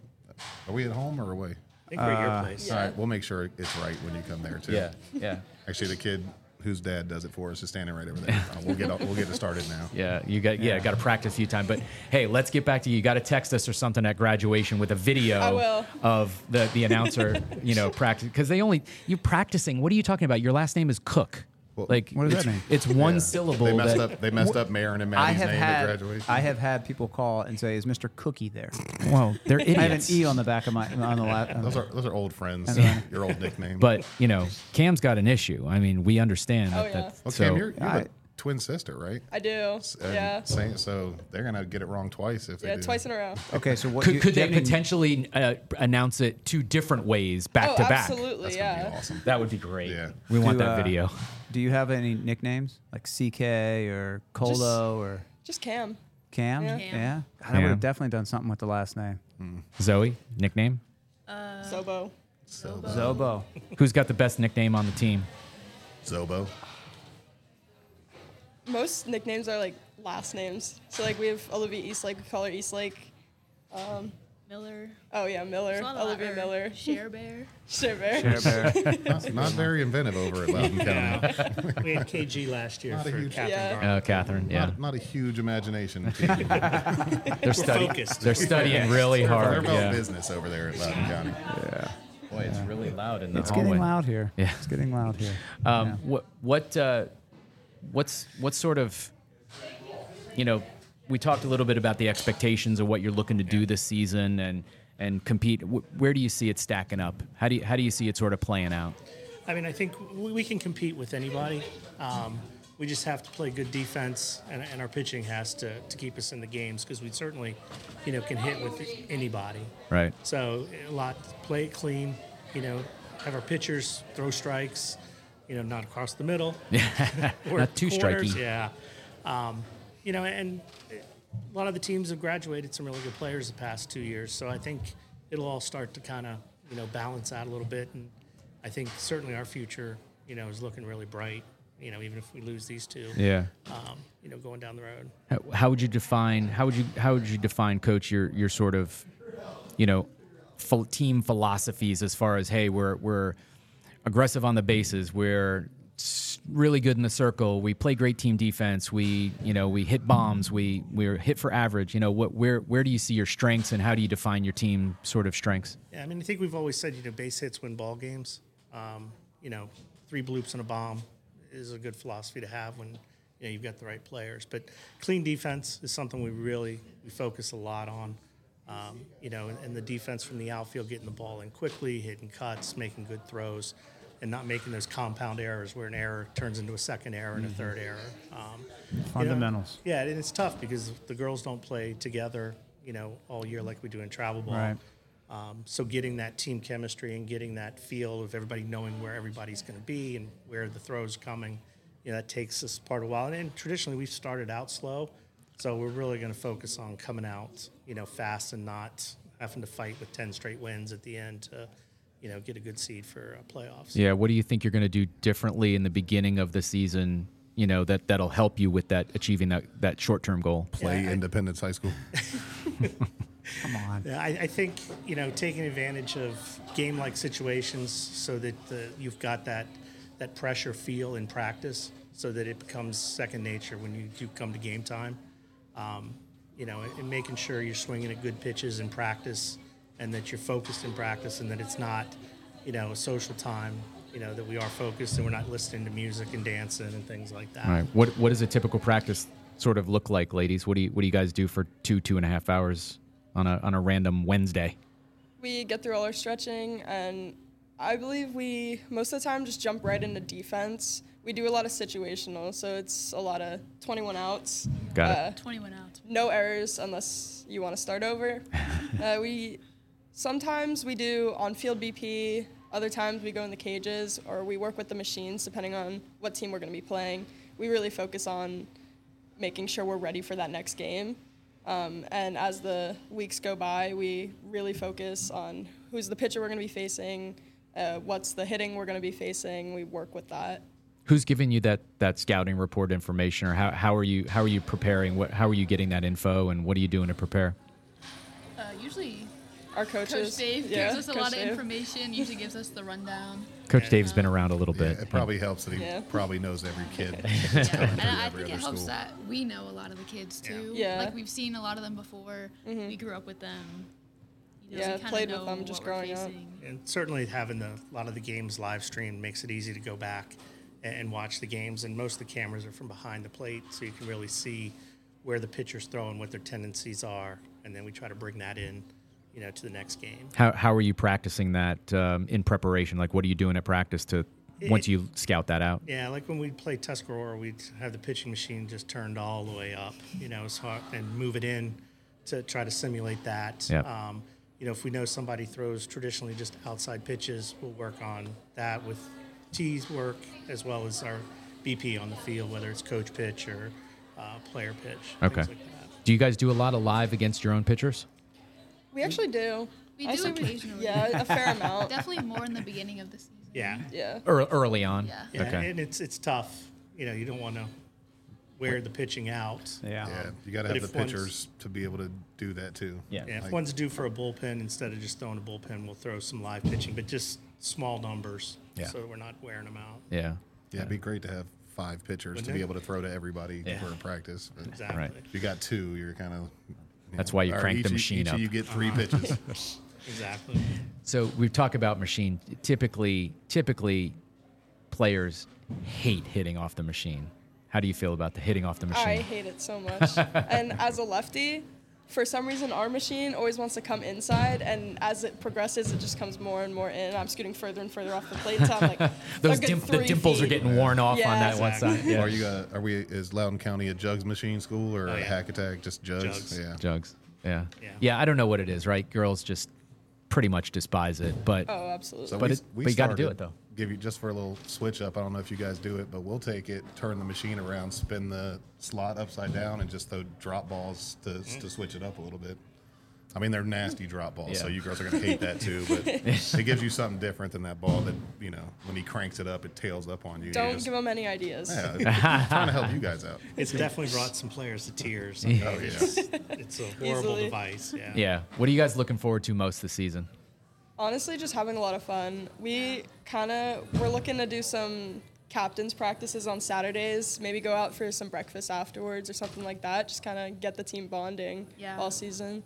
[SPEAKER 10] Are we at home or away?
[SPEAKER 8] I think we're at your
[SPEAKER 3] Uh,
[SPEAKER 8] place.
[SPEAKER 10] All right, we'll make sure it's right when you come there too.
[SPEAKER 2] yeah,
[SPEAKER 10] Actually, the kid whose dad does it for us is standing right over there. Uh, we'll get we'll get it started now.
[SPEAKER 2] yeah. You got yeah, got to practice a few times. But hey, let's get back to you. You got to text us or something at graduation with a video
[SPEAKER 11] I will.
[SPEAKER 2] of the the announcer. you know, practice because they only you're practicing. What are you talking about? Your last name is Cook. like
[SPEAKER 3] What does
[SPEAKER 2] it's,
[SPEAKER 3] that mean?
[SPEAKER 2] It's one
[SPEAKER 10] Yeah.
[SPEAKER 2] syllable.
[SPEAKER 10] They messed
[SPEAKER 2] that-
[SPEAKER 10] up. They messed up Marin and
[SPEAKER 3] I
[SPEAKER 10] Maddie's
[SPEAKER 3] have
[SPEAKER 10] name at
[SPEAKER 3] had
[SPEAKER 10] graduation.
[SPEAKER 3] I have had people call and say, "Is Mr. Cookie there?"
[SPEAKER 2] Whoa, they're
[SPEAKER 3] I have an
[SPEAKER 2] idiots.
[SPEAKER 3] E on the back of my on the lap.
[SPEAKER 10] Those are those are old friends.
[SPEAKER 3] Yeah.
[SPEAKER 10] Your old nickname.
[SPEAKER 2] But you know, Cam's got an issue. I mean, we understand.
[SPEAKER 11] Oh,
[SPEAKER 2] that,
[SPEAKER 11] yeah.
[SPEAKER 2] that-
[SPEAKER 10] okay,
[SPEAKER 2] so-
[SPEAKER 10] you're, you have a
[SPEAKER 3] I-
[SPEAKER 10] twin sister, right?
[SPEAKER 11] I do.
[SPEAKER 10] And
[SPEAKER 11] yeah.
[SPEAKER 10] same- so they're gonna get it wrong twice if they
[SPEAKER 11] Yeah,
[SPEAKER 10] do.
[SPEAKER 11] twice in a row.
[SPEAKER 3] Okay, so what
[SPEAKER 2] could,
[SPEAKER 3] you-
[SPEAKER 2] could they
[SPEAKER 3] do you have any-
[SPEAKER 2] potentially uh, announce it two different ways back
[SPEAKER 11] oh,
[SPEAKER 2] to back?
[SPEAKER 11] absolutely.
[SPEAKER 10] That's
[SPEAKER 11] yeah.
[SPEAKER 10] gonna be awesome.
[SPEAKER 2] That would be great.
[SPEAKER 10] Yeah.
[SPEAKER 2] We want
[SPEAKER 3] do,
[SPEAKER 2] that
[SPEAKER 3] uh,
[SPEAKER 2] video.
[SPEAKER 3] Do you have any nicknames like CK or Colo or
[SPEAKER 11] Just Cam.
[SPEAKER 3] Cam?
[SPEAKER 11] Yeah.
[SPEAKER 29] Cam.
[SPEAKER 3] Yeah, God, I would
[SPEAKER 2] Cam.
[SPEAKER 3] have definitely done something with the last name.
[SPEAKER 10] Hmm.
[SPEAKER 2] Zoe, nickname?
[SPEAKER 11] Zobo.
[SPEAKER 3] Zobo.
[SPEAKER 2] Who's got the best nickname on the team?
[SPEAKER 10] Zobo.
[SPEAKER 11] Most nicknames are like last names. So like we have Olivia Eastlake. We call her Eastlake. Um,
[SPEAKER 29] Miller.
[SPEAKER 11] Oh yeah, Miller.
[SPEAKER 29] There's not a lot-
[SPEAKER 11] Olivia
[SPEAKER 29] or
[SPEAKER 11] Miller.
[SPEAKER 29] Share Bear.
[SPEAKER 11] Sure, Bear.
[SPEAKER 10] Not, not very inventive over at Loudon County.
[SPEAKER 8] We had KG last year
[SPEAKER 10] Not a
[SPEAKER 8] for
[SPEAKER 10] huge-
[SPEAKER 8] Catherine
[SPEAKER 11] Yeah.
[SPEAKER 8] Garner.
[SPEAKER 2] Oh, Catherine. Yeah.
[SPEAKER 10] Not, not a huge imagination. team.
[SPEAKER 2] They're, studying.
[SPEAKER 8] focused.
[SPEAKER 2] they're studying really
[SPEAKER 10] They're
[SPEAKER 2] hard.
[SPEAKER 10] about
[SPEAKER 2] Yeah.
[SPEAKER 10] business over there at Loudon County.
[SPEAKER 2] Boy, it's really loud in the
[SPEAKER 3] It's getting loud here.
[SPEAKER 2] Yeah.
[SPEAKER 3] It's getting loud here.
[SPEAKER 2] Um, What what uh, what's what sort of you know we talked a little bit about the expectations of what you're looking to do this season and and compete. Wh- Where do you see it stacking up? How do you, how do you see it sort of playing out?
[SPEAKER 8] I mean, I think we, we can compete with anybody. Um, we just have to play good defense, and, and our pitching has to, to keep us in the games because we certainly, you know, can hit with anybody.
[SPEAKER 2] Right.
[SPEAKER 8] So a lot play it clean, you know, have our pitchers throw strikes, you know, not across the middle. or
[SPEAKER 2] Not too
[SPEAKER 8] corners,
[SPEAKER 2] strikey.
[SPEAKER 8] Yeah. Um, you know, and a lot of the teams have graduated some really good players the past two years. So I think it'll all start to kind of, you know, balance out a little bit. And I think certainly our future, you know, is looking really bright, you know, even if we lose these two,
[SPEAKER 2] Yeah.
[SPEAKER 8] um, you know, going down the road.
[SPEAKER 2] How, how would you define how would you how would you define coach your your sort of you know ph- team philosophies as far as hey we're we're aggressive on the bases we're s- really good in the circle. We play great team defense. We, you know, we hit bombs. We we're hit for average. You know, what where where do you see your strengths and how do you define your team sort of strengths?
[SPEAKER 8] Yeah, I mean, I think we've always said, you know, base hits win ball games. Um, you know, three bloops and a bomb is a good philosophy to have when you know you've got the right players. But clean defense is something we really we focus a lot on. Um, you know, and, and the defense from the outfield, getting the ball in quickly, hitting cuts, making good throws, and not making those compound errors where an error turns into a second error and a
[SPEAKER 3] Mhm.
[SPEAKER 8] third error. Um, you know,
[SPEAKER 3] Fundamentals.
[SPEAKER 8] yeah, and it's tough because the girls don't play together, you know, all year like we do in travel ball.
[SPEAKER 3] Right.
[SPEAKER 8] Um, so getting that team chemistry and getting that feel of everybody knowing where everybody's going to be and where the throw's coming, you know, that takes us part of a while. And, and traditionally, we've started out slow, so we're really going to focus on coming out, you know, fast and not having to fight with ten straight wins at the end to, you know, get a good seed for uh, playoffs.
[SPEAKER 2] Yeah, what do you think you're going to do differently in the beginning of the season? You know that that'll help you with that achieving that that short term goal.
[SPEAKER 8] Play Yeah, I-
[SPEAKER 2] Independence High School.
[SPEAKER 3] Come on.
[SPEAKER 8] Yeah, I, I think you know taking advantage of game-like situations so that the, you've got that that pressure feel in practice, so that it becomes second nature when you do come to game time. Um, you know, and, and making sure you're swinging at good pitches in practice, and that you're focused in practice, and that it's not you know a social time. You know that we are focused and we're not listening to music and dancing and things like that.
[SPEAKER 2] All right. What what does a typical practice sort of look like, ladies? What do you what do you guys do for two two and a half hours on a on a random Wednesday?
[SPEAKER 11] We get through all our stretching, and I believe we most of the time just jump right into defense. We do a lot of situational, so it's a lot of 21 outs.
[SPEAKER 2] Got it.
[SPEAKER 11] 21 outs. No errors unless you want to start over. uh, we sometimes we do on-field BP. Other times we go in the cages or we work with the machines, depending on what team we're going to be playing. We really focus on making sure we're ready for that next game. Um, and as the weeks go by, we really focus on who's the pitcher we're going to be facing, uh, what's the hitting we're going to be facing. We work with that.
[SPEAKER 2] Who's giving you that that scouting report information, or how, how are you how are you preparing? What how are you getting that info, and what are you doing to prepare?
[SPEAKER 29] Uh, usually,
[SPEAKER 11] our coaches.
[SPEAKER 29] Coach Dave
[SPEAKER 11] Yeah,
[SPEAKER 29] gives us a
[SPEAKER 11] Coach
[SPEAKER 29] lot
[SPEAKER 11] Dave.
[SPEAKER 29] of information. Usually gives us the rundown.
[SPEAKER 2] Coach Dave's been around a little bit.
[SPEAKER 10] It probably helps that he
[SPEAKER 29] Yeah.
[SPEAKER 10] probably knows every kid.
[SPEAKER 29] And I I think it helps that we know a lot of the kids too.
[SPEAKER 11] Yeah. Mm-hmm.
[SPEAKER 29] Like we've seen a lot of them before. We grew up with them. You know, so
[SPEAKER 11] Yeah,
[SPEAKER 29] we kinda
[SPEAKER 11] played with
[SPEAKER 29] know
[SPEAKER 11] them just
[SPEAKER 29] what we're
[SPEAKER 11] growing up.
[SPEAKER 29] facing.
[SPEAKER 8] and certainly having the, a lot of the games live streamed makes it easy to go back and, and watch the games. And most of the cameras are from behind the plate, so you can really see where the pitcher's throwing, what their tendencies are, and then we try to bring that in, you know, to the next game.
[SPEAKER 2] How how are you practicing that um, in preparation? Like, what are you doing at practice to once
[SPEAKER 8] It-
[SPEAKER 2] you scout that out?
[SPEAKER 8] Yeah, like when we play Tuscarora, we'd have the pitching machine just turned all the way up, you know, so and move it in to try to simulate that.
[SPEAKER 2] Yep.
[SPEAKER 8] Um, you know, if we know somebody throws traditionally just outside pitches, we'll work on that with T's work as well as our BP on the field, whether it's coach pitch or uh, player pitch.
[SPEAKER 2] Okay.
[SPEAKER 8] things like that.
[SPEAKER 2] do you guys do a lot of live against your own pitchers?
[SPEAKER 11] We actually do.
[SPEAKER 29] We do
[SPEAKER 11] I say we-
[SPEAKER 29] occasionally.
[SPEAKER 11] yeah, a fair amount.
[SPEAKER 29] Definitely more in the beginning of the season.
[SPEAKER 8] Yeah.
[SPEAKER 11] Yeah.
[SPEAKER 2] Ear- early on?
[SPEAKER 29] Yeah.
[SPEAKER 8] Yeah,
[SPEAKER 2] Okay.
[SPEAKER 8] and it's it's tough. You know, you don't want to wear the pitching out.
[SPEAKER 10] Yeah, you got to
[SPEAKER 8] But
[SPEAKER 10] have the
[SPEAKER 8] if one's-
[SPEAKER 10] pitchers to be able to do that too.
[SPEAKER 8] Yeah, if
[SPEAKER 10] Like,
[SPEAKER 8] one's due for a bullpen, instead of just throwing a bullpen, we'll throw some live pitching, but just small numbers
[SPEAKER 10] Yeah.
[SPEAKER 8] so that we're not wearing them out.
[SPEAKER 2] Yeah.
[SPEAKER 10] Yeah, it'd be great to have five pitchers to
[SPEAKER 8] Wouldn't
[SPEAKER 10] be
[SPEAKER 8] it?
[SPEAKER 10] able to throw to everybody
[SPEAKER 8] Yeah.
[SPEAKER 10] for a practice. but
[SPEAKER 8] Exactly. Right.
[SPEAKER 10] If you got two, you're kind of.
[SPEAKER 2] That's why you crank the machine up.
[SPEAKER 10] You get 3
[SPEAKER 8] Uh-huh.
[SPEAKER 10] pitches.
[SPEAKER 8] exactly.
[SPEAKER 2] So we've talked about machine. Typically, typically, players hate hitting off the machine. How do you feel about the hitting off the machine?
[SPEAKER 11] I hate it so much. and as a lefty, for some reason, our machine always wants to come inside, and as it progresses, it just comes more and more in. I'm scooting further and further off the plate. So I'm like, a
[SPEAKER 2] Those
[SPEAKER 11] good
[SPEAKER 2] dim- the
[SPEAKER 11] three
[SPEAKER 2] dimples are
[SPEAKER 11] feet.
[SPEAKER 2] getting worn off on
[SPEAKER 11] Yeah.
[SPEAKER 2] that one side. Yeah.
[SPEAKER 10] Are you? Got, are we? Is Loudon County a Jugs machine school or
[SPEAKER 8] Oh,
[SPEAKER 10] a
[SPEAKER 8] yeah.
[SPEAKER 10] Hack Attack? Just Jugs.
[SPEAKER 8] Jugs.
[SPEAKER 10] Yeah.
[SPEAKER 2] Jugs. Yeah.
[SPEAKER 8] yeah.
[SPEAKER 2] I don't know what it is, right? Girls just pretty much despise it, but
[SPEAKER 11] Oh, absolutely.
[SPEAKER 10] So
[SPEAKER 2] but
[SPEAKER 10] we,
[SPEAKER 2] it,
[SPEAKER 10] we
[SPEAKER 2] but you got to do
[SPEAKER 10] started-
[SPEAKER 2] it though.
[SPEAKER 10] Give you just for a little switch up. I don't know if you guys do it, but we'll take it, turn the machine around, spin the slot upside down, and just throw drop balls to, to switch it up a little bit. I mean, they're nasty drop balls, so
[SPEAKER 2] Yeah.
[SPEAKER 10] you girls are gonna hate that too. But it gives you something different than that ball that you know when he cranks it up, it tails up on you.
[SPEAKER 11] Don't
[SPEAKER 10] Just-
[SPEAKER 11] give them any ideas.
[SPEAKER 10] Yeah, I'm trying to help you guys out.
[SPEAKER 8] It's definitely brought some players to tears.
[SPEAKER 2] Yeah.
[SPEAKER 8] I mean,
[SPEAKER 2] Oh, yeah.
[SPEAKER 8] it's, it's a horrible
[SPEAKER 11] Easily.
[SPEAKER 8] device. Yeah.
[SPEAKER 2] Yeah. What are you guys looking forward to most this season?
[SPEAKER 11] Honestly, just having a lot of fun. We kind of we're looking to do some captain's practices on Saturdays, maybe go out for some breakfast afterwards or something like that. Just kind of get the team bonding
[SPEAKER 29] Yeah.
[SPEAKER 11] all season.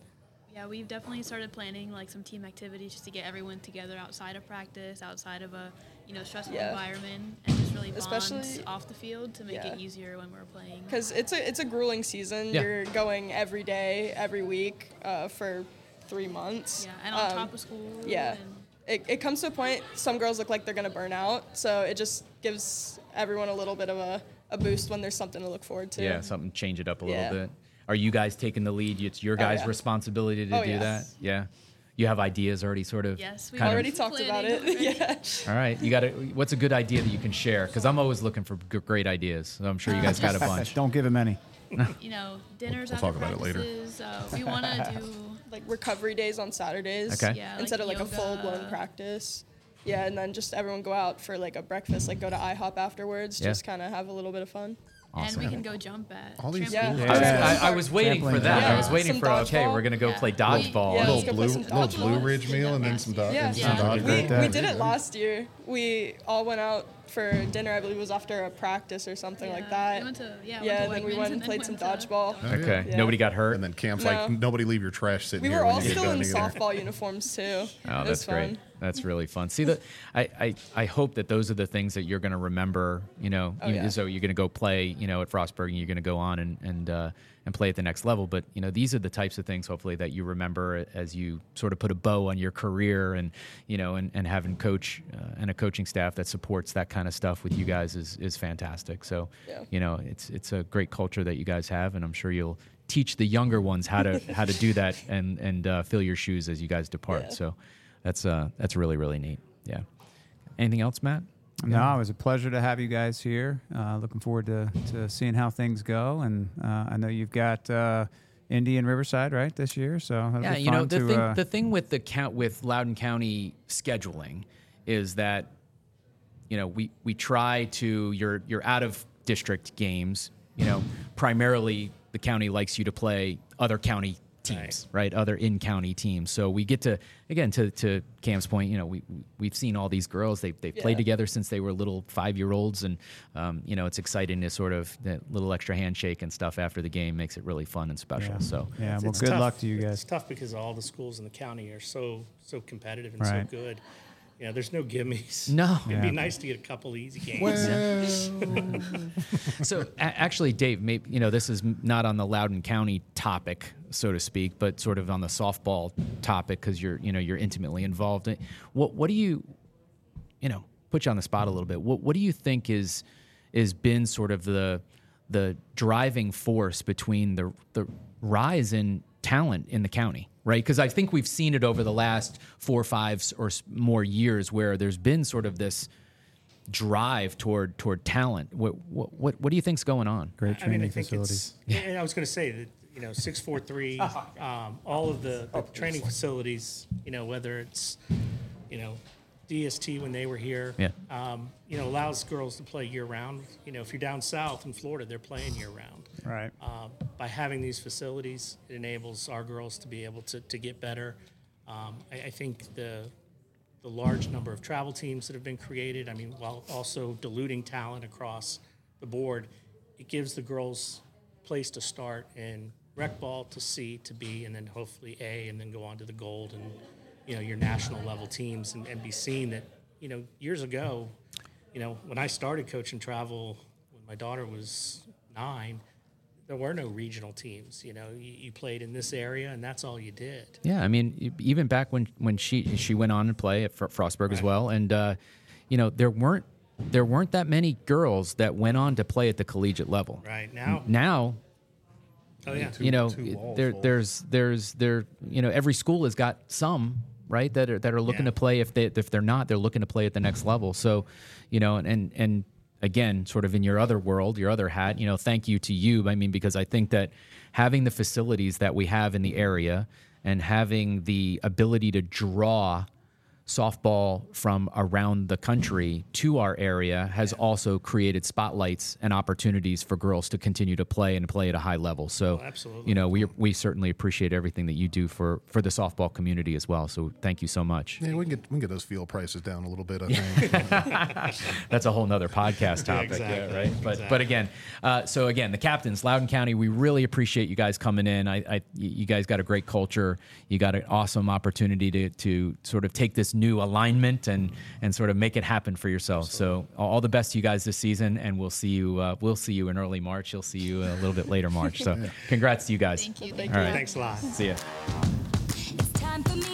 [SPEAKER 29] Yeah, we've definitely started planning like some team activities just to get everyone together outside of practice, outside of a you know stressful
[SPEAKER 11] Yeah.
[SPEAKER 29] environment, and just really bond
[SPEAKER 11] Especially-
[SPEAKER 29] off the field to make
[SPEAKER 11] yeah.
[SPEAKER 29] it easier when we're playing.
[SPEAKER 11] Because it's a it's a grueling season.
[SPEAKER 29] Yeah.
[SPEAKER 11] You're going every day, every week uh, for three months. Um,
[SPEAKER 29] Yeah, and on top of school
[SPEAKER 11] Yeah,
[SPEAKER 29] and-
[SPEAKER 11] it, it comes to a point. Some girls look like they're gonna burn out, so it just gives everyone a little bit of a, a boost when there's something to look forward to.
[SPEAKER 2] Yeah, something change it up a
[SPEAKER 11] Yeah.
[SPEAKER 2] little bit. Are you guys taking the lead? It's your
[SPEAKER 11] Oh,
[SPEAKER 2] guys'
[SPEAKER 11] yeah.
[SPEAKER 2] responsibility to
[SPEAKER 11] Oh,
[SPEAKER 2] do
[SPEAKER 11] yes.
[SPEAKER 2] that. Yeah. You have ideas already, sort of. kind of-
[SPEAKER 11] already talked about it. Yeah.
[SPEAKER 2] All right, you got to. What's a good idea that you can share? Because I'm always looking for g- great ideas. So I'm
[SPEAKER 11] Uh,
[SPEAKER 2] sure you guys got a bunch.
[SPEAKER 3] Don't give him any.
[SPEAKER 29] You know, dinners
[SPEAKER 2] We'll
[SPEAKER 29] after
[SPEAKER 2] talk about it later.
[SPEAKER 29] practices. Uh, we want to do
[SPEAKER 11] like recovery days on Saturdays
[SPEAKER 2] Okay. Yeah, like
[SPEAKER 11] instead of like a full blown
[SPEAKER 29] yoga.
[SPEAKER 11] practice. Yeah, and then just everyone go out for like a breakfast, like go to IHOP afterwards,
[SPEAKER 2] Yeah.
[SPEAKER 11] just kind of have a little bit of fun.
[SPEAKER 29] and we can go jump at
[SPEAKER 11] All these
[SPEAKER 29] trampoline.
[SPEAKER 11] schools-
[SPEAKER 2] I, was,
[SPEAKER 11] Yeah.
[SPEAKER 2] I, I was waiting for
[SPEAKER 10] Trampoline
[SPEAKER 2] that. I
[SPEAKER 10] dodgeball.
[SPEAKER 2] was waiting
[SPEAKER 10] Some
[SPEAKER 2] for okay,
[SPEAKER 10] dodgeball.
[SPEAKER 2] we're gonna go
[SPEAKER 10] Yeah.
[SPEAKER 2] play
[SPEAKER 10] Yeah,
[SPEAKER 2] dodgeball.
[SPEAKER 10] let's Little go play blue- some little blue dodgeball. ridge meal and then some dog-
[SPEAKER 11] Yeah,
[SPEAKER 10] and some
[SPEAKER 11] yeah.
[SPEAKER 10] dog-
[SPEAKER 11] We,
[SPEAKER 10] dog-
[SPEAKER 11] we did it
[SPEAKER 10] dog-
[SPEAKER 11] last year. We all went out for dinner. I believe it was after a practice or something like that.
[SPEAKER 29] we went to- yeah, went
[SPEAKER 11] yeah
[SPEAKER 29] to
[SPEAKER 11] and then we
[SPEAKER 29] Wegmans
[SPEAKER 11] went
[SPEAKER 29] and
[SPEAKER 11] and
[SPEAKER 29] then
[SPEAKER 11] played some
[SPEAKER 29] went
[SPEAKER 11] dodgeball.
[SPEAKER 2] Okay,
[SPEAKER 11] Yeah.
[SPEAKER 2] nobody got hurt.
[SPEAKER 10] And then Cam's like,
[SPEAKER 11] No.
[SPEAKER 10] nobody leave your trash sitting
[SPEAKER 11] We
[SPEAKER 10] here.
[SPEAKER 11] were
[SPEAKER 10] when
[SPEAKER 11] all
[SPEAKER 10] you get
[SPEAKER 11] still
[SPEAKER 10] done
[SPEAKER 11] in
[SPEAKER 10] either."
[SPEAKER 11] softball uniforms too. Oh,
[SPEAKER 2] Oh, that's great. That's really fun. See, the, I, I, I hope that those are the things that you're going to remember, you know,
[SPEAKER 11] Oh,
[SPEAKER 2] you-
[SPEAKER 11] yeah.
[SPEAKER 2] so you're going to go play, you know, at Frostburg and you're going to go on and, and, uh, and play at the next level. But, you know, these are the types of things hopefully that you remember as you sort of put a bow on your career and, you know, and, and having coach uh, and a coaching staff that supports that kind of stuff with you guys is, is fantastic. So,
[SPEAKER 11] Yeah.
[SPEAKER 2] you know, it's, it's a great culture that you guys have and I'm sure you'll teach the younger ones how to, how to do that and, and, uh, fill your shoes as you guys depart.
[SPEAKER 3] Yeah.
[SPEAKER 2] So, that's uh that's really really neat. Yeah. Anything else, Matt?
[SPEAKER 3] No, it was a pleasure to have you guys here. Uh, looking forward to, to seeing how things go. And uh, I know you've got uh, Indy and Riverside right this year, so it'll
[SPEAKER 2] Yeah,
[SPEAKER 3] be
[SPEAKER 2] you know
[SPEAKER 3] fun
[SPEAKER 2] the
[SPEAKER 3] to,
[SPEAKER 2] thing
[SPEAKER 3] uh,
[SPEAKER 2] the thing with the count with Loudon County scheduling is that you know we we try to your your out of district games. You know primarily the county likes you to play other county teams, right? Other in county teams. So we get to again to to Cam's point. You know we we've seen all these girls. They they've
[SPEAKER 18] Yeah.
[SPEAKER 2] played together since they were little five year olds, and um, you know it's exciting to sort of that little extra handshake and stuff after the game makes it really fun and special.
[SPEAKER 3] Yeah.
[SPEAKER 2] So
[SPEAKER 3] Yeah, well,
[SPEAKER 8] It's
[SPEAKER 3] good
[SPEAKER 8] tough.
[SPEAKER 3] luck to you
[SPEAKER 8] It's
[SPEAKER 3] guys.
[SPEAKER 8] tough because all the schools in the county are so so competitive and
[SPEAKER 3] Right.
[SPEAKER 8] so good. You know, there's no gimmies.
[SPEAKER 2] No.
[SPEAKER 8] it'd be
[SPEAKER 2] Yeah.
[SPEAKER 8] nice to get a couple easy games.
[SPEAKER 2] so a- actually, Dave, maybe you know this is m- not on the Loudon County topic, so to speak, but sort of on the softball topic because you're you know you're intimately involved. in- What what do you you know put you on the spot a little bit? What what do you think is is been sort of the the driving force between the the rise in talent in the county, right? Because I think we've seen it over the last four, or five, s- or s- more years where there's been sort of this drive toward toward talent. What what what, what do you think's going on?
[SPEAKER 3] Great
[SPEAKER 8] I mean, I think it's, and I was going to say that, you know, 643, um, all of the the training facilities, you know, whether it's, you know, DST when they were here,
[SPEAKER 2] Yeah.
[SPEAKER 8] um, you know, allows girls to play year round. You know, if you're down south in Florida, they're playing year round.
[SPEAKER 3] Right.
[SPEAKER 8] Um, by having these facilities, it enables our girls to be able to, to get better. Um, I, I think the the large number of travel teams that have been created, I mean, while also diluting talent across the board, it gives the girls place to start in rec ball to C to B and then hopefully A and then go on to the gold and you know your national level teams and, and be seen that you know years ago you know when I started coaching travel when my daughter was nine there were no regional teams you know you, you played in this area and that's all you did
[SPEAKER 2] Yeah, I mean, e- even back when when she she went on and play at Fr- Frostburg as
[SPEAKER 8] Right.
[SPEAKER 2] well, and uh, you know there weren't there weren't that many girls that went on to play at the collegiate level.
[SPEAKER 8] Right, now-
[SPEAKER 2] now.
[SPEAKER 8] Oh, yeah.
[SPEAKER 2] you know
[SPEAKER 8] Two- two walls
[SPEAKER 2] there,
[SPEAKER 8] full.
[SPEAKER 2] there's there's there you know every school has got some right that are that are looking to play if they if they're not they're looking to play at the next level so you know and and, and again sort of in your other world your other hat you know thank you to you I mean because I think that having the facilities that we have in the area and having the ability to draw softball from around the country to our area has also created spotlights and opportunities for girls to continue to play and play at a high level. So,
[SPEAKER 9] Oh, absolutely.
[SPEAKER 2] you know, we we certainly appreciate everything that you do for for the softball community as well. So, thank you so much.
[SPEAKER 8] Yeah, we can get we can get those fuel prices down a little bit. I think.
[SPEAKER 2] That's a whole nother podcast
[SPEAKER 8] Yeah,
[SPEAKER 2] topic, yeah,
[SPEAKER 8] exactly.
[SPEAKER 2] right? But but
[SPEAKER 8] Exactly.
[SPEAKER 2] again, uh, so again, the captains, Loudon County, we really appreciate you guys coming in. I, I you guys got a great culture. You got an awesome opportunity to to sort of take this new alignment and and sort of make it happen for yourself. So all the best to you guys this season, and we'll see you uh, we'll see you in early March. You'll see you a little bit later March. So
[SPEAKER 9] Yeah.
[SPEAKER 2] congrats to you guys.
[SPEAKER 9] Thank you. Thank
[SPEAKER 2] All
[SPEAKER 9] you.
[SPEAKER 2] right.
[SPEAKER 9] Thanks a lot.
[SPEAKER 2] See ya.
[SPEAKER 30] Time for me